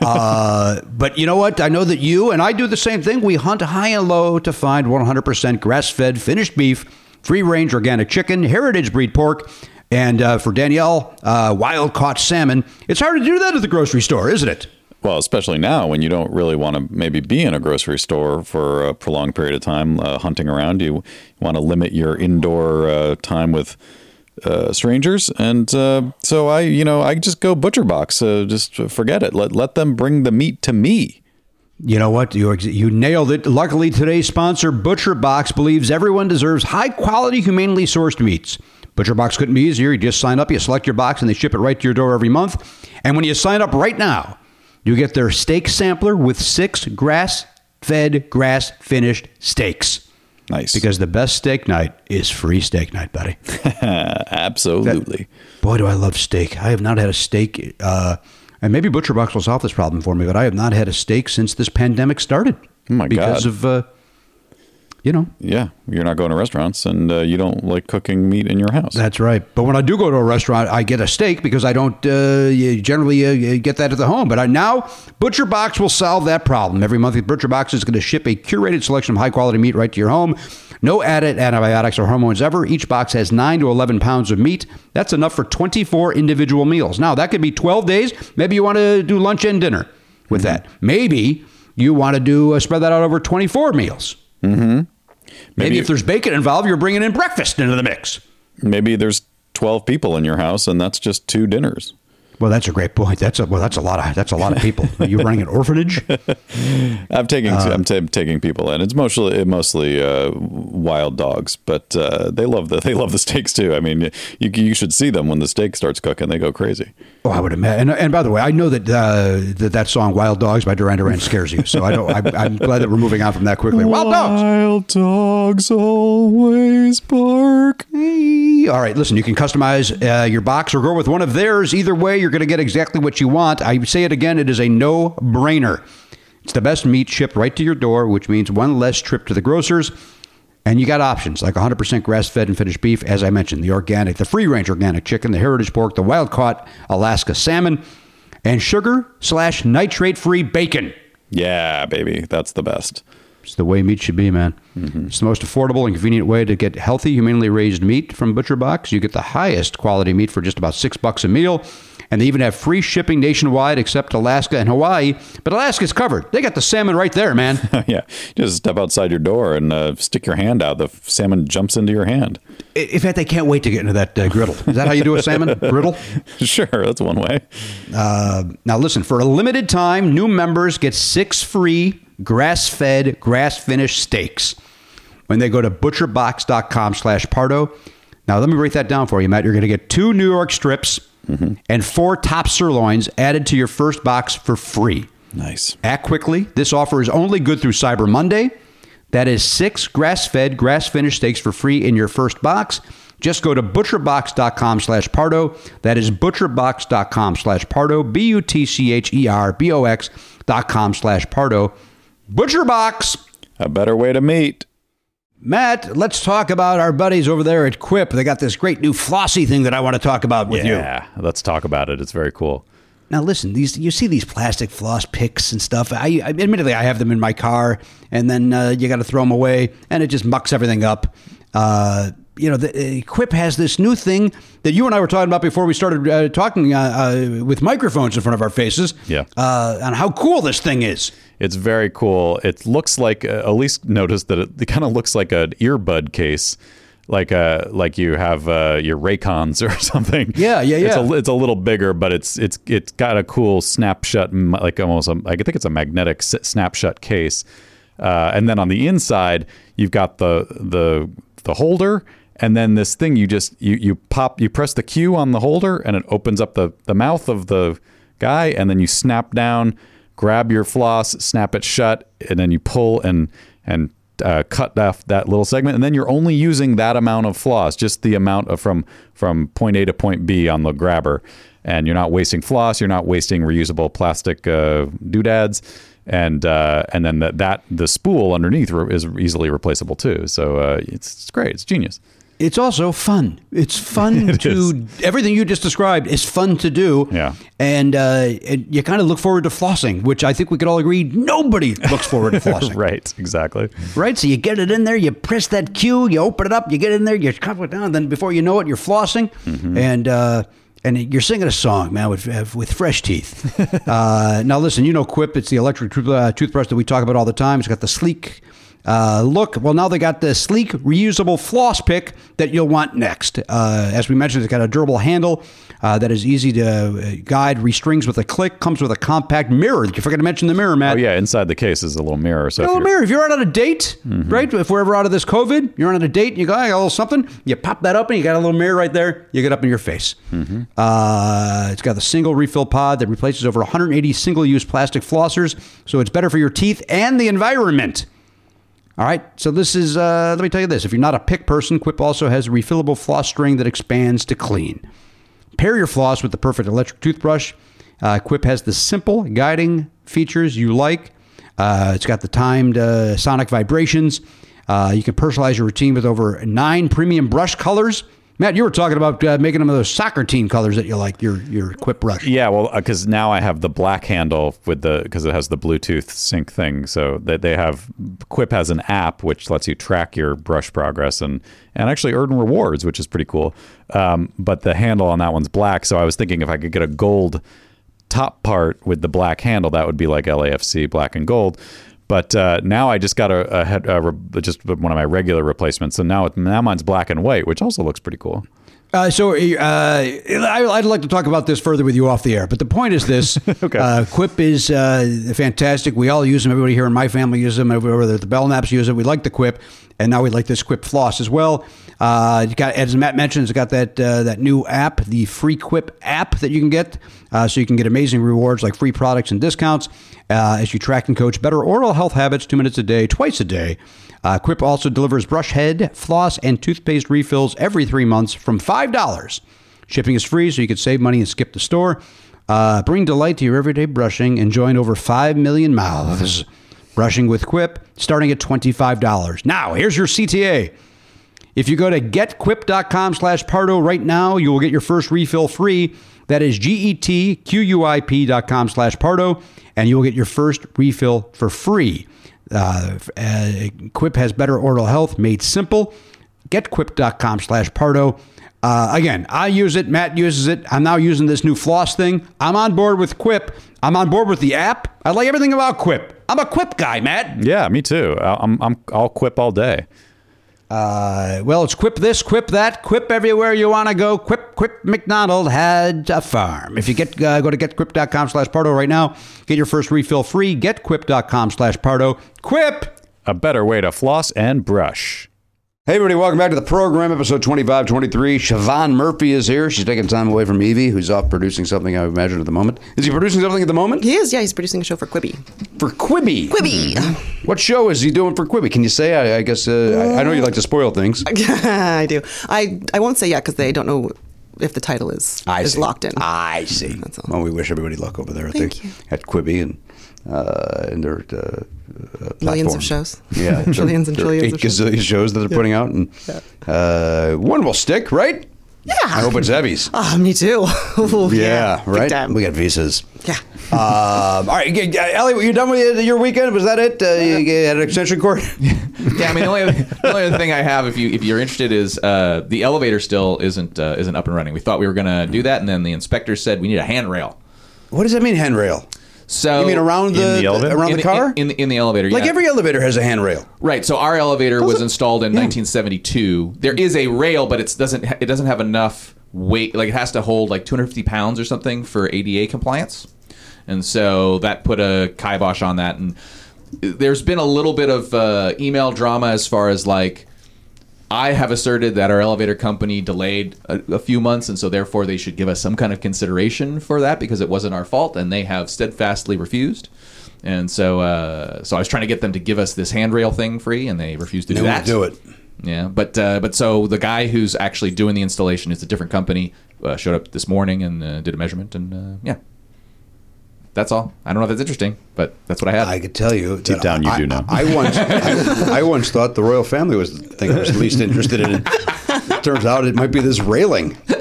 [SPEAKER 2] uh, but you know what? I know that you and I do the same thing. We hunt high and low to find 100% grass fed, finished beef, free range organic chicken, heritage breed pork. And uh, for Danielle, uh, wild caught salmon. It's hard to do that at the grocery store, isn't it?
[SPEAKER 3] Well, especially now when you don't really want to maybe be in a grocery store for a prolonged period of time uh, hunting around, you want to limit your indoor uh, time with uh, strangers. And uh, so I, you know, I just go butcher box. Uh, just forget it. Let let them bring the meat to me.
[SPEAKER 2] You know what? You, you nailed it. Luckily, today's sponsor, Butcher Box, believes everyone deserves high quality, humanely sourced meats. Butcher Box couldn't be easier. You just sign up, you select your box, and they ship it right to your door every month. And when you sign up right now, you get their steak sampler with six grass fed, grass finished steaks.
[SPEAKER 3] Nice,
[SPEAKER 2] Because the best steak night is free steak night, buddy.
[SPEAKER 3] absolutely.
[SPEAKER 2] Boy, do I love steak. I have not had a steak, uh, and maybe Butcher Box will solve this problem for me, but I have not had a steak since this pandemic started.
[SPEAKER 3] Oh, my
[SPEAKER 2] because
[SPEAKER 3] God.
[SPEAKER 2] of, uh, you know,
[SPEAKER 3] yeah, you're not going to restaurants, and uh, you don't like cooking meat in your house.
[SPEAKER 2] that's right. But when I do go to a restaurant, I get a steak because I don't uh, you generally uh, you get that at the home. But I, now Butcher Box will solve that problem. Every month, Butcher Box is going to ship a curated selection of high quality meat right to your home. No added antibiotics or hormones ever. Each box has 9 to 11 pounds of meat. That's enough for 24 individual meals. Now, that could be 12 days. Maybe you want to do lunch and dinner with that. Maybe you want to do uh, spread that out over 24 meals. Mm-hmm. Maybe
[SPEAKER 3] Maybe-
[SPEAKER 2] if there's bacon involved, you're bringing in breakfast into the mix.
[SPEAKER 3] Maybe there's twelve people in your house, and that's just two dinners.
[SPEAKER 2] Well, that's a great point. That's a well, that's a lot of that's a lot of people. Are you running an orphanage?
[SPEAKER 3] I'm taking I'm ta taking people in. It's mostly mostly uh, wild dogs, but uh, they love the they love the steaks too. I mean, you you should see them when the steak starts cooking; they go crazy.
[SPEAKER 2] Oh, I would imagine. And, and by the way, I know that uh, that that song "Wild Dogs" by Duran Duran scares you. So I don't. I'm, I'm glad that we're moving on from that quickly. Wild dogs.
[SPEAKER 3] Wild dogs always bark.
[SPEAKER 2] All right, listen. You can customize uh, your box or go with one of theirs. Either way, you're going to get exactly what you want. I say it again. It is a no-brainer. It's the best meat shipped right to your door, which means one less trip to the grocers. And you got options like 100% grass fed and finished beef, as I mentioned, the organic, the free range organic chicken, the heritage pork, the wild caught Alaska salmon, and sugar slash nitrate free bacon.
[SPEAKER 3] Yeah, baby, that's the best.
[SPEAKER 2] It's the way meat should be, man. It's the most affordable and convenient way to get healthy, humanely raised meat from Butcher Box. You get the highest quality meat for just about six bucks a meal. And they even have free shipping nationwide except Alaska and Hawaii. But Alaska's covered. They got the salmon right there, man.
[SPEAKER 3] yeah, just step outside your door and uh, stick your hand out. The f- salmon jumps into your hand.
[SPEAKER 2] I- In fact, they can't wait to get into that uh, griddle. Is that how you do a salmon? griddle?
[SPEAKER 3] Sure, that's one way.
[SPEAKER 2] Uh, now, listen, for a limited time, new members get six free grass fed, grass finished steaks when they go to butcherbox.com slash Pardo. Now, let me break that down for you, Matt. You're going to get two New York strips and four top sirloins added to your first box for free.
[SPEAKER 3] Nice.
[SPEAKER 2] Act quickly. This offer is only good through Cyber Monday. That is six grass-fed, grass-finished steaks for free in your first box. Just go to butcherbox.com slash Pardo. That is butcherbox.com slash Pardo, E B-U-T-C-H-E-R-B-O-X dot com slash Pardo. ButcherBox!
[SPEAKER 3] A better way to meet.
[SPEAKER 2] Matt, let's talk about our buddies over there at Quip. They got this great new flossy thing that I want to talk about with you.
[SPEAKER 3] yeah, let's talk about it. It's very cool.
[SPEAKER 2] Now listen, these you see these plastic floss picks and stuff. I, I admittedly I have them in my car, and then uh, you got to throw them away, and it just mucks everything up. Uh, you know, the, uh, Quip has this new thing that you and I were talking about before we started uh, talking uh, uh, with microphones in front of our faces.
[SPEAKER 3] Yeah.
[SPEAKER 2] Uh, on how cool this thing is.
[SPEAKER 3] It's very cool. It looks like uh, at least notice that it, it kind of looks like an earbud case, like uh like you have uh, your Raycons or something.
[SPEAKER 2] Yeah, yeah,
[SPEAKER 3] It's a,
[SPEAKER 2] yeah.
[SPEAKER 3] li- it's a little bigger, but it's it's it's got a cool snapshot, m- like almost a, I think it's a magnetic s- snapshot case. Uh, and then on the inside, you've got the the the holder, and then this thing you just you you pop you press the Q on the holder, and it opens up the the mouth of the guy, and then you snap down, grab your floss, snap it shut, and then you pull and and uh, cut off that little segment, and then you're only using that amount of floss, just the amount of from from point A to point B on the grabber, and you're not wasting floss, you're not wasting reusable plastic uh, doodads, and uh, and then that that the spool underneath re- is easily replaceable too. So uh, it's, it's great, it's genius.
[SPEAKER 2] It's also fun. It's fun
[SPEAKER 3] It
[SPEAKER 2] to everything you just described is fun to do.
[SPEAKER 3] Yeah.
[SPEAKER 2] and uh, and you kind of look forward to flossing, which I think we could all agree nobody looks forward to flossing.
[SPEAKER 3] right, exactly.
[SPEAKER 2] Right? So you get it in there, you press that cue, you open it up, you get in there, you cup it down, then before you know it, you're flossing
[SPEAKER 3] Mm-hmm.
[SPEAKER 2] and uh, and you're singing a song, man, with, uh, with fresh teeth. uh, now, listen, you know Quip, it's the electric tooth, uh, toothbrush that we talk about all the time. It's got the sleek uh, look. Well, now they got the sleek, reusable floss pick that you'll want next. Uh, as we mentioned, it's got a durable handle uh, that is easy to uh, guide, restrings with a click, comes with a compact mirror. You forgot to mention the mirror, Matt.
[SPEAKER 3] Oh yeah, inside the case is a little mirror. So if
[SPEAKER 2] Little
[SPEAKER 3] you're-
[SPEAKER 2] mirror. If you're out on a date, right? If we're ever out of this COVID, you're on a date and you go, I got a little something. You pop that up and you got a little mirror right there. You get up in your face. Uh, it's got the single refill pod that replaces over 180 single use plastic flossers. So it's better for your teeth and the environment. All right. So this is, uh, let me tell you this. If you're not a pick person, Quip also has a refillable floss string that expands to clean. Pair your floss with the perfect electric toothbrush. Uh, Quip has the simple guiding features you like. Uh, it's got the timed uh, sonic vibrations. Uh, you can personalize your routine with over nine premium brush colors. Matt, you were talking about uh, making them those soccer team colors that you like, your your Quip brush.
[SPEAKER 3] Yeah, well, because now I have the black handle with the because it has the Bluetooth sync thing. So that they have Quip has an app which lets you track your brush progress and and actually earn rewards, which is pretty cool. Um, but the handle on that one's black, so I was thinking if I could get a gold top part with the black handle, that would be like LAFC black and gold. But uh, now I just got a, a, head, a re- just one of my regular replacements, so now it, now mine's black and white, which also looks pretty cool.
[SPEAKER 2] Uh, so uh, I, I'd like to talk about this further with you off the air, but the point is this: uh, Quip is uh, fantastic. We all use them. Everybody here in my family uses them. Over over there, at the Belknaps use it. We like the Quip, and now we like this Quip floss as well. Uh, it's got, as Matt mentioned, it's got that uh, that new app, the free Quip app that you can get, uh, so you can get amazing rewards like free products and discounts uh, as you track and coach better oral health habits, two minutes a day, twice a day. Uh, Quip also delivers brush head, floss, and toothpaste refills every three months from $5. Shipping is free, so you can save money and skip the store. Uh, bring delight to your everyday brushing and join over 5 million mouths brushing with Quip starting at $25. Now, here's your CTA. If you go to getquip.com slash Pardo right now, you will get your first refill free. That is E G-E-T-Q-U-I-P dot com slash Pardo, and you will get your first refill for free. Uh, uh, Quip has better oral health made simple. Getquip.com slash Pardo. Uh, again, I use it. Matt uses it. I'm now using this new floss thing. I'm on board with Quip. I'm on board with the app. I like everything about Quip. I'm a Quip guy, Matt.
[SPEAKER 3] Yeah, me too. I- I'm, I'm, I'll quip all day.
[SPEAKER 2] Uh, well, it's Quip this, Quip that, Quip everywhere you want to go. Quip, Quip McDonald had a farm. If you get uh, go to getquip.com slash Pardo right now, get your first refill free. Getquip.com slash Pardo. Quip!
[SPEAKER 3] A better way to floss and brush.
[SPEAKER 9] Hey, everybody, welcome back to the program, episode 25, 23. Siobhan Murphy is here. She's taking time away from Evie, who's off producing something, I imagine, at the moment. Is he producing something at the moment?
[SPEAKER 8] He is, yeah, he's producing a show for Quibi. Mm-hmm.
[SPEAKER 9] For Quibi.
[SPEAKER 8] Quibi!
[SPEAKER 9] What show is he doing for Quibi? Can you say? I, I guess, uh, I, I know you like to spoil things.
[SPEAKER 8] I do. I, I won't say yet because they don't know if the title is,
[SPEAKER 9] I
[SPEAKER 8] is
[SPEAKER 9] see. Ah,
[SPEAKER 8] locked in.
[SPEAKER 9] I see. Well, we wish everybody luck over there at,
[SPEAKER 8] Thank
[SPEAKER 9] the, at Quibi and uh, and their uh, uh,
[SPEAKER 8] Millions
[SPEAKER 9] platform.
[SPEAKER 8] of shows.
[SPEAKER 9] Yeah,
[SPEAKER 8] Trillions and
[SPEAKER 9] their
[SPEAKER 8] trillions
[SPEAKER 9] eight
[SPEAKER 8] of shows.
[SPEAKER 9] gazillion shows that they're putting out, and uh, one will stick, right?
[SPEAKER 8] Yeah.
[SPEAKER 9] I hope it's Evie's.
[SPEAKER 8] Ah, me too. Ooh,
[SPEAKER 9] yeah,
[SPEAKER 8] big
[SPEAKER 9] right.
[SPEAKER 8] time.
[SPEAKER 9] We got visas.
[SPEAKER 8] Yeah.
[SPEAKER 9] um, all right, g- g- Elliot, you done with your weekend? Was that it? Uh, you had an extension cord?
[SPEAKER 5] Yeah, I mean, the only, other, the only other thing I have, if you if you're interested, is uh, the elevator still isn't uh, isn't up and running. We thought we were gonna do that, and then the inspector said we need a handrail.
[SPEAKER 9] what does that mean, handrail?
[SPEAKER 5] So
[SPEAKER 9] You mean around
[SPEAKER 3] In
[SPEAKER 9] the,
[SPEAKER 3] the elevator?
[SPEAKER 9] around
[SPEAKER 5] Oh, in
[SPEAKER 9] the car?
[SPEAKER 5] in, in, the- in the elevator?
[SPEAKER 9] like
[SPEAKER 5] yeah.
[SPEAKER 9] every elevator has a handrail.
[SPEAKER 5] right. So our elevator was installed in 1972. There is a rail, but it doesn't it doesn't have enough weight. Like it has to hold like 250 pounds or something for ADA compliance, and so that put a kibosh on that. And there's been a little bit of uh, email drama as far as like. I have asserted that our elevator company delayed a, a few months, and so therefore they should give us some kind of consideration for that because it wasn't our fault, and they have steadfastly refused. And so, uh, so I was trying to get them to give us this handrail thing free, and they refused to
[SPEAKER 9] They
[SPEAKER 5] do
[SPEAKER 9] won't
[SPEAKER 5] that.
[SPEAKER 9] do it.
[SPEAKER 5] Yeah, but uh, but so the guy who's actually doing the installation is a different company. Uh, showed up this morning and uh, did a measurement, and uh, yeah, that's all. I don't know if that's interesting, but that's what I had.
[SPEAKER 9] I could tell you.
[SPEAKER 3] Deep
[SPEAKER 9] that
[SPEAKER 3] down, you
[SPEAKER 9] I-
[SPEAKER 3] do know.
[SPEAKER 9] I, I once, I, I once thought the royal family was the thing I was least interested in. Turns out it might be this railing.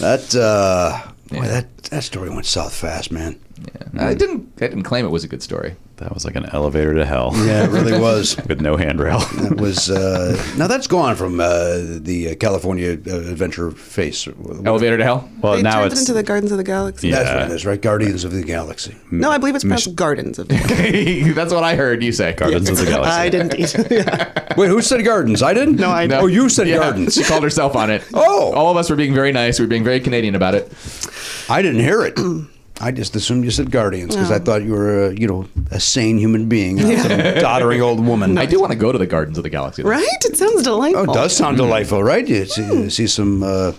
[SPEAKER 9] That, uh, boy, that that story went south fast, man.
[SPEAKER 5] I didn't. I didn't claim it was a good story.
[SPEAKER 3] That was like an elevator to hell.
[SPEAKER 9] Yeah, it really was.
[SPEAKER 3] With no handrail.
[SPEAKER 9] That was uh, now that's gone from uh, the uh, California uh, Adventure face.
[SPEAKER 5] Elevator to hell.
[SPEAKER 3] Well,
[SPEAKER 8] they
[SPEAKER 3] now
[SPEAKER 8] turned
[SPEAKER 3] it's
[SPEAKER 8] it into the Gardens of the Galaxy.
[SPEAKER 9] That's
[SPEAKER 3] Yeah.
[SPEAKER 9] what it is, right? Guardians of the Galaxy.
[SPEAKER 8] No, I believe it's pronounced Gardens of the Galaxy.
[SPEAKER 5] that's what I heard you say.
[SPEAKER 3] Gardens of the Galaxy.
[SPEAKER 8] I didn't eat.
[SPEAKER 9] Wait, who said gardens? I didn't. No,
[SPEAKER 8] I-
[SPEAKER 5] No.
[SPEAKER 9] Oh, you said
[SPEAKER 5] Yeah,
[SPEAKER 9] gardens.
[SPEAKER 5] She called herself on it.
[SPEAKER 9] Oh.
[SPEAKER 5] All of us were being very nice. We were being very Canadian about it.
[SPEAKER 9] I didn't hear it. I just assumed you said guardians because I thought you were, uh, you know, a sane human being, not some doddering old woman.
[SPEAKER 5] I do want to go to the Gardens of the Galaxy. though.
[SPEAKER 8] Right? It sounds
[SPEAKER 9] Oh,
[SPEAKER 8] delightful.
[SPEAKER 9] it does sound
[SPEAKER 5] Mm-hmm.
[SPEAKER 9] delightful, right? You see, you see some. Uh,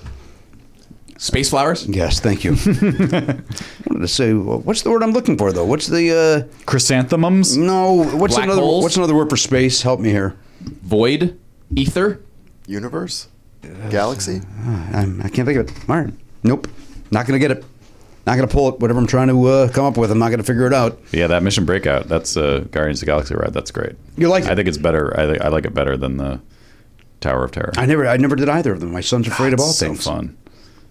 [SPEAKER 5] Space flowers?
[SPEAKER 9] yes, thank you. I wanted to say, well, what's the word I'm looking for though? What's the uh,
[SPEAKER 3] Chrysanthemums?
[SPEAKER 9] no? What's
[SPEAKER 5] Black
[SPEAKER 9] another?
[SPEAKER 5] holes?
[SPEAKER 9] What's another word for space? Help me here.
[SPEAKER 5] Void? Ether?
[SPEAKER 4] Universe? Galaxy?
[SPEAKER 9] I'm, I can't think of it. All right. Nope. Not going to get it. Not going to pull it. Whatever I'm trying to uh, come up with, I'm not going to figure it out.
[SPEAKER 3] Yeah, that Mission Breakout. That's uh, Guardians of the Galaxy ride. That's great.
[SPEAKER 9] You like
[SPEAKER 3] I
[SPEAKER 9] it?
[SPEAKER 3] think it's better. I, thi- I like it better than the Tower of Terror.
[SPEAKER 9] I never, I never did either of them. My son's afraid of all
[SPEAKER 3] so
[SPEAKER 9] things.
[SPEAKER 3] fun.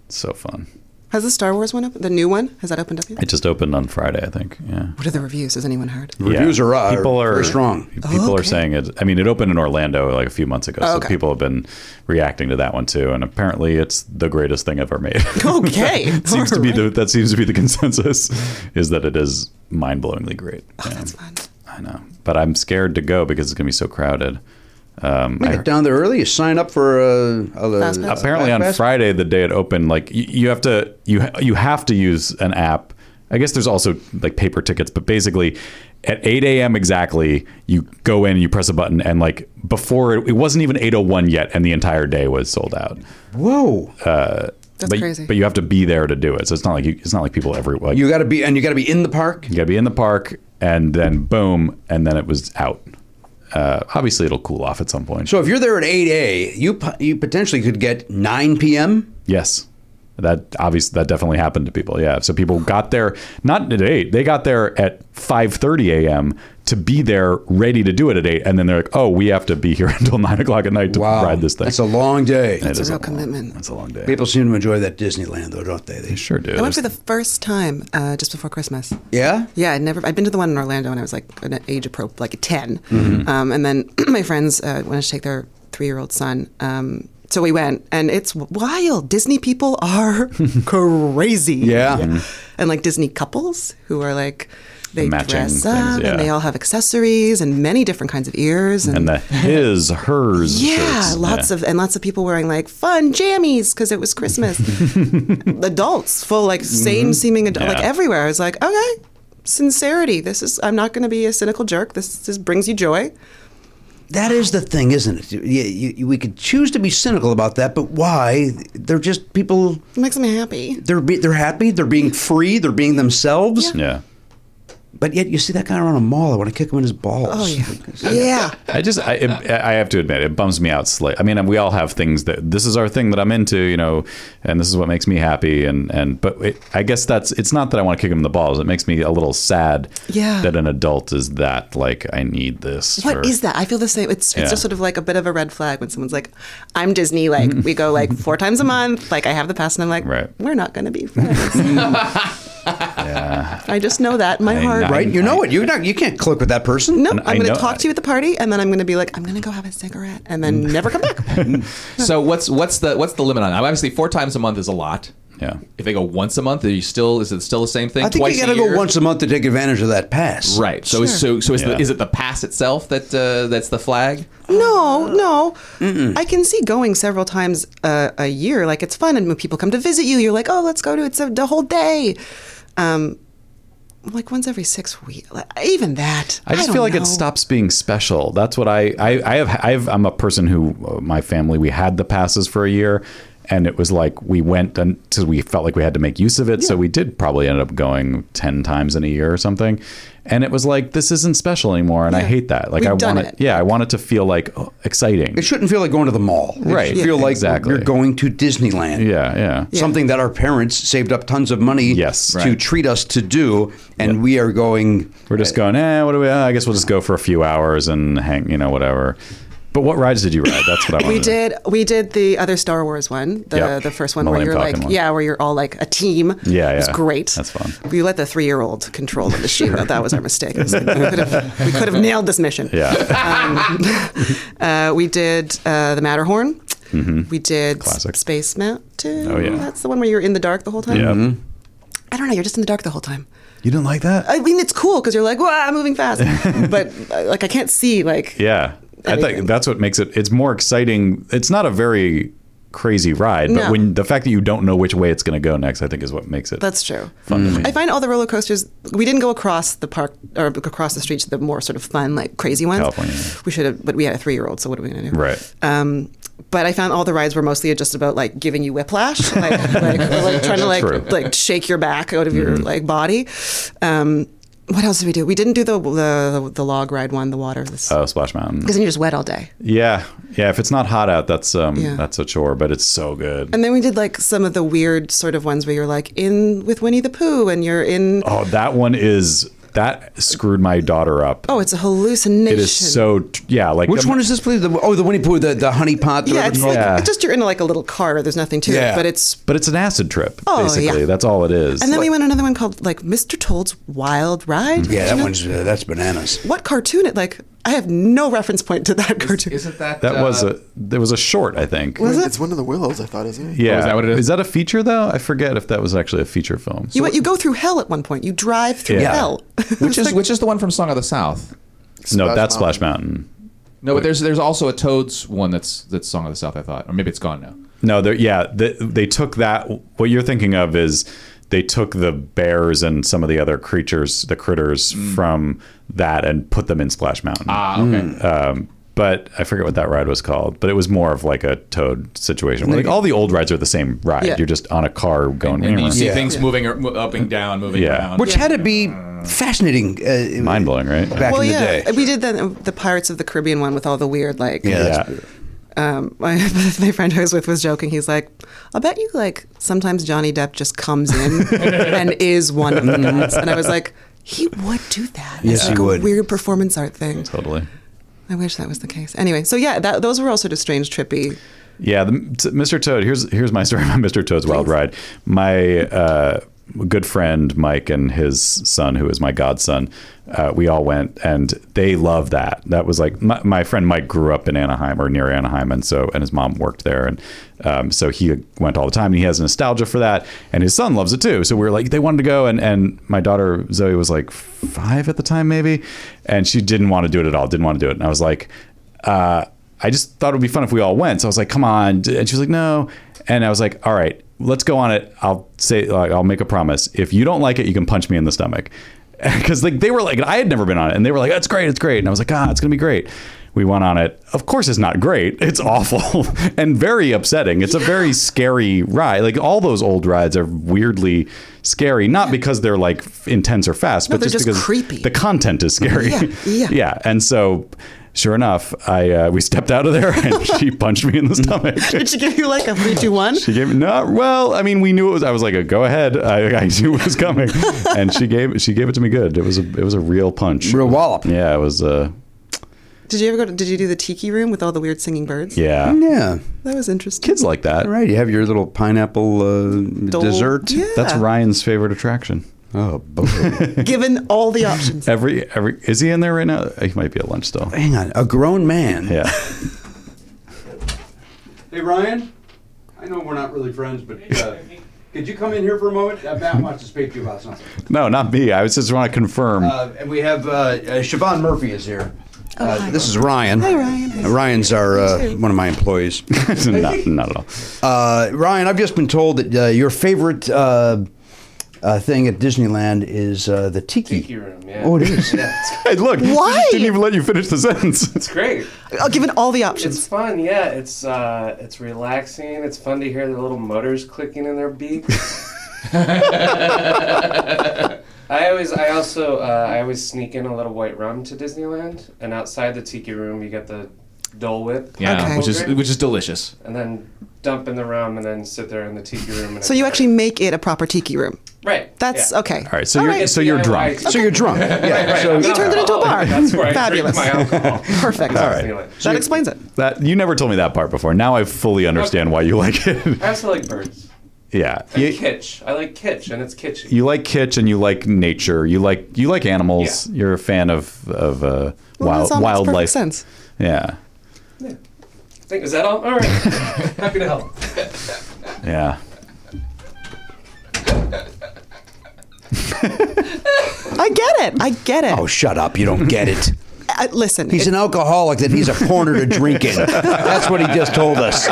[SPEAKER 3] It's so fun.
[SPEAKER 8] Has the Star Wars one up? The new one? Has that opened up yet?
[SPEAKER 3] It just opened on Friday, I think. Yeah.
[SPEAKER 8] What are the reviews? Has anyone heard?
[SPEAKER 9] Reviews
[SPEAKER 3] Yeah.
[SPEAKER 9] are, uh,
[SPEAKER 3] people are
[SPEAKER 9] very strong.
[SPEAKER 3] pe- People are
[SPEAKER 8] okay.
[SPEAKER 3] saying it. I mean, it opened in Orlando like a few months ago, so
[SPEAKER 8] okay.
[SPEAKER 3] people have been reacting to that one too. And apparently, it's the greatest thing ever made.
[SPEAKER 8] Okay.
[SPEAKER 3] It seems to be the that seems to be the consensus is that it is mind blowingly great. Yeah.
[SPEAKER 8] Oh, That's fun.
[SPEAKER 3] I know, but I'm scared to go because it's gonna be so crowded. Um, I-
[SPEAKER 9] Get down there early. You sign up for uh, a-
[SPEAKER 8] Fast pass.
[SPEAKER 3] apparently on
[SPEAKER 9] Fast pass?
[SPEAKER 3] Friday, the day it opened, like you, you have to you ha- you have to use an app. I guess there's also like paper tickets, but basically at 8 a.m. exactly, you go in, you press a button, and like before it, it wasn't even 8:01 yet, and the entire day was sold out.
[SPEAKER 9] Whoa!
[SPEAKER 8] That's
[SPEAKER 3] but,
[SPEAKER 8] crazy.
[SPEAKER 3] But you have to be there to do it, so it's not like you, it's not like people every like
[SPEAKER 9] you got to be, and you got to be in the park.
[SPEAKER 3] You gotta be in the park, and then boom, and then it was out. Uh, obviously, it'll cool off at some point.
[SPEAKER 9] So if you're there at eight a, you po- you potentially could get nine p.m.
[SPEAKER 3] Yes, that obviously that definitely happened to people. Yeah, so people got there not at eight; they got there at five thirty a.m. to be there ready to do it at eight, and then they're like, "Oh, we have to be here until nine o'clock at night to ride this thing."
[SPEAKER 2] It's a long day.
[SPEAKER 3] That's
[SPEAKER 8] a real commitment.
[SPEAKER 3] That's a long day.
[SPEAKER 2] People seem to enjoy that Disneyland, though, don't they? They
[SPEAKER 3] sure do.
[SPEAKER 8] I went for the first time uh, just before Christmas.
[SPEAKER 2] Yeah?
[SPEAKER 8] Yeah, I'd never. I'd been to the one in Orlando when I was like an age appropriate, like 10
[SPEAKER 3] Mm-hmm.
[SPEAKER 8] Um, and then my friends uh, wanted to take their three-year-old son. Um, so we went, and it's wild. Disney people are crazy.
[SPEAKER 2] Yeah. Mhm.
[SPEAKER 8] and like Disney couples who are like. They
[SPEAKER 3] Matching
[SPEAKER 8] dress
[SPEAKER 3] things,
[SPEAKER 8] up
[SPEAKER 3] yeah.
[SPEAKER 8] and they all have accessories and many different kinds of ears and,
[SPEAKER 3] and the his hers.
[SPEAKER 8] yeah,
[SPEAKER 3] shirts.
[SPEAKER 8] lots of and lots of people wearing like fun jammies because it was Christmas. adults, full like same seeming adult, like
[SPEAKER 3] Mm-hmm. Yeah.
[SPEAKER 8] everywhere. I was like, okay, sincerity. This is I'm not going to be a cynical jerk. This this brings you joy.
[SPEAKER 2] That is the thing, isn't it? Yeah, you, you, we could choose to be cynical about that, but why? They're just people.
[SPEAKER 8] It makes me happy.
[SPEAKER 2] They're be, they're happy. They're being free. They're being themselves.
[SPEAKER 3] Yeah.
[SPEAKER 2] But yet, you see that guy around a mall. I want to kick him in his balls.
[SPEAKER 8] Oh yeah, yeah.
[SPEAKER 3] I just, I, it, I have to admit, it bums me out slightly. I mean, we all have things that this is our thing that I'm into, you know, and this is what makes me happy. And and but it, I guess that's it's not that I want to kick him in the balls. It makes me a little sad
[SPEAKER 8] Yeah.
[SPEAKER 3] that an adult is that like I need this.
[SPEAKER 8] What
[SPEAKER 3] or-
[SPEAKER 8] is that? I feel the same. It's
[SPEAKER 3] Yeah.
[SPEAKER 8] it's just sort of like a bit of a red flag when someone's like, "I'm Disney. Like we go like four times a month. Like I have the pass, and I'm like,
[SPEAKER 3] Right.
[SPEAKER 8] we're not going to be friends.
[SPEAKER 3] Yeah.
[SPEAKER 8] I just know that in my
[SPEAKER 3] I
[SPEAKER 8] heart.
[SPEAKER 3] know.
[SPEAKER 2] Right? You know it. You're not. You can't click with that person.
[SPEAKER 8] No,
[SPEAKER 3] And I
[SPEAKER 8] I'm going
[SPEAKER 3] know-
[SPEAKER 8] to talk to you at the party, and then I'm going to be like, I'm going to go have a cigarette, and then
[SPEAKER 3] Mm.
[SPEAKER 8] never come back.
[SPEAKER 5] So what's what's the what's the limit on? it? Obviously, four times a month is a lot.
[SPEAKER 3] Yeah.
[SPEAKER 5] If they go once a month, are you still is it still the same thing?
[SPEAKER 2] I think
[SPEAKER 5] Twice
[SPEAKER 2] you
[SPEAKER 5] a
[SPEAKER 2] got to go
[SPEAKER 5] year?
[SPEAKER 2] once a month to take advantage of that pass.
[SPEAKER 5] Right. So is so so is,
[SPEAKER 3] Yeah.
[SPEAKER 5] the, is it the pass itself that uh, that's the flag?
[SPEAKER 8] No, no. I can see going several times a, a year. Like it's fun, and when people come to visit you, you're like, oh, let's go to it's a, the whole day. Um, like once every six weeks, like, even that.
[SPEAKER 3] I just
[SPEAKER 8] don't
[SPEAKER 3] feel like
[SPEAKER 8] know.
[SPEAKER 3] it stops being special. That's what I, I, I have, I've, I'm a person who, uh, my family, we had the passes for a year and it was like, we went and so we felt like we had to make use of it. So we did probably end up going 10 times in a year or something. And it was like, this isn't special anymore. And I
[SPEAKER 8] Yeah.
[SPEAKER 3] hate that. Like
[SPEAKER 8] We've
[SPEAKER 3] I
[SPEAKER 8] done
[SPEAKER 3] want
[SPEAKER 8] it.
[SPEAKER 3] Yeah. I want it to feel like oh, exciting.
[SPEAKER 2] It shouldn't feel like going to the mall. It
[SPEAKER 3] Right.
[SPEAKER 2] should feel like
[SPEAKER 3] Exactly.
[SPEAKER 2] you're going to Disneyland.
[SPEAKER 3] Yeah. Yeah.
[SPEAKER 2] Something that our parents saved up tons of money
[SPEAKER 3] Yes.
[SPEAKER 2] to
[SPEAKER 3] Right.
[SPEAKER 2] treat us to do, and we are going.
[SPEAKER 3] We're just going, eh, what do we, I guess we'll just go for a few hours and hang, you know, whatever. But what rides did you ride? That's what I wanted
[SPEAKER 8] We
[SPEAKER 3] to know.
[SPEAKER 8] did. We did the other Star Wars one, the
[SPEAKER 3] Yep.
[SPEAKER 8] the first one
[SPEAKER 3] Millennium
[SPEAKER 8] where you're
[SPEAKER 3] Falcon
[SPEAKER 8] like,
[SPEAKER 3] one.
[SPEAKER 8] yeah, where you're all like a team.
[SPEAKER 3] Yeah,
[SPEAKER 8] it was
[SPEAKER 3] yeah.
[SPEAKER 8] great.
[SPEAKER 3] That's fun.
[SPEAKER 8] We let the three year old control the machine. though. That was our mistake. It was like, we could have we could have nailed this mission. Um,
[SPEAKER 3] Yeah.
[SPEAKER 8] Uh, we did uh, the Matterhorn. We did
[SPEAKER 3] Mm-hmm. Classic.
[SPEAKER 8] S- Space Mountain.
[SPEAKER 3] Oh, yeah.
[SPEAKER 8] That's the one where you're in the dark the whole time.
[SPEAKER 3] yeah.
[SPEAKER 8] I don't know. You're just in the dark the whole time.
[SPEAKER 3] You didn't like that?
[SPEAKER 8] I mean, it's cool because you're like, wow, I'm moving fast, but uh, like I can't see. Like
[SPEAKER 3] Yeah. I
[SPEAKER 8] anything.
[SPEAKER 3] think that's what makes it it's more exciting. It's not a very crazy ride, but
[SPEAKER 8] No.
[SPEAKER 3] when the fact that you don't know which way it's going to go next, I think is what makes it.
[SPEAKER 8] That's true. I find all the roller coasters. We didn't go across the park or across the street to the more sort of fun, like crazy ones.
[SPEAKER 3] California, yeah.
[SPEAKER 8] We should have, but we had a three-year-old, so what are we gonna do?
[SPEAKER 3] Right.
[SPEAKER 8] Um, but I found all the rides were mostly just about like giving you whiplash, like, like, or, like trying to like
[SPEAKER 3] True. Mm-hmm.
[SPEAKER 8] like shake your back out of your like body. Um, what else did we do? We didn't do the the, the log ride one, the water. Because
[SPEAKER 3] Oh, Splash Mountain.
[SPEAKER 8] then you're just wet all day.
[SPEAKER 3] Yeah. Yeah, if it's not hot out, that's um
[SPEAKER 8] Yeah.
[SPEAKER 3] that's a chore, but it's so good.
[SPEAKER 8] And then we did like some of the weird sort of ones where you're like in with Winnie the Pooh and you're in.
[SPEAKER 3] oh, that one is that screwed my daughter up.
[SPEAKER 8] Oh, it's a hallucination.
[SPEAKER 3] it is so t- yeah, like um,
[SPEAKER 2] Which one is this, please? The, oh, the Winnie Pooh, the, the honey pot. the
[SPEAKER 8] Yeah,
[SPEAKER 2] whatever
[SPEAKER 8] it's
[SPEAKER 2] called.
[SPEAKER 8] like
[SPEAKER 3] Yeah.
[SPEAKER 8] it's just you're in like a little car. There's nothing to
[SPEAKER 2] Yeah.
[SPEAKER 8] it, but it's.
[SPEAKER 3] But it's an acid trip
[SPEAKER 8] Oh,
[SPEAKER 3] basically.
[SPEAKER 8] yeah.
[SPEAKER 3] That's all it is.
[SPEAKER 8] And then we went another one called like Mr. Toad's Wild Ride.
[SPEAKER 2] yeah, that
[SPEAKER 8] Do you know-
[SPEAKER 2] one's uh, that's bananas.
[SPEAKER 8] What cartoon? It like I have no reference point to that cartoon.
[SPEAKER 5] Isn't that
[SPEAKER 3] that
[SPEAKER 5] uh,
[SPEAKER 3] was a there was a short, I think.
[SPEAKER 8] Was it?
[SPEAKER 4] It's one of the Willows, I thought, isn't it?
[SPEAKER 3] yeah.
[SPEAKER 5] Oh, is that what it is?
[SPEAKER 3] Is that a feature though? I forget if that was actually a feature film.
[SPEAKER 8] you you go through hell at one point. You drive through
[SPEAKER 3] Yeah.
[SPEAKER 8] hell.
[SPEAKER 5] which is which is the one from Song of the South?
[SPEAKER 3] no,
[SPEAKER 4] Splash
[SPEAKER 3] that's Splash
[SPEAKER 4] Mountain.
[SPEAKER 3] Mountain.
[SPEAKER 5] No, but there's there's also a Toads one that's that's Song of the South. I thought, or maybe it's gone now.
[SPEAKER 3] No, they're yeah. They, they took that. What you're thinking of is they took the bears and some of the other creatures, the critters from that, and put them in Splash Mountain.
[SPEAKER 5] Mm. Ah, okay.
[SPEAKER 3] Um, but I forget what that ride was called. But it was more of like a Toad situation. Where, like all the old rides are the same ride.
[SPEAKER 8] Yeah.
[SPEAKER 3] You're just on a car going.
[SPEAKER 5] And you see
[SPEAKER 2] Yeah.
[SPEAKER 5] things moving or- mo- up and down, moving
[SPEAKER 3] Yeah.
[SPEAKER 5] around.
[SPEAKER 2] Which had to be fascinating. Uh,
[SPEAKER 3] Mind blowing, right?
[SPEAKER 2] Back
[SPEAKER 8] well,
[SPEAKER 2] in the
[SPEAKER 8] yeah,
[SPEAKER 2] day.
[SPEAKER 8] we did the the Pirates of the Caribbean one with all the weird like.
[SPEAKER 3] yeah.
[SPEAKER 8] Um, my, my friend I was with was joking. He's like, "I bet you like sometimes Johnny Depp just comes in and is one of the guys." And I was like,
[SPEAKER 9] He would do that.
[SPEAKER 2] Yes,
[SPEAKER 9] It's
[SPEAKER 2] he
[SPEAKER 9] like
[SPEAKER 2] would.
[SPEAKER 9] A weird performance art thing.
[SPEAKER 3] Totally.
[SPEAKER 9] I wish that was the case. Anyway, so yeah, that, those were all sort of strange, trippy.
[SPEAKER 3] Yeah, the, t- Mr. Toad. Here's here's my story about Mr. Toad's Wild Ride. My uh, good friend Mike and his son, who is my godson, uh, we all went, and they love that. That was like my, my friend Mike grew up in Anaheim or near Anaheim, and so and his mom worked there, and um, so he went all the time, and he has nostalgia for that, and his son loves it too. So we were like, they wanted to go, and and my daughter Zoe was like five at the time, maybe, and she didn't want to do it at all, didn't want to do it, and I was like. Uh, I just thought it would be fun if we all went. So I was like, come on. And she was like, no. And I was like, all right, let's go on it. I'll say, like, I'll make a promise. If you don't like it, you can punch me in the stomach. Because like they were like, I had never been on it, and they were like, that's great, it's great. And I was like, ah, it's gonna be great. We went on it. Of course, it's not great. It's awful and very upsetting. It's a very scary ride. Like all those old rides are weirdly scary, not because they're like intense or fast,
[SPEAKER 9] No,
[SPEAKER 3] but
[SPEAKER 9] they're
[SPEAKER 3] just,
[SPEAKER 9] just
[SPEAKER 3] because
[SPEAKER 9] creepy.
[SPEAKER 3] the content is scary.
[SPEAKER 9] Yeah, yeah.
[SPEAKER 3] yeah. And so, sure enough, I uh, we stepped out of there, and she punched me in the stomach.
[SPEAKER 9] Did she give you like a three, two, one?
[SPEAKER 3] She gave no. Well, I mean, we knew it was. I was like, "Go ahead." I, I knew it was coming, and she gave she gave it to me good. It was a it was a real punch, real
[SPEAKER 2] wallop.
[SPEAKER 3] Yeah, it was. Uh,
[SPEAKER 9] Did you ever go? To, did you do the tiki room with all the weird singing birds?
[SPEAKER 3] yeah,
[SPEAKER 2] Yeah.
[SPEAKER 9] that was interesting.
[SPEAKER 3] kids like that.
[SPEAKER 2] All right. You have your little pineapple uh, dessert.
[SPEAKER 9] Yeah.
[SPEAKER 3] That's Ryan's favorite attraction.
[SPEAKER 2] Oh, boy.
[SPEAKER 9] Given all the options,
[SPEAKER 3] Every every is he in there right now? He might be at lunch still.
[SPEAKER 2] hang on. A grown man.
[SPEAKER 3] Yeah.
[SPEAKER 6] Hey, Ryan. I know we're not really friends, but uh, could you come in here for a moment? Uh, Matt wants to speak to you about something.
[SPEAKER 3] No, not me. I was just want to confirm.
[SPEAKER 14] Uh, and we have uh, uh, Siobhan Murphy is here.
[SPEAKER 2] Uh, this is Ryan. Hi, Ryan. Ryan's our uh, one of my employees.
[SPEAKER 3] not, not at all.
[SPEAKER 2] Uh, Ryan, I've just been told that uh, your favorite uh, uh, thing at Disneyland is uh, the tiki.
[SPEAKER 14] Tiki room, yeah.
[SPEAKER 2] Oh, it is.
[SPEAKER 3] Hey, look.
[SPEAKER 9] Why?
[SPEAKER 3] Didn't even let you finish the sentence.
[SPEAKER 14] It's great.
[SPEAKER 9] Oh, given all the options.
[SPEAKER 14] It's fun, yeah. It's uh, it's relaxing. It's fun to hear the little motors clicking in their beaks. I always, I also, uh, I always sneak in a little white rum to Disneyland, and outside the tiki room, you get the Dole Whip.
[SPEAKER 5] Yeah,
[SPEAKER 9] Okay.
[SPEAKER 5] which is which is delicious.
[SPEAKER 14] And then dump in the rum, and then sit there in the tiki room. And
[SPEAKER 9] So you actually make it a proper tiki room.
[SPEAKER 14] right?
[SPEAKER 9] That's
[SPEAKER 14] yeah.
[SPEAKER 9] okay.
[SPEAKER 3] All right, so you're so you're drunk.
[SPEAKER 2] So you're drunk. Yeah.
[SPEAKER 14] Right,
[SPEAKER 2] so-
[SPEAKER 14] I'm
[SPEAKER 9] You
[SPEAKER 14] not
[SPEAKER 9] turned it into a
[SPEAKER 14] alcoholic.
[SPEAKER 9] bar.
[SPEAKER 14] That's where I drink
[SPEAKER 9] Fabulous.
[SPEAKER 14] my alcohol.
[SPEAKER 9] Perfect.
[SPEAKER 3] All right.
[SPEAKER 14] Anyway,
[SPEAKER 9] That explains it.
[SPEAKER 3] That you never told me that part before. Now I fully understand why you like it.
[SPEAKER 14] I also like birds.
[SPEAKER 3] yeah.
[SPEAKER 14] And
[SPEAKER 3] You,
[SPEAKER 14] kitsch. I like kitsch, and it's kitschy.
[SPEAKER 3] you like kitsch and you like nature. You like you like animals.
[SPEAKER 14] Yeah.
[SPEAKER 3] You're a fan of of uh, wild
[SPEAKER 9] Well, that's all makes perfect
[SPEAKER 3] wildlife.
[SPEAKER 9] sense.
[SPEAKER 3] Yeah.
[SPEAKER 14] Think, is that all? All right. Happy to help.
[SPEAKER 3] Yeah.
[SPEAKER 9] I get it. I get it.
[SPEAKER 2] Oh, shut up. You don't get it.
[SPEAKER 9] I, listen,
[SPEAKER 2] He's
[SPEAKER 9] it-
[SPEAKER 2] an alcoholic that he's a corner to drink in. That's what he just told us.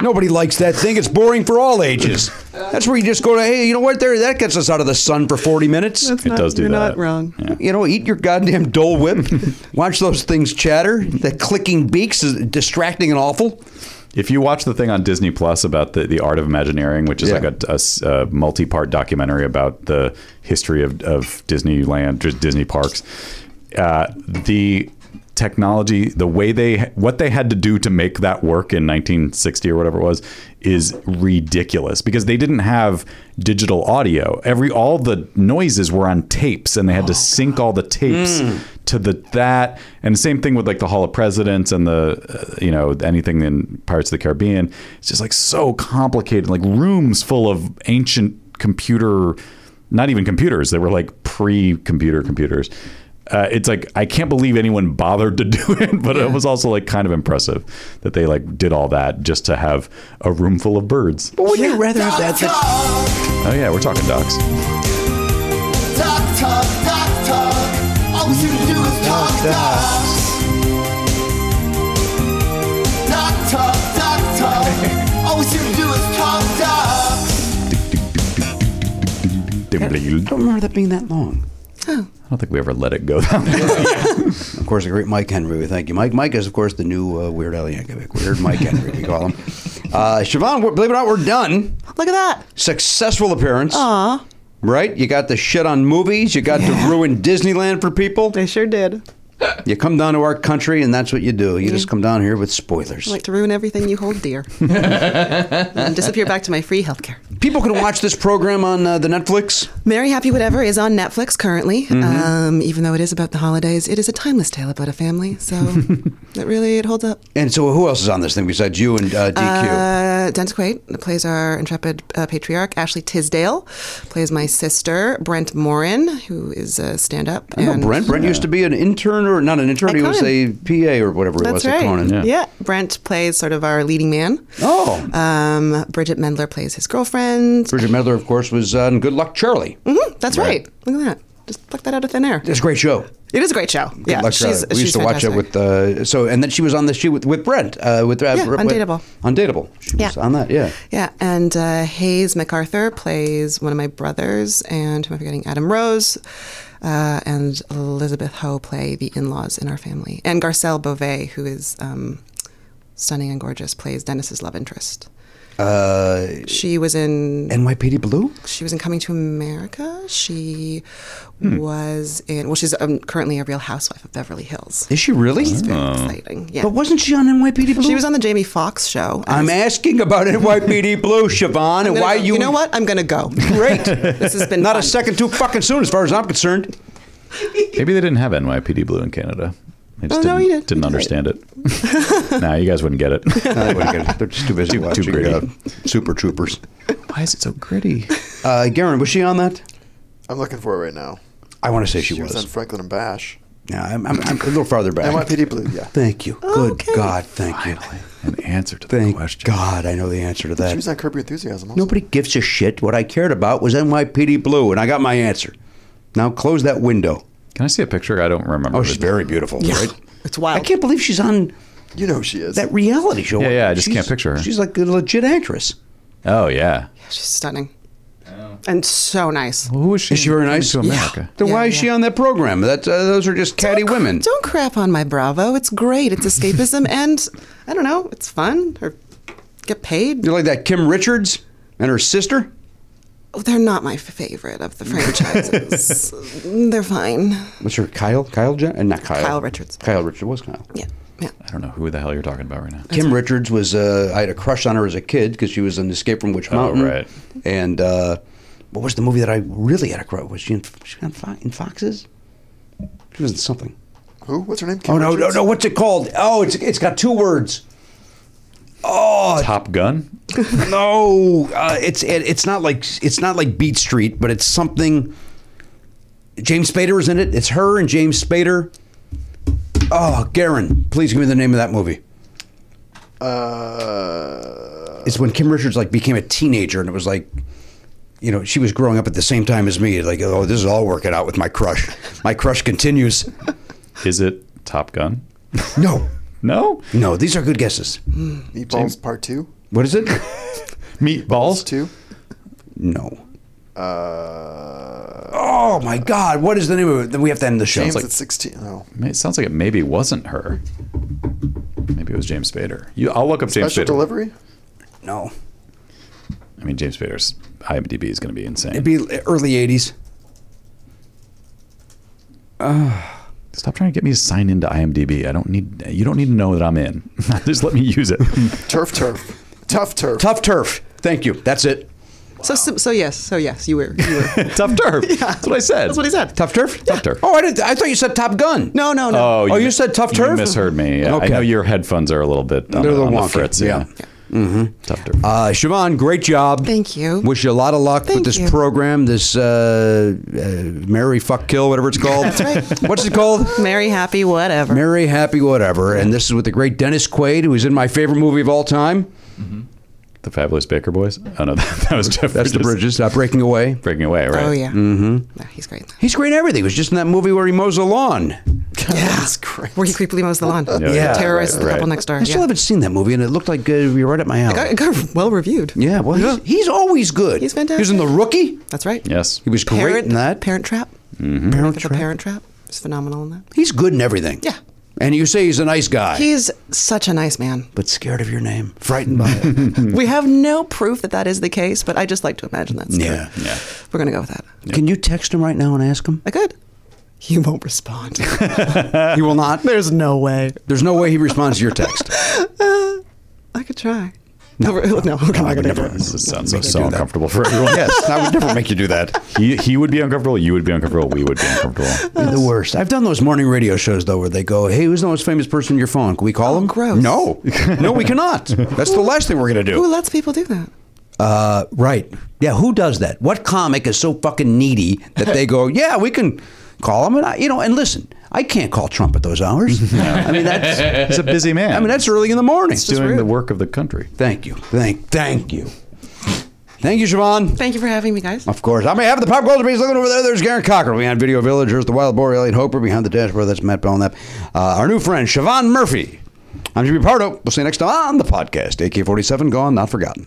[SPEAKER 2] Nobody likes that thing. It's boring for all ages. That's where you just go to, hey, you know what? There, that gets us out of the sun for 40 minutes.
[SPEAKER 9] that's
[SPEAKER 3] it
[SPEAKER 9] not,
[SPEAKER 3] does do
[SPEAKER 9] you're
[SPEAKER 3] that.
[SPEAKER 9] not wrong.
[SPEAKER 3] Yeah.
[SPEAKER 2] You know, eat your goddamn Dole Whip. Watch those things chatter. The clicking beaks is distracting and awful.
[SPEAKER 3] If you watch the thing on Disney Plus about the, the art of imagineering, which is
[SPEAKER 2] Yeah.
[SPEAKER 3] like a- a, s- a multi-part documentary about the history of, of Disneyland, just Disney parks, uh, the technology, the way they, what they had to do to make that work in 1960 or whatever it was, is ridiculous because they didn't have digital audio. Every all the noises were on tapes, and they had to sync all the tapes
[SPEAKER 2] Mm.
[SPEAKER 3] to the that and the same thing with like the Hall of Presidents and the uh, you know anything in Pirates of the Caribbean. It's just like so complicated, like rooms full of ancient computer, not even computers. They were like pre-computer computers. Uh, it's like I can't believe anyone bothered to do it, but it was also like kind of impressive that they like did all that just to have a room full of birds.
[SPEAKER 2] But wouldn't you rather have that? than-
[SPEAKER 3] Oh yeah, we're talking ducks.
[SPEAKER 15] Talk, talk, talk, talk. All we seem to do is talk, talk. Talk, talk, talk, talk. All we seem to do is talk, talk.
[SPEAKER 2] I don't remember that being that long.
[SPEAKER 3] I don't think we ever let it go that way.
[SPEAKER 2] Of course, the great Mike Henry. We thank you, Mike. Mike is, of course, the new uh, Weird Al Yankovic. Weird Mike Henry, we call him. Uh, Siobhan, we're- believe it or not, we're done.
[SPEAKER 9] Look at that.
[SPEAKER 2] Successful appearance.
[SPEAKER 9] Aw,
[SPEAKER 2] Right? You got the shit on movies. You got to ruin Disneyland for people.
[SPEAKER 9] they sure did.
[SPEAKER 2] you come down to our country, and that's what you do. You
[SPEAKER 8] Yeah.
[SPEAKER 2] just come down here with spoilers.
[SPEAKER 8] I like to ruin everything you hold dear. and disappear back to my free healthcare.
[SPEAKER 2] People can watch this program on uh, the Netflix.
[SPEAKER 8] Mary Happy Whatever is on Netflix currently.
[SPEAKER 2] Mhm.
[SPEAKER 8] Um, even though it is about the holidays, it is a timeless tale about a family. So it really it holds up.
[SPEAKER 2] And so, who else is on this thing besides you and uh, DQ?
[SPEAKER 8] Uh, Dennis Quaid plays our intrepid uh, patriarch. Ashley Tisdale plays my sister. Brent Morin, who is a stand-up.
[SPEAKER 2] I know Brent. Brent used to be an intern or not an intern.
[SPEAKER 8] At
[SPEAKER 2] He was a
[SPEAKER 8] Conan.
[SPEAKER 2] PA or whatever it
[SPEAKER 8] That's
[SPEAKER 2] was
[SPEAKER 8] right.
[SPEAKER 2] at Conan.
[SPEAKER 8] Yeah. Brent plays sort of our leading man.
[SPEAKER 2] Oh.
[SPEAKER 8] Um, Bridget Mendler plays his girlfriend.
[SPEAKER 2] Bridget Medler, of course, was on Good Luck Charlie.
[SPEAKER 8] hmm that's
[SPEAKER 2] Right.
[SPEAKER 8] right. Look at that. Just pluck that out of thin air.
[SPEAKER 2] It's a great show.
[SPEAKER 8] It is a great show.
[SPEAKER 2] Good
[SPEAKER 8] yeah,
[SPEAKER 2] Luck Charlie.
[SPEAKER 8] she's,
[SPEAKER 2] we used
[SPEAKER 8] she's
[SPEAKER 2] to watch it
[SPEAKER 8] fantastic.
[SPEAKER 2] with uh, so, and then she was on the show with, with Brent uh, with uh,
[SPEAKER 8] Yeah,
[SPEAKER 2] with-
[SPEAKER 8] Undateable.
[SPEAKER 2] Undateable. She was
[SPEAKER 8] Yeah.
[SPEAKER 2] on that. Yeah.
[SPEAKER 8] Yeah, and uh, Hayes MacArthur plays one of my brothers, and who am I forgetting? Adam Rose, uh, and Elizabeth Ho play the in-laws in our family, and Garcelle Beauvais, who is um, stunning and gorgeous, plays Dennis's love interest.
[SPEAKER 2] Uh,
[SPEAKER 8] She was in
[SPEAKER 2] NYPD Blue.
[SPEAKER 8] She was in Coming to America. She
[SPEAKER 2] Hmm.
[SPEAKER 8] was in. Well, she's um, currently a Real Housewife of Beverly Hills.
[SPEAKER 2] Is she really?
[SPEAKER 8] She's very exciting. Yeah.
[SPEAKER 2] Oh. But wasn't she on NYPD Blue?
[SPEAKER 8] She was on the Jamie Foxx show.
[SPEAKER 2] I'm asking about NYPD Blue, Siobhan,
[SPEAKER 8] I'm
[SPEAKER 2] and
[SPEAKER 8] gonna
[SPEAKER 2] why
[SPEAKER 8] go.
[SPEAKER 2] you.
[SPEAKER 8] You know what? I'm gonna go.
[SPEAKER 2] Great. this has been not a second too fucking soon, as far as I'm concerned.
[SPEAKER 3] Maybe they didn't have NYPD Blue in Canada. They just
[SPEAKER 8] Oh,
[SPEAKER 3] didn't,
[SPEAKER 8] no, we did.
[SPEAKER 3] didn't understand it. nah, you guys wouldn't get it.
[SPEAKER 2] they wouldn't get it. They're just too busy
[SPEAKER 3] too,
[SPEAKER 2] watching,
[SPEAKER 3] Too gritty.
[SPEAKER 2] uh, Super Troopers.
[SPEAKER 3] Why is it so gritty?
[SPEAKER 2] Uh, Garen, was she on that?
[SPEAKER 4] I'm looking for it right now.
[SPEAKER 2] I want to say she,
[SPEAKER 4] was. on Franklin and Bash.
[SPEAKER 2] No, I'm, I'm, I'm a little farther back.
[SPEAKER 4] NYPD Blue, yeah.
[SPEAKER 2] Thank you. Good God, thank you.
[SPEAKER 3] An answer to
[SPEAKER 2] Thank God, I know the answer to
[SPEAKER 4] She
[SPEAKER 2] that.
[SPEAKER 4] was on Curb Your Enthusiasm. Also.
[SPEAKER 2] Nobody gives a shit. What I cared about was NYPD Blue, and I got my answer. Now close that window.
[SPEAKER 3] Can I see a picture? I don't remember.
[SPEAKER 2] Oh, she's very beautiful, right?
[SPEAKER 8] It's wild.
[SPEAKER 2] I can't believe she's on
[SPEAKER 4] You know she is.
[SPEAKER 2] that reality show.
[SPEAKER 3] Yeah, yeah, I just
[SPEAKER 2] She's-
[SPEAKER 3] can't picture her.
[SPEAKER 2] She's like a legit actress.
[SPEAKER 3] Oh yeah.
[SPEAKER 8] She's stunning. And so nice.
[SPEAKER 3] Who is she?
[SPEAKER 2] Is she very
[SPEAKER 3] Coming
[SPEAKER 2] nice?
[SPEAKER 3] To America.
[SPEAKER 2] Then
[SPEAKER 8] Yeah,
[SPEAKER 2] why is
[SPEAKER 8] yeah.
[SPEAKER 2] she on that program? That uh, those are just catty women.
[SPEAKER 8] Don't crap on my Bravo. It's great. It's escapism and I don't know, it's fun or get paid.
[SPEAKER 2] You're like that Kim Richards and her sister.
[SPEAKER 8] Oh, They're not my favorite of the franchises. They're fine.
[SPEAKER 2] What's her Kyle? Kyle Jen? Uh, not Kyle.
[SPEAKER 8] Kyle Richards.
[SPEAKER 2] Kyle Richards was Kyle.
[SPEAKER 8] Yeah. Yeah.
[SPEAKER 3] I don't know who the hell you're talking about right now.
[SPEAKER 2] Kim Richards was. Uh, I had a crush on her as a kid because she was in Escape from Witch Mountain.
[SPEAKER 3] Oh, right.
[SPEAKER 2] And uh, what was the movie that I really had a crush? Was she in, she on Fo- in Foxes? She was in something.
[SPEAKER 4] Who? What's her name? Kim
[SPEAKER 2] Oh no no
[SPEAKER 4] Richards?
[SPEAKER 2] no! What's it called? Oh, it's it's got two words. Oh
[SPEAKER 3] Top Gun.
[SPEAKER 2] no! Uh, it's it, it's not like it's not like Beat Street, but it's something. James Spader is in it. It's her and James Spader. Oh, Garen, please give me the name of that movie.
[SPEAKER 4] Uh,
[SPEAKER 2] It's when Kim Richards like became a teenager, and it was like, you know, she was growing up at the same time as me. Like, oh, this is all working out with my crush. My crush continues.
[SPEAKER 3] Is it Top Gun?
[SPEAKER 2] No,
[SPEAKER 3] No.
[SPEAKER 2] no, these are good guesses.
[SPEAKER 4] Meatballs
[SPEAKER 3] James-
[SPEAKER 4] Part Two.
[SPEAKER 2] What is it?
[SPEAKER 3] Meatballs.
[SPEAKER 4] Two.
[SPEAKER 2] No.
[SPEAKER 4] Uh,
[SPEAKER 2] Oh my God! What is the name of it? Then we have to end the show.
[SPEAKER 4] James
[SPEAKER 2] It's like-
[SPEAKER 4] at sixteen. oh. No.
[SPEAKER 3] Ma- It sounds like it maybe wasn't her. Maybe it was James Spader. You, I'll look up James
[SPEAKER 4] Special
[SPEAKER 3] Spader.
[SPEAKER 4] delivery.
[SPEAKER 2] no,
[SPEAKER 3] I mean, James Spader's IMDb is going to be insane.
[SPEAKER 2] it'd be early '80s.
[SPEAKER 3] Stop trying to get me to sign into IMDb. I don't need. You don't need to know that I'm in. Just let me use it.
[SPEAKER 4] Turf turf. Tough turf.
[SPEAKER 2] Tough turf. Thank you. That's it.
[SPEAKER 8] So, so so yes, so yes, you were you were
[SPEAKER 3] Tough turf. That's what I said.
[SPEAKER 8] That's what he said.
[SPEAKER 2] Tough turf.
[SPEAKER 3] Tough turf.
[SPEAKER 2] Oh, I didn't. I thought you said Top Gun.
[SPEAKER 8] No, no, no.
[SPEAKER 2] Oh, you said tough
[SPEAKER 3] You
[SPEAKER 2] turf?
[SPEAKER 3] misheard me. Yeah, I
[SPEAKER 2] Okay.
[SPEAKER 3] know your headphones are a little bit on,
[SPEAKER 2] They're a
[SPEAKER 3] the,
[SPEAKER 2] little
[SPEAKER 3] on the
[SPEAKER 2] wonky,
[SPEAKER 3] fritz.
[SPEAKER 2] yeah.
[SPEAKER 3] Yeah. Tough turf.
[SPEAKER 2] Uh, Siobhan, great job.
[SPEAKER 8] Thank you.
[SPEAKER 2] Wish you a lot of luck with
[SPEAKER 8] Thank
[SPEAKER 2] this
[SPEAKER 8] you.
[SPEAKER 2] program, this uh, uh, Mary Fuck Kill, whatever it's called. That's right. What's it called?
[SPEAKER 8] Merry, happy, whatever.
[SPEAKER 2] Mary Happy Whatever. And this is with the great Dennis Quaid, who is in my favorite movie of all time.
[SPEAKER 3] the Fabulous Baker Boys. Oh no, that, that was Jeff.
[SPEAKER 2] That's The Bridges, uh, Breaking Away.
[SPEAKER 3] Breaking away, right?
[SPEAKER 8] Oh yeah. Mm-hmm. No, he's great.
[SPEAKER 2] He's great in everything. He was just in that movie where he mows the lawn.
[SPEAKER 8] Yeah.
[SPEAKER 4] That's great.
[SPEAKER 8] Where he creepily mows the lawn.
[SPEAKER 2] yeah,
[SPEAKER 8] Terrorizes
[SPEAKER 3] right,
[SPEAKER 8] the
[SPEAKER 3] right.
[SPEAKER 8] couple next door.
[SPEAKER 2] I still
[SPEAKER 8] yeah.
[SPEAKER 2] haven't seen that movie, and it looked like uh, you're right up my alley.
[SPEAKER 8] Got, got well reviewed.
[SPEAKER 2] yeah, well, he's, he's always good.
[SPEAKER 8] He's
[SPEAKER 2] He was in The
[SPEAKER 8] fantastic.
[SPEAKER 2] Rookie.
[SPEAKER 8] That's right.
[SPEAKER 3] Yes.
[SPEAKER 2] He was great
[SPEAKER 8] Parent,
[SPEAKER 2] in that. Mm-hmm.
[SPEAKER 8] Parent Trap.
[SPEAKER 2] Parent
[SPEAKER 8] Like the
[SPEAKER 2] Trap.
[SPEAKER 8] Parent Trap. He's phenomenal in that.
[SPEAKER 2] He's good in everything.
[SPEAKER 8] Yeah.
[SPEAKER 2] And you say he's a nice guy,
[SPEAKER 8] He's such a nice man.
[SPEAKER 2] but scared of your name, frightened by it.
[SPEAKER 8] We have no proof that that is the case, but I just like to imagine that's
[SPEAKER 2] Yeah.
[SPEAKER 8] true. Yeah. We're going to go with that.
[SPEAKER 2] Can you text him right now and ask him?
[SPEAKER 8] I could. He won't respond.
[SPEAKER 2] he will not.
[SPEAKER 8] Uh, There's no way.
[SPEAKER 2] There's no way he responds to your text.
[SPEAKER 8] I could try. No, no,
[SPEAKER 3] Oh,
[SPEAKER 8] okay, I'm not gonna do it.
[SPEAKER 16] This sounds so, so uncomfortable for everyone.
[SPEAKER 2] yes, I would never make you do that.
[SPEAKER 16] He, he would be uncomfortable. You would be uncomfortable. We would be uncomfortable.
[SPEAKER 2] They're the worst. I've done those morning radio shows though, where they go, "Hey, who's the most famous person in your phone? Can we call them?"
[SPEAKER 8] Oh, gross.
[SPEAKER 2] No, no, we cannot. That's the last thing we're gonna
[SPEAKER 8] Who
[SPEAKER 2] do.
[SPEAKER 8] lets people do that?
[SPEAKER 2] Uh, right? Yeah. Who does that? What comic is so fucking needy that they go, "Yeah, we can call him," and I, you know, and listen. I can't call Trump at those hours. I mean, that's
[SPEAKER 16] He's a busy man.
[SPEAKER 2] I mean, that's early in the morning.
[SPEAKER 16] He's doing the work of the country.
[SPEAKER 2] Thank you. Thank thank you. Thank you, Siobhan.
[SPEAKER 8] Thank you for having me, guys.
[SPEAKER 2] Of course. I may have the pop culture piece looking over there. There's Garen Cocker behind Video Village. There's the Wild Boar, Elliot Hoper behind the dashboard. That's Matt Belknap. Uh, our new friend, Siobhan Murphy. I'm Jimmy Pardo. We'll see you next time on the podcast. AK 47 Gone, Not Forgotten.